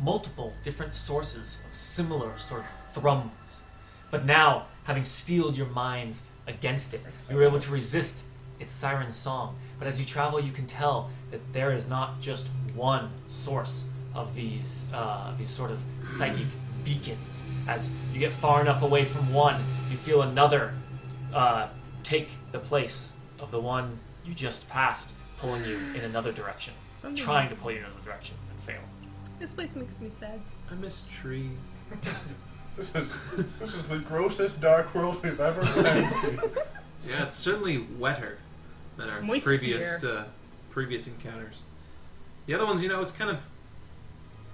Speaker 2: multiple different sources of similar sort of thrums. But now, having steeled your minds against it, you were able to resist its siren song. But as you travel, you can tell that there is not just one source of these uh, these sort of psychic beacons. As you get far enough away from one, you feel another uh, take the place of the one you just passed, pulling you in another direction,
Speaker 4: Something-
Speaker 2: trying to pull you in another direction and failing.
Speaker 4: This place makes me sad.
Speaker 6: I miss trees.
Speaker 5: This is this is the grossest dark world we've ever been to.
Speaker 6: Yeah, it's certainly wetter than our
Speaker 4: Moistier.
Speaker 6: previous uh, previous encounters. The other ones, you know, it's kind of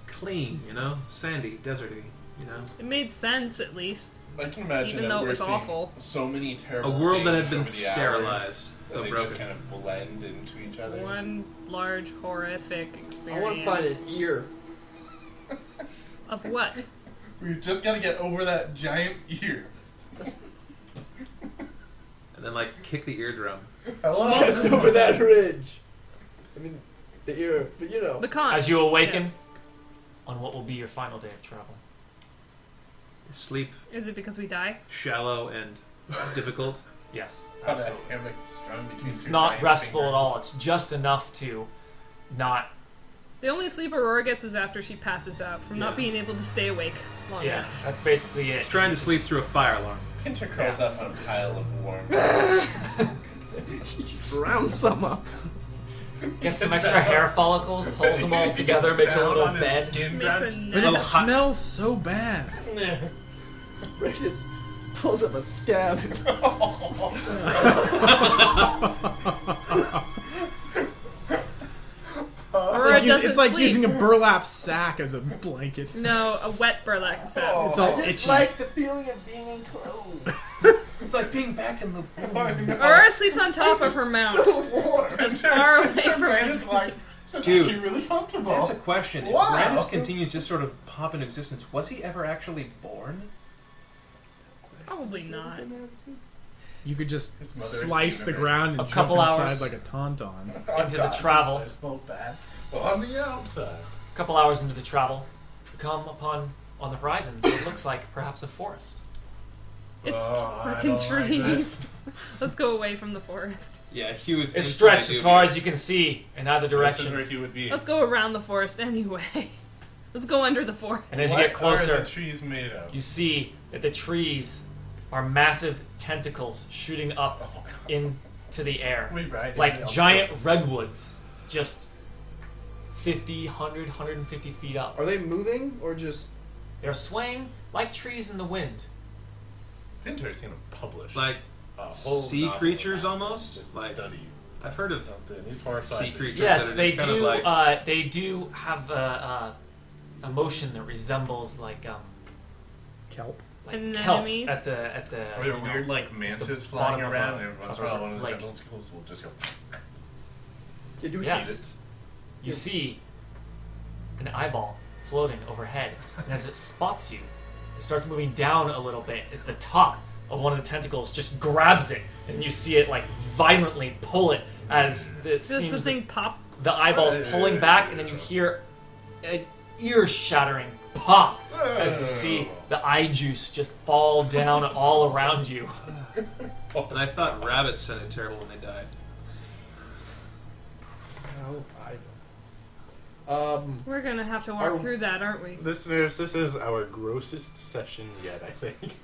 Speaker 6: clean, you know, sandy, deserty, you know,
Speaker 4: It made sense, at least.
Speaker 5: I can imagine
Speaker 4: Even
Speaker 5: that
Speaker 4: though it
Speaker 5: we're
Speaker 4: was
Speaker 5: seeing
Speaker 4: awful.
Speaker 5: so many
Speaker 6: a
Speaker 5: terrible.
Speaker 6: world that
Speaker 5: things
Speaker 6: had been
Speaker 5: over the hours
Speaker 6: sterilized,
Speaker 5: that
Speaker 6: though
Speaker 5: they
Speaker 6: broken.
Speaker 5: just kind of blend into each other.
Speaker 4: One large horrific
Speaker 8: I
Speaker 4: experience.
Speaker 8: want to find an ear.
Speaker 4: Of what?
Speaker 5: We just gotta get over that giant ear.
Speaker 6: and then like kick the eardrum.
Speaker 5: Hello.
Speaker 8: Just over that ridge. I mean, The ear, but you know.
Speaker 4: The con.
Speaker 2: As you awaken?
Speaker 4: yes.
Speaker 2: on what will be your final day of travel.
Speaker 6: Sleep
Speaker 4: Is it because we die?
Speaker 6: shallow and difficult.
Speaker 2: Yes,
Speaker 5: Have a
Speaker 2: absolutely.
Speaker 5: hammock strung between
Speaker 2: It's
Speaker 5: two
Speaker 2: not
Speaker 5: giant
Speaker 2: restful at
Speaker 5: fingers.
Speaker 2: all. It's just enough to not.
Speaker 4: The only sleep Aurora gets is after she passes out from
Speaker 6: Yeah.
Speaker 4: not being able to stay awake long
Speaker 2: Yeah,
Speaker 4: enough.
Speaker 2: that's basically
Speaker 6: It's
Speaker 2: it.
Speaker 6: trying to sleep through a fire alarm.
Speaker 5: Pinter curls up on a pile of warm.
Speaker 7: Brown summer.
Speaker 2: Gets some extra hair follicles, pulls them all together, makes a
Speaker 5: Down
Speaker 2: little
Speaker 5: on his
Speaker 2: bed.
Speaker 5: skin
Speaker 4: Makes
Speaker 5: grabs-
Speaker 4: a
Speaker 3: But it
Speaker 4: nest.
Speaker 6: little hot.
Speaker 3: smells so bad.
Speaker 8: Ray just pulls up a scab.
Speaker 4: Aurora
Speaker 3: Use-
Speaker 4: doesn't
Speaker 3: it's like
Speaker 4: sleep.
Speaker 3: using a burlap sack as a blanket.
Speaker 4: No, a wet burlap sack.
Speaker 3: It's
Speaker 8: I
Speaker 3: all
Speaker 8: just
Speaker 3: itchy.
Speaker 8: like the feeling of being enclosed.
Speaker 5: It's like being back in the warm.
Speaker 4: Aurora sleeps on top of her mount,
Speaker 8: warm.
Speaker 4: as far away from
Speaker 5: Her
Speaker 4: it.
Speaker 5: is like, this is
Speaker 6: Dude.
Speaker 5: actually really comfortable.
Speaker 6: That's a question. If
Speaker 5: Wow.
Speaker 6: Brandis continues just sort of pop into existence, was he ever actually born?
Speaker 4: Probably not.
Speaker 3: You could just
Speaker 5: His mother is
Speaker 3: slice
Speaker 5: the
Speaker 3: the
Speaker 5: universe.
Speaker 3: ground and
Speaker 2: A
Speaker 3: jump
Speaker 2: couple
Speaker 3: inside
Speaker 2: hours.
Speaker 3: like a tauntaun.
Speaker 2: Into the travel.
Speaker 5: It's both bad. Well, on the outside.
Speaker 2: A couple hours into the travel, you come upon on the horizon what looks like perhaps a forest.
Speaker 4: It's
Speaker 5: Oh, I
Speaker 4: fucking
Speaker 5: don't like
Speaker 4: trees. Let's go away from the forest.
Speaker 6: Yeah, Hugh is.
Speaker 2: It's stretched as far as you can see in either
Speaker 5: This is
Speaker 2: direction,
Speaker 5: where he would be.
Speaker 4: Let's go around the forest anyway. Let's go under the forest.
Speaker 2: and as you
Speaker 5: what
Speaker 2: get
Speaker 5: Are the
Speaker 2: closer,
Speaker 5: trees made of?
Speaker 2: you see that the trees are massive tentacles shooting up into the air.
Speaker 5: Oh, We ride in
Speaker 2: like
Speaker 5: the
Speaker 2: giant redwoods just 50 100 150 feet up
Speaker 8: Are they moving or just?
Speaker 2: they're swaying like trees in the wind
Speaker 5: Pinter's gonna publish
Speaker 6: Like
Speaker 5: a whole
Speaker 6: sea
Speaker 5: novel
Speaker 6: creatures,
Speaker 5: about
Speaker 6: almost.
Speaker 5: this,
Speaker 6: Like
Speaker 5: study
Speaker 6: I've heard of.
Speaker 5: something. He's horrified.
Speaker 6: Sea
Speaker 5: that-
Speaker 6: creatures.
Speaker 2: yes
Speaker 6: that are
Speaker 2: they
Speaker 6: just kind of
Speaker 2: do
Speaker 6: like-
Speaker 2: uh, they do have a, a, a motion that resembles like um
Speaker 3: Kelp.
Speaker 2: like
Speaker 4: Anemones?
Speaker 2: kelp at the at the
Speaker 5: Are there
Speaker 2: you know,
Speaker 5: weird like
Speaker 2: the
Speaker 5: mantis
Speaker 2: bottom
Speaker 5: flying
Speaker 2: of
Speaker 5: around?
Speaker 2: a-
Speaker 5: and every once
Speaker 2: of
Speaker 5: in
Speaker 2: a
Speaker 5: a while, one of the
Speaker 2: lake.
Speaker 5: dental schools will just go.
Speaker 8: Yeah, do we see
Speaker 2: yes you see an eyeball floating overhead and as it spots you it starts moving down a little bit as the top of one of the tentacles just grabs it and you see it like violently pull it as the
Speaker 4: Does
Speaker 2: seems
Speaker 4: this thing pop?
Speaker 2: the eyeballs pulling back, and then you hear an ear shattering pop as you see the eye juice just fall down all around you.
Speaker 5: Oh.
Speaker 6: And I thought rabbits sounded terrible when they died.
Speaker 8: No, I don't. Um,
Speaker 4: We're gonna have to walk
Speaker 8: Are-
Speaker 4: through that, aren't we?
Speaker 5: Listeners, this is our grossest sessions yet. I think.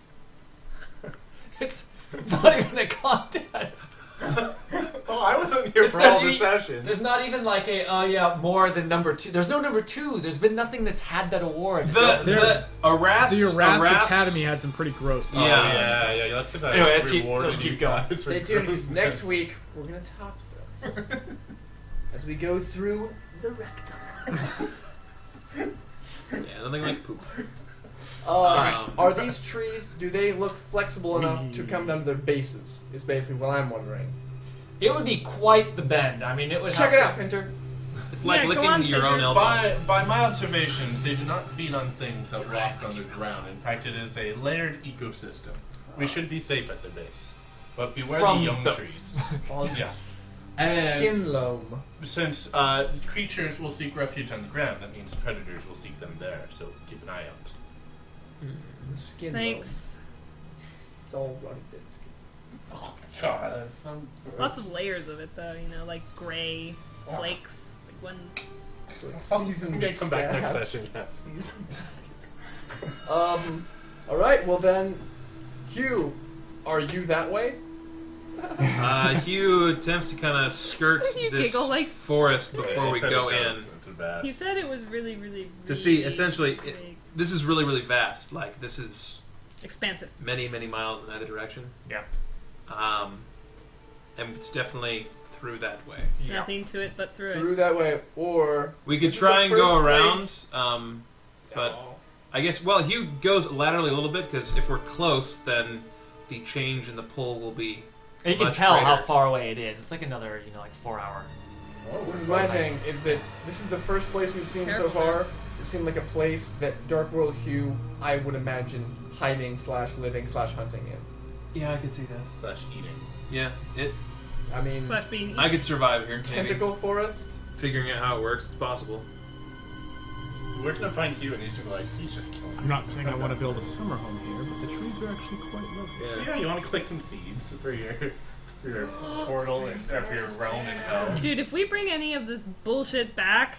Speaker 2: It's not even a contest.
Speaker 5: Oh, I wasn't here
Speaker 2: It's
Speaker 5: for all the
Speaker 2: the-
Speaker 5: sessions.
Speaker 2: There's not even like a, oh yeah, more than number two. There's no number two. There's been nothing that's had that award.
Speaker 6: The the
Speaker 3: They're-
Speaker 6: Araths,
Speaker 3: The Arats Academy had some pretty gross.
Speaker 6: Yeah.
Speaker 5: yeah, yeah. Let's give that.
Speaker 2: Anyway, let's keep-
Speaker 5: reward
Speaker 2: let's
Speaker 5: to
Speaker 2: keep
Speaker 5: you
Speaker 2: going.
Speaker 5: guys for
Speaker 8: stay tuned. 'cause Next
Speaker 5: grossness.
Speaker 8: week we're gonna top this as we go through the rectum.
Speaker 6: Yeah, nothing like poop.
Speaker 8: Um,
Speaker 6: Alright.
Speaker 8: Are these trees? Do they look flexible enough to come down to their bases? Is basically what I'm wondering.
Speaker 2: It would be quite the bend. I mean, it would.
Speaker 8: Check
Speaker 2: have
Speaker 8: it
Speaker 2: to-
Speaker 8: out, Pinter.
Speaker 6: It's like
Speaker 4: Yeah, go
Speaker 6: licking
Speaker 4: on,
Speaker 6: your own
Speaker 4: Peter.
Speaker 6: elbow.
Speaker 5: By, by my observations, they do not feed on things that rock on the ground. In fact, it is a layered ecosystem. We should be safe at the base, but beware
Speaker 2: From
Speaker 5: the young
Speaker 2: those.
Speaker 5: trees.
Speaker 8: On
Speaker 5: yeah. And
Speaker 8: skin loam.
Speaker 5: since uh, creatures will seek refuge on the ground, that means predators will seek them there. So keep an eye out.
Speaker 8: Skin loam.
Speaker 4: Thanks.
Speaker 8: It's all running dead skin.
Speaker 5: Oh God, that's so
Speaker 4: Lots of layers of it, though. You know, like gray flakes. Like one.
Speaker 8: So it's seasons.
Speaker 5: Okay,
Speaker 8: of
Speaker 5: come back next
Speaker 8: scabs.
Speaker 5: session, yeah.
Speaker 8: Seasons of scabs. um. All right. Well then, Hugh, are you that way?
Speaker 6: Uh, Hugh attempts to kind of skirt
Speaker 4: You
Speaker 6: this
Speaker 4: giggle like-
Speaker 6: forest before we
Speaker 5: It's at
Speaker 6: go
Speaker 5: a
Speaker 6: in.
Speaker 5: dose, It's a vast.
Speaker 4: He said it was really, really.
Speaker 6: To see,
Speaker 4: really
Speaker 6: essentially, it-
Speaker 4: big.
Speaker 6: This is really, really vast. Like, this is
Speaker 4: expansive.
Speaker 6: many, many miles in either direction.
Speaker 2: Yeah.
Speaker 6: Um, and it's definitely through that way.
Speaker 2: Yeah.
Speaker 4: Nothing to it but through,
Speaker 8: Through
Speaker 4: it.
Speaker 8: that way, or
Speaker 6: We could
Speaker 8: This is
Speaker 6: try
Speaker 8: the
Speaker 6: and go
Speaker 8: first
Speaker 6: around,
Speaker 8: place.
Speaker 6: um, but
Speaker 8: Oh,
Speaker 6: I guess, well, Hugh goes laterally a little bit because if we're close, then the change in the pull will be.
Speaker 2: And you can
Speaker 6: Much
Speaker 2: tell how
Speaker 6: greater.
Speaker 2: far away it is. It's like another, you know, like four hour.
Speaker 8: This is my thing, is that this is the first place we've seen so
Speaker 4: Careful,
Speaker 8: far. It seemed like a place that Dark World Hugh, I would imagine, hiding slash living slash hunting in.
Speaker 6: Yeah, I could see this.
Speaker 5: Slash eating.
Speaker 6: Yeah, it.
Speaker 8: I mean,
Speaker 4: Slash being.
Speaker 6: I could survive here. maybe.
Speaker 8: tentacle forest?
Speaker 6: figuring out how it works. It's possible.
Speaker 5: We're gonna find Hugh, and he's gonna be like, he's just killing.
Speaker 3: I'm not saying I want to build a summer home here, but the trees are actually quite lovely.
Speaker 6: Yeah.
Speaker 5: Yeah, you want to collect some seeds for your for your
Speaker 4: Oh,
Speaker 5: portal and or for your realm and hell.
Speaker 4: Dude, if we bring any of this bullshit back,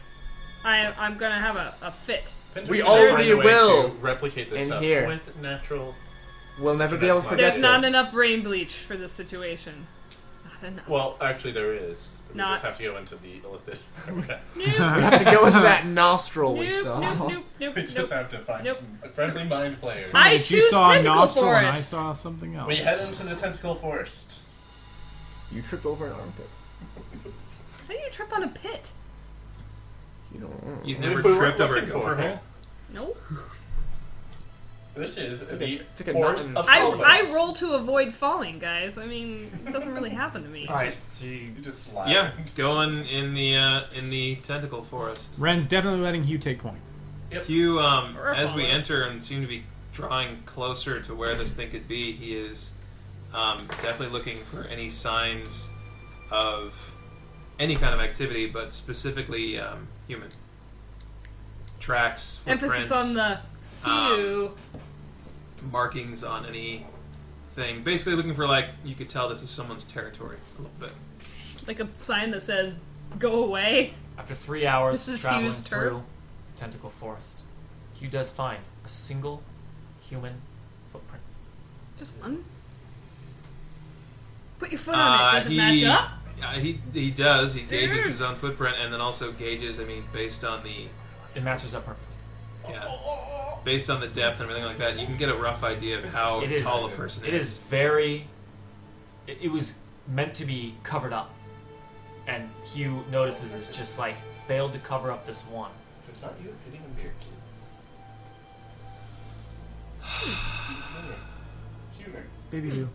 Speaker 4: I, I'm gonna have a, a fit.
Speaker 5: Pinterest
Speaker 8: all
Speaker 5: will find
Speaker 8: really
Speaker 5: a way to
Speaker 8: will
Speaker 5: replicate this
Speaker 8: in
Speaker 5: stuff
Speaker 8: here.
Speaker 5: with natural.
Speaker 8: We'll never be able to forget
Speaker 4: There's not
Speaker 8: this.
Speaker 4: enough brain bleach for this situation. Not enough.
Speaker 5: Well, actually, there is. We
Speaker 4: Not-
Speaker 5: just have to go into the illithid.
Speaker 8: We have to go with that nostril we
Speaker 4: Nope,
Speaker 8: saw.
Speaker 4: nope, nope, nope,
Speaker 5: we just
Speaker 4: nope.
Speaker 5: have to find
Speaker 4: Nope.
Speaker 5: some friendly mind players.
Speaker 4: I
Speaker 3: But you
Speaker 4: choose
Speaker 3: saw a
Speaker 4: tentacle
Speaker 3: nostril and I
Speaker 4: forest.
Speaker 3: saw something else.
Speaker 5: We head into the tentacle forest.
Speaker 8: You tripped over an armpit.
Speaker 4: How do you trip on a pit?
Speaker 8: You know.
Speaker 6: You've never
Speaker 5: If we weren't
Speaker 6: tripped over a
Speaker 5: looking for
Speaker 6: gopher
Speaker 5: it.
Speaker 6: hole?
Speaker 4: Nope.
Speaker 5: This is
Speaker 8: like a-
Speaker 5: the
Speaker 8: it's like a
Speaker 5: forest
Speaker 8: mountain.
Speaker 5: of
Speaker 4: I,
Speaker 5: Solomon.
Speaker 4: I roll to avoid falling, guys. I mean, it doesn't really happen to me.
Speaker 2: Alright, so you
Speaker 5: You just slide.
Speaker 6: Yeah, going in the uh, in the tentacle forest.
Speaker 3: Ren's definitely letting Hugh take point.
Speaker 6: Hugh, um,
Speaker 4: Or a
Speaker 6: as we
Speaker 4: forest.
Speaker 6: enter and seem to be drawing closer to where this thing could be, he is um, definitely looking for any signs of any kind of activity, but specifically um, human tracks, footprints,
Speaker 4: Emphasis on the
Speaker 6: Um,
Speaker 4: you.
Speaker 6: markings on anything. Basically, looking for like you could tell this is someone's territory a little bit.
Speaker 4: like a sign that says "Go away."
Speaker 2: After three hours
Speaker 4: This is
Speaker 2: traveling
Speaker 4: Hugh's turf.
Speaker 2: through Tentacle Forest, Hugh does find a single human footprint.
Speaker 4: Just one. Put your foot on
Speaker 6: Uh,
Speaker 4: it. Does it
Speaker 6: he-
Speaker 4: match up?
Speaker 6: Yeah, he he does. He gauges
Speaker 4: Dude.
Speaker 6: his own footprint, and then also gauges. I mean, based on the
Speaker 2: It matches up perfectly.
Speaker 6: yeah, based on the depth and everything like that, you can get a rough idea of how
Speaker 2: It is-
Speaker 6: tall a person
Speaker 2: It is very. It, it was meant to be covered up, and Hugh notices it's just like failed to cover up this one.
Speaker 5: If it's not you, it could even be your kids. Humor. Humor.
Speaker 8: Baby you.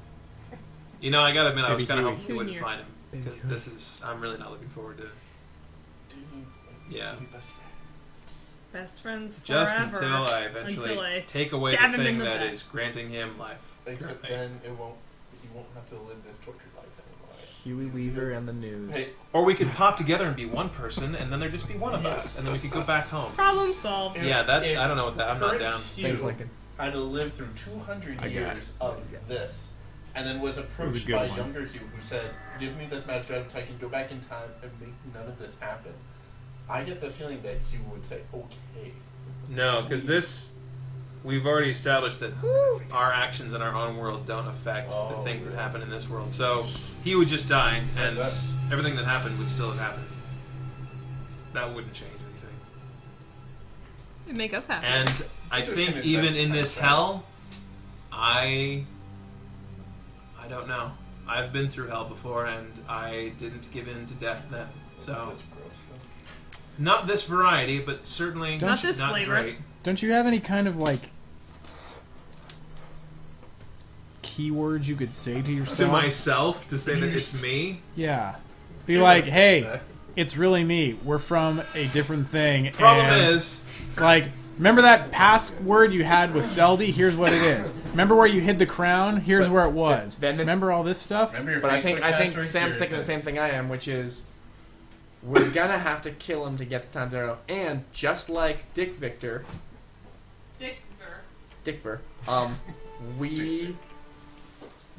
Speaker 6: You know, I gotta admit, I was
Speaker 3: Maybe
Speaker 6: kind of
Speaker 3: Huey.
Speaker 6: hoping you wouldn't
Speaker 4: Junior.
Speaker 6: find him because
Speaker 8: Maybe
Speaker 6: this is. I'm really not looking forward to.
Speaker 5: Do you-
Speaker 6: Yeah.
Speaker 5: do you best friend?
Speaker 4: Best friends forever.
Speaker 6: Just until I eventually
Speaker 4: Until I
Speaker 6: take away
Speaker 4: stab
Speaker 6: the
Speaker 4: him in
Speaker 6: thing
Speaker 4: the
Speaker 6: that is
Speaker 4: back.
Speaker 6: granting him life.
Speaker 5: Except
Speaker 6: currently.
Speaker 5: then it won't. He won't have to live this tortured life anymore.
Speaker 8: Huey Weaver and the news.
Speaker 5: Hey,
Speaker 6: Or we could pop together and be one person, and then there'd just be one of us, and then we could go back home.
Speaker 4: Problem solved.
Speaker 5: If-
Speaker 6: Yeah, that
Speaker 5: if
Speaker 6: I don't know what that. I'm not
Speaker 5: current
Speaker 6: down.
Speaker 5: Hugh
Speaker 8: Things like that.
Speaker 5: had to live through 200 years of this, and then was approached
Speaker 3: good
Speaker 5: by
Speaker 3: one.
Speaker 5: younger Hugh, who said, "Give me this magic item so I can go back in time and make none of this happen." I get the feeling that Hugh would say, "Okay."
Speaker 6: No, because this, we've already established that our actions in our own world don't affect the
Speaker 5: Oh,
Speaker 6: things that
Speaker 5: really?
Speaker 6: happen in this world. So he would just die, and
Speaker 5: That sucks.
Speaker 6: everything that happened would still have happened. That wouldn't change anything.
Speaker 4: It'd make us happy.
Speaker 6: And I
Speaker 5: Interesting
Speaker 6: think
Speaker 5: effect.
Speaker 6: even in this hell, I, I don't know. I've been through hell before, and I didn't give in to death then. So
Speaker 5: That's gross. though.
Speaker 6: not this variety, but certainly
Speaker 3: Don't Not
Speaker 4: you- this flavor.
Speaker 6: Great.
Speaker 3: Don't you have any kind of like keywords you could say to yourself?
Speaker 6: To myself to say that it's me.
Speaker 3: yeah. Be like, hey, it's really me. We're from a different thing.
Speaker 6: Problem
Speaker 3: and,
Speaker 6: is,
Speaker 3: like, remember that password you had with Seldy? Here's what it is. Remember where you hid the crown? Here's
Speaker 8: But
Speaker 3: where it was.
Speaker 8: then this-
Speaker 3: remember all this stuff?
Speaker 5: Remember your
Speaker 8: But I think
Speaker 5: Facebook
Speaker 8: I think
Speaker 5: password?
Speaker 8: Sam's
Speaker 5: Your-
Speaker 8: thinking the same thing I am, which is we're gonna have to kill him to get the time zero. And just like Dick Victor, Dickver, um, we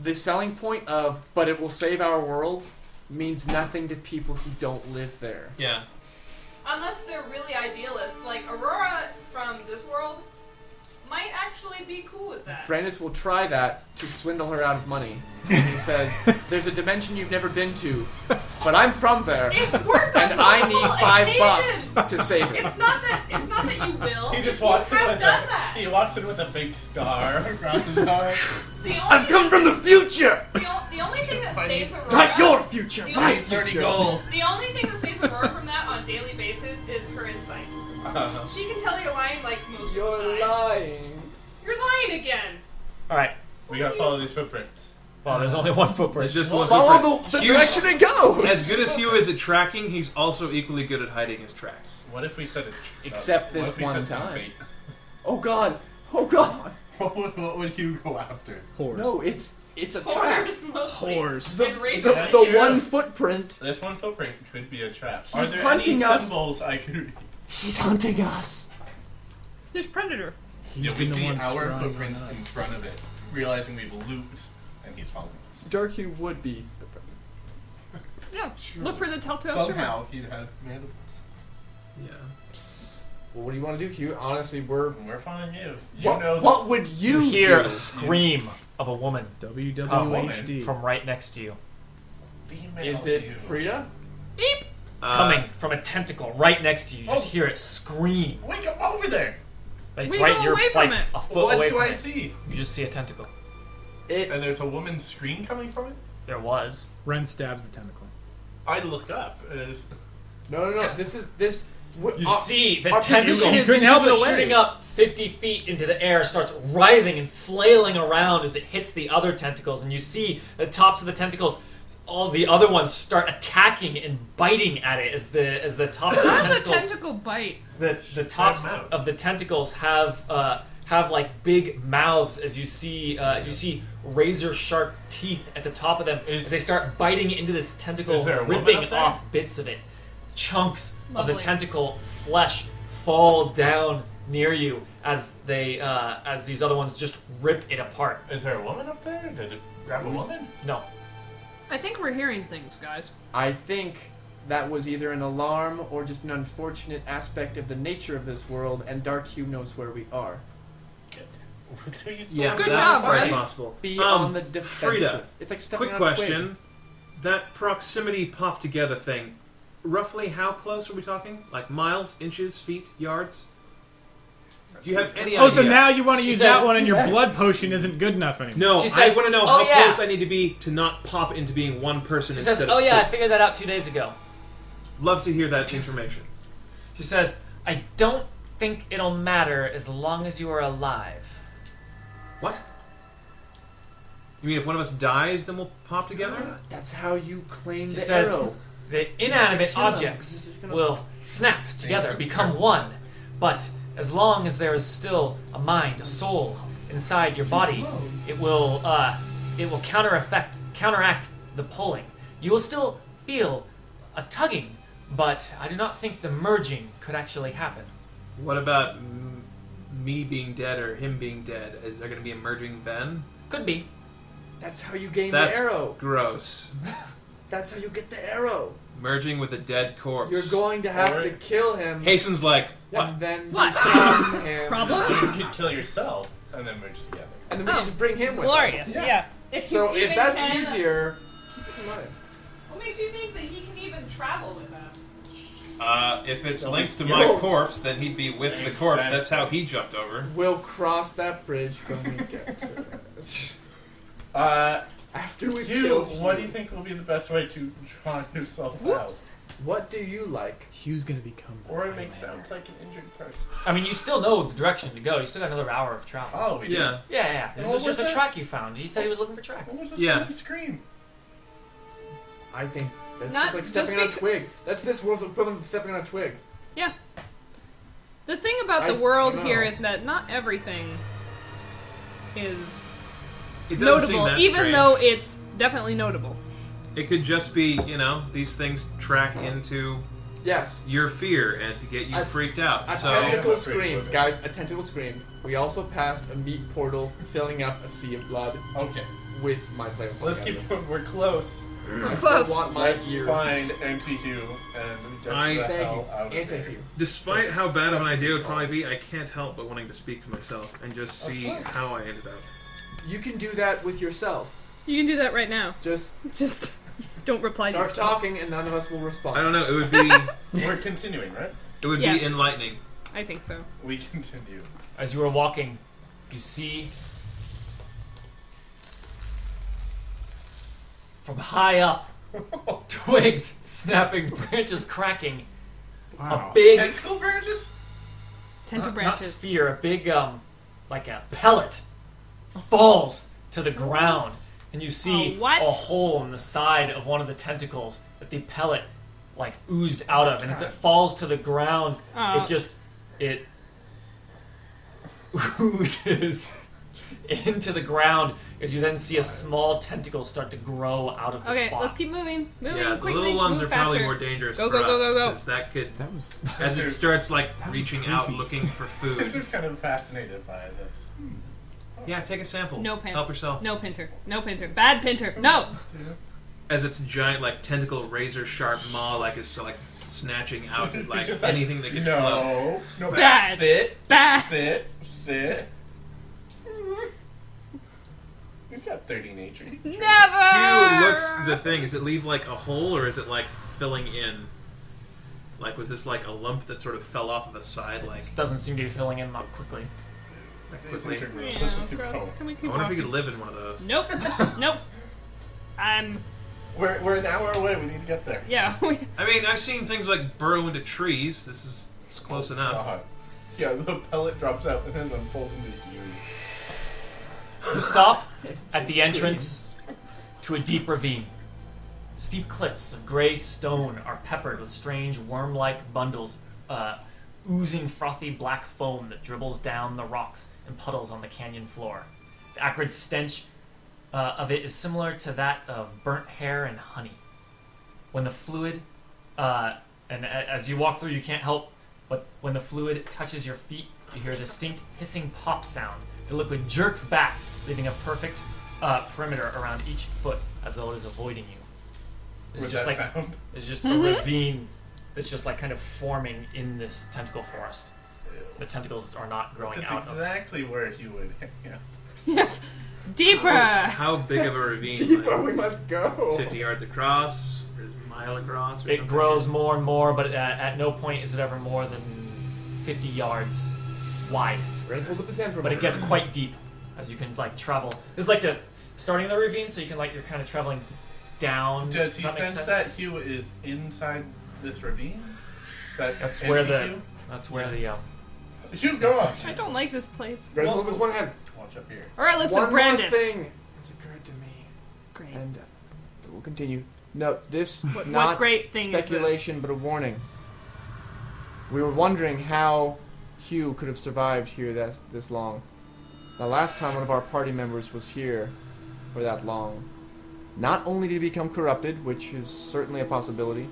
Speaker 8: the selling point of but it will save our world means nothing to people who don't live there.
Speaker 6: yeah.
Speaker 4: Unless they're really idealists, like Aurora from this world, might actually be cool with that.
Speaker 8: Brandis will try that to swindle her out of money. And he says, "There's a dimension you've never been to, but I'm from there,
Speaker 4: It's worked on
Speaker 8: and I
Speaker 4: multiple
Speaker 8: need five
Speaker 4: occasions.
Speaker 8: bucks to save it."
Speaker 4: It's not that. It's not that you will.
Speaker 5: He just
Speaker 4: you
Speaker 5: walks in
Speaker 4: have
Speaker 5: with
Speaker 4: done
Speaker 5: a,
Speaker 4: that.
Speaker 5: He walks in with a big star across his heart.
Speaker 4: The only,
Speaker 8: I've come from the future,
Speaker 4: The, o- the only thing that saves Aurora.
Speaker 8: not your future, my
Speaker 4: Thirty
Speaker 8: future.
Speaker 4: The only thing that saves Aurora from that on a daily basis is her insight.
Speaker 5: Uh-huh.
Speaker 4: She can tell you're lying like most of the
Speaker 8: You're
Speaker 4: time.
Speaker 8: lying.
Speaker 4: You're lying again.
Speaker 2: Alright,
Speaker 5: We gotta follow these footprints.
Speaker 2: well, there's only one
Speaker 6: It's
Speaker 2: footprint.
Speaker 6: just one
Speaker 8: Follow the,
Speaker 6: footprint.
Speaker 8: the
Speaker 6: Hugh's-
Speaker 8: direction it goes.
Speaker 6: As good as Hugh is at tracking, he's also equally good at hiding his tracks.
Speaker 5: What if we said it?
Speaker 8: Except this
Speaker 5: what if we
Speaker 8: one
Speaker 5: said some
Speaker 8: time.
Speaker 5: bait?
Speaker 8: oh God. Oh God.
Speaker 5: What would, what would Hugh go after?
Speaker 3: Horse.
Speaker 8: No, it's It's a trap.
Speaker 4: Horrors mostly.
Speaker 10: Horse.
Speaker 4: And razor
Speaker 8: The,
Speaker 4: blades.
Speaker 8: the
Speaker 5: Yeah.
Speaker 8: one footprint.
Speaker 5: This one footprint could be a trap. Are
Speaker 8: He's
Speaker 5: there
Speaker 8: hunting
Speaker 5: any
Speaker 8: us.
Speaker 5: symbols I could read?
Speaker 8: He's hunting us.
Speaker 4: There's predator.
Speaker 5: Yeah, we
Speaker 10: been the
Speaker 5: see
Speaker 10: one
Speaker 5: our
Speaker 10: scrying on
Speaker 5: footprints in
Speaker 10: us.
Speaker 5: front of it, realizing we've looped, and he's following us.
Speaker 8: Darkhue would be.
Speaker 4: Yeah. Look for the telltale
Speaker 5: Somehow he'd have mandibles.
Speaker 6: Yeah.
Speaker 8: Well, what do you want to do, Hugh? Honestly, we're.
Speaker 5: We're following you. You
Speaker 8: What,
Speaker 5: know
Speaker 8: what would
Speaker 2: You
Speaker 8: you,
Speaker 2: hear
Speaker 8: do?
Speaker 2: a scream of a woman
Speaker 10: WWHD.
Speaker 2: from right next to you,
Speaker 5: the female
Speaker 8: Is it
Speaker 5: you.
Speaker 8: Frida?
Speaker 4: shimmer. Eep.
Speaker 6: Uh,
Speaker 2: coming from a tentacle right next to you. You Just
Speaker 5: Oh.
Speaker 2: hear it scream.
Speaker 5: Wake up over there!
Speaker 2: Like,
Speaker 4: We
Speaker 2: It's right
Speaker 4: go
Speaker 2: you're
Speaker 4: away from
Speaker 2: like
Speaker 4: it.
Speaker 2: a foot
Speaker 5: What
Speaker 2: away
Speaker 5: do
Speaker 2: from
Speaker 5: I
Speaker 2: it.
Speaker 5: see?
Speaker 2: You just see a tentacle.
Speaker 8: It.
Speaker 5: And there's a woman's scream coming from it.
Speaker 2: There was.
Speaker 10: Ren stabs the tentacle.
Speaker 5: I look up as
Speaker 8: No, no, no. This is this. w-
Speaker 2: You
Speaker 8: uh,
Speaker 2: see the
Speaker 8: our
Speaker 2: tentacle
Speaker 8: position has
Speaker 10: Couldn't
Speaker 8: been
Speaker 10: help
Speaker 8: given
Speaker 10: it.
Speaker 8: away.
Speaker 2: shooting up 50 feet into the air starts writhing and flailing around as it hits the other tentacles and you see the tops of the tentacles all the other ones start attacking and biting at it as the as the tops of the
Speaker 4: How does a
Speaker 2: tentacles
Speaker 4: tentacle bite?
Speaker 2: the, the tops
Speaker 5: them out.
Speaker 2: of the tentacles have uh, have like big mouths as you see uh, as you see razor sharp teeth at the top of them as they start biting into this tentacle
Speaker 5: Is there a woman
Speaker 2: ripping
Speaker 5: up there?
Speaker 2: off bits of it chunks of
Speaker 4: Lovely.
Speaker 2: the tentacle flesh fall down near you as they uh, as these other ones just rip it apart
Speaker 5: is there a woman up there? Did it grab a woman?
Speaker 2: no
Speaker 4: I think we're hearing things, guys.
Speaker 8: I think that was either an alarm or just an unfortunate aspect of the nature of this world, and Dark Hue knows where we are.
Speaker 6: Yeah,
Speaker 4: Good
Speaker 6: that's
Speaker 4: job,
Speaker 6: very
Speaker 4: Ren.
Speaker 6: possible.
Speaker 8: Be
Speaker 6: Um,
Speaker 8: on the defensive.
Speaker 6: Frida,
Speaker 8: it's like stepping
Speaker 6: quick
Speaker 8: on a twig.
Speaker 6: question. That proximity pop together thing, roughly how close are we talking? Like miles, inches, feet, yards? Do you have any
Speaker 10: Oh,
Speaker 6: idea?
Speaker 10: so now you want to
Speaker 2: She
Speaker 10: use
Speaker 2: says-
Speaker 10: that one and your
Speaker 8: Yeah.
Speaker 10: blood potion isn't good enough anymore.
Speaker 6: No,
Speaker 2: She says,
Speaker 6: I want to know
Speaker 2: "Oh,
Speaker 6: how
Speaker 2: yeah."
Speaker 6: close I need to be to not pop into being one person
Speaker 2: she
Speaker 6: instead
Speaker 2: says
Speaker 6: of
Speaker 2: oh yeah i
Speaker 6: two."
Speaker 2: figured that out two days ago
Speaker 6: Love to hear that information.
Speaker 2: she says i don't think it'll matter as long as you are alive
Speaker 6: What? You mean if one of us dies, then we'll pop together?
Speaker 8: That's how you claim
Speaker 2: She
Speaker 8: the
Speaker 2: says
Speaker 8: arrow.
Speaker 2: the inanimate
Speaker 8: Kill him.
Speaker 2: objects
Speaker 8: He's just gonna-
Speaker 2: will snap together,
Speaker 5: Thank you.
Speaker 2: become one. But as long as there is still a mind, a soul inside your body, it will uh, it will counter effect, counteract the pulling. You will still feel a tugging, but I do not think the merging could actually happen.
Speaker 6: What about m- me being dead or him being dead? Is there going to be a merging then?
Speaker 2: Could be.
Speaker 8: That's how you gain
Speaker 6: That's
Speaker 8: the arrow.
Speaker 6: gross.
Speaker 8: That's how you get the arrow.
Speaker 6: Merging with a dead corpse.
Speaker 8: You're going to have to
Speaker 5: Alright.
Speaker 8: kill him,
Speaker 6: Hasten's like, what?
Speaker 8: and then
Speaker 4: What?
Speaker 8: become him.
Speaker 4: Problem?
Speaker 5: You could kill yourself and then merge together.
Speaker 8: and then we
Speaker 4: Oh.
Speaker 8: just bring him with
Speaker 4: Glorious.
Speaker 8: us.
Speaker 4: Yeah.
Speaker 8: So if that's easier, keep it in mind.
Speaker 4: What makes you think that he can even travel with us?
Speaker 6: Uh, if it's linked to
Speaker 5: Yo.
Speaker 6: my corpse, then he'd be with the corpse. That's how he jumped over.
Speaker 8: We'll cross that bridge when we get to it.
Speaker 5: Uh,
Speaker 8: After we
Speaker 5: you,
Speaker 8: kill
Speaker 5: what do you think will be the best way to draw yourself out?
Speaker 8: What do you like?
Speaker 10: Hugh's gonna become. the
Speaker 5: Or
Speaker 10: Iron
Speaker 5: make
Speaker 10: Man.
Speaker 5: sounds like an injured person.
Speaker 2: I mean, you still know the direction to go. You still got another hour of travel.
Speaker 5: Oh, we
Speaker 6: Yeah.
Speaker 2: Yeah, yeah, yeah. This
Speaker 5: What
Speaker 2: was just
Speaker 5: was
Speaker 2: a
Speaker 5: this?
Speaker 2: track you found. He said he was looking for tracks.
Speaker 5: What was this
Speaker 6: Yeah.
Speaker 5: yeah. scream?
Speaker 8: I think that's
Speaker 4: Not
Speaker 8: just like
Speaker 4: just
Speaker 8: stepping on a
Speaker 4: becau-
Speaker 8: twig. That's this world's equivalent of stepping on a twig.
Speaker 4: The thing about the
Speaker 8: I-
Speaker 4: world
Speaker 8: no.
Speaker 4: here is that not everything is
Speaker 6: It doesn't seem
Speaker 4: notable,
Speaker 6: that
Speaker 4: even
Speaker 6: strange.
Speaker 4: though it's definitely notable.
Speaker 6: it could just be, you know, these things track into
Speaker 8: Yes.
Speaker 6: your fear and to get you
Speaker 8: I-
Speaker 6: freaked out.
Speaker 8: A
Speaker 6: so
Speaker 8: tentacle
Speaker 5: I'm afraid
Speaker 8: scream,
Speaker 5: of it.
Speaker 8: guys. A tentacle scream. We also passed a meat portal, filling up a sea of blood
Speaker 5: Okay,
Speaker 8: with my player.
Speaker 5: let's keep going. We're close.
Speaker 8: I still
Speaker 4: Close.
Speaker 8: want my
Speaker 5: Let's
Speaker 8: ear.
Speaker 5: find anti-Hugh and get
Speaker 6: I-
Speaker 5: the
Speaker 8: Thank
Speaker 5: hell
Speaker 8: you.
Speaker 5: out of here.
Speaker 8: Anti Hugh.
Speaker 6: despite how bad of an
Speaker 8: That's
Speaker 6: idea it would
Speaker 8: call.
Speaker 6: probably be, I can't help but wanting to speak to myself and just
Speaker 5: Of
Speaker 6: see
Speaker 5: course.
Speaker 6: how I ended up.
Speaker 8: You can do that with yourself.
Speaker 4: You can do that right now.
Speaker 8: Just
Speaker 4: Just don't reply to
Speaker 8: start
Speaker 4: yourself.
Speaker 8: talking, and none of us will respond.
Speaker 6: I don't know, it would be it
Speaker 5: We're continuing, right?
Speaker 6: would
Speaker 4: Yes.
Speaker 6: be enlightening.
Speaker 4: I think so.
Speaker 5: We continue.
Speaker 2: As you are walking, you see from high up twigs snapping, branches cracking.
Speaker 10: Wow.
Speaker 2: A big
Speaker 5: Tentacle branches?
Speaker 4: Tenta
Speaker 2: not- not
Speaker 4: branches.
Speaker 2: sphere, a big um like a pellet falls to the ground and you see
Speaker 4: A what?
Speaker 2: a hole in the side of one of the tentacles that the pellet like oozed out of and as it falls to the ground
Speaker 4: Oh.
Speaker 2: it just it oozes into the ground as you then see a small tentacle start to grow out of the
Speaker 4: Okay,
Speaker 2: spot.
Speaker 4: let's keep moving. Moving
Speaker 6: yeah, the
Speaker 4: quickly.
Speaker 6: little ones
Speaker 4: move
Speaker 6: are probably
Speaker 4: faster.
Speaker 6: more dangerous
Speaker 4: Go,
Speaker 6: for
Speaker 4: go, go,
Speaker 6: us
Speaker 4: go, go.
Speaker 6: 'cause that could,
Speaker 10: That was
Speaker 6: as it starts like
Speaker 10: was
Speaker 6: reaching
Speaker 10: creepy.
Speaker 6: out looking for food.
Speaker 5: Pinter's kind of fascinated by this.
Speaker 6: yeah, take a sample.
Speaker 4: No pan.
Speaker 6: Help yourself.
Speaker 4: No pinter. No pinter. Bad pinter. No.
Speaker 6: As its giant like tentacle razor sharp maw like is like snatching out at, like
Speaker 5: Just like,
Speaker 6: anything that gets close.
Speaker 5: No, no,
Speaker 4: Bad.
Speaker 5: sit,
Speaker 4: Bad.
Speaker 5: sit, sit. He's got thirty nature.
Speaker 4: Never.
Speaker 6: Q looks the thing. Is it leave like a hole or is it like filling in? Like was this like a lump that sort of fell off of the side like
Speaker 2: This doesn't seem to be filling in up quickly.
Speaker 5: These
Speaker 6: quickly?
Speaker 5: things are gross.
Speaker 4: Yeah,
Speaker 5: Let's just keep
Speaker 4: gross.
Speaker 5: going.
Speaker 4: Can we keep
Speaker 6: I wonder if
Speaker 4: walking?
Speaker 6: you could live in one of those.
Speaker 4: Nope. nope. I'm.
Speaker 5: We're, we're an hour away. We need to get there.
Speaker 4: Yeah. We,
Speaker 6: I mean, I've seen things like burrow into trees. This is it's close
Speaker 10: Uh-huh.
Speaker 6: enough.
Speaker 5: God. Uh-huh. Yeah, the pellet drops out and then unfolds into you.
Speaker 2: You stop at the entrance to a deep ravine. Steep cliffs of gray stone are peppered with strange worm like bundles, uh, oozing frothy black foam that dribbles down the rocks and puddles on the canyon floor. The acrid stench uh, of it is similar to that of burnt hair and honey. When the fluid, uh, and a- as you walk through, you can't help but when the fluid touches your feet, you hear a distinct hissing pop sound. The liquid jerks back, leaving a perfect uh, perimeter around each foot as though it is avoiding you. It's
Speaker 5: With
Speaker 2: just
Speaker 5: that
Speaker 2: like
Speaker 5: sound.
Speaker 2: it's just a ravine that's just like kind of forming in this tentacle forest. The tentacles are not growing
Speaker 5: That's
Speaker 2: out of.
Speaker 5: exactly where he would hang out.
Speaker 4: yes. Deeper.
Speaker 6: How big of a ravine?
Speaker 8: Deeper
Speaker 6: Like,
Speaker 8: we must go.
Speaker 6: Fifty yards across, or a mile across. Or
Speaker 2: It
Speaker 6: something?
Speaker 2: grows more and more, but at, at no point is it ever more than 50 yards wide.
Speaker 8: We're gonna hold up his hand for a
Speaker 2: but it
Speaker 8: moment.
Speaker 2: gets quite deep as you can like travel. It's like the starting of the ravine, so you can like you're kind of traveling down.
Speaker 5: Does he
Speaker 2: that make
Speaker 5: sense
Speaker 2: sense?
Speaker 5: that Hugh is inside this ravine? That
Speaker 2: That's
Speaker 5: empty
Speaker 2: where the
Speaker 5: Hugh?
Speaker 2: that's where the uh,
Speaker 5: Hugh, go on.
Speaker 4: I don't like this place.
Speaker 8: We're gonna hold up his one hand.
Speaker 5: Watch up here.
Speaker 4: Or it looks
Speaker 8: one
Speaker 4: at
Speaker 8: more
Speaker 4: Brandis.
Speaker 8: thing has occurred to me,
Speaker 4: Great.
Speaker 8: and uh, we'll continue. No, this
Speaker 4: what
Speaker 8: not
Speaker 4: great thing is this?
Speaker 8: speculation, but a warning. We were wondering how Hugh could have survived here that, this long. The last time one of our party members was here for that long, not only did he become corrupted, which is certainly a possibility,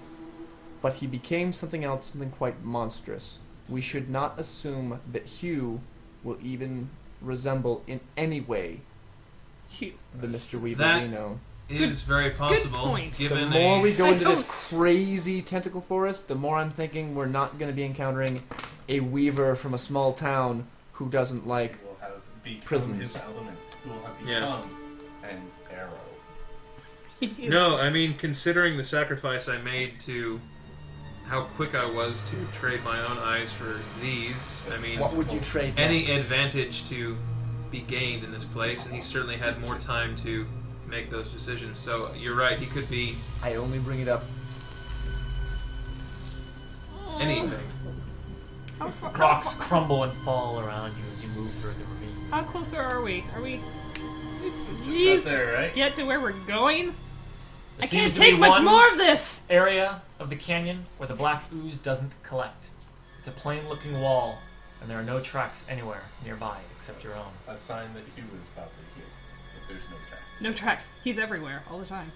Speaker 8: but he became something else, something quite monstrous. We should not assume that Hugh will even resemble in any way
Speaker 4: Hugh.
Speaker 8: the Mr. Weaver
Speaker 6: That-
Speaker 8: we know.
Speaker 6: It is very possible.
Speaker 4: point.
Speaker 6: Given
Speaker 8: the more
Speaker 6: a-
Speaker 8: we go
Speaker 4: I
Speaker 8: into this
Speaker 4: don't-
Speaker 8: crazy tentacle forest, the more I'm thinking we're not going to be encountering a weaver from a small town who doesn't like.
Speaker 5: He will have become
Speaker 8: Prisons.
Speaker 5: his element. He will have
Speaker 6: Yeah.
Speaker 5: become an arrow.
Speaker 4: He's-
Speaker 6: No, I mean considering the sacrifice I made to how quick I was to trade my own eyes for these. I mean,
Speaker 8: What would you trade?
Speaker 6: any
Speaker 8: next?
Speaker 6: advantage to be gained in this place, and he certainly had more time to make those decisions. So you're right; he could be
Speaker 8: I only bring it up.
Speaker 6: anything.
Speaker 4: How, far, how,
Speaker 2: um, rocks
Speaker 4: far,
Speaker 2: crumble and fall around you as you move through the ravine.
Speaker 4: how closer are we? Are we?
Speaker 5: He's
Speaker 4: Please
Speaker 5: there, right?
Speaker 4: get to where we're going.
Speaker 2: There
Speaker 4: I can't
Speaker 2: seems to be
Speaker 4: take much
Speaker 2: one
Speaker 4: more of this.
Speaker 2: Area of the canyon where the black ooze doesn't collect. It's a plain-looking wall, and there are no tracks anywhere nearby except your own.
Speaker 5: A sign that Hugh is probably here. If there's no track.
Speaker 4: No tracks. He's everywhere all the time.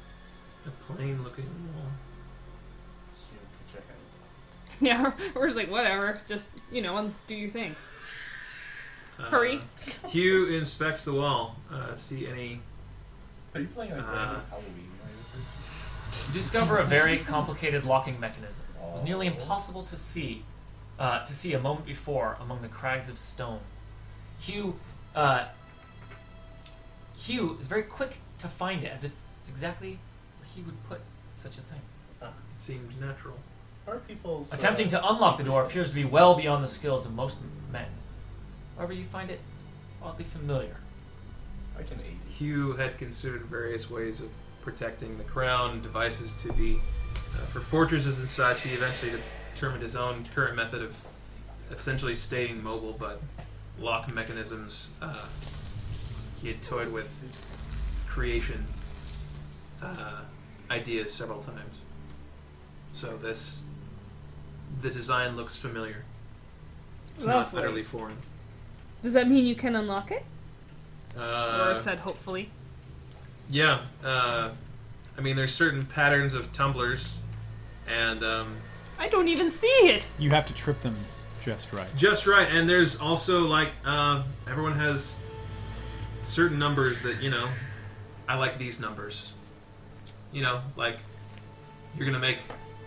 Speaker 6: A plain looking wall.
Speaker 5: Hugh could check out.
Speaker 4: Yeah, we're just like whatever. Just you know, and do your thing. Hurry.
Speaker 6: Uh, Hugh inspects the wall. Uh, see any?
Speaker 5: Are you playing like
Speaker 6: Uh,
Speaker 2: Uh-huh.
Speaker 5: random Halloween? Like, this is-
Speaker 2: You discover a very complicated locking mechanism. It was nearly
Speaker 5: Oh.
Speaker 2: impossible to see, uh, to see a moment before among the crags of stone. Hugh, uh, Hugh is very quick to find it, as if it's exactly where he would put such a thing.
Speaker 6: It seemed natural.
Speaker 5: Are people
Speaker 2: Attempting to unlock the door appears to be well beyond the skills of most men. However, you find it oddly familiar.
Speaker 5: I can aid. you.
Speaker 6: Hugh had considered various ways of protecting the crown, devices to be uh, for fortresses and such. He eventually determined his own current method of essentially staying mobile, but lock mechanisms. Uh, he had toyed with creation uh, ideas several times. So this, the design looks familiar. It's not
Speaker 4: Lovely.
Speaker 6: utterly foreign.
Speaker 4: Does that mean you can unlock it?
Speaker 6: Uh,
Speaker 4: or said hopefully.
Speaker 6: Yeah, uh, I mean, there's certain patterns of tumblers, and um,
Speaker 4: I don't even see it.
Speaker 10: You have to trip them just right.
Speaker 6: just right. And there's also like uh, everyone has certain numbers that you know. I like these numbers. You know, like you're gonna make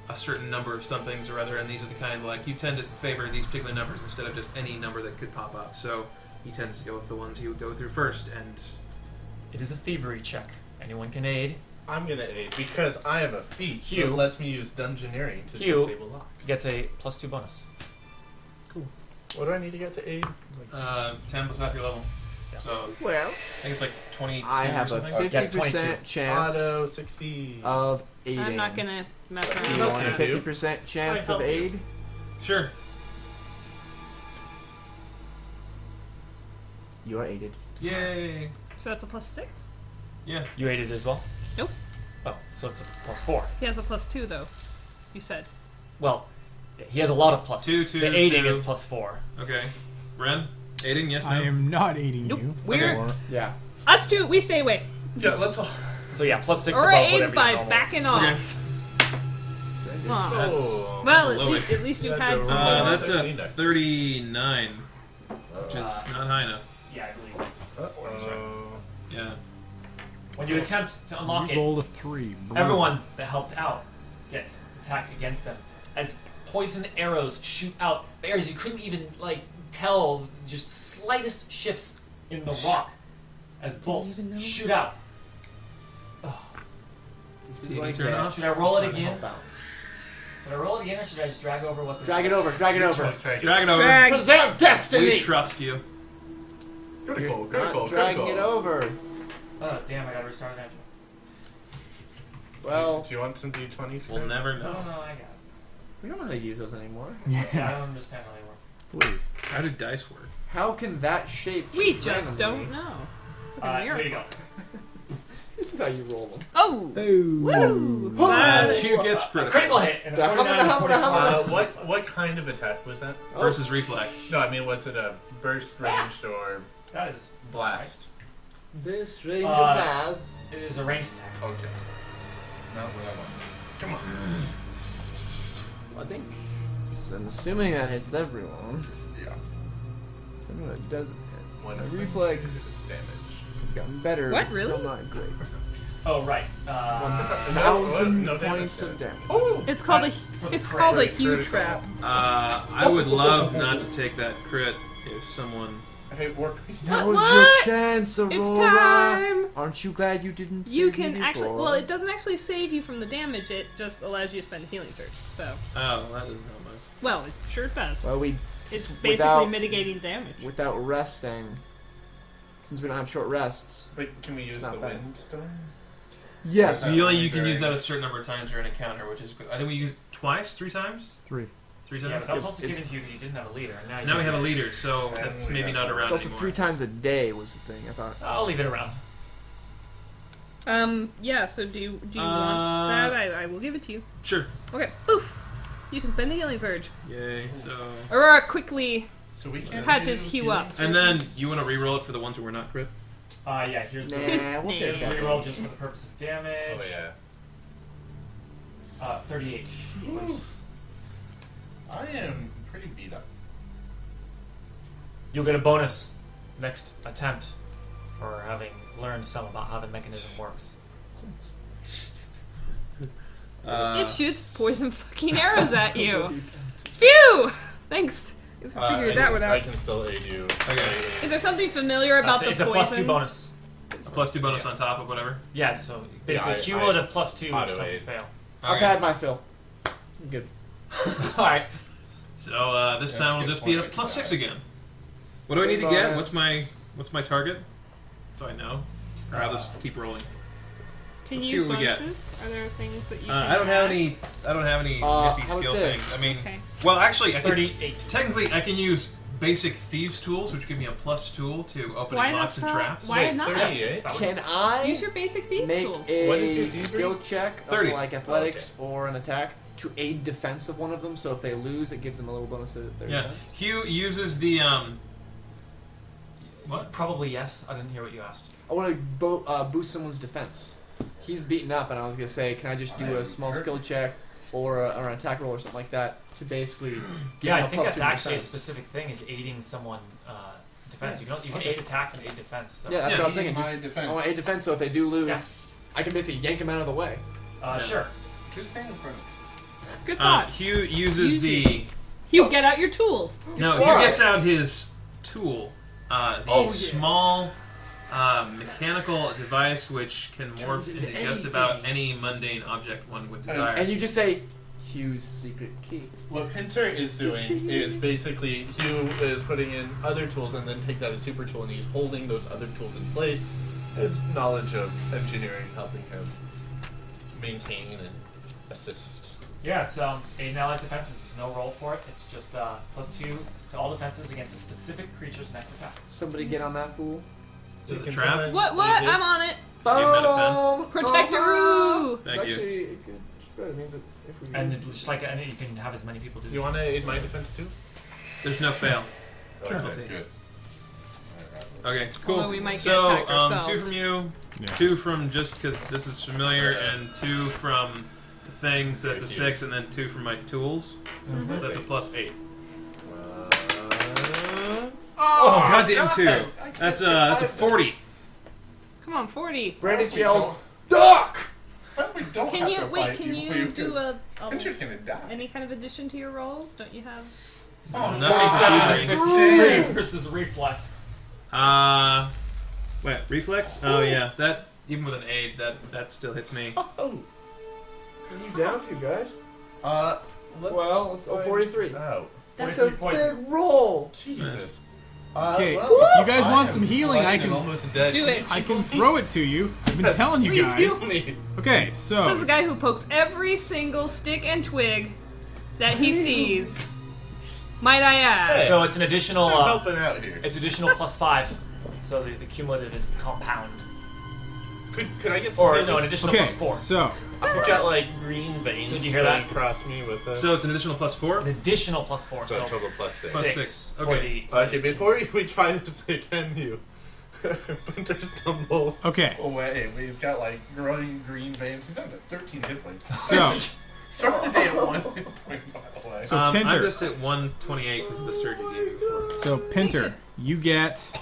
Speaker 6: a certain number of somethings or other, and these are the kind like you tend to favor these particular numbers instead of just any number that could pop up. So he tends to go with the ones he would go through first, and
Speaker 2: It is a thievery check. Anyone can aid.
Speaker 5: I'm gonna aid because I am a feat
Speaker 2: Hugh.
Speaker 5: that lets me use dungeoneering to
Speaker 2: Hugh.
Speaker 5: disable locks.
Speaker 2: Gets a plus two bonus.
Speaker 5: What do I need to get to aid?
Speaker 6: uh, ten plus half your level.
Speaker 2: Yeah.
Speaker 6: So
Speaker 8: Well,
Speaker 6: I think it's like twenty.
Speaker 8: I have a
Speaker 6: something.
Speaker 2: Okay, that's
Speaker 8: 50%
Speaker 2: 22.
Speaker 8: chance
Speaker 5: Auto succeed.
Speaker 8: of aiding.
Speaker 4: I'm not gonna mess
Speaker 8: You
Speaker 4: around.
Speaker 5: No.
Speaker 8: want a
Speaker 5: Yeah.
Speaker 8: 50% chance
Speaker 2: I help
Speaker 8: of
Speaker 2: you.
Speaker 8: aid?
Speaker 6: Sure.
Speaker 8: You are aided.
Speaker 6: Yay.
Speaker 4: So that's a plus six.
Speaker 6: Yeah.
Speaker 2: You aided as well?
Speaker 4: Nope.
Speaker 2: Oh, so it's a plus four.
Speaker 4: He has a plus two though. You said
Speaker 2: Well, he has a lot of pluses.
Speaker 6: Two, two,
Speaker 2: the aiding
Speaker 6: two.
Speaker 2: is plus four.
Speaker 6: Okay. Ren, aiding. Yes. No.
Speaker 10: I am not aiding
Speaker 4: Nope,
Speaker 10: you.
Speaker 4: we're-
Speaker 10: or-
Speaker 8: Yeah.
Speaker 4: us two. We stay away.
Speaker 5: Yeah, let's all.
Speaker 2: So yeah, plus six
Speaker 4: or
Speaker 2: above
Speaker 4: aids
Speaker 2: whatever
Speaker 4: by
Speaker 2: your normal-
Speaker 4: backing
Speaker 6: Okay. Uh,
Speaker 4: off. Aw.
Speaker 6: That's-
Speaker 5: Oh.
Speaker 4: Well, at,
Speaker 6: Lower.
Speaker 4: least, at least you
Speaker 5: Yeah,
Speaker 4: had
Speaker 5: go
Speaker 4: some.
Speaker 5: roll.
Speaker 6: Uh, that's
Speaker 5: That's
Speaker 6: a
Speaker 5: index.
Speaker 6: thirty-nine, which is not high enough.
Speaker 2: Yeah, I believe it's the four. that's right.
Speaker 5: Uh-oh.
Speaker 6: Yeah.
Speaker 2: When you attempt to unlock
Speaker 10: You
Speaker 2: it,
Speaker 10: rolled a three. Blue.
Speaker 2: everyone that helped out gets attacked against them as poison arrows shoot out areas you couldn't even like tell just slightest shifts in the rock as bolts
Speaker 4: even know.
Speaker 2: shoot out.
Speaker 6: TV turn off.
Speaker 2: Should I roll it again? Should I roll it again, or should I just drag over what? the
Speaker 8: Drag it
Speaker 2: result-
Speaker 8: over, drag it over.
Speaker 5: Drag-
Speaker 6: Drag it over.
Speaker 4: Drag.
Speaker 8: Preserve
Speaker 6: We
Speaker 8: destiny!
Speaker 6: trust you.
Speaker 5: Critical,
Speaker 8: You're
Speaker 5: critical,
Speaker 8: not dragging it
Speaker 5: critical.
Speaker 8: over.
Speaker 2: Oh damn! I gotta restart that.
Speaker 8: Well,
Speaker 5: Do you want some d20s?
Speaker 6: We'll never
Speaker 2: No, no,
Speaker 6: know.
Speaker 2: Oh, no, I got it.
Speaker 8: we don't know how to use those anymore.
Speaker 2: Yeah, I don't understand how they work.
Speaker 10: Please.
Speaker 6: How do dice work?
Speaker 8: How can that shape?
Speaker 4: We
Speaker 8: shift
Speaker 4: just
Speaker 8: randomly?
Speaker 4: don't know. Look
Speaker 2: Uh,
Speaker 4: at
Speaker 2: here you
Speaker 4: Mira.
Speaker 2: go.
Speaker 8: This is how you roll them.
Speaker 4: Oh, woo!
Speaker 6: Uh,
Speaker 8: Oh.
Speaker 6: Hugh gets
Speaker 2: A
Speaker 6: critical
Speaker 2: critical hit and a
Speaker 8: Da-
Speaker 2: 49
Speaker 8: da- da- da-
Speaker 5: Uh,
Speaker 8: da- da-
Speaker 2: and
Speaker 5: what what kind of attack was that?
Speaker 6: versus reflex.
Speaker 5: No, I mean, was it a burst, ranged, or
Speaker 2: 45. That is,
Speaker 5: blast?
Speaker 8: This range
Speaker 2: Uh,
Speaker 8: of mass.
Speaker 2: it is a ranged attack.
Speaker 5: Okay. Not what I want. Come on.
Speaker 8: I think. I'm assuming that hits everyone.
Speaker 5: Yeah.
Speaker 8: Something that doesn't hit.
Speaker 5: One
Speaker 8: A
Speaker 5: of them
Speaker 8: reflex.
Speaker 5: is damage.
Speaker 8: It's gotten better,
Speaker 4: What,
Speaker 8: but still
Speaker 4: really?
Speaker 8: not great.
Speaker 2: Oh right. Uh,
Speaker 8: Thousand
Speaker 5: no damage
Speaker 8: points of
Speaker 5: then.
Speaker 8: damage.
Speaker 5: Oh!
Speaker 4: It's called
Speaker 2: That's for
Speaker 4: a
Speaker 2: the
Speaker 4: it's
Speaker 2: crit.
Speaker 4: called a
Speaker 5: Pretty
Speaker 4: U
Speaker 5: critical.
Speaker 4: trap.
Speaker 6: Uh, I would love not to take that crit if someone.
Speaker 5: Hey, warp.
Speaker 8: That was
Speaker 4: What?
Speaker 8: your chance, Aurora.
Speaker 4: It's time.
Speaker 8: Aren't you glad you didn't?
Speaker 4: You
Speaker 8: save me
Speaker 4: can actually
Speaker 8: before?
Speaker 4: well, it doesn't actually save you from the damage. It just allows you to spend a healing surge. So
Speaker 6: Oh, that doesn't help much.
Speaker 4: well, it sure does.
Speaker 8: Well, we
Speaker 4: It's basically
Speaker 8: without
Speaker 4: mitigating damage.
Speaker 8: without resting, since we don't have short rests.
Speaker 5: But can we use the
Speaker 8: not bad.
Speaker 5: wind storm? uh,
Speaker 8: Yes,
Speaker 5: That
Speaker 6: Really,
Speaker 5: would
Speaker 6: you
Speaker 5: be
Speaker 6: can
Speaker 5: very-
Speaker 6: use that a certain number of times during a counter, which is. I think we used twice, three times,
Speaker 10: Three.
Speaker 6: three
Speaker 2: yeah,
Speaker 6: times.
Speaker 2: but that was
Speaker 8: It's-
Speaker 2: also given to you because you didn't have a leader, and now, you
Speaker 6: now we
Speaker 2: do.
Speaker 6: have a leader, so
Speaker 5: Yeah,
Speaker 6: that's
Speaker 5: we
Speaker 6: maybe
Speaker 5: got-
Speaker 6: not around
Speaker 8: it's also
Speaker 6: anymore.
Speaker 8: three times a day was the thing. I thought.
Speaker 2: I'll leave it around.
Speaker 4: Um, yeah. So do you do you
Speaker 6: Uh,
Speaker 4: want that? I, I will give it to you.
Speaker 6: Sure.
Speaker 4: Okay, poof. You can spend a healing surge.
Speaker 6: Yay. So.
Speaker 4: Aurora quickly
Speaker 5: So we can.
Speaker 4: patches
Speaker 5: do
Speaker 4: Hugh up.
Speaker 6: And then you want to re-roll it for the ones who were not crit.
Speaker 2: Uh, yeah, here's the
Speaker 8: Nah, we'll
Speaker 2: here's the
Speaker 8: take that.
Speaker 2: reroll just for the purpose of damage.
Speaker 5: Oh, yeah.
Speaker 2: Uh, Thirty-eight.
Speaker 5: I am pretty beat up.
Speaker 2: You'll get a bonus next attempt for having learned some about how the mechanism works.
Speaker 6: Uh,
Speaker 4: it shoots poison fucking arrows at you. Phew! Thanks. Thanks for
Speaker 5: Uh,
Speaker 4: figuring
Speaker 5: I
Speaker 4: that
Speaker 5: can-
Speaker 4: one
Speaker 5: I
Speaker 4: out.
Speaker 5: can still aid you.
Speaker 6: Okay.
Speaker 4: Is there something familiar about
Speaker 2: That's
Speaker 4: the
Speaker 2: it. it's
Speaker 4: poison?
Speaker 2: a plus two bonus.
Speaker 6: a plus two bonus on top of whatever.
Speaker 2: Yeah, so basically
Speaker 5: Yeah, I-
Speaker 2: cumulative plus two each
Speaker 5: auto
Speaker 2: time you
Speaker 5: aid.
Speaker 2: fail.
Speaker 8: I've
Speaker 6: Okay.
Speaker 8: had my fill. Good.
Speaker 2: All right.
Speaker 6: So uh, this
Speaker 5: Yeah, let's
Speaker 6: time we'll
Speaker 5: get
Speaker 6: just be
Speaker 5: one
Speaker 6: at a
Speaker 5: that
Speaker 6: plus
Speaker 5: can
Speaker 6: six
Speaker 5: die.
Speaker 6: again. What do I
Speaker 8: Same
Speaker 6: need to get?
Speaker 8: bonus.
Speaker 6: What's my what's my target? So I know. Or I'll just keep rolling.
Speaker 4: Can
Speaker 6: Let's
Speaker 4: you
Speaker 6: see
Speaker 4: use
Speaker 6: what we get.
Speaker 4: bonuses? Are there things that you?
Speaker 6: Uh,
Speaker 4: can
Speaker 6: I don't have
Speaker 4: add?
Speaker 6: any. I don't have any
Speaker 8: Uh,
Speaker 6: nifty
Speaker 8: how about
Speaker 6: skill
Speaker 8: this?
Speaker 6: things. I mean,
Speaker 4: Okay.
Speaker 6: well, actually, I think
Speaker 2: Thirty-eight.
Speaker 6: technically I can use basic thieves tools, which give me a plus tool to
Speaker 4: Why
Speaker 6: opening
Speaker 4: not?
Speaker 6: locks and
Speaker 4: try-
Speaker 6: traps.
Speaker 4: Why
Speaker 5: Wait,
Speaker 4: not?
Speaker 5: 38?
Speaker 8: Can I
Speaker 4: Use your basic thieves
Speaker 8: make
Speaker 4: tools.
Speaker 5: What did you
Speaker 8: a
Speaker 5: do,
Speaker 8: skill
Speaker 5: Bree?
Speaker 8: check of
Speaker 6: 30.
Speaker 8: like athletics or an attack to aid defense of one of them? So if they lose, it gives them a little bonus to their
Speaker 6: Yeah,
Speaker 8: defense.
Speaker 6: Hugh uses the um, What?
Speaker 2: Probably yes. I didn't hear what you asked.
Speaker 8: I want to bo- uh, boost someone's defense. He's beaten up, and I was gonna say, can I just do a small skill check or, a, or an attack roll or something like that to basically? Give
Speaker 2: Yeah,
Speaker 8: him
Speaker 2: I
Speaker 8: a
Speaker 2: think
Speaker 8: plus
Speaker 2: that's
Speaker 8: two in
Speaker 2: actually a
Speaker 8: defense?
Speaker 2: specific thing is aiding someone uh, defense. You don't you can aid attacks and aid defense. So.
Speaker 8: Yeah, that's
Speaker 6: Yeah,
Speaker 8: what I was thinking. Just,
Speaker 5: my defense.
Speaker 8: I want a defense, so if they do lose,
Speaker 2: Yeah.
Speaker 8: I can basically yank them out of the way.
Speaker 2: Uh, Sure.
Speaker 5: Just stand in front of me.
Speaker 4: Good
Speaker 6: Uh,
Speaker 4: thought.
Speaker 6: Hugh uses the.
Speaker 4: You get out your tools.
Speaker 6: No,
Speaker 8: Why?
Speaker 6: he gets out his tool, uh, the
Speaker 8: Oh, yeah.
Speaker 6: small um, mechanical device which can morph
Speaker 8: Turns
Speaker 6: into,
Speaker 8: into
Speaker 6: just about any mundane object one would desire.
Speaker 8: And you just say, Hugh's secret key.
Speaker 5: What Pinter is doing is basically Hugh is putting in other tools and then takes out a super tool and he's holding those other tools in place. His knowledge of engineering helping him maintain and assist.
Speaker 2: Yeah, it's um, aid and allies defense. There's no roll for it. It's just uh, plus two to all defenses against a specific creature's next attack.
Speaker 8: Somebody get on that fool.
Speaker 6: Is it
Speaker 5: Can
Speaker 6: a trap?
Speaker 5: someone
Speaker 4: What? What?
Speaker 5: do this?
Speaker 4: I'm on it.
Speaker 6: defense.
Speaker 8: Uh-huh.
Speaker 4: Protectoroo.
Speaker 8: It's
Speaker 6: Thank you.
Speaker 8: actually a good spread. It means that if we
Speaker 2: And it- just like and you can have as many people do.
Speaker 5: You want to aid my defense too?
Speaker 6: There's no fail.
Speaker 5: Sure.
Speaker 6: Okay, Okay, cool.
Speaker 4: Although we might get
Speaker 6: so,
Speaker 4: attacked
Speaker 6: um, two
Speaker 4: ourselves.
Speaker 6: from you,
Speaker 10: Yeah.
Speaker 6: two from just because this is familiar, and two from the thing, so that's a
Speaker 5: Thank you. Mm-hmm.
Speaker 6: six, and then two from my tools, so that's a plus eight. Oh, goddamn two. That's a that's a forty.
Speaker 4: Come on, forty.
Speaker 8: Brandy
Speaker 2: Oh,
Speaker 8: yells, Duck!
Speaker 5: we don't
Speaker 4: Can
Speaker 5: have
Speaker 4: you
Speaker 5: to
Speaker 4: wait?
Speaker 5: fight
Speaker 4: Can
Speaker 5: you.
Speaker 4: you do a, a
Speaker 5: Pinter's gonna die.
Speaker 4: any kind of addition to your rolls? Don't you have?
Speaker 5: Oh,
Speaker 6: Nothing to do with it.
Speaker 2: versus reflex.
Speaker 6: Uh, wait, reflex? Oh yeah, that even with an aid, that that still hits me.
Speaker 8: What are you down to, guys?
Speaker 5: Uh, let's
Speaker 8: Well, it's oh, 43.
Speaker 5: Oh,
Speaker 2: That's a poison.
Speaker 8: roll!
Speaker 5: Jesus. Uh,
Speaker 10: Okay,
Speaker 5: well,
Speaker 10: if you guys
Speaker 5: I
Speaker 10: want
Speaker 5: am
Speaker 10: some healing, I
Speaker 5: bloodied and
Speaker 10: can
Speaker 5: almost dead.
Speaker 4: Do it.
Speaker 10: I can throw it to you. I've been telling you guys.
Speaker 5: me.
Speaker 10: Okay,
Speaker 4: This is the
Speaker 10: so
Speaker 4: guy who pokes every single stick and twig that he sees. Might I add?
Speaker 2: So it's an additional.
Speaker 5: I'm
Speaker 2: Uh,
Speaker 5: helping out here.
Speaker 2: it's additional plus five. So the, the cumulative is compound,
Speaker 5: Could, could I get some
Speaker 2: or
Speaker 5: healing?
Speaker 2: no, an additional
Speaker 10: okay,
Speaker 2: plus four.
Speaker 10: so
Speaker 5: I've got like green veins
Speaker 2: So did you hear that?
Speaker 5: going across me with a
Speaker 6: So it's an additional plus four.
Speaker 2: An additional plus four.
Speaker 5: so
Speaker 2: So,
Speaker 5: a total plus six.
Speaker 6: Plus
Speaker 2: six,
Speaker 6: six,
Speaker 2: for
Speaker 6: okay.
Speaker 2: the.
Speaker 5: Okay, before we try this again, you Bunter stumbles
Speaker 10: Okay.
Speaker 5: away. He's got like growing green veins. He's down to thirteen hit points.
Speaker 10: so
Speaker 5: Start the day at one hit point, by the way.
Speaker 10: So
Speaker 6: um, I'm
Speaker 10: Pinter.
Speaker 6: just at one twenty-eight because of the surge you gave me before.
Speaker 10: so Pinter, you get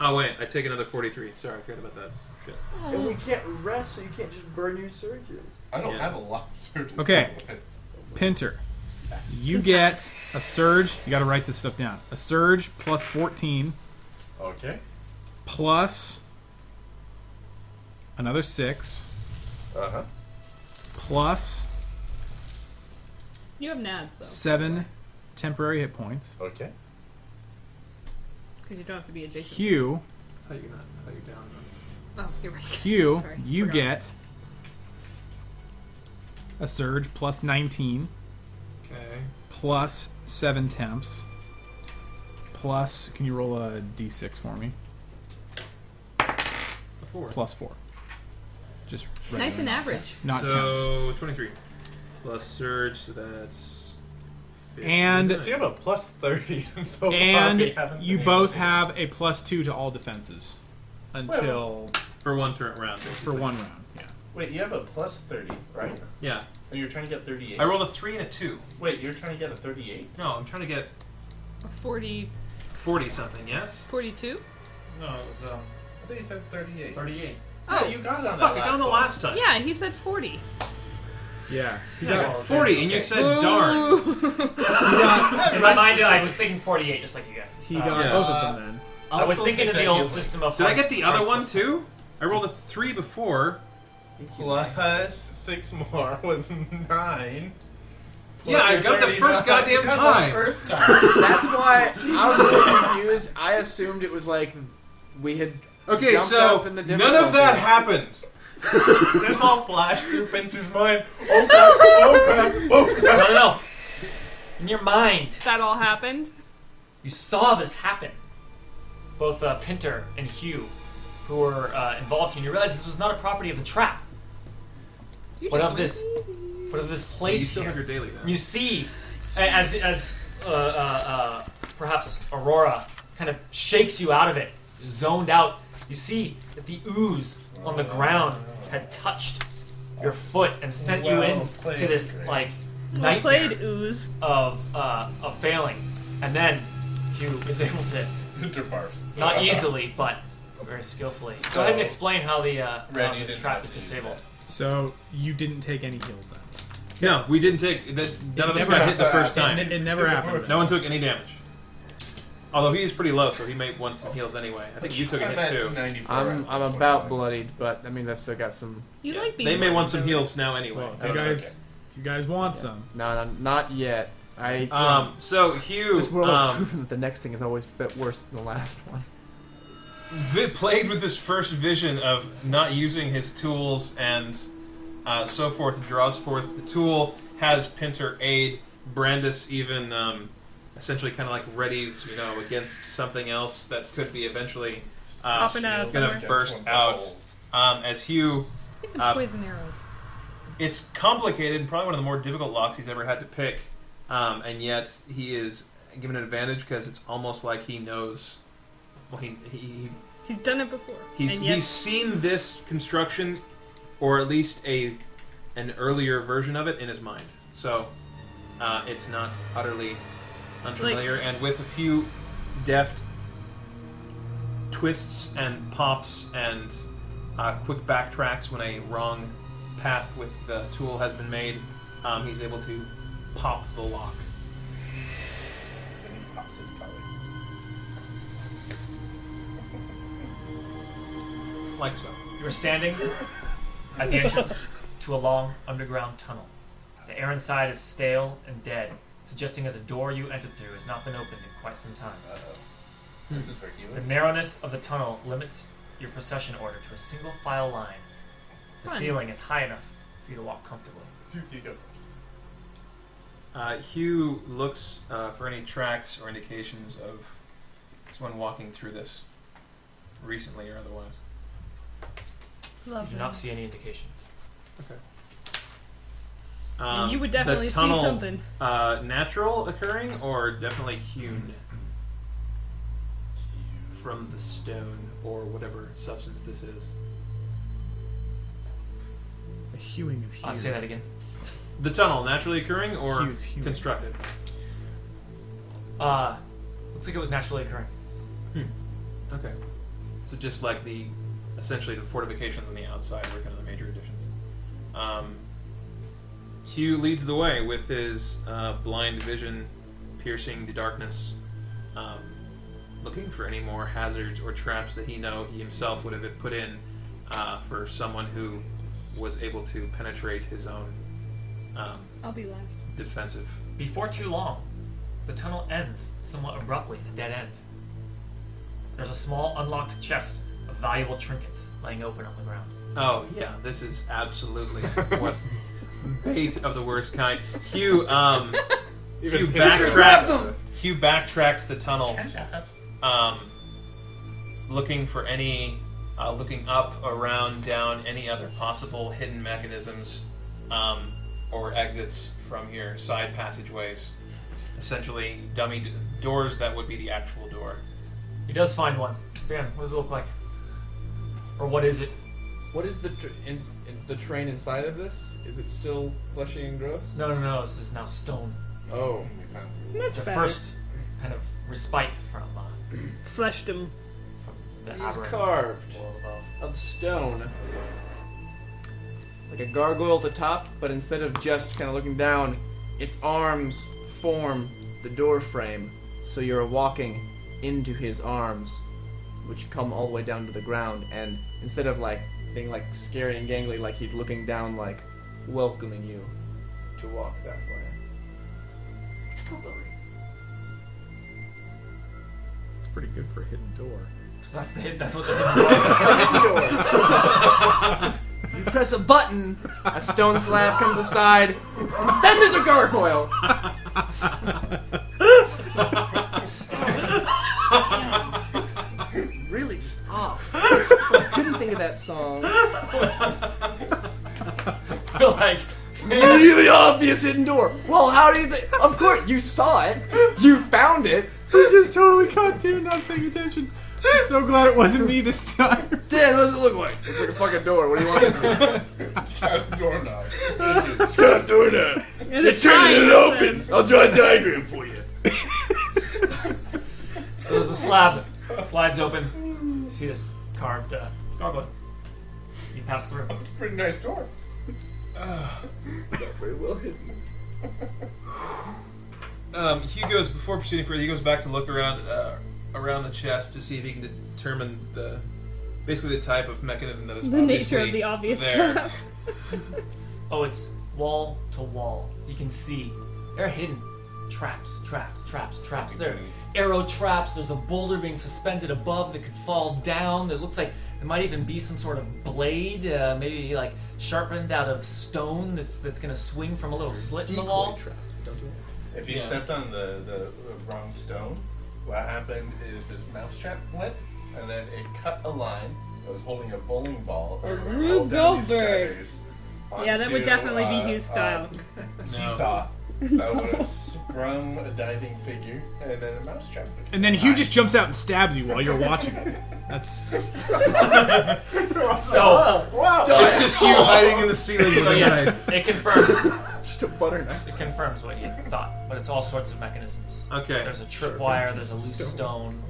Speaker 6: Oh wait, I take another forty-three. Sorry, I forgot about that. Shit.
Speaker 8: And we can't rest, so you can't just burn your surges.
Speaker 5: I don't
Speaker 6: yeah.
Speaker 5: have a lot of surges.
Speaker 10: Okay.
Speaker 5: by the way.
Speaker 10: Pinter. You get a surge. You got to write this stuff down. A surge plus fourteen
Speaker 5: Okay.
Speaker 10: plus another six
Speaker 5: Uh huh.
Speaker 10: plus
Speaker 4: You have nads though,
Speaker 10: seven temporary hit points.
Speaker 5: Okay.
Speaker 4: because you don't have to be adjacent.
Speaker 10: Hugh,
Speaker 6: I thought you're not. I thought you're down.
Speaker 4: Oh, you're right.
Speaker 10: Hugh,
Speaker 4: Sorry,
Speaker 10: you
Speaker 4: forgot.
Speaker 10: get a surge plus nineteen
Speaker 6: Okay.
Speaker 10: plus seven temps plus. Can you roll a d6 for me?
Speaker 6: A four.
Speaker 10: Plus four. Just
Speaker 4: nice
Speaker 10: regular,
Speaker 4: and average.
Speaker 10: not temps.
Speaker 6: so oh, twenty-three plus surge. So that's.
Speaker 10: And-
Speaker 6: 59.
Speaker 5: So you have a plus thirty. And so far we
Speaker 10: And
Speaker 5: haven't
Speaker 10: you
Speaker 5: been
Speaker 10: both
Speaker 5: able to-
Speaker 10: have a plus two to all defenses until
Speaker 6: for one turn round.
Speaker 10: for
Speaker 6: Basically.
Speaker 10: one round. Yeah.
Speaker 5: Wait, you have a plus thirty, right?
Speaker 6: Yeah,
Speaker 5: And you're trying to get thirty-eight.
Speaker 6: I rolled a three and a two.
Speaker 5: Wait, you're trying to get a thirty-eight?
Speaker 6: No, I'm trying to get
Speaker 4: 40,
Speaker 6: forty something. Yes.
Speaker 4: 42?
Speaker 2: No, it was um,
Speaker 5: I thought you said thirty-eight.
Speaker 2: thirty-eight.
Speaker 5: Yeah,
Speaker 4: Oh,
Speaker 5: you got it on
Speaker 6: Fuck, I
Speaker 5: that
Speaker 6: got on the
Speaker 5: one.
Speaker 6: last time.
Speaker 4: yeah, he said 40.
Speaker 10: Yeah. He
Speaker 6: Yeah, I
Speaker 10: got,
Speaker 6: got 40, and you said darn.
Speaker 4: Boo.
Speaker 2: In my mind, I was thinking forty-eight, just like you guys.
Speaker 10: he
Speaker 2: Uh,
Speaker 10: got
Speaker 6: yeah.
Speaker 10: both of them then.
Speaker 2: I was
Speaker 5: I'll
Speaker 2: thinking
Speaker 5: still
Speaker 2: of
Speaker 5: take
Speaker 2: the
Speaker 5: that
Speaker 2: old
Speaker 5: healing.
Speaker 2: system of.
Speaker 6: Did I
Speaker 2: like,
Speaker 6: get the other
Speaker 2: strength
Speaker 6: one
Speaker 2: plus-
Speaker 6: too? I rolled a three before.
Speaker 5: Plus six more was nine.
Speaker 6: Yeah, I
Speaker 5: Plus
Speaker 6: got the
Speaker 5: 39.
Speaker 6: first goddamn
Speaker 5: You got the
Speaker 6: time.
Speaker 5: First time.
Speaker 8: That's why I was a little confused. I assumed it was like we had
Speaker 6: Okay,
Speaker 8: jumped
Speaker 6: so
Speaker 8: up in the
Speaker 6: none of that
Speaker 8: difficulty.
Speaker 6: happened.
Speaker 5: There's all flash through Pinter's mind. Oh crap! Oh crap! Oh crap!
Speaker 2: No, no, no. In your mind,
Speaker 4: that all happened.
Speaker 2: you saw this happen. Both uh, Pinter and Hugh, who were uh, involved here, and you realized this was not a property of the trap,
Speaker 4: You
Speaker 2: but
Speaker 4: just
Speaker 2: of this, but of this
Speaker 6: You
Speaker 2: place
Speaker 6: still
Speaker 2: here.
Speaker 6: have your daily. Though.
Speaker 2: You see, a- as as uh, uh, uh, perhaps Aurora kind of shakes you out of it, zoned out. You see that the ooze on the ground had touched your foot and sent you
Speaker 5: Well
Speaker 2: in to
Speaker 5: played,
Speaker 2: this
Speaker 5: Greg.
Speaker 2: like
Speaker 4: I
Speaker 2: nightmare
Speaker 4: played ooze.
Speaker 2: of uh, of failing, and then Hugh is able to
Speaker 5: Interbarf.
Speaker 2: not easily but very skillfully. Go
Speaker 5: So-
Speaker 2: ahead and explain how the, uh,
Speaker 5: Red,
Speaker 2: how
Speaker 5: you
Speaker 2: the
Speaker 5: didn't
Speaker 2: trap
Speaker 5: have
Speaker 2: is
Speaker 5: to use
Speaker 2: disabled.
Speaker 3: So you didn't take any heals then.
Speaker 6: No, we didn't take. That, none of us
Speaker 3: never
Speaker 6: got hit the first
Speaker 5: happened.
Speaker 6: time.
Speaker 3: It, it never happened.
Speaker 6: No one took any damage. Although he is pretty low, so he may want some heals anyway. I think you took a
Speaker 5: That's
Speaker 6: hit too.
Speaker 5: 94
Speaker 8: I'm
Speaker 5: out
Speaker 8: I'm
Speaker 5: of 25.
Speaker 8: about bloodied, but I mean that's still got some.
Speaker 4: You
Speaker 6: Yeah.
Speaker 4: like being
Speaker 6: They may
Speaker 4: bloodied,
Speaker 6: want some
Speaker 4: though.
Speaker 6: heals now anyway.
Speaker 3: Well,
Speaker 6: I
Speaker 3: if you
Speaker 6: don't know.
Speaker 3: guys, if you guys want some.
Speaker 8: No, no, not yet. I.
Speaker 6: Um, so Hugh
Speaker 8: Uh, this world has
Speaker 6: um,
Speaker 8: proven that the next thing is always a bit worse than the last one.
Speaker 6: vi- played with this first vision of not using his tools and uh, so forth. Draws forth the tool, has Pinter aid. Brandis even um, essentially kind of like readies, you know, against something else that could be eventually uh,
Speaker 4: Popping out of
Speaker 6: gonna
Speaker 4: somewhere.
Speaker 6: burst out. Um, as Hugh
Speaker 11: Even
Speaker 6: Uh,
Speaker 11: poison arrows.
Speaker 6: it's complicated, probably one of the more difficult locks he's ever had to pick, um, and yet he is given an advantage because it's almost like he knows. Well, he, he, he
Speaker 4: He's done it before.
Speaker 6: he's
Speaker 4: and yet,
Speaker 6: he's seen this construction, or at least a an earlier version of it in his mind. So uh, it's not utterly unfamiliar, and with a few deft twists and pops and uh, quick backtracks when a wrong path with the tool has been made, um, he's able to pop the lock.
Speaker 5: And he pops his collar.
Speaker 6: Like so.
Speaker 2: You were standing at the entrance to a long underground tunnel. The air inside is stale and dead, suggesting that the door you entered through has not been opened in quite some time.
Speaker 5: Uh-oh. This is where he
Speaker 2: The
Speaker 5: was.
Speaker 2: narrowness of the tunnel limits your procession order to a single file line. The
Speaker 4: Fun.
Speaker 2: ceiling is high enough for you to walk comfortably.
Speaker 5: You- you go first.
Speaker 6: Uh, Hugh looks uh, for any tracks or indications of someone walking through this recently or otherwise.
Speaker 2: You do
Speaker 11: Lovely.
Speaker 2: not see any indication.
Speaker 6: Um,
Speaker 4: you would definitely
Speaker 6: the tunnel,
Speaker 4: see something.
Speaker 6: Uh, natural occurring or definitely hewn from the stone or whatever substance this is.
Speaker 3: A hewing of hues.
Speaker 2: I'll Uh, say that again.
Speaker 6: The tunnel naturally occurring or
Speaker 3: Hewn is hewn.
Speaker 6: constructed.
Speaker 2: Uh, looks like it was naturally occurring.
Speaker 6: Okay. So just like the essentially the fortifications on the outside were kind of the major additions. Um, Hugh leads the way with his uh, blind vision piercing the darkness, um, looking for any more hazards or traps that he know he himself would have put in uh, for someone who was able to penetrate his own um,
Speaker 4: I'll be last.
Speaker 6: defensive.
Speaker 2: Before too long, the tunnel ends somewhat abruptly at a dead end. There's a small unlocked chest of valuable trinkets laying open on the ground.
Speaker 6: Oh yeah, this is absolutely what bait of the worst kind. Hugh, um, Hugh backtracks. Hugh backtracks the tunnel, um, looking for any, uh, looking up, around, down, any other possible hidden mechanisms, um, or exits from here, side passageways, essentially dummy d- doors that would be the actual door.
Speaker 2: He does find one. Dan, what does it look like? Or what is it?
Speaker 8: What is the the train inside of this? Is it still fleshy and gross?
Speaker 2: No, no, no. This is now stone.
Speaker 8: Oh,
Speaker 5: We found
Speaker 4: Much
Speaker 2: The
Speaker 4: better.
Speaker 2: first kind of respite from uh,
Speaker 4: Fleshed him.
Speaker 2: from the
Speaker 8: he's
Speaker 2: aberrant
Speaker 8: carved
Speaker 2: world above.
Speaker 8: of stone, like a gargoyle at the top, but instead of just kind of looking down, its arms form the door frame, so you're walking into his arms, which come all the way down to the ground, and instead of like being like scary and gangly, like he's looking down, like welcoming you to walk that way. It's
Speaker 3: It's pretty good for a hidden door.
Speaker 2: That's, the, that's what the hidden door is.
Speaker 8: you press a button, a stone slab comes aside, then there's a gargoyle. really just off. Couldn't think of that song.
Speaker 2: We're like,
Speaker 8: Really obvious hidden door. Well, how do you think? Of course, you saw it. You found it.
Speaker 10: We just totally caught Dan not paying attention. I'm so glad it wasn't me this time.
Speaker 7: Dan, what does it look like? It's like a fucking door. What do you want?
Speaker 12: Got a doorknob.
Speaker 7: it's got a door now.
Speaker 4: And it's trying to open.
Speaker 7: I'll draw a diagram for you.
Speaker 2: So there's a slab. Slides open. You see this carved uh, gargoyle. You pass through.
Speaker 12: It's a pretty nice door.
Speaker 7: Very well hidden.
Speaker 6: Um, Hugh goes before proceeding further. He goes back to look around uh, around the chest to see if he can determine the basically the type of mechanism that is
Speaker 4: The nature of
Speaker 6: obviously
Speaker 4: the obvious
Speaker 6: there.
Speaker 4: trap.
Speaker 2: Oh, it's wall to wall. You can see they're hidden. Traps, traps, traps, traps. There are arrow traps. There's a boulder being suspended above that could fall down. There looks like there might even be some sort of blade, uh, maybe like sharpened out of stone that's that's gonna swing from a little slit in the wall.
Speaker 5: If you
Speaker 6: Yeah.
Speaker 5: stepped on the, the wrong stone, what happened is his mouse trap went, and then it cut a line that was holding a bowling ball. A
Speaker 4: Rube Goldberg. Yeah, that would definitely be
Speaker 6: uh,
Speaker 4: Hugh's style.
Speaker 5: Seesaw. that would have sprung a diving figure, and then a mouse trap. would
Speaker 10: And then Hugh just jumps out and stabs you while you're watching. That's
Speaker 7: Oh,
Speaker 2: So,
Speaker 6: It's just Hugh hiding in the ceiling.
Speaker 2: so yes, it confirms.
Speaker 7: Just a butter knife.
Speaker 2: It confirms what you thought, but it's all sorts of mechanisms.
Speaker 6: Okay,
Speaker 2: There's a tripwire. There's a loose stone.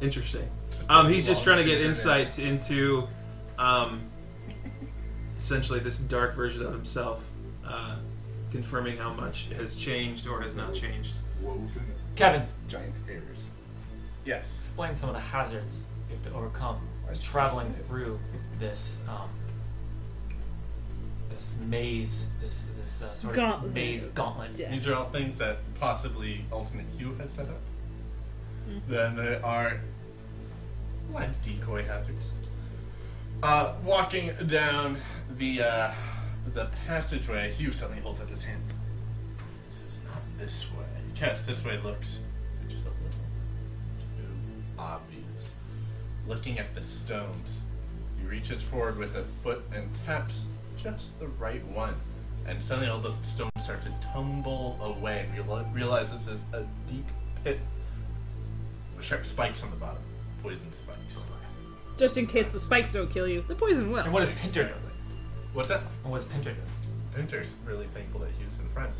Speaker 6: interesting. Um, he's just trying to get insight into um, essentially this dark version of himself, uh, confirming how much has changed or has not changed.
Speaker 12: Woven
Speaker 2: Kevin,
Speaker 12: giant hairs.
Speaker 5: Yes.
Speaker 2: explain some of the hazards you have to overcome as traveling through this um, this maze, this this uh, sort
Speaker 4: Gauntlet.
Speaker 2: of maze gauntlet.
Speaker 4: Yeah.
Speaker 5: These are all things that possibly Ultimate Hugh has set up.
Speaker 4: Mm-hmm.
Speaker 5: Then there are like decoy hazards. Uh, walking down the uh, the passageway, Hugh suddenly holds up his hand. This is not this way. Yes, this way looks just a little too obvious. Looking at the stones, he reaches forward with a foot and taps just the right one. And suddenly all the stones start to tumble away, and reali- realize this is a deep pit with sharp spikes on the bottom. Poison spikes.
Speaker 4: Just in case the spikes don't kill you, the poison will.
Speaker 2: And what is Pinter doing?
Speaker 5: What's that?
Speaker 2: And what is Pinter doing?
Speaker 5: Pinter's really thankful that Hugh's in front.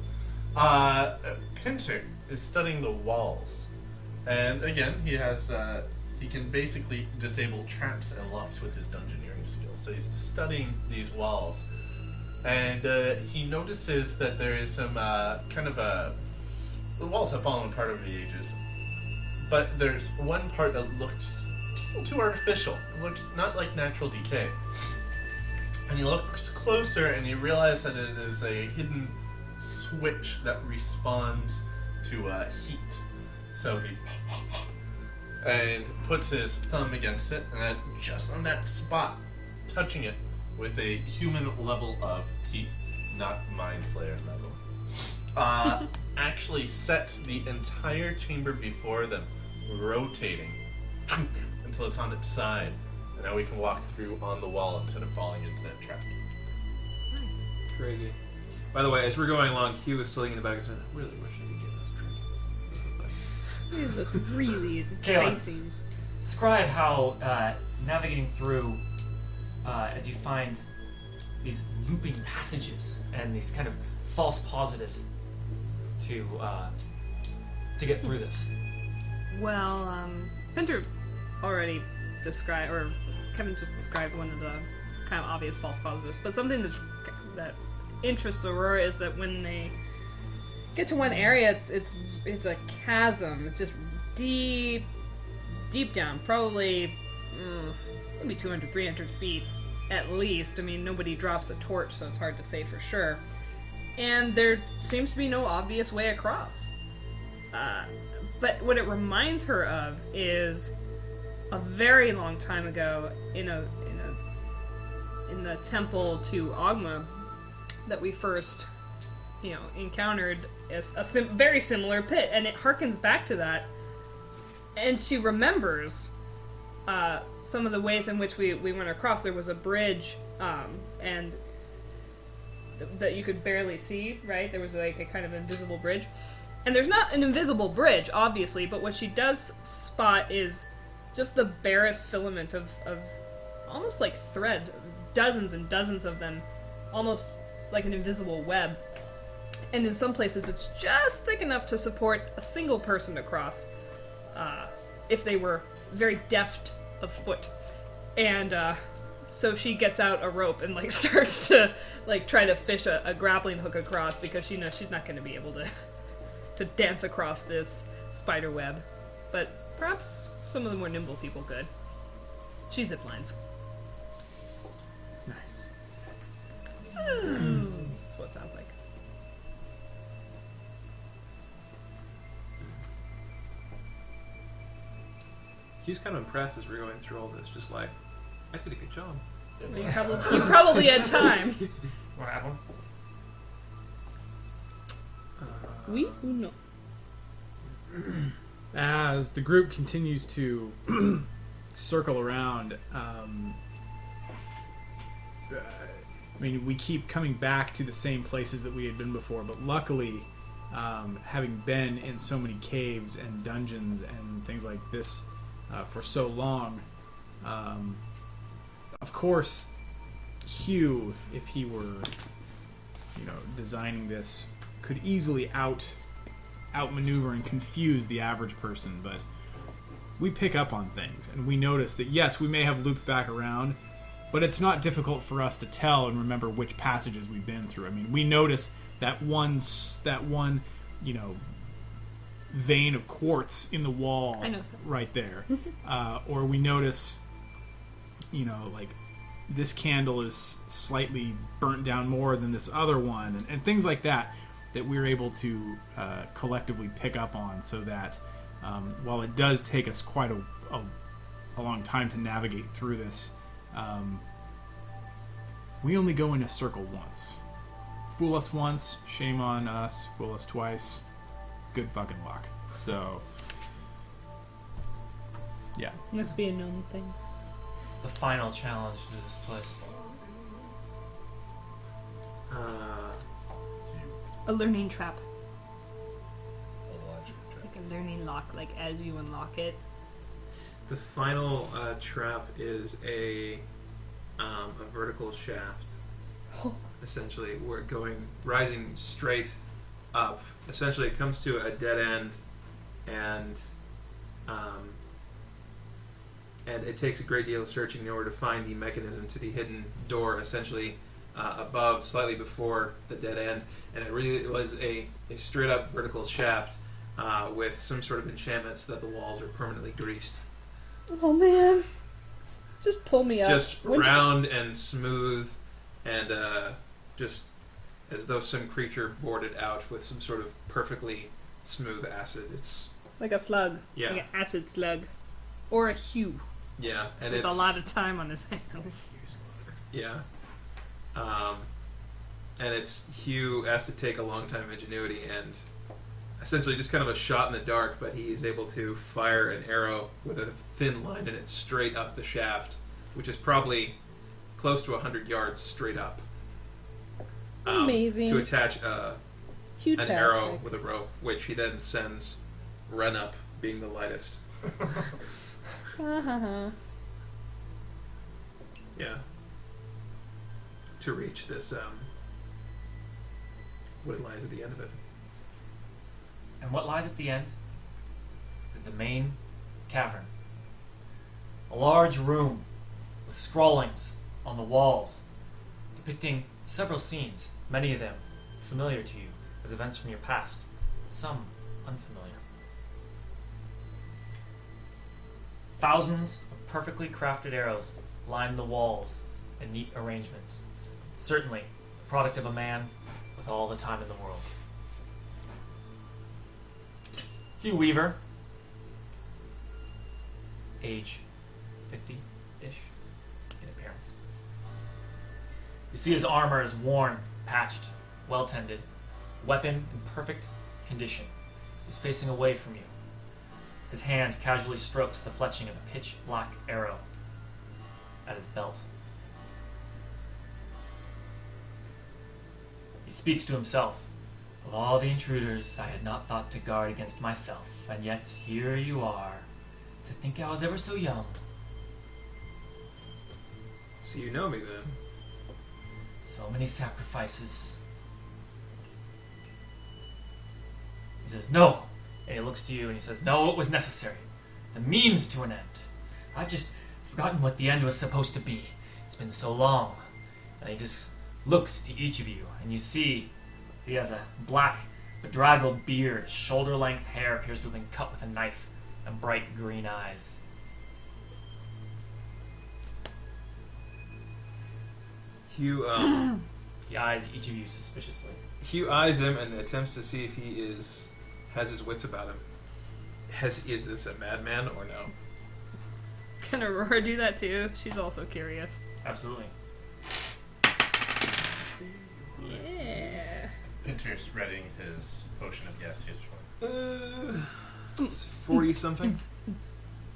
Speaker 5: Uh, Pinter is studying the walls, and again, he has uh, he can basically disable traps and locks with his dungeoneering skills. So he's studying these walls, and uh, he notices that there is some uh, kind of a the walls have fallen apart over the ages, but there's one part that looks just a little too artificial. It looks not like natural decay and he looks closer and he realizes that it is a hidden switch that responds to uh, heat. So he and puts his thumb against it, and then just on that spot, touching it with a human level of heat, not mind flare level, uh, actually sets the entire chamber before them rotating until it's on its side. And now we can walk through on the wall instead of falling into that trap.
Speaker 6: Crazy. By the way, as we're going along, Hugh is still thinking about his. I really wish I could get those trinkets.
Speaker 4: It looks really
Speaker 2: Kayla.
Speaker 4: enticing.
Speaker 2: Describe how uh, navigating through uh, as you find these looping passages and these kind of false positives to uh, to get through this.
Speaker 4: Well, um, Pinter already described, or Kevin just described one of the kind of obvious false positives. But something that's, that interests Aurora is that when they get to one area, it's it's it's a chasm, just deep, deep down, probably mm, maybe 200, 300 feet at least. I mean, nobody drops a torch, so it's hard to say for sure. And there seems to be no obvious way across. Uh, but what it reminds her of is a very long time ago in a in a in the temple to Ogma that we first you know encountered is a sim- very similar pit, and it harkens back to that. And she remembers uh, some of the ways in which we we went across. There was a bridge, um, and th- that you could barely see. Right, there was like a kind of invisible bridge And there's not an invisible bridge, obviously, but what she does spot is just the barest filament of, of almost like thread, dozens and dozens of them, almost like an invisible web. And in some places, it's just thick enough to support a single person to cross uh, if they were very deft of foot. And uh, so she gets out a rope and like starts to like try to fish a, a grappling hook across because she knows she's not going to be able to to dance across this spider web. But perhaps some of the more nimble people could. She zip lines.
Speaker 3: Nice.
Speaker 4: That's what it sounds like.
Speaker 6: She's kind of impressed as we're going through all this, just like, I did a good job.
Speaker 4: You probably, you probably had time.
Speaker 2: Want to add one?
Speaker 4: We who know.
Speaker 3: As the group continues to circle around, um, uh, I mean, we keep coming back to the same places that we had been before, but luckily, um, having been in so many caves and dungeons and things like this uh, for so long, um, of course, Hugh, if he were, you know, designing this, could easily out outmaneuver and confuse the average person, but we pick up on things and we notice that yes, we may have looped back around, but it's not difficult for us to tell and remember which passages we've been through. I mean, we notice that one s- that one, you know, vein of quartz in the wall
Speaker 4: I noticed that.
Speaker 3: right there, uh, or we notice, you know, like this candle is slightly burnt down more than this other one, and, and things like that that we're able to uh, collectively pick up on, so that um, while it does take us quite a, a, a long time to navigate through this, um, we only go in a circle once. Fool us once, shame on us. Fool us twice, good fucking luck. So, yeah.
Speaker 4: Must be a known thing.
Speaker 2: It's the final challenge to this place.
Speaker 6: Uh,
Speaker 4: A learning trap.
Speaker 13: A logic check.
Speaker 4: Like a learning lock, like as you unlock it.
Speaker 6: the final uh, trap is a um, a vertical shaft, essentially. We're going rising straight up. Essentially, it comes to a dead end, and um, and it takes a great deal of searching in order to find the mechanism to the hidden door. Essentially, uh, above, slightly before the dead end, and it really was a, a straight up vertical shaft. Uh, with some sort of enchantments that the walls are permanently greased
Speaker 4: Oh man. Just pull me up.
Speaker 6: just
Speaker 4: When's-
Speaker 6: round and smooth, and uh, just as though some creature bored it out with some sort of perfectly smooth acid. It's
Speaker 4: Like a slug.
Speaker 6: Yeah.
Speaker 4: Like an acid slug. Or a hue.
Speaker 6: yeah, and
Speaker 4: with
Speaker 6: it's
Speaker 4: a lot of time on his hands.
Speaker 6: yeah, um, and it's Hugh asked to take a long time of ingenuity and essentially just kind of a shot in the dark, but he is able to fire an arrow with a thin line in it straight up the shaft, which is probably close to hundred yards straight up. Um,
Speaker 4: Amazing.
Speaker 6: To attach a
Speaker 4: Huge
Speaker 6: an arrow with a rope, which he then sends run up, being the lightest. Yeah. To reach this, um, what lies at the end of it.
Speaker 2: And what lies at the end is the main cavern. A large room with scrawlings on the walls depicting several scenes, many of them familiar to you as events from your past, some unfamiliar. Thousands of perfectly crafted arrows line the walls in neat arrangements, certainly the product of a man with all the time in the world. Hugh Weaver, age 50 ish in appearance. You see his armor is worn, patched, well tended, weapon in perfect condition. He's facing away from you. His hand casually strokes the fletching of a pitch black arrow at his belt. He speaks to himself, Of all the intruders, I had not thought to guard against myself, and yet here you are. To think I was ever so young.
Speaker 6: So you know me then.
Speaker 2: So many sacrifices. He says, No. And he looks to you and he says, No, it was necessary. The means to an end. I've just forgotten what the end was supposed to be. It's been so long. And he just looks to each of you, and you see he has a black, bedraggled beard, shoulder length hair appears to have been cut with a knife, and bright green eyes.
Speaker 6: Hugh um,
Speaker 2: He eyes each of you suspiciously.
Speaker 6: Hugh eyes him and attempts to see if he is has his wits about him. Has is this a madman or no?
Speaker 4: Can Aurora do that too? She's also curious.
Speaker 2: Absolutely.
Speaker 4: Yeah.
Speaker 12: Pinter spreading his potion of gaseous form.
Speaker 6: Uh, Forty something.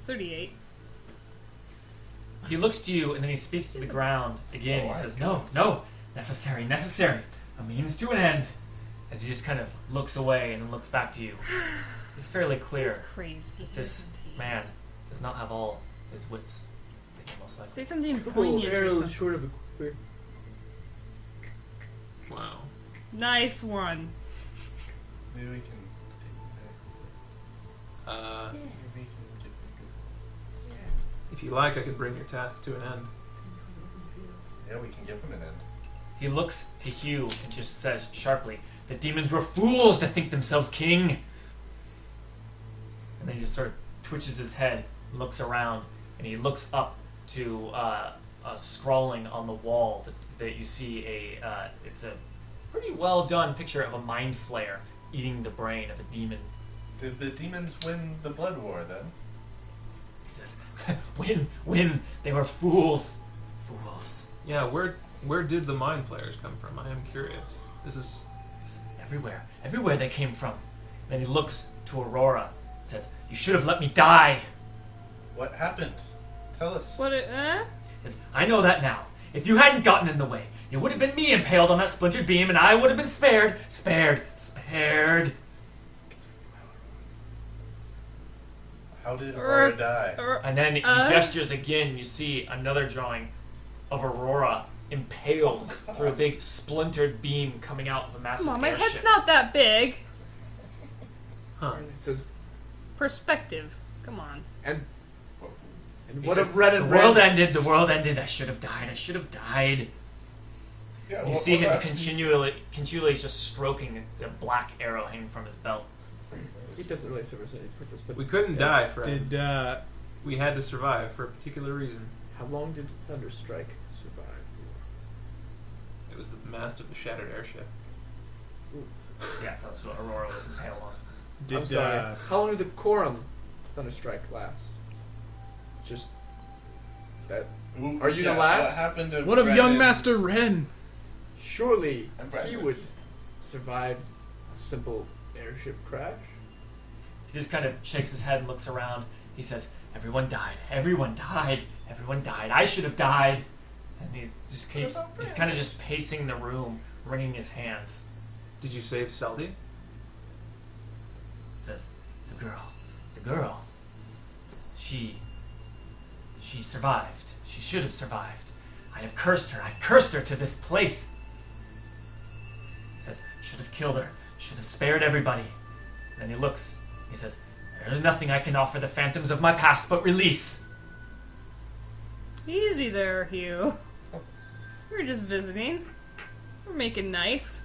Speaker 4: 38.
Speaker 2: He looks to you and then he speaks to the ground again.
Speaker 12: Oh,
Speaker 2: he
Speaker 12: I
Speaker 2: says,
Speaker 12: see.
Speaker 2: No, no, necessary, necessary. A means to an end. As he just kind of looks away and then looks back to you. It's fairly
Speaker 4: That's
Speaker 2: clear
Speaker 4: crazy.
Speaker 2: that this man does not have all his wits. with him, most likely.
Speaker 4: Say something poignant or something.
Speaker 7: short of a quiver.
Speaker 6: Wow.
Speaker 4: Nice one.
Speaker 12: Maybe we can take
Speaker 6: Uh,
Speaker 12: it back. Maybe we can get bigger.
Speaker 6: if you like, I could bring your task to an end.
Speaker 12: Yeah, we can give him an end.
Speaker 2: He looks to Hugh and just says sharply, The demons were fools to think themselves king. And then he just sort of twitches his head, looks around, and he looks up to uh, a scrawling on the wall that, that you see a. Uh, it's a pretty well done picture of a mind flayer eating the brain of a demon.
Speaker 12: Did the demons win the blood war then?
Speaker 2: He says, Win, win, they were fools. Fools.
Speaker 6: Yeah, where where did the mind players come from? I am curious. This is
Speaker 2: Everywhere, everywhere they came from. Then he looks to Aurora and says, You should have let me die.
Speaker 12: What happened? Tell us.
Speaker 4: What? It, eh?
Speaker 2: Says, I know that now. If you hadn't gotten in the way, it would have been me impaled on that splintered beam, and I would have been spared, spared, spared.
Speaker 12: How did
Speaker 4: Or-
Speaker 12: Aurora die?
Speaker 4: Or-
Speaker 2: And then he
Speaker 4: Uh?
Speaker 2: gestures again, and you see another drawing of Aurora impaled through a big splintered beam coming out of a massive
Speaker 4: Come on, my
Speaker 2: airship.
Speaker 4: head's not that big.
Speaker 6: huh.
Speaker 8: And it says,
Speaker 4: Perspective. Come on.
Speaker 8: and, and
Speaker 2: He
Speaker 8: what
Speaker 2: says,
Speaker 8: have red
Speaker 2: The
Speaker 8: and
Speaker 2: world
Speaker 8: red-
Speaker 2: ended, the world ended, I should have died, I should have died.
Speaker 12: Yeah,
Speaker 2: You
Speaker 12: what-
Speaker 2: see
Speaker 12: what
Speaker 2: him
Speaker 12: about-
Speaker 2: continually, continually just stroking a black arrow hanging from his belt.
Speaker 8: It doesn't really serve us any purpose, but
Speaker 6: We couldn't die for
Speaker 10: Did uh,
Speaker 6: we had to survive for a particular reason.
Speaker 8: how long did Thunder Strike survive?
Speaker 6: It was the mast of the shattered airship.
Speaker 2: Yeah, that's what Aurora was impaled on.
Speaker 10: did
Speaker 8: I'm sorry.
Speaker 10: Uh,
Speaker 8: how long did the Quorum Thunder Strike last? Just that.
Speaker 12: Who-
Speaker 8: Are you the
Speaker 12: yeah,
Speaker 8: last?
Speaker 12: What happened to
Speaker 10: what of young
Speaker 12: Brandon?
Speaker 10: Master Ren?
Speaker 8: Surely
Speaker 12: I'm right.
Speaker 8: he would survive a simple airship crash.
Speaker 2: He just kind of shakes his head and looks around. He says, Everyone died. Everyone died. Everyone died. I should have died. And he just keeps, he's kind of just pacing the room, wringing his hands.
Speaker 6: Did you save Seldy?
Speaker 2: He says, The girl, the girl. She, she survived. She should have survived. I have cursed her. I've cursed her to this place. He says, Should have killed her. Should have spared everybody. Then he looks. He says, There's nothing I can offer the phantoms of my past but release.
Speaker 4: Easy there, Hugh. We're just visiting. We're making nice.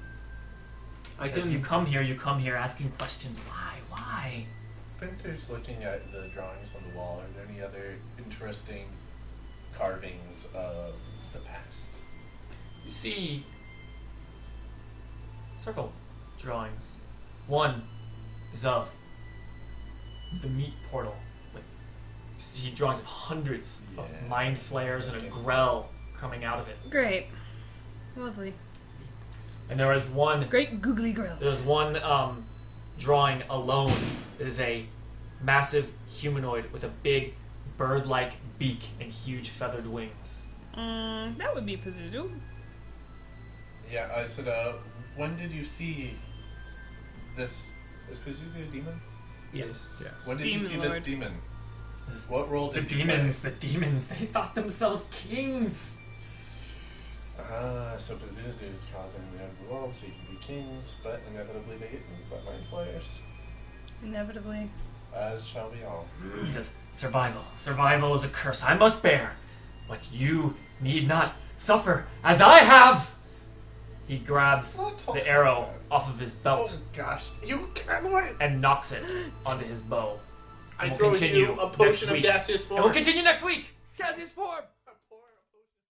Speaker 6: I
Speaker 2: Says,
Speaker 6: can.
Speaker 2: you come here, you come here asking questions. Why? Why?
Speaker 12: Pinter's looking at the drawings on the wall. Are there any other interesting carvings of the past?
Speaker 2: You see circle drawings. One is of the meat portal with you see drawings of hundreds
Speaker 12: Yeah.
Speaker 2: of mind flares and a grell coming out of it.
Speaker 4: Great. Lovely.
Speaker 2: And there is one
Speaker 4: Great googly grills.
Speaker 2: There's one um, drawing alone that is a massive humanoid with a big bird-like beak and huge feathered wings.
Speaker 4: Mm, that would be Pazuzu.
Speaker 12: Yeah, I said, uh, when did you see
Speaker 5: this is Kuzuzu a demon?
Speaker 2: Yes.
Speaker 6: Yes.
Speaker 5: When did
Speaker 4: Demon
Speaker 5: you see
Speaker 4: lord.
Speaker 5: this demon?
Speaker 2: This-
Speaker 5: What role
Speaker 2: The
Speaker 5: did he
Speaker 2: demons, the demons, they thought themselves kings.
Speaker 5: play? Ah, so Pazuzu is causing the end of the world so you can be kings, but inevitably they get moved by mind players.
Speaker 4: Inevitably.
Speaker 5: As shall we all.
Speaker 2: He says, Survival, survival is a curse I must bear, but you need not suffer as I have. He grabs
Speaker 5: Not talking
Speaker 2: the arrow
Speaker 5: about it.
Speaker 2: off of his
Speaker 5: Oh
Speaker 2: belt
Speaker 5: gosh, you can wait!
Speaker 2: and knocks it onto his bow.
Speaker 5: I
Speaker 2: And we'll
Speaker 5: Oh. throw
Speaker 2: continue
Speaker 5: you a
Speaker 2: next
Speaker 5: potion of
Speaker 2: week.
Speaker 5: gaseous
Speaker 2: And we'll
Speaker 5: form.
Speaker 2: continue next week.
Speaker 14: Cassius Form!